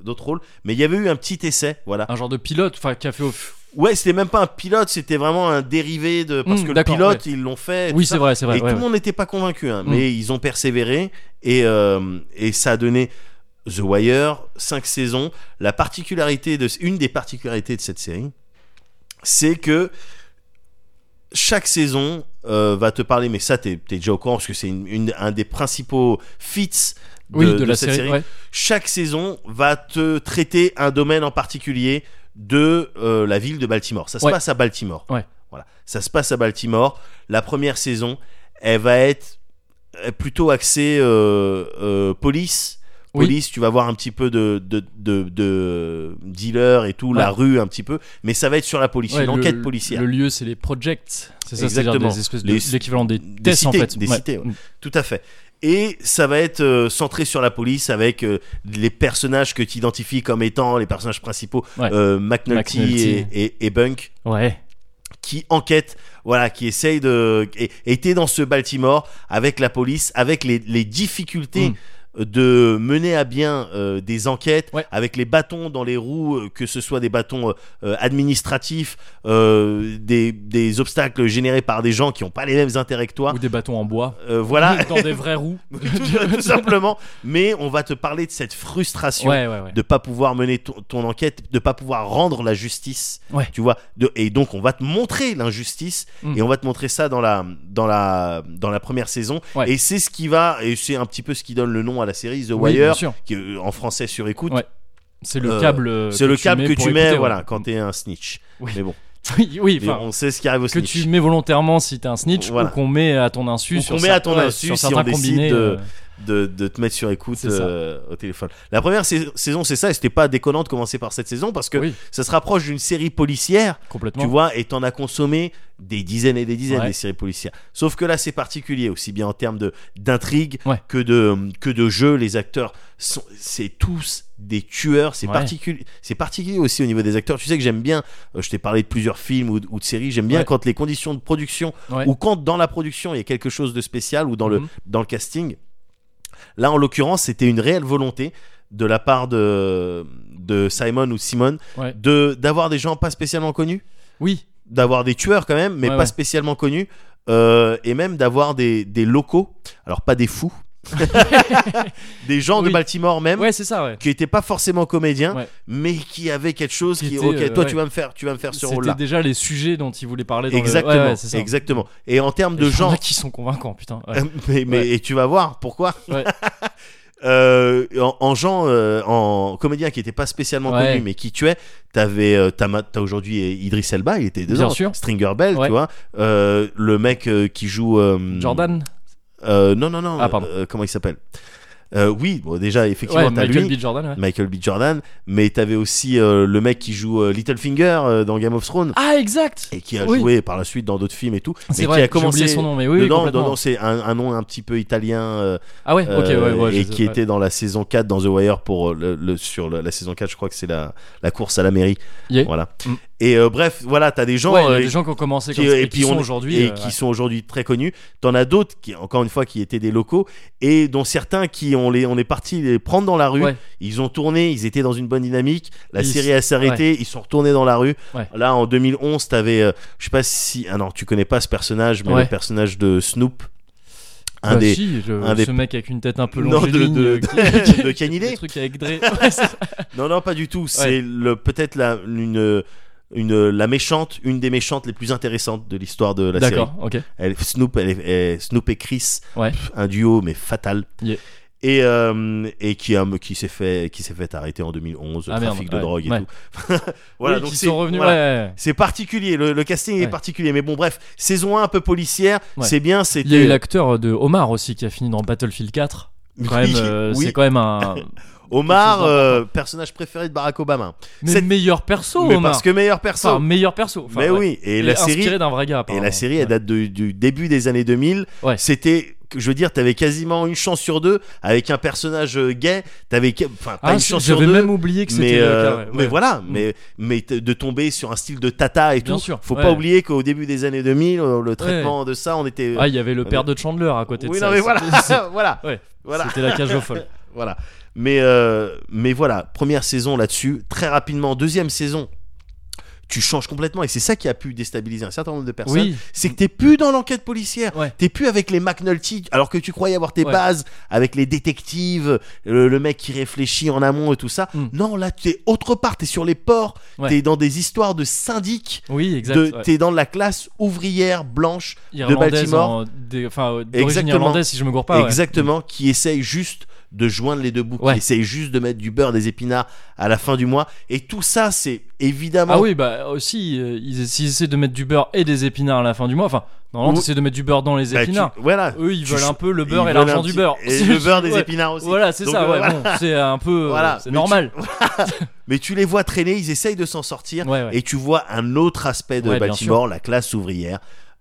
Speaker 2: d'autres rôles. Mais il y avait eu un petit essai, voilà.
Speaker 1: Un genre de pilote, enfin, qui a fait au-
Speaker 2: Ouais, c'était même pas un pilote, c'était vraiment un dérivé de parce
Speaker 1: Mm,
Speaker 2: que le
Speaker 1: d'accord,
Speaker 2: pilote ils l'ont fait. et
Speaker 1: Oui,
Speaker 2: tout ça.
Speaker 1: c'est vrai, c'est vrai. ouais,
Speaker 2: Et tout
Speaker 1: ouais.
Speaker 2: le monde n'était pas convaincu, hein,
Speaker 1: Mm.
Speaker 2: mais ils ont persévéré et euh, et ça a donné The Wire, cinq saisons. La particularité de une des particularités de cette série, c'est que chaque saison euh, va te parler, mais ça t'es t'es déjà au courant parce que c'est une, une- un des principaux feats de,
Speaker 1: oui, de,
Speaker 2: de
Speaker 1: la
Speaker 2: cette
Speaker 1: série. ouais.
Speaker 2: chaque saison va te traiter un domaine en particulier de euh, la ville de Baltimore. Ça se
Speaker 1: Ouais.
Speaker 2: passe à Baltimore.
Speaker 1: Ouais.
Speaker 2: Voilà. Ça se passe à Baltimore. La première saison, elle va être euh, plutôt axée euh, euh, police.
Speaker 1: Oui.
Speaker 2: Police, tu vas voir un petit peu de, de, de, de dealer et tout, la rue un petit peu, mais ça va être sur la police,
Speaker 1: Ouais,
Speaker 2: une
Speaker 1: le-
Speaker 2: enquête policière.
Speaker 1: Le lieu, c'est les projects. C'est ça, c'est-à-dire
Speaker 2: Exactement.
Speaker 1: des espèces
Speaker 2: Les-
Speaker 1: de l'équivalent des
Speaker 2: des
Speaker 1: tests en
Speaker 2: cités,
Speaker 1: fait.
Speaker 2: des cités, ouais.
Speaker 1: Mm.
Speaker 2: Tout à fait. Et ça va être euh, centré sur la police avec euh, les personnages que tu identifies comme étant les personnages principaux,
Speaker 1: Ouais.
Speaker 2: euh, McNulty,
Speaker 1: McNulty.
Speaker 2: Et, et- et Bunk,
Speaker 1: Ouais.
Speaker 2: qui enquêtent, voilà, qui essayent de. Et et t'es dans ce Baltimore avec la police, avec les, les difficultés.
Speaker 1: Mm.
Speaker 2: de mener à bien euh, des enquêtes
Speaker 1: Ouais.
Speaker 2: avec les bâtons dans les roues euh, que ce soit des bâtons euh, euh, administratifs euh, des, des obstacles générés par des gens qui n'ont pas les mêmes intérêts que toi
Speaker 1: Ou des bâtons en bois.
Speaker 2: Euh, voilà
Speaker 1: Dans des vraies roues.
Speaker 2: Oui, tout, tout simplement. Mais on va te parler de cette frustration
Speaker 1: Ouais, ouais, ouais.
Speaker 2: de pas pouvoir mener ton, ton enquête, de pas pouvoir rendre la justice.
Speaker 1: Ouais.
Speaker 2: Tu vois. de- et donc on va te montrer l'injustice
Speaker 1: Mm.
Speaker 2: et on va te montrer ça dans la dans la dans la première saison.
Speaker 1: Ouais.
Speaker 2: Et c'est ce qui va et c'est un petit peu ce qui donne le nom à la série The
Speaker 1: Oui, bien
Speaker 2: Wire,
Speaker 1: sûr.
Speaker 2: qui est euh, en français sur écoute.
Speaker 1: Ouais. C'est le
Speaker 2: Euh,
Speaker 1: câble. euh,
Speaker 2: C'est le câble que
Speaker 1: pour
Speaker 2: tu mets,
Speaker 1: écouter, ouais.
Speaker 2: voilà, quand t'es un snitch.
Speaker 1: Oui.
Speaker 2: Mais bon,
Speaker 1: Oui, oui,
Speaker 2: mais
Speaker 1: enfin.
Speaker 2: on sait ce qui arrive au
Speaker 1: Que
Speaker 2: snitch.
Speaker 1: tu mets volontairement si t'es un snitch
Speaker 2: Voilà.
Speaker 1: ou qu'on met à ton insu
Speaker 2: Ou
Speaker 1: sur
Speaker 2: qu'on met à
Speaker 1: certains-
Speaker 2: ton
Speaker 1: ouais,
Speaker 2: insu
Speaker 1: sur
Speaker 2: si
Speaker 1: certains
Speaker 2: on décide
Speaker 1: combinés,
Speaker 2: de-
Speaker 1: euh,
Speaker 2: de, de te mettre sur écoute
Speaker 1: C'est ça.
Speaker 2: euh, au téléphone. La première sais- saison, c'est ça, et c'était pas déconnant de commencer par cette saison parce que
Speaker 1: Oui.
Speaker 2: ça se rapproche d'une série policière,
Speaker 1: complètement.
Speaker 2: tu vois, et t'en as consommé des dizaines et des dizaines
Speaker 1: Ouais.
Speaker 2: des séries policières. Sauf que là, c'est particulier, aussi bien en termes de d'intrigue
Speaker 1: Ouais.
Speaker 2: que de que de jeu. Les acteurs, sont- c'est tous des tueurs. C'est
Speaker 1: Ouais.
Speaker 2: particulier. C'est particulier aussi au niveau des acteurs. Tu sais que j'aime bien. euh, je t'ai parlé de plusieurs films ou, de- ou de séries. J'aime bien
Speaker 1: Ouais.
Speaker 2: quand les conditions de production
Speaker 1: Ouais.
Speaker 2: ou quand dans la production il y a quelque chose de spécial ou dans le
Speaker 1: Mhm.
Speaker 2: dans le casting. Là, en l'occurrence, c'était une réelle volonté de la part de de Simon ou Simon
Speaker 1: Ouais.
Speaker 2: de d'avoir des gens pas spécialement connus
Speaker 1: Oui,
Speaker 2: d'avoir des tueurs quand même, mais
Speaker 1: Ouais,
Speaker 2: pas
Speaker 1: ouais.
Speaker 2: spécialement connus, euh, et même d'avoir des, des locaux, alors pas des fous, des gens de
Speaker 1: Oui.
Speaker 2: Baltimore même,
Speaker 1: ouais, c'est ça, ouais.
Speaker 2: qui n'étaient pas forcément comédiens,
Speaker 1: Ouais.
Speaker 2: mais qui avaient quelque chose
Speaker 1: Qui
Speaker 2: qui,
Speaker 1: étaient,
Speaker 2: ok,
Speaker 1: euh,
Speaker 2: toi
Speaker 1: ouais.
Speaker 2: tu vas me faire, tu vas me faire ce
Speaker 1: C'était
Speaker 2: rôle-là.
Speaker 1: déjà les sujets dont il voulait parler. Dans le- ouais,
Speaker 2: Exactement,
Speaker 1: ouais, c'est ça.
Speaker 2: exactement. Et en termes de
Speaker 1: Il y en
Speaker 2: genre,
Speaker 1: a qui sont convaincants, putain. ouais.
Speaker 2: mais, mais-
Speaker 1: Ouais.
Speaker 2: et tu vas voir pourquoi.
Speaker 1: Ouais.
Speaker 2: Euh, en, en gens, euh, en comédiens qui n'étaient pas spécialement
Speaker 1: Ouais.
Speaker 2: connus mais qui tuaient, t'avais, euh, t'as, ma- t'as aujourd'hui Idris Elba, il était dedans.
Speaker 1: Bien sûr.
Speaker 2: Stringer Bell,
Speaker 1: Ouais.
Speaker 2: tu vois. Euh, le mec euh, qui joue. euh,
Speaker 1: Jordan
Speaker 2: euh, Non, non, non.
Speaker 1: Ah, pardon.
Speaker 2: euh, comment il s'appelle Euh, Oui, bon, déjà, effectivement,
Speaker 1: Ouais,
Speaker 2: t'as
Speaker 1: Michael
Speaker 2: lui,
Speaker 1: B. Jordan, ouais.
Speaker 2: Michael B. Jordan, mais t'avais aussi euh, le mec qui joue euh, Littlefinger euh, dans Game of Thrones.
Speaker 1: Ah, exact
Speaker 2: Et qui a
Speaker 1: Oui.
Speaker 2: joué par la suite dans d'autres films et tout, mais
Speaker 1: C'est vrai,
Speaker 2: qui a
Speaker 1: j'ai oublié
Speaker 2: commencé
Speaker 1: son nom, mais oui, oui,
Speaker 2: dedans.
Speaker 1: complètement.
Speaker 2: Non, non, c'est un, un nom un petit peu italien euh,
Speaker 1: Ah ouais, ok, ouais,
Speaker 2: euh,
Speaker 1: ouais.
Speaker 2: et
Speaker 1: je-
Speaker 2: qui
Speaker 1: ouais.
Speaker 2: était dans la saison 4 dans The Wire pour euh, le, le- sur le- la saison 4 je crois que c'est la, la course à la mairie
Speaker 1: Yeah.
Speaker 2: voilà
Speaker 1: Mm.
Speaker 2: et euh, bref voilà t'as des gens
Speaker 1: Ouais, il y a
Speaker 2: euh,
Speaker 1: des gens qui ont commencé
Speaker 2: qui,
Speaker 1: comme ça,
Speaker 2: et
Speaker 1: et qui
Speaker 2: puis on-
Speaker 1: sont aujourd'hui.
Speaker 2: et
Speaker 1: euh,
Speaker 2: qui
Speaker 1: ouais.
Speaker 2: sont aujourd'hui très connus. T'en as d'autres qui, encore une fois, qui étaient des locaux et dont certains qui on les on est parti les prendre dans la rue.
Speaker 1: Ouais.
Speaker 2: Ils ont tourné, ils étaient dans une bonne dynamique. La
Speaker 1: Ils-
Speaker 2: série a s'arrêté, ils sont retournés dans la rue.
Speaker 1: Ouais.
Speaker 2: Là, en 2011, t'avais, euh, je sais pas si, ah non, tu connais pas ce personnage, mais
Speaker 1: Ouais.
Speaker 2: le personnage de Snoop, un
Speaker 1: Bah
Speaker 2: des
Speaker 1: si, je-
Speaker 2: un des-
Speaker 1: ce mec avec une tête un peu
Speaker 2: Non, de-
Speaker 1: longéline
Speaker 2: de- Bah,
Speaker 1: euh,
Speaker 2: de-
Speaker 1: qui-
Speaker 2: de Ken Hill.
Speaker 1: des trucs avec Dre. Ouais, c'est-
Speaker 2: Non, non, pas du tout. C'est le peut-être la une une, la méchante, une des méchantes les plus intéressantes de l'histoire de la série.
Speaker 1: D'accord, ok.
Speaker 2: Elle, Snoop, elle, est- elle- Snoop et Chris,
Speaker 1: Ouais.
Speaker 2: pff, un duo mais fatal.
Speaker 1: Yeah.
Speaker 2: Et, euh, et qui, a- qui s'est fait, qui s'est fait arrêter en 2011,
Speaker 1: Ah, merde,
Speaker 2: trafic de
Speaker 1: ouais,
Speaker 2: drogue et
Speaker 1: ouais.
Speaker 2: tout. voilà,
Speaker 1: Oui,
Speaker 2: donc
Speaker 1: qui
Speaker 2: c'est-
Speaker 1: sont revenus,
Speaker 2: voilà.
Speaker 1: ouais.
Speaker 2: C'est particulier, le, le casting est
Speaker 1: Ouais.
Speaker 2: particulier, mais bon, bref, saison 1 un peu policière,
Speaker 1: Ouais.
Speaker 2: c'est bien,
Speaker 1: Il y a
Speaker 2: c'était. euh,
Speaker 1: eu l'acteur de Omar aussi qui a fini dans Battlefield 4. Quand
Speaker 2: Oui,
Speaker 1: même, euh,
Speaker 2: oui.
Speaker 1: c'est quand même un.
Speaker 2: Omar,
Speaker 1: quelque chose
Speaker 2: euh, personnage préféré de Barack Obama.
Speaker 1: Mais
Speaker 2: Cette-
Speaker 1: meilleur perso,
Speaker 2: mais
Speaker 1: Omar.
Speaker 2: parce que meilleur perso.
Speaker 1: Enfin, meilleur perso. Enfin,
Speaker 2: mais
Speaker 1: ouais.
Speaker 2: oui, et
Speaker 1: Il
Speaker 2: la
Speaker 1: est
Speaker 2: série.
Speaker 1: inspiré d'un vrai gars.
Speaker 2: Et
Speaker 1: apparemment.
Speaker 2: la série, elle
Speaker 1: Ouais.
Speaker 2: date de- du début des années 2000.
Speaker 1: Ouais.
Speaker 2: C'était, je veux dire, t'avais quasiment une chance sur deux avec un personnage euh, gay. T'avais, que- enfin, t'as
Speaker 1: Ah,
Speaker 2: une
Speaker 1: c'est-
Speaker 2: chance sur
Speaker 1: j'avais
Speaker 2: deux.
Speaker 1: même oublié que c'était.
Speaker 2: mais,
Speaker 1: le
Speaker 2: euh,
Speaker 1: cas, ouais.
Speaker 2: mais
Speaker 1: Ouais.
Speaker 2: voilà,
Speaker 1: Mm.
Speaker 2: mais, mais t- de tomber sur un style de tata et
Speaker 1: Bien
Speaker 2: tout.
Speaker 1: sûr,
Speaker 2: Faut
Speaker 1: ouais.
Speaker 2: pas oublier qu'au début des années 2000, euh, le traitement de ça, on était.
Speaker 1: Ah, il y avait le père de Chandler à côté de
Speaker 2: oui,
Speaker 1: ça.
Speaker 2: non, mais
Speaker 1: C'est-
Speaker 2: voilà,
Speaker 1: c'est-
Speaker 2: voilà,
Speaker 1: Ouais.
Speaker 2: voilà.
Speaker 1: C'était la cage aux folles.
Speaker 2: Voilà. Mais, euh, mais voilà, première saison là-dessus. Très rapidement, deuxième saison, tu changes complètement. Et c'est ça qui a pu déstabiliser un certain nombre de personnes.
Speaker 1: Oui.
Speaker 2: C'est que t'es plus dans l'enquête policière.
Speaker 1: Ouais.
Speaker 2: T'es plus avec les McNulty, alors que tu croyais avoir tes
Speaker 1: Ouais.
Speaker 2: bases avec les détectives, le, le mec qui réfléchit en amont et tout ça.
Speaker 1: Mm.
Speaker 2: Non, là, t'es autre part. T'es sur les ports.
Speaker 1: Ouais.
Speaker 2: T'es dans des histoires de syndics.
Speaker 1: Oui, exact.
Speaker 2: de-
Speaker 1: ouais.
Speaker 2: T'es dans la classe ouvrière blanche
Speaker 1: Irlandaise
Speaker 2: Baltimore.
Speaker 1: en- des- Enfin, euh, d'origine
Speaker 2: Exactement.
Speaker 1: irlandaise, si je me gourre pas. ouais. Hmm.
Speaker 2: Exactement, qui essaye juste de joindre les deux bouts,
Speaker 1: Ouais.
Speaker 2: qui essaye juste de mettre du beurre, des épinards à la fin du mois. Et tout ça, c'est évidemment.
Speaker 1: Ah oui, bah aussi, euh, ils, s'ils essaient de mettre du beurre et des épinards à la fin du mois, enfin, normalement,
Speaker 2: Ou-
Speaker 1: t'essaies de mettre du beurre dans les
Speaker 2: Bah, tu-
Speaker 1: épinards.
Speaker 2: voilà.
Speaker 1: Eux, ils
Speaker 2: Tu
Speaker 1: veulent
Speaker 2: cho-
Speaker 1: un peu le
Speaker 2: Ils
Speaker 1: beurre et
Speaker 2: veulent
Speaker 1: l'argent
Speaker 2: un
Speaker 1: du
Speaker 2: petit-
Speaker 1: beurre.
Speaker 2: Et le beurre des
Speaker 1: Ouais.
Speaker 2: épinards aussi.
Speaker 1: Voilà, c'est
Speaker 2: Donc,
Speaker 1: ça,
Speaker 2: euh,
Speaker 1: ouais,
Speaker 2: voilà.
Speaker 1: bon, c'est un peu. euh,
Speaker 2: Voilà,
Speaker 1: C'est
Speaker 2: mais
Speaker 1: normal.
Speaker 2: Mais tu les vois traîner, ils essayent de s'en sortir.
Speaker 1: Ouais, ouais.
Speaker 2: Et tu vois un autre aspect de
Speaker 1: Ouais, bien
Speaker 2: Baltimore, la classe ouvrière.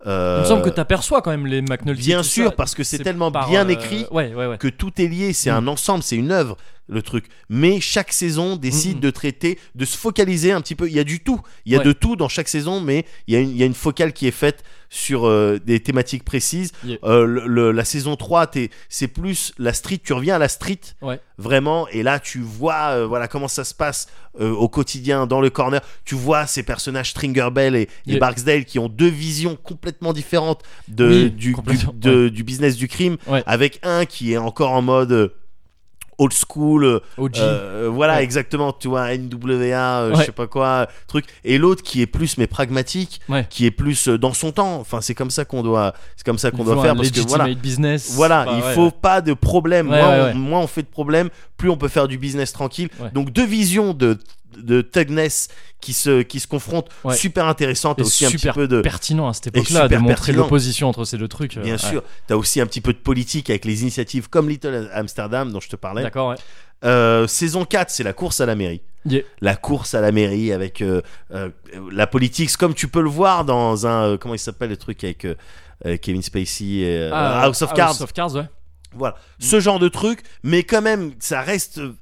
Speaker 2: Euh,
Speaker 1: Il me semble que t'aperçois quand même les McNulty.
Speaker 2: Bien
Speaker 1: tout
Speaker 2: sûr,
Speaker 1: ça,
Speaker 2: parce que c'est
Speaker 1: c'est
Speaker 2: tellement
Speaker 1: par,
Speaker 2: bien
Speaker 1: euh,
Speaker 2: écrit
Speaker 1: Ouais, ouais, ouais.
Speaker 2: que tout est lié, c'est
Speaker 1: Mm.
Speaker 2: un ensemble, c'est une œuvre, le truc. Mais chaque saison décide
Speaker 1: Mm, mm.
Speaker 2: de traiter, de se focaliser un petit peu. Il y a du tout, il y a
Speaker 1: Ouais.
Speaker 2: de tout dans chaque saison, mais il y a une, il y a une focale qui est faite sur euh, des thématiques précises.
Speaker 1: Yeah.
Speaker 2: Euh, le- le- la saison 3, t'es- c'est plus la street, tu reviens à la street.
Speaker 1: Ouais.
Speaker 2: Vraiment, et là tu vois euh, voilà comment ça se passe euh, au quotidien dans le corner. Tu vois ces personnages Stringer Bell et, et
Speaker 1: Yeah.
Speaker 2: Barksdale qui ont deux visions complètement différentes de,
Speaker 1: Oui,
Speaker 2: du,
Speaker 1: complètement,
Speaker 2: du- de- du business du crime
Speaker 1: Ouais.
Speaker 2: avec un qui est encore en mode euh, old school euh,
Speaker 1: OG.
Speaker 2: euh, voilà
Speaker 1: Ouais.
Speaker 2: exactement tu vois NWA euh, je
Speaker 1: Ouais.
Speaker 2: sais pas quoi euh, truc et l'autre qui est plus mais pragmatique
Speaker 1: Ouais.
Speaker 2: qui est plus euh, dans son temps enfin c'est comme ça qu'on doit c'est comme ça qu'on
Speaker 1: Ils
Speaker 2: doit
Speaker 1: font
Speaker 2: faire
Speaker 1: un
Speaker 2: parce que voilà
Speaker 1: legitimate business.
Speaker 2: voilà,
Speaker 1: Enfin,
Speaker 2: il
Speaker 1: ouais,
Speaker 2: faut
Speaker 1: ouais.
Speaker 2: pas de problème.
Speaker 1: Ouais,
Speaker 2: moins,
Speaker 1: ouais,
Speaker 2: on-
Speaker 1: ouais.
Speaker 2: moins on fait de problème, plus on peut faire du business tranquille.
Speaker 1: Ouais.
Speaker 2: Donc deux visions de de Tugness qui se qui se confrontent,
Speaker 1: Ouais.
Speaker 2: super intéressantes
Speaker 1: Et
Speaker 2: aussi un petit
Speaker 1: super
Speaker 2: peu de
Speaker 1: pertinent à cette
Speaker 2: Euh, Et
Speaker 1: époque-là de
Speaker 2: super
Speaker 1: montrer
Speaker 2: pertinent.
Speaker 1: l'opposition entre ces deux trucs. euh,
Speaker 2: Bien
Speaker 1: ouais.
Speaker 2: sûr, t'as aussi un petit peu de politique avec les initiatives comme Little Amsterdam dont je te parlais.
Speaker 1: D'accord, ouais.
Speaker 2: Euh, saison 4, c'est la course à la mairie.
Speaker 1: Yeah.
Speaker 2: La course à la mairie avec euh, euh, la politique, c'est comme tu peux le voir dans un. euh, comment il s'appelle le truc avec euh, euh, Kevin Spacey et euh,
Speaker 1: Ah,
Speaker 2: House of Cards
Speaker 1: House of Cards, ouais.
Speaker 2: Voilà. Ce genre de truc, mais quand même, ça reste euh,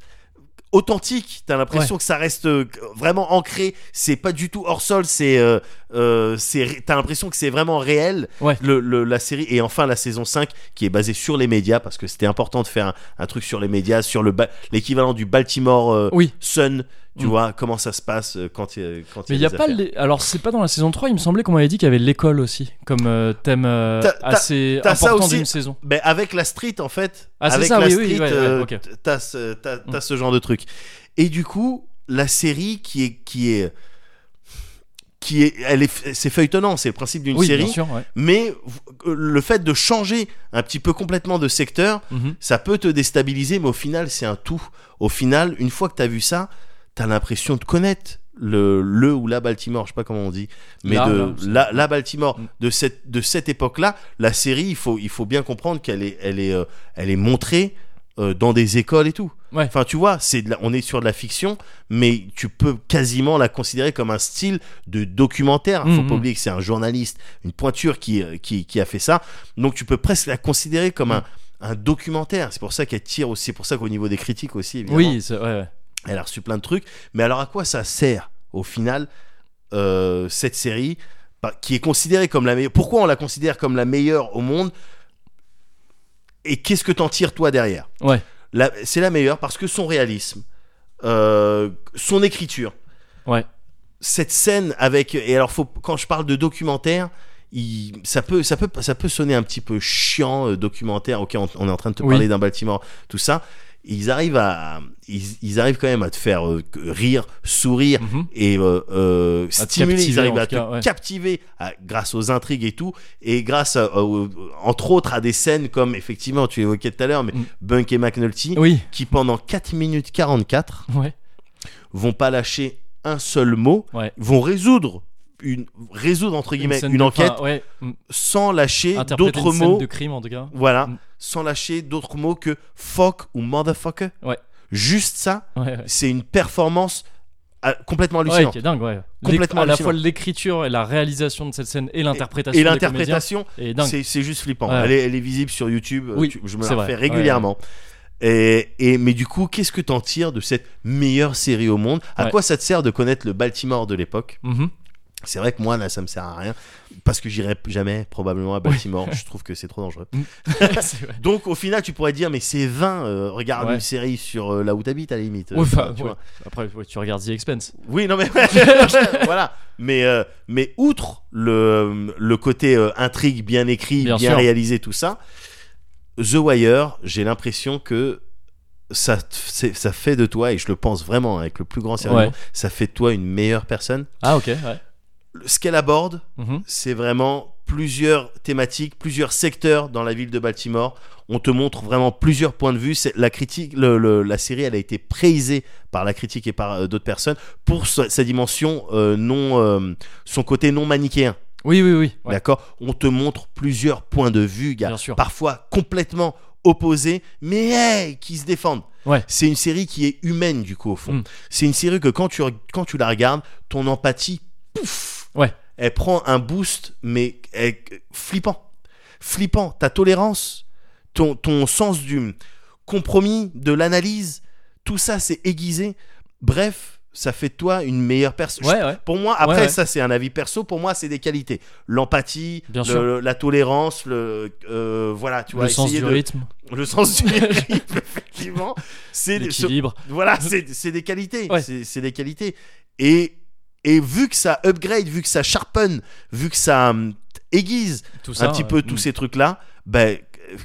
Speaker 2: authentique. T'as l'impression que ça reste euh, vraiment ancré. C'est pas du tout hors sol. C'est, euh, euh, c'est ré- t'as l'impression que c'est vraiment réel.
Speaker 1: Ouais.
Speaker 2: Le, le- la série et enfin la saison 5 qui est basée sur les médias parce que c'était important de faire un, un truc sur les médias, sur le ba- l'équivalent du Baltimore euh,
Speaker 1: Oui.
Speaker 2: Sun. Tu
Speaker 1: Mm.
Speaker 2: vois comment ça se passe euh, quand il quand
Speaker 1: Mais il
Speaker 2: y
Speaker 1: y a
Speaker 2: des
Speaker 1: pas
Speaker 2: affaires.
Speaker 1: les... alors c'est pas dans la saison 3, il me semblait qu'on m'avait dit qu'il y avait l'école aussi comme euh, thème euh,
Speaker 2: T'as- t'as-
Speaker 1: assez
Speaker 2: t'as ça
Speaker 1: important
Speaker 2: aussi.
Speaker 1: d'une saison.
Speaker 2: Ben, avec la street en fait,
Speaker 1: Ah, c'est
Speaker 2: avec
Speaker 1: ça,
Speaker 2: la
Speaker 1: oui,
Speaker 2: street,
Speaker 1: oui, ouais, ouais,
Speaker 2: euh,
Speaker 1: ok.
Speaker 2: t'as ce, t'as- t'as
Speaker 1: Mm.
Speaker 2: ce genre de truc. Et du coup, la série qui est qui est qui est, elle est, c'est feuilletonnant, c'est le principe d'une
Speaker 1: oui, bien
Speaker 2: série.
Speaker 1: sûr, ouais.
Speaker 2: Mais euh, le fait de changer un petit peu complètement de secteur,
Speaker 1: Mhm.
Speaker 2: ça peut te déstabiliser, mais au final, c'est un tout. Au final, une fois que t'as vu ça, t'as l'impression de connaître le, le ou la Baltimore, je sais pas comment on dit, mais
Speaker 1: Là, là,
Speaker 2: de
Speaker 1: c'est-
Speaker 2: la, la Baltimore
Speaker 1: Mm.
Speaker 2: de cette de cette époque-là. La série, il faut il faut bien comprendre qu'elle est elle est euh, elle est montrée euh, dans des écoles et tout.
Speaker 1: Ouais.
Speaker 2: Enfin, tu vois, c'est de la- on est sur de la fiction, mais tu peux quasiment la considérer comme un style de documentaire. Faut
Speaker 1: Mm,
Speaker 2: pas
Speaker 1: mm.
Speaker 2: oublier que c'est un journaliste, une pointure qui, euh, qui qui a fait ça. Donc tu peux presque la considérer comme un un documentaire. C'est pour ça qu'elle tire aussi, c'est pour ça qu'au niveau des critiques aussi, évidemment,
Speaker 1: Oui, c'est- ouais, ouais.
Speaker 2: elle a reçu plein de trucs. Mais alors à quoi ça sert au final euh, cette série par- qui est considérée comme la meilleure Pourquoi on la considère comme la meilleure au monde Et qu'est-ce que t'en tires toi derrière
Speaker 1: Ouais.
Speaker 2: La- C'est la meilleure parce que son réalisme, euh, son écriture,
Speaker 1: Ouais.
Speaker 2: cette scène avec et alors faut, quand je parle de documentaire. il- ça peut ça peut ça peut sonner un petit peu chiant euh, documentaire ok on, on est en train de te
Speaker 1: Oui.
Speaker 2: parler d'un Baltimore tout ça ils arrivent à, ils, ils arrivent quand même à te faire euh, rire, sourire
Speaker 1: Mhm.
Speaker 2: et euh, euh,
Speaker 1: À te
Speaker 2: stimuler. Ils
Speaker 1: captiver,
Speaker 2: arrivent
Speaker 1: en
Speaker 2: à
Speaker 1: tout
Speaker 2: te
Speaker 1: cas, ouais.
Speaker 2: captiver à- grâce aux intrigues et tout, et grâce à- au- entre autres à des scènes comme effectivement tu évoquais tout à l'heure, mais
Speaker 1: Mm.
Speaker 2: Bunk et McNulty
Speaker 1: Oui,
Speaker 2: qui pendant 4 minutes 44
Speaker 1: ouais.
Speaker 2: vont pas lâcher un seul mot,
Speaker 1: Ouais.
Speaker 2: vont résoudre une résoudre entre guillemets
Speaker 1: scène
Speaker 2: une,
Speaker 1: de-
Speaker 2: enquête
Speaker 1: enfin, ouais. mm.
Speaker 2: sans lâcher
Speaker 1: Interpréter
Speaker 2: d'autres
Speaker 1: une scène
Speaker 2: mots
Speaker 1: de crime en tout cas.
Speaker 2: voilà,
Speaker 1: Mm.
Speaker 2: sans lâcher d'autres mots que fuck ou motherfucker.
Speaker 1: Ouais.
Speaker 2: Juste ça,
Speaker 1: Ouais, ouais.
Speaker 2: c'est une performance euh, complètement
Speaker 1: Ouais,
Speaker 2: hallucinante.
Speaker 1: qui est dingue, ouais.
Speaker 2: Complètement
Speaker 1: L'éc- à la
Speaker 2: hallucinant.
Speaker 1: fois l'écriture et la réalisation de cette scène et l'interprétation.
Speaker 2: Et
Speaker 1: des comédiens
Speaker 2: l'interprétation,
Speaker 1: est dingue.
Speaker 2: c'est c'est juste flippant.
Speaker 1: Ouais.
Speaker 2: Elle, est, elle est visible sur YouTube, euh,
Speaker 1: Oui,
Speaker 2: tu- je me
Speaker 1: c'est
Speaker 2: la
Speaker 1: vrai.
Speaker 2: refais régulièrement. Et, et- mais du coup, qu'est-ce que t'en tires de cette meilleure série au monde À
Speaker 1: Ouais.
Speaker 2: quoi ça te sert de connaître le Baltimore de l'époque
Speaker 1: Mhm.
Speaker 2: C'est vrai que moi, là, ça me sert à rien parce que j'irai jamais probablement à Baltimore. Je trouve que c'est trop dangereux.
Speaker 1: C'est vrai.
Speaker 2: Donc au final, tu pourrais dire, mais c'est 20, euh, regarde
Speaker 1: Ouais.
Speaker 2: une série sur euh, là où t'habites à la limite. euh,
Speaker 1: Ouais, enfin,
Speaker 2: tu
Speaker 1: ouais.
Speaker 2: vois.
Speaker 1: Après, ouais, tu regardes The Expense.
Speaker 2: Oui, non mais voilà. Mais euh, mais outre le le côté euh, intrigue bien écrit,
Speaker 1: Bien
Speaker 2: bien,
Speaker 1: sûr.
Speaker 2: réalisé, tout ça, The Wire, j'ai l'impression que ça te- c'est- ça fait de toi et je le pense vraiment avec le plus grand sérieux,
Speaker 1: Ouais.
Speaker 2: ça fait de toi une meilleure personne.
Speaker 1: Ah, ok, ouais.
Speaker 2: Le- Ce qu'elle aborde,
Speaker 1: Mhm.
Speaker 2: c'est vraiment plusieurs thématiques, plusieurs secteurs dans la ville de Baltimore. On te montre vraiment plusieurs points de vue. C'est la critique, le- le- la série, elle a été préisée par la critique et par euh, d'autres personnes pour sa, sa dimension euh, non, euh, son côté non manichéen.
Speaker 1: Oui, oui, oui. ouais.
Speaker 2: D'accord. On te montre plusieurs points de vue, gars,
Speaker 1: Bien sûr.
Speaker 2: parfois complètement opposés, mais hey, qui se défendent.
Speaker 1: Ouais.
Speaker 2: C'est une série qui est humaine du coup au fond.
Speaker 1: Mm.
Speaker 2: C'est une série que quand tu re- quand tu la regardes, ton empathie, pouf,
Speaker 1: Ouais.
Speaker 2: elle prend un boost, mais elle- flippant, flippant. Ta tolérance, ton ton sens du compromis, de l'analyse, tout ça c'est aiguisé. Bref, ça fait de toi une meilleure personne.
Speaker 1: Ouais, ouais.
Speaker 2: Pour moi, après,
Speaker 1: Ouais, ouais.
Speaker 2: ça c'est un avis perso. Pour moi, c'est des qualités. L'empathie,
Speaker 1: Bien
Speaker 2: le-
Speaker 1: sûr.
Speaker 2: le- la tolérance, le euh, voilà, tu vois,
Speaker 1: le sens
Speaker 2: essayer
Speaker 1: du
Speaker 2: de-
Speaker 1: rythme,
Speaker 2: le sens du rythme, effectivement. C'est des- ce-
Speaker 1: l'équilibre.
Speaker 2: voilà, c'est c'est des qualités,
Speaker 1: Ouais.
Speaker 2: c'est c'est des qualités. Et et vu que ça upgrade, vu que ça sharpen, vu que ça hum, aiguise
Speaker 1: Tout ça.
Speaker 2: un petit
Speaker 1: euh,
Speaker 2: peu tous
Speaker 1: mm.
Speaker 2: ces trucs là, ben euh,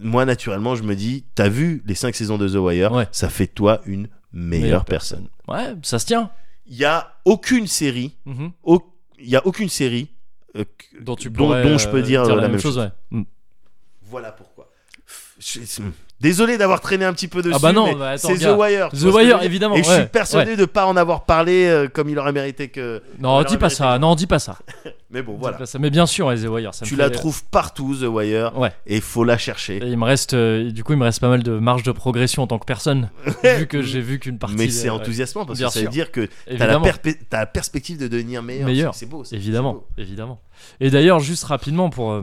Speaker 2: moi naturellement, je me dis, t'as vu les cinq saisons de The Wire,
Speaker 1: Ouais.
Speaker 2: ça fait de toi une meilleure,
Speaker 1: Meilleure
Speaker 2: personne.
Speaker 1: Ouais, ça se tient.
Speaker 2: Il y a aucune série
Speaker 1: Mhm.
Speaker 2: au- il n'y a aucune série euh, que-
Speaker 1: Dont tu
Speaker 2: dont,
Speaker 1: pourrais,
Speaker 2: dont
Speaker 1: euh,
Speaker 2: je peux dire, euh, la même chose.
Speaker 1: ouais. Mm.
Speaker 2: Voilà pourquoi. Je- je- Désolé d'avoir traîné un petit peu dessus.
Speaker 1: Ah bah non,
Speaker 2: mais
Speaker 1: bah attends,
Speaker 2: c'est
Speaker 1: gars.
Speaker 2: The Wire.
Speaker 1: The
Speaker 2: tu vois
Speaker 1: Wire,
Speaker 2: ce que je veux dire
Speaker 1: évidemment,
Speaker 2: Et je
Speaker 1: ouais,
Speaker 2: suis persuadé de pas en avoir parlé euh, comme il aurait mérité que.
Speaker 1: Non,
Speaker 2: Alors,
Speaker 1: dis pas
Speaker 2: la
Speaker 1: ça. Non, dis pas ça.
Speaker 2: Mais bon,
Speaker 1: Dis
Speaker 2: voilà.
Speaker 1: pas ça. Mais bien sûr, ouais, The Wire, ça me
Speaker 2: Tu
Speaker 1: fait-
Speaker 2: la trouves partout, The Wire,
Speaker 1: Ouais.
Speaker 2: et faut la chercher.
Speaker 1: Et il me reste, euh, du coup, il me reste pas mal de marge de progression en tant que personne, Bah, vu que j'ai vu qu'une partie.
Speaker 2: Mais
Speaker 1: euh,
Speaker 2: c'est
Speaker 1: ouais.
Speaker 2: enthousiasmant parce
Speaker 1: Bien
Speaker 2: que ça veut
Speaker 1: sûr.
Speaker 2: dire que t'as la,
Speaker 1: Évidemment.
Speaker 2: perpé- t'as la perspective de devenir meilleur.
Speaker 1: Meilleur,
Speaker 2: C'est- C'est beau. ça. C'est
Speaker 1: Évidemment,
Speaker 2: beau.
Speaker 1: évidemment. Et d'ailleurs, juste rapidement pour euh,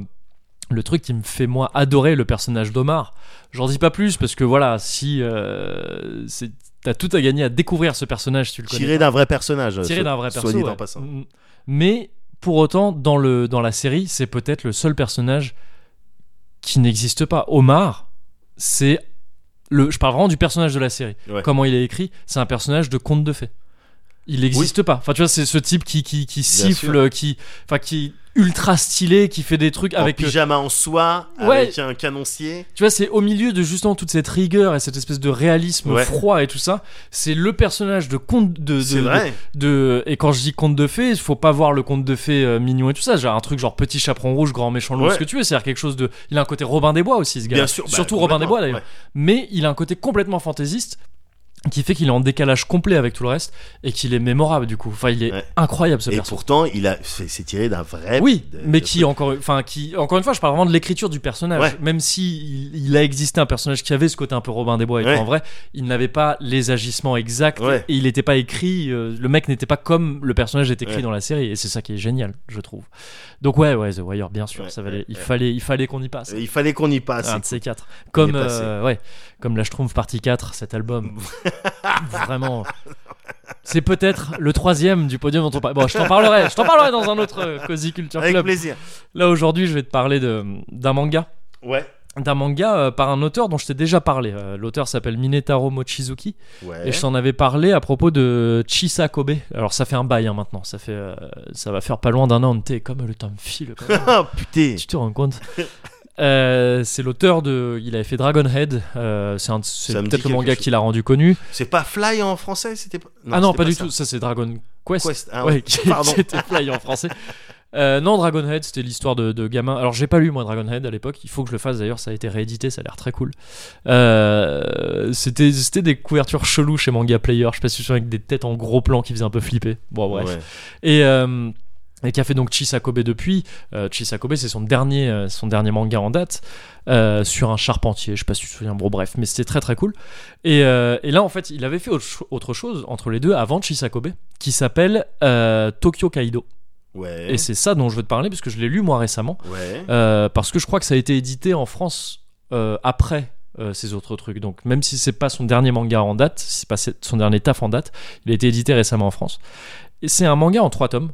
Speaker 1: le truc qui me fait moi adorer le personnage d'Omar, j'en dis pas plus parce que voilà, si euh, c'est- t'as tout à gagner à découvrir ce personnage, si tu le connais.
Speaker 2: Tiré d'un vrai personnage.
Speaker 1: tiré
Speaker 2: Euh, so-
Speaker 1: d'un vrai perso.
Speaker 2: Soit dit
Speaker 1: ouais.
Speaker 2: en passant.
Speaker 1: Mm. Mais pour autant, dans, le, dans la série, c'est peut-être le seul personnage qui n'existe pas. Omar, c'est le. Je parle vraiment du personnage de la série.
Speaker 2: Ouais.
Speaker 1: Comment il est écrit, c'est un personnage de conte de fées. Il n'existe pas. Enfin, tu vois, c'est ce type qui, qui, qui siffle, qui, enfin, qui est ultra stylé, qui fait des trucs
Speaker 2: En
Speaker 1: avec. euh,
Speaker 2: pyjama en soie,
Speaker 1: Ouais.
Speaker 2: avec un canoncier.
Speaker 1: Tu vois, c'est au milieu de justement toute cette rigueur et cette espèce de réalisme
Speaker 2: Ouais.
Speaker 1: froid et tout ça. C'est le personnage de conte de, de,
Speaker 2: C'est
Speaker 1: de-
Speaker 2: vrai.
Speaker 1: de et quand je dis conte de fées faut pas voir le conte de fées euh, mignon et tout ça genre un truc genre petit chaperon rouge grand méchant loup
Speaker 2: Ouais.
Speaker 1: ce que tu veux c'est à dire quelque chose de il a un côté Robin des Bois aussi ce gars
Speaker 2: Bien sûr. bah,
Speaker 1: surtout Robin des Bois
Speaker 2: complètement,
Speaker 1: d'ailleurs mais il a un côté complètement fantaisiste qui fait qu'il est en décalage complet avec tout le reste et qu'il est mémorable du coup enfin il est
Speaker 2: Ouais.
Speaker 1: incroyable ce
Speaker 2: Et
Speaker 1: perso
Speaker 2: pourtant, il a, c'est c'est tiré d'un vrai.
Speaker 1: oui,
Speaker 2: de-
Speaker 1: mais
Speaker 2: de-
Speaker 1: qui encore, enfin qui encore une fois, je parle vraiment de l'écriture du personnage.
Speaker 2: Ouais.
Speaker 1: Même si il, il a existé un personnage qui avait ce côté un peu Robin des Bois, et tout,
Speaker 2: Ouais.
Speaker 1: en vrai, il n'avait pas les agissements exacts
Speaker 2: Ouais.
Speaker 1: et il n'était pas écrit. euh, le mec n'était pas comme le personnage est écrit
Speaker 2: Ouais.
Speaker 1: dans la série, et c'est ça qui est génial, je trouve. Donc ouais, ouais, The Wire, bien sûr,
Speaker 2: Ouais,
Speaker 1: ça valait,
Speaker 2: ouais,
Speaker 1: il
Speaker 2: ouais.
Speaker 1: fallait, il fallait qu'on y passe.
Speaker 2: Il fallait qu'on y passe.
Speaker 1: un de ces quatre, comme
Speaker 2: est passé.
Speaker 1: euh, ouais, comme la Schtroumpf partie 4, cet album, vraiment. C'est peut-être le troisième du podium dont on parle. Bon, je t'en parlerai, je t'en parlerai dans un autre euh, Cozy Culture
Speaker 2: Avec
Speaker 1: Club.
Speaker 2: plaisir.
Speaker 1: Là aujourd'hui, je vais te parler de- d'un manga.
Speaker 2: Ouais.
Speaker 1: D'un manga euh, par un auteur dont je t'ai déjà parlé. Euh, L'auteur s'appelle Minetaro Mochizuki.
Speaker 2: Ouais.
Speaker 1: Et je t'en avais parlé à propos de Chisa Kobe. Alors ça fait un bail hein, maintenant. Ça, fait, euh, ça va faire pas loin d'un an. T'es comme le temps me file. quand même.
Speaker 2: Ah, putain.
Speaker 1: tu te rends compte Euh, c'est l'auteur de. Il avait fait Dragonhead. euh, c'est un de- c'est
Speaker 2: Ça me dit
Speaker 1: peut-être le
Speaker 2: quelque
Speaker 1: manga
Speaker 2: chose.
Speaker 1: qui l'a rendu connu.
Speaker 2: C'est pas Fly en français, c'était pas.
Speaker 1: ah non,
Speaker 2: c'était
Speaker 1: pas, du
Speaker 2: ça.
Speaker 1: tout. Ça, c'est Dragon Quest.
Speaker 2: Quest, ah
Speaker 1: ouais,
Speaker 2: ouais,
Speaker 1: qui,
Speaker 2: pardon.
Speaker 1: qui était fly en français. Euh, non, Dragonhead, c'était l'histoire de, de gamin. Alors, j'ai pas lu moi Dragonhead à l'époque. Il faut que je le fasse d'ailleurs. Ça a été réédité, ça a l'air très cool. Euh, c'était c'était des couvertures cheloues chez Manga Player. Je sais pas si tu te souviens, avec des têtes en gros plan qui faisaient un peu flipper. Bon, bref
Speaker 2: Ouais.
Speaker 1: et euh, et qui a fait donc Chisakobe depuis. Euh, Chisakobe, c'est son dernier, euh, son dernier manga en date euh, sur un charpentier. Je sais pas si tu te souviens, bon bref, mais c'était très très cool. Et, euh, et là, en fait, il avait fait autre, cho- autre chose entre les deux avant Chisakobe, qui s'appelle euh, Tokyo Kaido.
Speaker 2: Ouais.
Speaker 1: Et c'est ça dont je veux te parler, parce que je l'ai lu moi récemment.
Speaker 2: Ouais.
Speaker 1: Euh, parce que je crois que ça a été édité en France euh, après euh, ces autres trucs. Donc même si c'est pas son dernier manga en date, si c'est pas c'est- son dernier taf en date, il a été édité récemment en France. Et c'est un manga en trois tomes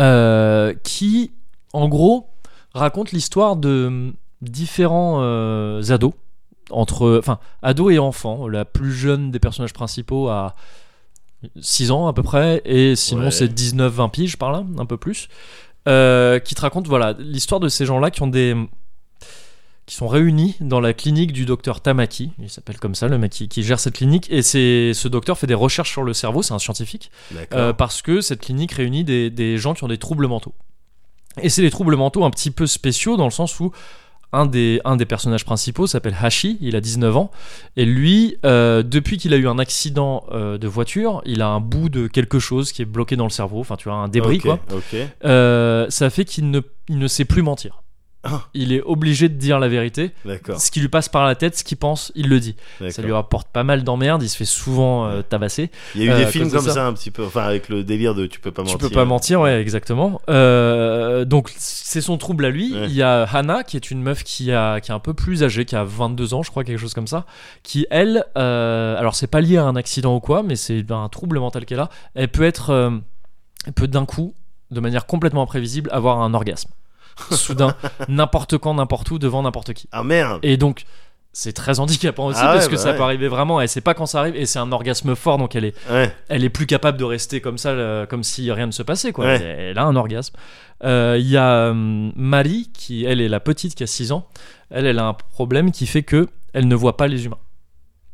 Speaker 1: euh, qui, en gros, raconte l'histoire de hum, différents euh, ados entre, enfin, ados et enfants. La plus jeune des personnages principaux a 6 ans à peu près, et sinon
Speaker 2: Ouais.
Speaker 1: c'est 19-20 piges par là, un peu plus euh, qui te raconte voilà l'histoire de ces gens-là qui ont des qui sont réunis dans la clinique du docteur Tamaki, il s'appelle comme ça le mec qui, qui gère cette clinique et c'est ce docteur fait des recherches sur le cerveau, c'est un scientifique
Speaker 2: D'accord.
Speaker 1: euh, parce que cette clinique réunit des, des gens qui ont des troubles mentaux. Et c'est des troubles mentaux un petit peu spéciaux dans le sens où un des, un des personnages principaux s'appelle Hashi, il a 19 ans, et lui, euh, depuis qu'il a eu un accident euh, de voiture, il a un bout de quelque chose qui est bloqué dans le cerveau, enfin tu vois, un débris
Speaker 2: Ok,
Speaker 1: quoi.
Speaker 2: Ok.
Speaker 1: Euh, ça fait qu'il ne, il ne sait plus mentir.
Speaker 2: Ah.
Speaker 1: Il est obligé de dire la vérité.
Speaker 2: D'accord.
Speaker 1: Ce qui lui passe par la tête, ce qu'il pense, il le dit. Ça
Speaker 2: d'accord.
Speaker 1: lui rapporte pas mal d'emmerdes, il se fait souvent euh, tabasser.
Speaker 2: Il y a eu
Speaker 1: euh,
Speaker 2: des films
Speaker 1: à cause de
Speaker 2: comme ça.
Speaker 1: ça.
Speaker 2: un petit peu, enfin avec le délire de tu peux pas mentir.
Speaker 1: Tu peux pas mentir, ouais, exactement. Euh, donc c'est son trouble à lui.
Speaker 2: Ouais.
Speaker 1: Il y a Hannah, qui est une meuf qui, a, qui est un peu plus âgée, qui a 22 ans, je crois, quelque chose comme ça, qui elle, euh, alors c'est pas lié à un accident ou quoi, mais c'est ben, un trouble mental qu'elle a. Elle peut être, euh, elle peut d'un coup, de manière complètement imprévisible, avoir un orgasme. Soudain, n'importe quand, n'importe où, devant n'importe qui.
Speaker 2: Ah merde.
Speaker 1: Et donc, c'est très handicapant aussi
Speaker 2: Ah ouais,
Speaker 1: parce que
Speaker 2: bah
Speaker 1: ça
Speaker 2: ouais.
Speaker 1: peut arriver vraiment. Elle sait pas quand ça arrive et c'est un orgasme fort, donc elle est,
Speaker 2: Ouais.
Speaker 1: elle est plus capable de rester comme ça, euh, comme si rien ne se passait. Quoi.
Speaker 2: Ouais.
Speaker 1: Elle, elle a un orgasme. Euh, Il y a euh, Marie qui, elle, est la petite qui a 6 ans. Elle, elle a un problème qui fait que elle ne voit pas les humains.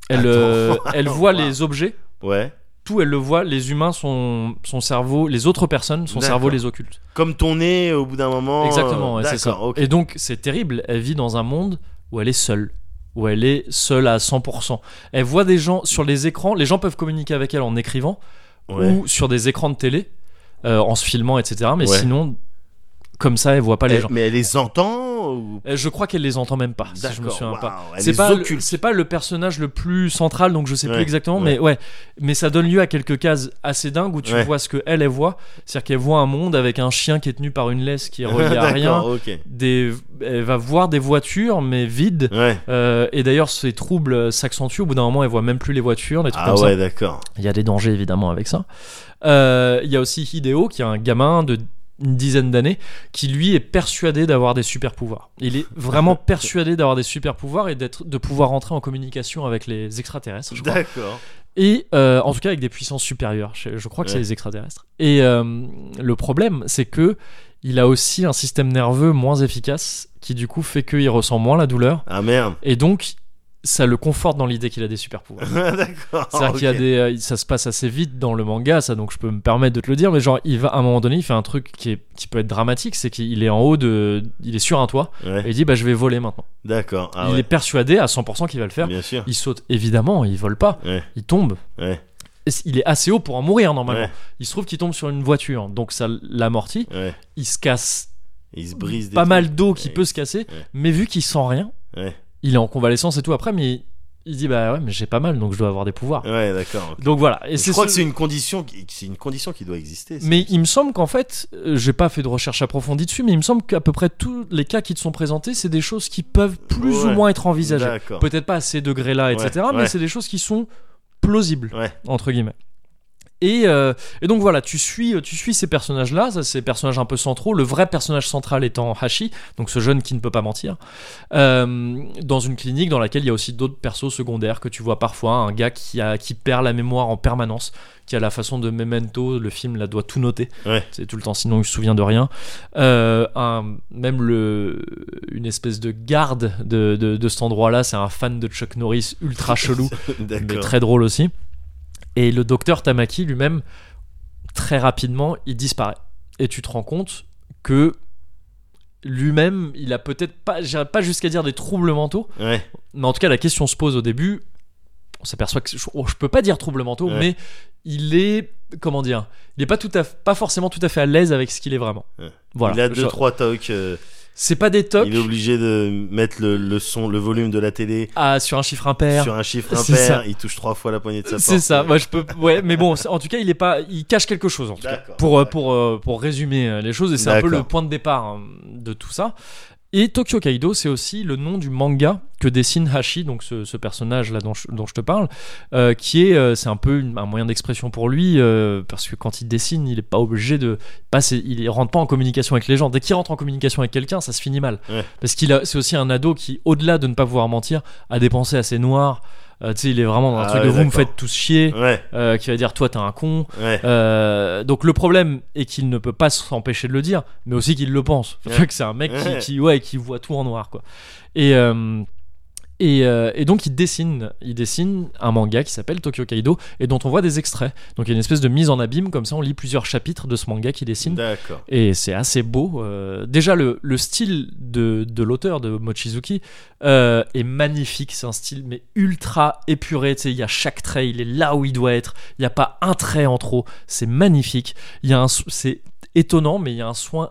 Speaker 1: Elle,
Speaker 2: Attends.
Speaker 1: euh, elle voit
Speaker 2: Wow.
Speaker 1: les objets.
Speaker 2: Ouais.
Speaker 1: Tout, elle le voit. Les humains, son, son cerveau, les autres personnes, son
Speaker 2: D'accord.
Speaker 1: cerveau les occulte.
Speaker 2: Comme ton nez au bout d'un moment.
Speaker 1: Exactement,
Speaker 2: euh,
Speaker 1: ouais, c'est ça.
Speaker 2: D'accord. Ok.
Speaker 1: Et donc, c'est terrible. Elle vit dans un monde où elle est seule. Où elle est seule à 100%. Elle voit des gens sur les écrans. Les gens peuvent communiquer avec elle en écrivant
Speaker 2: Ouais.
Speaker 1: ou sur des écrans de télé, euh, en se filmant, etc. Mais
Speaker 2: Ouais.
Speaker 1: sinon, comme ça, elle voit pas les
Speaker 2: Elle-
Speaker 1: gens.
Speaker 2: Eh, Mais elle les entend ou
Speaker 1: Euh, Je crois qu'elle les entend même pas, si je me
Speaker 2: D'accord,
Speaker 1: souviens pas.
Speaker 2: waouh, elle
Speaker 1: C'est
Speaker 2: les
Speaker 1: pas, le,
Speaker 2: occulte.
Speaker 1: c'est pas le personnage le plus central, donc je sais plus
Speaker 2: Ouais,
Speaker 1: exactement,
Speaker 2: ouais.
Speaker 1: mais ouais. Mais ça donne lieu à quelques cases assez dingues où tu
Speaker 2: Ouais.
Speaker 1: vois ce que elle, elle voit. C'est-à-dire qu'elle voit un monde avec un chien qui est tenu par une laisse qui est reliée à
Speaker 2: D'accord,
Speaker 1: rien.
Speaker 2: Ok.
Speaker 1: Des, elle va voir des voitures, mais vides.
Speaker 2: Ouais.
Speaker 1: Euh, et d'ailleurs, ces troubles euh, s'accentuent. Au bout d'un moment, elle voit même plus les voitures, des trucs
Speaker 2: Ah
Speaker 1: comme ça.
Speaker 2: ouais, d'accord.
Speaker 1: Il y a des dangers évidemment avec ça. Euh, il y a aussi Hideo qui est un gamin de une dizaine d'années qui lui est persuadé d'avoir des super pouvoirs. Il est vraiment persuadé d'avoir des super pouvoirs et d'être de pouvoir entrer en communication avec les extraterrestres. Je crois.
Speaker 2: D'accord.
Speaker 1: Et euh, en tout cas avec des puissances supérieures. Je, je crois que c'est
Speaker 2: Ouais.
Speaker 1: les extraterrestres. Et euh, le problème c'est que il a aussi un système nerveux moins efficace qui du coup fait qu'il ressent moins la douleur
Speaker 2: Ah merde.
Speaker 1: et donc ça le conforte dans l'idée qu'il a des super pouvoirs.
Speaker 2: d'accord.
Speaker 1: C'est-à-dire qu'il y a
Speaker 2: Ah, ok.
Speaker 1: des, euh, ça se passe assez vite dans le manga, ça, donc je peux me permettre de te le dire, mais genre, il va, à un moment donné, il fait un truc qui, est, qui peut être dramatique, c'est qu'il est en haut de, il est sur un toit,
Speaker 2: Ouais,
Speaker 1: et il dit, bah, je vais voler maintenant.
Speaker 2: D'accord. Ah
Speaker 1: il
Speaker 2: ouais.
Speaker 1: est persuadé à 100% qu'il va le faire.
Speaker 2: Bien sûr.
Speaker 1: Il saute, évidemment, il vole pas,
Speaker 2: Ouais.
Speaker 1: il tombe.
Speaker 2: Ouais.
Speaker 1: Et c- Il est assez haut pour en mourir normalement.
Speaker 2: Ouais.
Speaker 1: Il se trouve qu'il tombe sur une voiture, donc ça l'amortit.
Speaker 2: Ouais.
Speaker 1: Il se casse
Speaker 2: Il se brise des
Speaker 1: pas
Speaker 2: trucs.
Speaker 1: mal d'eau qui
Speaker 2: Ouais.
Speaker 1: peut se casser,
Speaker 2: Ouais.
Speaker 1: mais vu qu'il sent rien,
Speaker 2: Ouais.
Speaker 1: il est en convalescence et tout après, mais il, il dit bah ouais, mais j'ai pas mal, donc je dois avoir des pouvoirs.
Speaker 2: Ouais, d'accord. ok.
Speaker 1: Donc voilà. Et
Speaker 2: Je crois
Speaker 1: ce-
Speaker 2: que c'est une condition, qui- c'est une condition qui doit exister. ça.
Speaker 1: Mais il me semble qu'en fait, euh, j'ai pas fait de recherche approfondie dessus, mais il me semble qu'à peu près tous les cas qui te sont présentés, c'est des choses qui peuvent plus ou
Speaker 2: Ouais.
Speaker 1: moins être envisagées.
Speaker 2: D'accord.
Speaker 1: Peut-être pas à ces degrés-là, etc.,
Speaker 2: Ouais,
Speaker 1: mais
Speaker 2: ouais.
Speaker 1: c'est des choses qui sont plausibles,
Speaker 2: Ouais.
Speaker 1: entre guillemets. Et, euh, et donc voilà, tu suis, euh, tu suis ces personnages-là, ça, ces personnages un peu centraux, le vrai personnage central étant Hashi, donc ce jeune qui ne peut pas mentir, euh, dans une clinique dans laquelle il y a aussi d'autres persos secondaires que tu vois parfois, un gars qui, a, qui perd la mémoire en permanence, qui a la façon de Memento, le film là doit tout noter,
Speaker 2: Ouais.
Speaker 1: c'est tout le temps sinon il se souvient de rien, Euh, un- même le, une espèce de garde de, de- de cet endroit-là, c'est un fan de Chuck Norris ultra chelou, mais
Speaker 2: D'accord.
Speaker 1: très drôle aussi. Et le docteur Tamaki lui-même, très rapidement, il disparaît. Et tu te rends compte que lui-même, il a peut-être pas, j'irais pas jusqu'à dire des troubles mentaux,
Speaker 2: Ouais.
Speaker 1: mais en tout cas, la question se pose au début. On s'aperçoit que je, oh, je peux pas dire troubles mentaux,
Speaker 2: Ouais.
Speaker 1: mais il est, comment dire, il est pas tout à, f- pas forcément tout à fait à l'aise avec ce qu'il est vraiment.
Speaker 2: Ouais.
Speaker 1: Voilà.
Speaker 2: Il a deux
Speaker 1: Je-
Speaker 2: trois tocs. euh,
Speaker 1: C'est pas des tocs
Speaker 2: il est obligé de mettre le, le son, le volume de la télé
Speaker 1: à- sur un chiffre impair.
Speaker 2: sur un chiffre
Speaker 1: C'est
Speaker 2: impair.
Speaker 1: ça.
Speaker 2: Il touche trois fois la poignée de sa porte.
Speaker 1: C'est ça. Moi, je peux. Ouais, mais bon, c'est- en tout cas, il est pas. Il cache quelque chose en tout cas.
Speaker 2: D'accord.
Speaker 1: Pour euh, pour euh, pour résumer euh, les choses, et c'est un peu
Speaker 2: D'accord.
Speaker 1: le point de départ hein, de tout ça. Et Tokyo Kaido, c'est aussi le nom du manga que dessine Hashi, donc ce, ce personnage là dont je, dont je te parle, euh, qui est, euh, c'est un peu une- un moyen d'expression pour lui, euh, parce que quand il dessine, il est pas obligé de, passe- il rentre pas en communication avec les gens. Dès qu'il rentre en communication avec quelqu'un, ça se finit mal,
Speaker 2: Ouais.
Speaker 1: parce qu'il a, c'est aussi un ado qui, au-delà de ne pas pouvoir mentir, a des pensées assez noires. Euh, tu sais, il est vraiment dans un
Speaker 2: Ah
Speaker 1: truc
Speaker 2: ouais,
Speaker 1: de vous me
Speaker 2: d'accord.
Speaker 1: faites tous chier.
Speaker 2: Ouais,
Speaker 1: Euh, qui va dire toi t'es un con.
Speaker 2: ouais.
Speaker 1: Euh, donc le problème est qu'il ne peut pas s'empêcher de le dire, mais aussi qu'il le pense. Faut
Speaker 2: Ouais.
Speaker 1: dire que c'est un mec qui,
Speaker 2: Ouais.
Speaker 1: qui, ouais, qui voit tout en noir quoi. Et euh, et, euh, et donc il dessine, il dessine un manga qui s'appelle Tokyo Kaido et dont on voit des extraits. Donc il y a une espèce de mise en abîme comme ça, on lit plusieurs chapitres de ce manga qu'il dessine.
Speaker 2: D'accord.
Speaker 1: Et c'est assez beau. euh, déjà, le, le style de, de l'auteur, de Mochizuki, euh, est magnifique. C'est un style, mais ultra épuré. Tu sais, il y a chaque trait, il est là où il doit être. Il n'y a pas un trait en trop. C'est magnifique. Il y a un, so- c'est étonnant, mais il y a un soin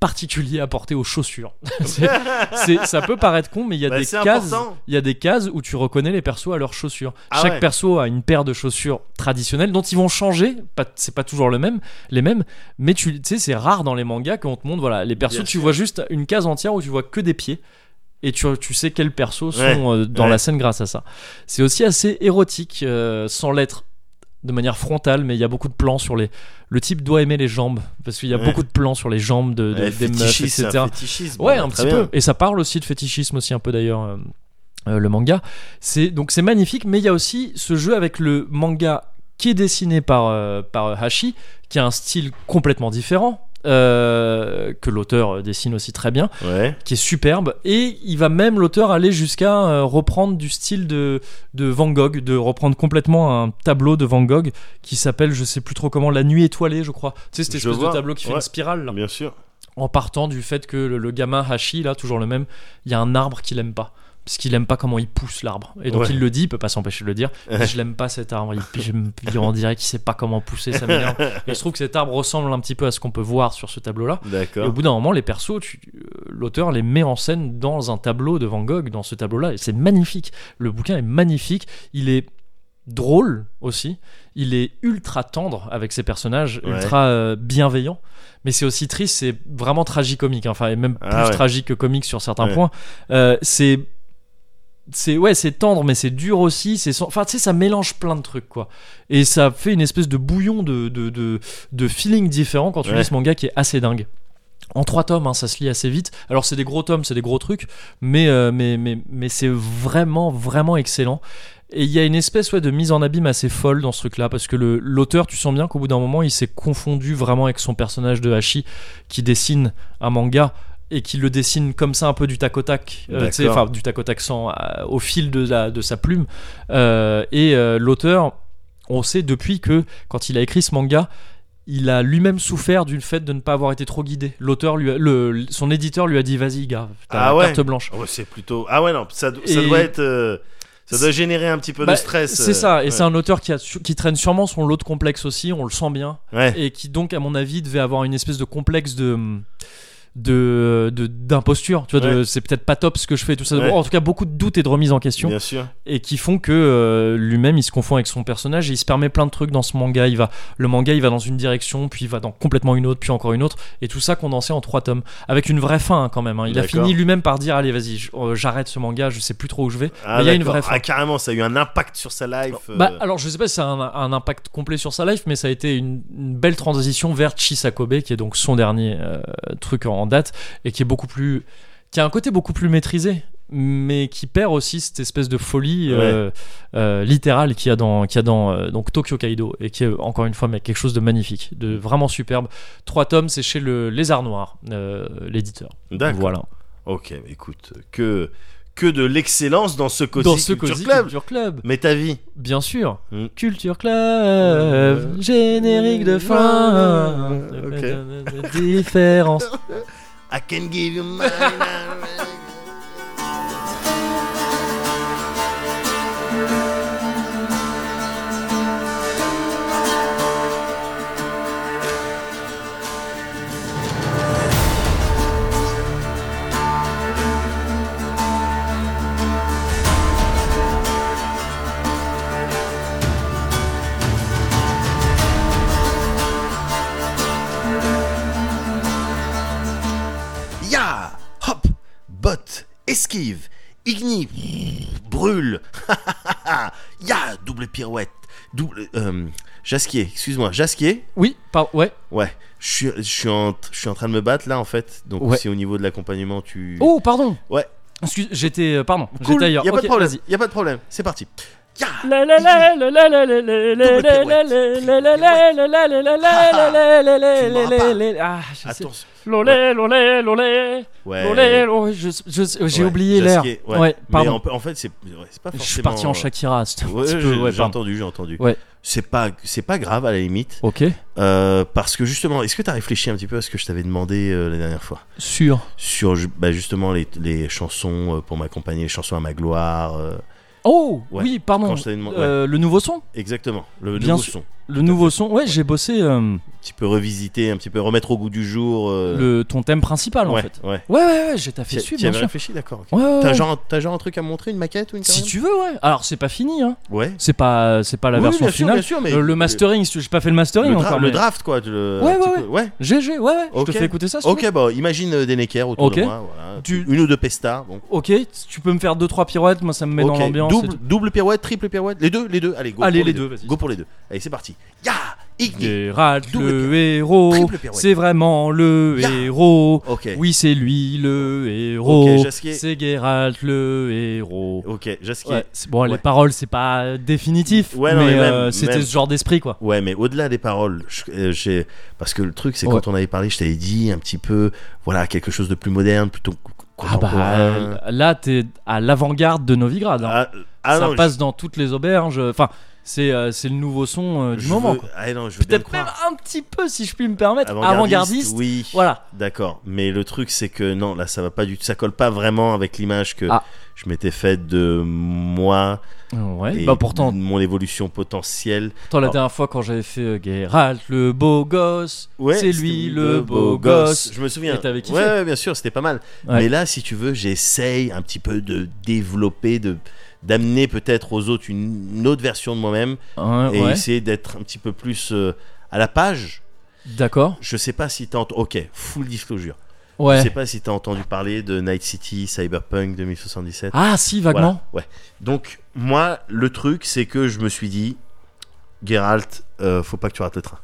Speaker 1: particulier apporté aux chaussures. C'est- c'est- ça peut paraître con, mais il y a
Speaker 2: Bah,
Speaker 1: des
Speaker 2: c'est
Speaker 1: cases
Speaker 2: important.
Speaker 1: il y a des cases où tu reconnais les persos à leurs chaussures.
Speaker 2: Ah
Speaker 1: Chaque
Speaker 2: ouais.
Speaker 1: perso a une paire de chaussures traditionnelles dont ils vont changer, pas- c'est pas toujours le même, les mêmes, mais tu tu sais c'est rare dans les mangas qu'on te montre voilà, les persos
Speaker 2: Bien
Speaker 1: tu
Speaker 2: sûr.
Speaker 1: vois juste une case entière où tu vois que des pieds et tu, tu sais quels persos sont
Speaker 2: Ouais,
Speaker 1: euh, dans
Speaker 2: ouais.
Speaker 1: la scène grâce à ça. C'est aussi assez érotique euh, sans l'être de manière frontale, mais il y a beaucoup de plans sur les. Le type doit aimer les jambes parce qu'il y a
Speaker 2: Ouais.
Speaker 1: beaucoup de plans sur les jambes de, de-
Speaker 2: Ouais,
Speaker 1: des meufs,
Speaker 2: fétichisme,
Speaker 1: etc.
Speaker 2: c'est un fétichisme.
Speaker 1: Ouais,
Speaker 2: Bah,
Speaker 1: un
Speaker 2: très
Speaker 1: petit
Speaker 2: bien.
Speaker 1: peu. Et ça parle aussi de fétichisme aussi un peu d'ailleurs. euh, euh, le manga, c'est donc c'est magnifique, mais il y a aussi ce jeu avec le manga qui est dessiné par euh, par euh, Hashi, qui a un style complètement différent euh, que l'auteur euh, dessine aussi très bien,
Speaker 2: Ouais.
Speaker 1: qui est superbe, et il va même l'auteur aller jusqu'à euh, reprendre du style de de Van Gogh, de reprendre complètement un tableau de Van Gogh qui s'appelle je sais plus trop comment La Nuit étoilée, je crois. Tu sais cette
Speaker 2: Je
Speaker 1: espèce
Speaker 2: vois.
Speaker 1: de tableau qui fait
Speaker 2: Ouais.
Speaker 1: une spirale. Là
Speaker 2: Bien sûr.
Speaker 1: en partant du fait que le, le gamin Hashi, là, toujours le même, il y a un arbre qu'il aime pas. Parce qu'il aime pas comment il pousse l'arbre. Et donc
Speaker 2: Ouais.
Speaker 1: il le dit, il peut pas s'empêcher de le dire. Il dit, Je l'aime pas cet arbre. Il, je, il- on dirait qu'il sait pas comment pousser, ça m'énerve. Et il se trouve que cet arbre ressemble un petit peu à ce qu'on peut voir sur ce tableau-là. Et au
Speaker 2: D'accord.
Speaker 1: bout d'un moment, les persos, tu- euh, l'auteur les met en scène dans un tableau de Van Gogh, dans ce tableau-là. Et c'est magnifique. Le bouquin est magnifique. Il est drôle aussi. Il est ultra tendre avec ses personnages,
Speaker 2: Ouais.
Speaker 1: ultra euh, bienveillant. Mais c'est aussi triste. C'est vraiment tragicomique. hein. Enfin, et même plus
Speaker 2: Ah ouais.
Speaker 1: tragique que comique sur certains
Speaker 2: Ouais.
Speaker 1: points. Euh, c'est c'est ouais c'est tendre mais c'est dur aussi c'est sans- enfin tu sais ça mélange plein de trucs quoi et ça fait une espèce de bouillon de de, de, de feeling différent quand tu
Speaker 2: Ouais.
Speaker 1: lis ce manga qui est assez dingue en trois tomes hein, ça se lit assez vite alors c'est des gros tomes c'est des gros trucs mais euh, mais mais mais c'est vraiment vraiment excellent et il y a une espèce ouais, de mise en abîme assez folle dans ce truc-là, parce que le- l'auteur, tu sens bien qu'au bout d'un moment, il s'est confondu vraiment avec son personnage de Hashi, qui dessine un manga et qui le dessine comme ça un peu du tac au tac, euh, tu sais,
Speaker 2: D'accord.
Speaker 1: enfin du tac au tac sans, euh, au fil de, la- de sa plume. Euh, et euh, l'auteur, on sait depuis que quand il a écrit ce manga, il a lui-même souffert du fait de ne pas avoir été trop guidé. L'auteur, lui a- le, son éditeur lui a dit vas-y gars, t'as
Speaker 2: Ah
Speaker 1: la
Speaker 2: ouais.
Speaker 1: carte blanche.
Speaker 2: Oh, c'est plutôt. Ah ouais, non. Ça, do- ça
Speaker 1: Et-
Speaker 2: doit être. euh, Ça doit
Speaker 1: C'est-
Speaker 2: générer un petit peu
Speaker 1: Bah,
Speaker 2: de stress.
Speaker 1: C'est
Speaker 2: euh,
Speaker 1: ça, et
Speaker 2: ouais.
Speaker 1: c'est un auteur qui, a, su- qui traîne sûrement son lot de complexes aussi, on le sent bien,
Speaker 2: Ouais.
Speaker 1: et qui donc, à mon avis, devait avoir une espèce de complexe de de de- d'imposture tu vois de- c'est peut-être pas top ce que je fais tout ça
Speaker 2: Ouais.
Speaker 1: en tout cas beaucoup de doutes et de remises en question
Speaker 2: Bien sûr.
Speaker 1: et qui font que euh, lui-même il se confond avec son personnage et il se permet plein de trucs dans ce manga il va le manga il va dans une direction puis il va dans complètement une autre puis encore une autre et tout ça condensé en trois tomes avec une vraie fin hein, quand même hein. il a
Speaker 2: D'accord.
Speaker 1: fini lui-même par dire allez vas-y j- euh, j'arrête ce manga je sais plus trop où je vais
Speaker 2: Ah,
Speaker 1: Mais il y a une
Speaker 2: d'accord.
Speaker 1: vraie fin.
Speaker 2: Ah, carrément, ça a eu un impact sur sa life. euh,
Speaker 1: bah, alors je sais pas si ça a un, un impact complet sur sa life, mais ça a été une, une belle transition vers Chisakobe, qui est donc son dernier euh, truc en, en date, et qui est beaucoup plus, qui a un côté beaucoup plus maîtrisé, mais qui perd aussi cette espèce de folie euh, euh, littérale qu'il y a dans, qu'il y a dans euh, donc Tokyo Kaido, et qui est encore une fois mais quelque chose de magnifique, de vraiment superbe. Trois tomes, c'est chez le Lézard Noir, euh, l'éditeur.
Speaker 2: D'accord.
Speaker 1: Voilà.
Speaker 2: Ok, écoute, que, que de l'excellence dans ce Cozy
Speaker 1: dans ce
Speaker 2: Culture
Speaker 1: Cozy
Speaker 2: Club.
Speaker 1: Culture Club,
Speaker 2: Mais ta vie.
Speaker 1: bien sûr.
Speaker 2: Mm.
Speaker 1: Culture Club, générique de fin.
Speaker 2: Mm. Ok.
Speaker 1: Différence.
Speaker 2: I can give you mine. Ya Hop Botte Esquive Igni Brûle Ya Double pirouette Double... Euh, jasquier, excuse-moi, Jasquier
Speaker 1: Oui, pardon, ouais.
Speaker 2: Ouais, je suis, je, suis en, je suis en train de me battre là en fait, donc
Speaker 1: Ouais.
Speaker 2: si au niveau de l'accompagnement tu...
Speaker 1: Oh, pardon.
Speaker 2: Mm. Ouais.
Speaker 1: Excuse, j'étais, euh, pardon,
Speaker 2: Cool,
Speaker 1: j'étais
Speaker 2: y a
Speaker 1: ailleurs.
Speaker 2: pas
Speaker 1: Ok,
Speaker 2: de problème,
Speaker 1: vas-y.
Speaker 2: y a pas de problème, c'est parti Ya
Speaker 1: La la la la la la la la la
Speaker 2: Double
Speaker 1: la
Speaker 2: pirouette.
Speaker 1: la la la la la la la la la la la la la
Speaker 2: Ah, tu me l'auras
Speaker 1: la
Speaker 2: pas.
Speaker 1: la la- Ah, je sais.
Speaker 2: Attention
Speaker 1: Lolé, lolé, lolé,
Speaker 2: Ouais,
Speaker 1: lolé, lolé. Je- je- J'ai
Speaker 2: ouais,
Speaker 1: oublié l'air.
Speaker 2: Jasquier, ouais.
Speaker 1: Ouais,
Speaker 2: Mais
Speaker 1: pardon.
Speaker 2: en, en fait, c'est ouais, c'est pas
Speaker 1: Je
Speaker 2: forcément... euh,
Speaker 1: suis parti en Shakira. c'était un
Speaker 2: Ouais,
Speaker 1: petit
Speaker 2: j'ai
Speaker 1: peu- ouais,
Speaker 2: j'ai
Speaker 1: pardon.
Speaker 2: entendu, j'ai entendu.
Speaker 1: Ouais.
Speaker 2: C'est pas, c'est pas grave à la limite.
Speaker 1: Ok,
Speaker 2: Euh, parce que justement, est-ce que tu as réfléchi un petit peu à ce que je t'avais demandé euh, la dernière fois
Speaker 1: sûr.
Speaker 2: Sur ju- bah, justement les, les chansons euh, pour m'accompagner, les chansons à ma gloire. euh,
Speaker 1: Oh,
Speaker 2: Ouais,
Speaker 1: oui, pardon.
Speaker 2: quand je t'avais demandé-
Speaker 1: Euh, Le nouveau son
Speaker 2: exactement, le
Speaker 1: bien
Speaker 2: nouveau
Speaker 1: sûr.
Speaker 2: son.
Speaker 1: Le nouveau son, ouais, j'ai bossé euh,
Speaker 2: Un petit peu revisiter, un petit peu remettre au goût du jour. euh,
Speaker 1: le, ton thème principal en
Speaker 2: ouais,
Speaker 1: fait.
Speaker 2: ouais.
Speaker 1: Ouais, ouais, ouais, j'ai taffé
Speaker 2: Tu
Speaker 1: dessus,
Speaker 2: tu
Speaker 1: bien
Speaker 2: avais
Speaker 1: sûr.
Speaker 2: réfléchi, d'accord. ok.
Speaker 1: Ouais, ouais,
Speaker 2: T'as
Speaker 1: ouais.
Speaker 2: genre, t'as genre un truc à me montrer, une maquette ou une
Speaker 1: Si
Speaker 2: carrière
Speaker 1: tu veux, ouais. Alors, c'est pas fini, hein.
Speaker 2: Ouais.
Speaker 1: C'est pas, c'est pas la
Speaker 2: Oui,
Speaker 1: version
Speaker 2: bien sûr,
Speaker 1: finale.
Speaker 2: bien sûr, mais
Speaker 1: Euh, le mastering, si tu- j'ai pas fait le
Speaker 2: le,
Speaker 1: mastering
Speaker 2: dra-
Speaker 1: encore.
Speaker 2: le
Speaker 1: mais-
Speaker 2: draft, quoi. le-
Speaker 1: Ouais,
Speaker 2: un
Speaker 1: ouais,
Speaker 2: petit peu- ouais.
Speaker 1: GG, ouais, ouais.
Speaker 2: Ok.
Speaker 1: Je te fais écouter ça. si tu veux.
Speaker 2: Ok, bon, imagine euh, des Necker autour
Speaker 1: Ok.
Speaker 2: de moi. voilà.
Speaker 1: Tu-
Speaker 2: Une ou deux pestas. Bon.
Speaker 1: Ok, tu peux me faire 2-3 pirouettes, moi ça me met dans
Speaker 2: Ok,
Speaker 1: l'ambiance. et
Speaker 2: Double, double pirouette, triple pirouette. Les deux, les deux. Allez, go
Speaker 1: Allez,
Speaker 2: pour
Speaker 1: les
Speaker 2: les,
Speaker 1: deux,
Speaker 2: deux.
Speaker 1: vas-y.
Speaker 2: Go pour les deux. Allez, c'est parti. Ya
Speaker 1: tout.
Speaker 2: Igni
Speaker 1: Geralt,
Speaker 2: double
Speaker 1: le
Speaker 2: pirouette,
Speaker 1: héros,
Speaker 2: triple pirouette.
Speaker 1: c'est vraiment le
Speaker 2: Ya.
Speaker 1: héros.
Speaker 2: Ok.
Speaker 1: Oui, c'est lui le héros.
Speaker 2: Jasquier.
Speaker 1: c'est Geralt le héros.
Speaker 2: Ok, Jasquier.
Speaker 1: Ouais,
Speaker 2: Ouais.
Speaker 1: c'est- bon, les
Speaker 2: Ouais.
Speaker 1: paroles, c'est pas euh, définitif,
Speaker 2: Ouais,
Speaker 1: mais,
Speaker 2: non, mais même-
Speaker 1: euh, c'était
Speaker 2: même-
Speaker 1: ce genre d'esprit, quoi.
Speaker 2: mais au-delà des paroles, je- euh, j'ai- parce que le truc, c'est
Speaker 1: Ouais.
Speaker 2: quand on avait parlé, je t'avais dit un petit peu, voilà, quelque chose de plus moderne, plutôt
Speaker 1: Ah bah,
Speaker 2: contemporain.
Speaker 1: euh, là, t'es à l'avant-garde de Novigrad. hein.
Speaker 2: Ah, ah
Speaker 1: ça
Speaker 2: non,
Speaker 1: passe dans toutes les auberges. Enfin, c'est euh, c'est le nouveau son euh,
Speaker 2: je,
Speaker 1: du
Speaker 2: je
Speaker 1: moment.
Speaker 2: veux-
Speaker 1: quoi.
Speaker 2: ah non, je veux bien le
Speaker 1: Peut-être même
Speaker 2: croire.
Speaker 1: un petit peu, si je puis me permettre,
Speaker 2: Avant-gardiste,
Speaker 1: avant-gardiste.
Speaker 2: oui.
Speaker 1: Voilà.
Speaker 2: D'accord, mais le truc c'est que non, là ça va pas du tout, ça colle pas vraiment avec l'image que
Speaker 1: Ah.
Speaker 2: je m'étais faite de moi
Speaker 1: Ouais.
Speaker 2: et Ah.
Speaker 1: Bah pourtant,
Speaker 2: de mon évolution potentielle.
Speaker 1: pourtant, la dernière fois quand j'avais fait euh, Geralt, le beau gosse,
Speaker 2: Ouais,
Speaker 1: c'est
Speaker 2: c'était
Speaker 1: lui le beau gosse.
Speaker 2: Je me souviens.
Speaker 1: Et t'avais kiffé.
Speaker 2: Ouais, ouais, bien sûr, c'était pas mal.
Speaker 1: Ouais.
Speaker 2: Mais là, si tu veux, j'essaye un petit peu de développer, de d'amener peut-être aux autres une, une autre version de moi-même
Speaker 1: Hein,
Speaker 2: et
Speaker 1: ouais.
Speaker 2: essayer d'être un petit peu plus euh, à la page.
Speaker 1: D'accord.
Speaker 2: Je sais pas si t'as entendu. Ok, full disclosure. Je
Speaker 1: Ouais.
Speaker 2: sais pas si t'as entendu parler de Night City, Cyberpunk 2077.
Speaker 1: Ah si, vaguement.
Speaker 2: Voilà, ouais. Donc moi, le truc, c'est que je me suis dit, Geralt, euh, faut pas que tu rates le train.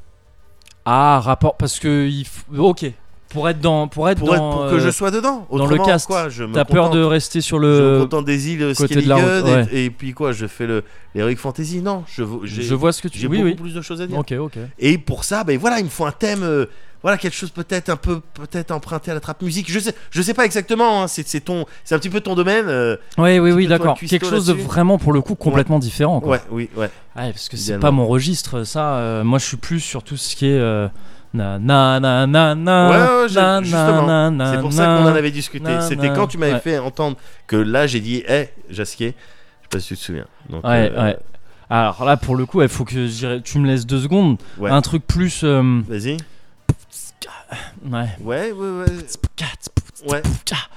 Speaker 1: Ah rapport, parce que il. f- Ok. Pour être dans, pour être
Speaker 2: Pour, être-
Speaker 1: dans,
Speaker 2: pour que
Speaker 1: euh,
Speaker 2: je sois dedans.
Speaker 1: dans le
Speaker 2: Autrement,
Speaker 1: cast,
Speaker 2: quoi, je me
Speaker 1: T'as peur
Speaker 2: contente.
Speaker 1: de rester sur
Speaker 2: Je me
Speaker 1: le.
Speaker 2: contente des îles
Speaker 1: Euh, côté de la
Speaker 2: Skellige
Speaker 1: route,
Speaker 2: et, et puis quoi, je fais le l'Heroic Fantasy. Non, je vo- j'ai
Speaker 1: Je vois ce que tu
Speaker 2: j'ai
Speaker 1: Oui,
Speaker 2: beaucoup
Speaker 1: oui.
Speaker 2: plus de choses à dire.
Speaker 1: Ok, ok.
Speaker 2: Et pour ça, ben voilà, il me faut un thème, euh, voilà quelque chose peut-être un peu peut-être emprunté à la trappe musique. Je sais, je sais pas exactement. hein, c'est c'est ton, c'est un petit peu ton domaine. euh,
Speaker 1: Oui, oui, oui,
Speaker 2: Plutôt
Speaker 1: d'accord.
Speaker 2: un cuistot
Speaker 1: Quelque chose de
Speaker 2: là-dessus.
Speaker 1: vraiment, pour le coup, complètement différent. Quoi.
Speaker 2: ouais, oui, ouais.
Speaker 1: Ouais, parce que c'est
Speaker 2: Idéalement.
Speaker 1: pas mon registre, ça. euh, moi, je suis plus sur tout ce qui est. euh, na na na na na.
Speaker 2: Ouais, ouais, je-
Speaker 1: na,
Speaker 2: justement.
Speaker 1: na, na,
Speaker 2: C'est pour
Speaker 1: na,
Speaker 2: ça qu'on en
Speaker 1: na.
Speaker 2: avait discuté.
Speaker 1: na,
Speaker 2: C'était
Speaker 1: na,
Speaker 2: quand tu m'avais
Speaker 1: ouais.
Speaker 2: fait entendre que là, j'ai dit, hé, Jasquier, je sais pas si tu te souviens. Donc,
Speaker 1: Ouais,
Speaker 2: euh,
Speaker 1: ouais. Alors là, pour le coup, il faut que je dirais- tu me laisses deux secondes.
Speaker 2: Ouais.
Speaker 1: Un truc plus. euh,
Speaker 2: Vas-y.
Speaker 1: Ouais.
Speaker 2: Ouais, ouais, ouais. Ouais,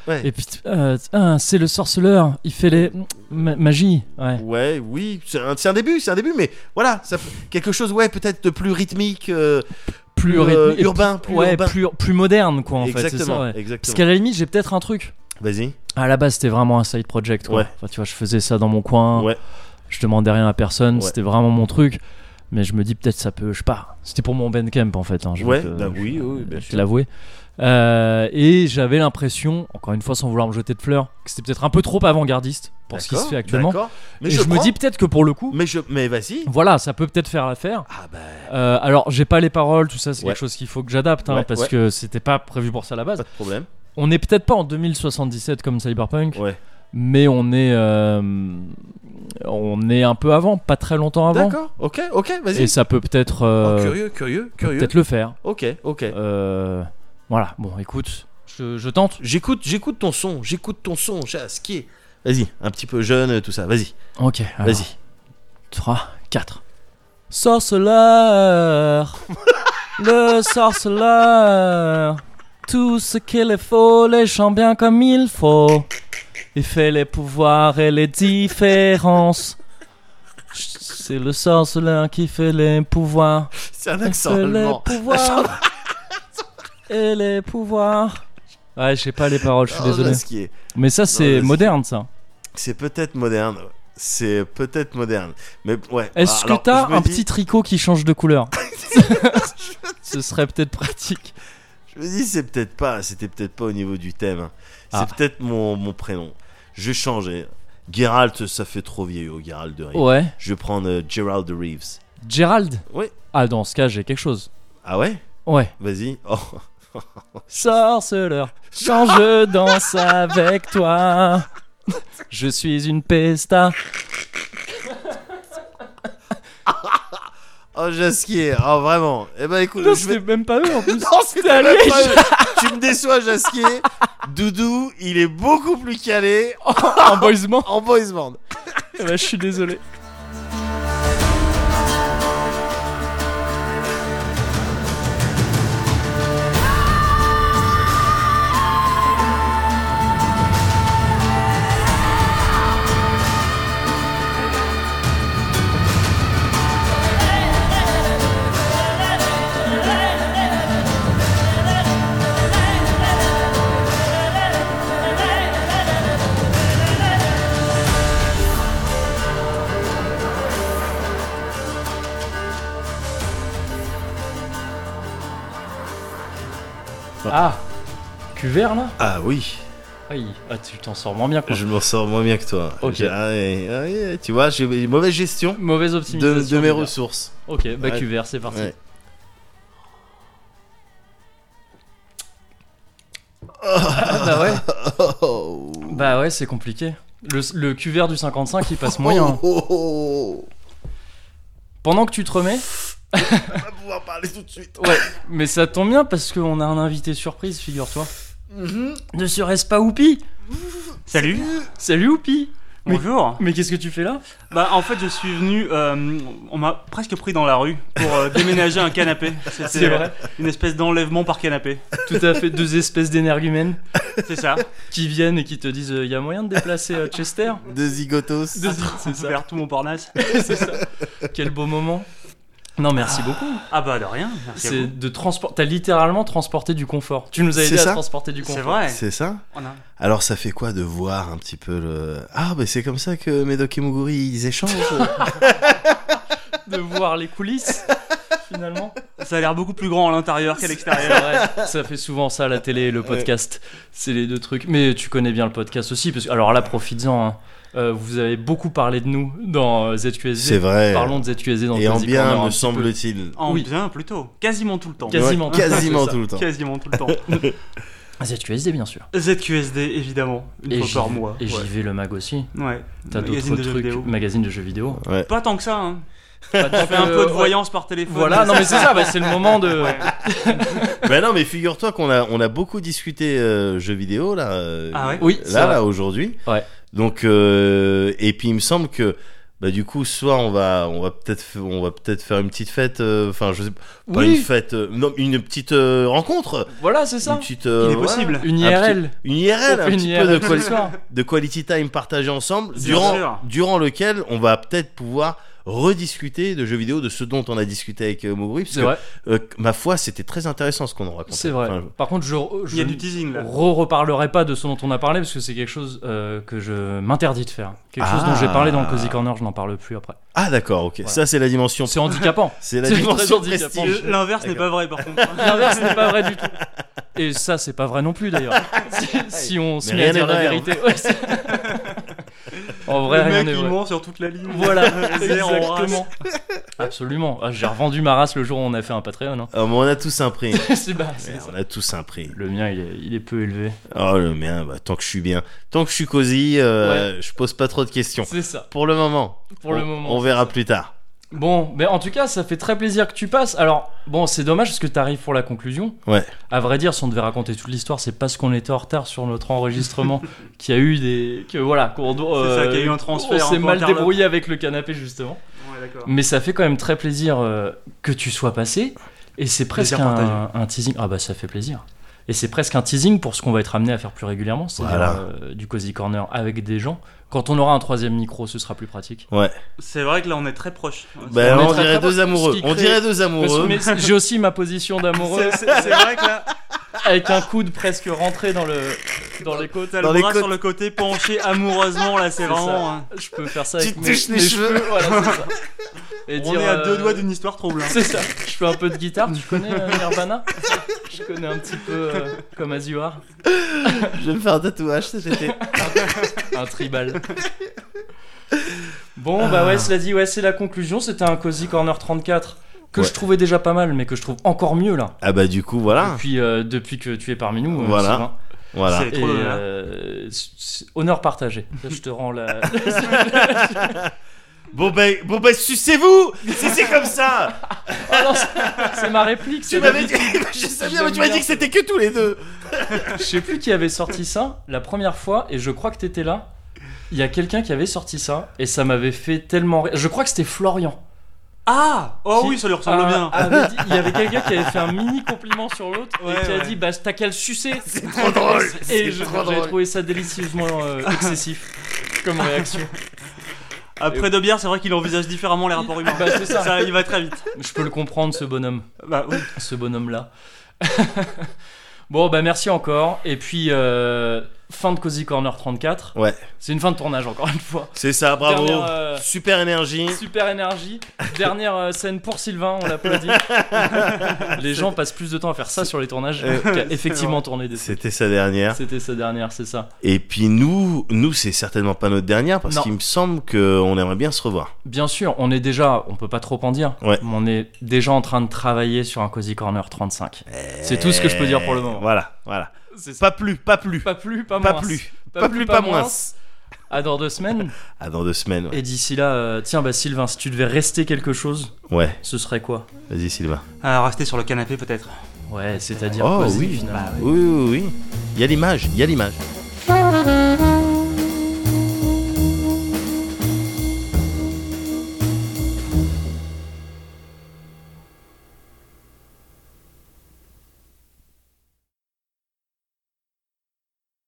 Speaker 2: ouais.
Speaker 1: Et puis, euh, ah, c'est le sorceleur, il fait les ma- magies. Ouais.
Speaker 2: Ouais, oui, c'est un, c'est un début, c'est un début, mais voilà, ça, quelque chose, ouais, peut-être de plus rythmique, euh,
Speaker 1: Plus
Speaker 2: euh,
Speaker 1: rythmé- et
Speaker 2: urbain, plus
Speaker 1: ouais,
Speaker 2: urbain.
Speaker 1: plus, plus moderne, quoi, en fait. C'est ça,
Speaker 2: exactement,
Speaker 1: ouais. Parce
Speaker 2: exactement.
Speaker 1: qu'à la limite, j'ai peut-être un truc.
Speaker 2: Vas-y.
Speaker 1: À la base, c'était vraiment un side project. Quoi.
Speaker 2: Ouais.
Speaker 1: Enfin, tu vois, je faisais ça dans mon coin.
Speaker 2: Ouais.
Speaker 1: Je demandais rien à personne.
Speaker 2: Ouais.
Speaker 1: C'était vraiment mon truc. Mais je me dis peut-être ça peut, je sais pas. C'était pour mon Bandcamp en fait. hein, je vais
Speaker 2: Ouais,
Speaker 1: te-
Speaker 2: bah
Speaker 1: je-
Speaker 2: oui, oui, bien
Speaker 1: je te
Speaker 2: sûr.
Speaker 1: l'avouer. Euh, et j'avais l'impression, encore une fois, sans vouloir me jeter de fleurs, que c'était peut-être un peu trop avant-gardiste pour ce qui se
Speaker 2: D'accord,
Speaker 1: fait actuellement.
Speaker 2: d'accord. Mais
Speaker 1: et je, me
Speaker 2: prends,
Speaker 1: dis peut-être que pour le coup,
Speaker 2: Mais, je, mais vas-y.
Speaker 1: voilà, ça peut peut-être faire l'affaire.
Speaker 2: Ah bah,
Speaker 1: Euh, alors, j'ai pas les paroles, tout ça, c'est
Speaker 2: Ouais.
Speaker 1: quelque chose qu'il faut que j'adapte hein,
Speaker 2: Ouais,
Speaker 1: parce
Speaker 2: ouais.
Speaker 1: que c'était pas prévu pour ça à la base.
Speaker 2: pas de problème.
Speaker 1: On n'est peut-être pas en 2077 comme Cyberpunk,
Speaker 2: Ouais.
Speaker 1: mais on est, euh, on est un peu avant, pas très longtemps avant.
Speaker 2: D'accord, ok, ok, vas-y.
Speaker 1: Ah Et ça peut peut-être
Speaker 2: Oh,
Speaker 1: euh,
Speaker 2: curieux, curieux, curieux.
Speaker 1: peut-être le faire.
Speaker 2: Ok, ok.
Speaker 1: Euh, voilà, bon, écoute, je, je tente.
Speaker 2: J'écoute, j'écoute ton son, j'écoute ton son, j'ai à skier. Vas-y, un petit peu jeune, tout ça, vas-y,
Speaker 1: Ok, alors,
Speaker 2: vas-y.
Speaker 1: 3, 4. Sorceleur Le sorceleur Tout ce qu'il est faut, les chants bien comme il faut. Il fait les pouvoirs et les différences. C'est le sorceleur qui fait les pouvoirs.
Speaker 2: C'est un
Speaker 1: Il
Speaker 2: accent
Speaker 1: fait les
Speaker 2: allemand.
Speaker 1: pouvoirs et les pouvoirs. Ouais, je sais pas les paroles, je suis
Speaker 2: Oh,
Speaker 1: désolé.
Speaker 2: j'ai à skier.
Speaker 1: Mais ça,
Speaker 2: Non,
Speaker 1: c'est
Speaker 2: vas-y.
Speaker 1: moderne, ça.
Speaker 2: C'est peut-être moderne. C'est peut-être moderne. Mais ouais.
Speaker 1: Est-ce
Speaker 2: Bah, Alors,
Speaker 1: que t'as
Speaker 2: je me
Speaker 1: un
Speaker 2: dis-
Speaker 1: petit tricot qui change de couleur Ce serait peut-être pratique.
Speaker 2: Je me dis, c'est peut-être pas. C'était peut-être pas au niveau du thème. hein. C'est
Speaker 1: Ah.
Speaker 2: peut-être mon, mon prénom. Je vais changer. Geralt, ça fait trop vieux, Geralt de Rives.
Speaker 1: Ouais.
Speaker 2: Je vais prendre euh, Gerald de Reeves.
Speaker 1: Gérald
Speaker 2: Oui.
Speaker 1: Ah, dans ce cas, j'ai quelque chose.
Speaker 2: Ah ouais
Speaker 1: Ouais.
Speaker 2: Vas-y. Oh.
Speaker 1: Sorceleur, quand je danse avec toi, je suis une pesta.
Speaker 2: Oh, j'ai à skier. Oh, vraiment. Eh ben, écoute,
Speaker 1: Non,
Speaker 2: je vais.
Speaker 1: c'était même pas eux en plus.
Speaker 2: Non, c'était
Speaker 1: T'as
Speaker 2: même
Speaker 1: les-
Speaker 2: pas eux. Tu me déçois, Jaskier. Doudou, il est beaucoup plus calé
Speaker 1: en boys band.
Speaker 2: en boys band.
Speaker 1: Eh ben, je suis désolé. Ah, cuvert là
Speaker 2: Ah oui.
Speaker 1: Aïe. Ah, tu t'en sors moins bien quoi.
Speaker 2: Je m'en sors moins bien que toi.
Speaker 1: Ok.
Speaker 2: J'ai- ah ouais, ah ouais, tu vois, j'ai une mauvaise gestion
Speaker 1: Mauvaise
Speaker 2: de,
Speaker 1: optimisation.
Speaker 2: de mes
Speaker 1: cuvert.
Speaker 2: ressources.
Speaker 1: Ok, bah
Speaker 2: Ouais.
Speaker 1: cuvert, c'est parti.
Speaker 2: Ouais.
Speaker 1: Ah, bah ouais.
Speaker 2: Oh.
Speaker 1: Bah ouais, c'est compliqué. Le, le cuvert du 55, il passe moyen.
Speaker 2: Oh, oh, oh.
Speaker 1: Pendant que tu te remets,
Speaker 2: On va pouvoir parler tout de suite.
Speaker 1: Ouais, mais ça tombe bien parce qu'on a un invité surprise, figure-toi. Ne serait-ce pas Oupi
Speaker 5: Salut,
Speaker 1: Salut Oupi Mais-
Speaker 5: bonjour.
Speaker 1: Mais qu'est-ce que tu fais là
Speaker 5: Bah en fait je suis venu, euh, on m'a presque pris dans la rue pour euh, déménager un canapé. C'était,
Speaker 1: C'est vrai.
Speaker 5: euh, Une espèce d'enlèvement par canapé.
Speaker 1: Tout à fait, deux espèces d'énergumènes
Speaker 5: C'est ça.
Speaker 1: qui viennent et qui te disent il y a moyen de déplacer euh, Chester
Speaker 2: De zigotos. Ah,
Speaker 1: Deux- C'est ça,
Speaker 5: Vers tout mon parnasse.
Speaker 1: c'est ça. Quel beau moment. Non, merci beaucoup.
Speaker 5: Ah bah de rien. Merci. à
Speaker 1: C'est
Speaker 5: vous.
Speaker 1: de transport. T'as littéralement transporté du confort. Tu nous as
Speaker 2: C'est
Speaker 1: aidé à
Speaker 2: ça
Speaker 1: transporter du confort.
Speaker 5: C'est vrai.
Speaker 2: C'est ça
Speaker 5: On a-
Speaker 2: Alors ça fait quoi de voir un petit peu le... Ah bah c'est comme ça que Médoc et Muguri ils échangent
Speaker 1: De voir les coulisses, finalement.
Speaker 5: Ça a l'air beaucoup plus grand à l'intérieur qu'à
Speaker 1: C'est
Speaker 5: l'extérieur.
Speaker 1: vrai, ça fait souvent ça la télé et le podcast. C'est les deux trucs. Mais tu connais bien le podcast aussi, parce que alors là, profites-en. hein. Euh, vous avez beaucoup parlé de nous dans euh,
Speaker 2: C'est
Speaker 1: ZQSD.
Speaker 2: vrai.
Speaker 1: Parlons de ZQSD dans
Speaker 2: Et en
Speaker 1: Quasi Corner
Speaker 2: bien
Speaker 1: un
Speaker 2: me
Speaker 1: petit
Speaker 2: semble-t-il.
Speaker 5: En
Speaker 1: Oui.
Speaker 5: bien plutôt. Quasiment tout le temps.
Speaker 1: Quasi- Quasiment.
Speaker 2: Ouais, quasiment tout le temps.
Speaker 5: Quasiment tout le temps.
Speaker 1: peu. ZQSD, bien sûr.
Speaker 5: ZQSD évidemment. Une
Speaker 1: Et
Speaker 5: fois
Speaker 1: j'y-
Speaker 5: par mois.
Speaker 1: et j'y
Speaker 5: ouais.
Speaker 1: vais le mag aussi.
Speaker 5: Ouais.
Speaker 1: T'as
Speaker 5: Magazine
Speaker 1: d'autres
Speaker 5: de jeux
Speaker 1: trucs,
Speaker 5: vidéo.
Speaker 1: magazine de jeux vidéo.
Speaker 5: Pas tant que ça. Hein.
Speaker 1: Pas
Speaker 5: Je fais un peu de voyance par téléphone.
Speaker 1: Euh, Voilà, non mais c'est ça, bah, c'est le moment de.
Speaker 5: Ouais.
Speaker 2: bah non mais figure-toi qu'on a, on a beaucoup discuté euh, jeux vidéo là. euh,
Speaker 5: Ah ouais
Speaker 1: Oui, c'est
Speaker 2: là,
Speaker 1: vrai.
Speaker 2: là aujourd'hui.
Speaker 1: Ouais.
Speaker 2: Donc, euh, et puis il me semble que bah du coup soit on va on va peut-être f- on va peut-être faire une petite fête euh, enfin je sais pas
Speaker 1: Oui.
Speaker 2: une fête euh, non une petite euh, rencontre
Speaker 1: Voilà, c'est ça.
Speaker 2: une petite euh,
Speaker 5: Il est
Speaker 2: voilà.
Speaker 5: possible.
Speaker 1: Une
Speaker 2: Un
Speaker 1: IRL.
Speaker 2: une IRL un
Speaker 1: Une
Speaker 2: petit
Speaker 1: IRL
Speaker 2: peu de,
Speaker 1: ce
Speaker 2: quali-
Speaker 1: soir.
Speaker 2: de quality time partagé ensemble
Speaker 5: Bien sûr.
Speaker 2: durant durant lequel on va peut-être pouvoir rediscuter de jeux vidéo de ce dont on a discuté avec euh, Moguri, parce
Speaker 1: C'est
Speaker 2: que
Speaker 1: vrai,
Speaker 2: euh, ma foi c'était très intéressant ce qu'on en racontait
Speaker 1: c'est vrai.
Speaker 2: Enfin,
Speaker 1: Par contre, je, je
Speaker 5: Il y a du teasing là.
Speaker 1: re-reparlerai pas de ce dont on a parlé parce que c'est quelque chose euh, que je m'interdis de faire. Quelque chose
Speaker 2: Ah.
Speaker 1: dont j'ai parlé dans le Cozy Corner, je n'en parle plus après.
Speaker 2: ah d'accord ok
Speaker 1: Voilà.
Speaker 2: ça c'est la dimension
Speaker 1: C'est handicapant.
Speaker 2: c'est la
Speaker 1: c'est
Speaker 2: dimension
Speaker 1: très handicapant.
Speaker 2: prestige
Speaker 5: Le- L'inverse n'est pas vrai par contre.
Speaker 1: L'inverse n'est pas vrai du tout. Et ça, c'est pas vrai non plus d'ailleurs. si, si on se
Speaker 2: Mais
Speaker 1: met à
Speaker 2: rien
Speaker 1: dire
Speaker 2: n'est
Speaker 1: la
Speaker 2: vrai, hein.
Speaker 1: vérité. Ouais, c'est- en vrai,
Speaker 5: le
Speaker 1: rien
Speaker 5: mec
Speaker 1: n'est
Speaker 5: il
Speaker 1: vrai.
Speaker 5: ment sur toute la ligne.
Speaker 1: Voilà,
Speaker 5: Zéro race.
Speaker 1: exactement. Absolument. Ah, J'ai revendu ma race le jour où on a fait un Patreon. hein.
Speaker 2: Ah, mais on a tous un prix
Speaker 1: c'est bah, c'est ça.
Speaker 2: on a tous un prix
Speaker 1: Le mien, il est, il est peu élevé.
Speaker 2: Oh le mien, bah, tant que je suis bien, tant que je suis cosy, euh, je pose pas trop de questions.
Speaker 1: C'est ça,
Speaker 2: Pour le moment.
Speaker 1: pour le
Speaker 2: On-
Speaker 1: moment.
Speaker 2: On verra plus tard.
Speaker 1: Bon, mais en tout cas, ça fait très plaisir que tu passes. Alors, bon, c'est dommage parce que t'arrives pour la conclusion.
Speaker 2: Ouais.
Speaker 1: À vrai dire, si on devait raconter toute l'histoire, c'est parce qu'on était en retard sur notre enregistrement qu'il y a eu des. que voilà, qu'on doit.
Speaker 5: C'est ça,
Speaker 1: euh,
Speaker 5: qu'il y a eu un transfert hein,
Speaker 1: On s'est
Speaker 5: un peu
Speaker 1: mal
Speaker 5: interlope.
Speaker 1: débrouillé avec le canapé, justement.
Speaker 5: Ouais, d'accord.
Speaker 1: Mais ça fait quand même très plaisir euh, que tu sois passé. Et c'est presque
Speaker 5: Plaisir
Speaker 1: un, un teasing. Ah bah ça fait plaisir. Et c'est presque un teasing pour ce qu'on va être amené à faire plus régulièrement, c'est-à-dire
Speaker 2: Voilà.
Speaker 1: euh, du cozy corner avec des gens. Quand on aura un troisième micro, ce sera plus pratique.
Speaker 5: C'est vrai que là on est très proche.
Speaker 2: Bah,
Speaker 1: On est
Speaker 2: on,
Speaker 1: très,
Speaker 2: dirait
Speaker 1: très
Speaker 2: deux
Speaker 1: proche,
Speaker 2: amoureux.
Speaker 1: ce qui
Speaker 2: On
Speaker 1: crée-
Speaker 2: dirait deux
Speaker 1: Parce que-
Speaker 2: amoureux.
Speaker 1: mais j'ai aussi ma position d'amoureux
Speaker 5: C'est- C'est c'est vrai que là,
Speaker 1: avec un coude presque rentré dans le dans les côtes.
Speaker 5: t'as
Speaker 2: Dans
Speaker 5: le
Speaker 2: les
Speaker 5: bras sur
Speaker 2: côtes.
Speaker 5: le côté penché amoureusement là, c'est
Speaker 1: C'est ça.
Speaker 5: vraiment. hein.
Speaker 1: Je peux faire ça
Speaker 2: Tu
Speaker 1: avec mes,
Speaker 2: touches les
Speaker 1: mes
Speaker 2: cheveux.
Speaker 1: voilà, c'est ça. Et
Speaker 5: On
Speaker 1: dire,
Speaker 5: est à
Speaker 1: euh,
Speaker 5: deux doigts d'une histoire trouble. hein.
Speaker 1: C'est ça. Je fais un peu de guitare. Tu connais euh, Nirvana Je connais un petit peu euh, comme Azuar.
Speaker 2: Je vais me faire un tatouage cet été.
Speaker 1: un tribal. Bon, bah
Speaker 5: Ah.
Speaker 1: ouais, cela dit, ouais, c'est la conclusion. C'était un Cozy Corner 34 que
Speaker 2: Ouais.
Speaker 1: je trouvais déjà pas mal, mais que je trouve encore mieux là.
Speaker 2: ah bah du coup voilà.
Speaker 1: Depuis, euh, depuis que tu es parmi nous. euh,
Speaker 2: Voilà.
Speaker 1: Sylvain.
Speaker 2: Voilà.
Speaker 5: C'est
Speaker 1: Et,
Speaker 5: trop hein. dommage.
Speaker 1: euh, c'est- c'est- honneur partagé. Là, je te rends la. Oh,
Speaker 2: Bon ben bon ben sucez-vous. Si c'est comme ça.
Speaker 1: Oh non, c'est- c'est ma réplique. c'est
Speaker 2: Tu m'avais
Speaker 1: la-
Speaker 2: dit. Je sais bien,
Speaker 1: J'aime
Speaker 2: mais tu m'as
Speaker 1: bien
Speaker 2: dit que c'était que tous les deux.
Speaker 1: Je sais plus qui avait sorti ça la première fois, et je crois que t'étais là. Il y a quelqu'un qui avait sorti ça, et ça m'avait fait tellement rire. Je crois que c'était Florian.
Speaker 5: Ah Oh
Speaker 1: Qui-
Speaker 5: oui, ça lui ressemble
Speaker 1: Ah,
Speaker 5: bien.
Speaker 1: avait dit- il y avait quelqu'un qui avait fait un mini compliment sur l'autre
Speaker 5: Ouais,
Speaker 1: et qui a
Speaker 5: ouais.
Speaker 1: dit bah t'as qu'à le sucer. C'est
Speaker 2: Trop drôle.
Speaker 1: Et
Speaker 2: C'est
Speaker 1: je-
Speaker 2: trop
Speaker 1: j'ai
Speaker 2: drôle.
Speaker 1: trouvé ça délicieusement euh, excessif comme réaction.
Speaker 5: Après deux bières, c'est vrai qu'il envisage différemment les rapports humains.
Speaker 1: Bah, c'est ça.
Speaker 5: Il va très vite.
Speaker 1: Je peux le comprendre ce bonhomme,
Speaker 5: Bah oui.
Speaker 1: ce bonhomme là. bon bah merci encore et puis euh, fin de Cozy Corner 34.
Speaker 2: Ouais.
Speaker 1: C'est une fin de tournage encore une fois.
Speaker 2: C'est ça. Bravo.
Speaker 1: Dernière, euh,
Speaker 2: Super énergie.
Speaker 1: Super énergie. Dernière euh, scène pour Sylvain, on l'applaudit. les gens passent plus de temps à faire ça sur les tournages
Speaker 2: Euh,
Speaker 1: qu'à effectivement tourner des
Speaker 2: C'était sa dernière.
Speaker 1: C'était sa dernière, c'est ça.
Speaker 2: Et puis nous, nous c'est certainement pas notre dernière parce
Speaker 1: Non.
Speaker 2: qu'il me semble qu'on aimerait bien se revoir.
Speaker 1: Bien sûr, on est déjà, on peut pas trop en dire,
Speaker 2: Ouais.
Speaker 1: mais on est déjà en train de travailler sur un Cozy Corner 35. C'est tout ce que je peux dire pour le moment.
Speaker 2: Voilà, voilà.
Speaker 1: C'est ça.
Speaker 2: Pas plus, pas plus,
Speaker 1: Pas plus, pas,
Speaker 2: pas
Speaker 1: moins.
Speaker 2: plus,
Speaker 1: Pas, plus, pas, moins. À dans deux semaines.
Speaker 2: Ah, dans deux semaines. Ouais,
Speaker 1: Et d'ici là, euh, tiens, bah Sylvain, si tu devais rester quelque chose,
Speaker 2: Ouais,
Speaker 1: ce serait quoi
Speaker 2: vas-y Sylvain.
Speaker 1: Ah,
Speaker 5: Alors, rester sur le canapé peut-être.
Speaker 1: Ouais, c'est-à-dire
Speaker 2: Oh,
Speaker 1: Cozy,
Speaker 2: oui.
Speaker 1: finalement.
Speaker 2: Oui, oui, oui. Il y a l'image, il y a l'image.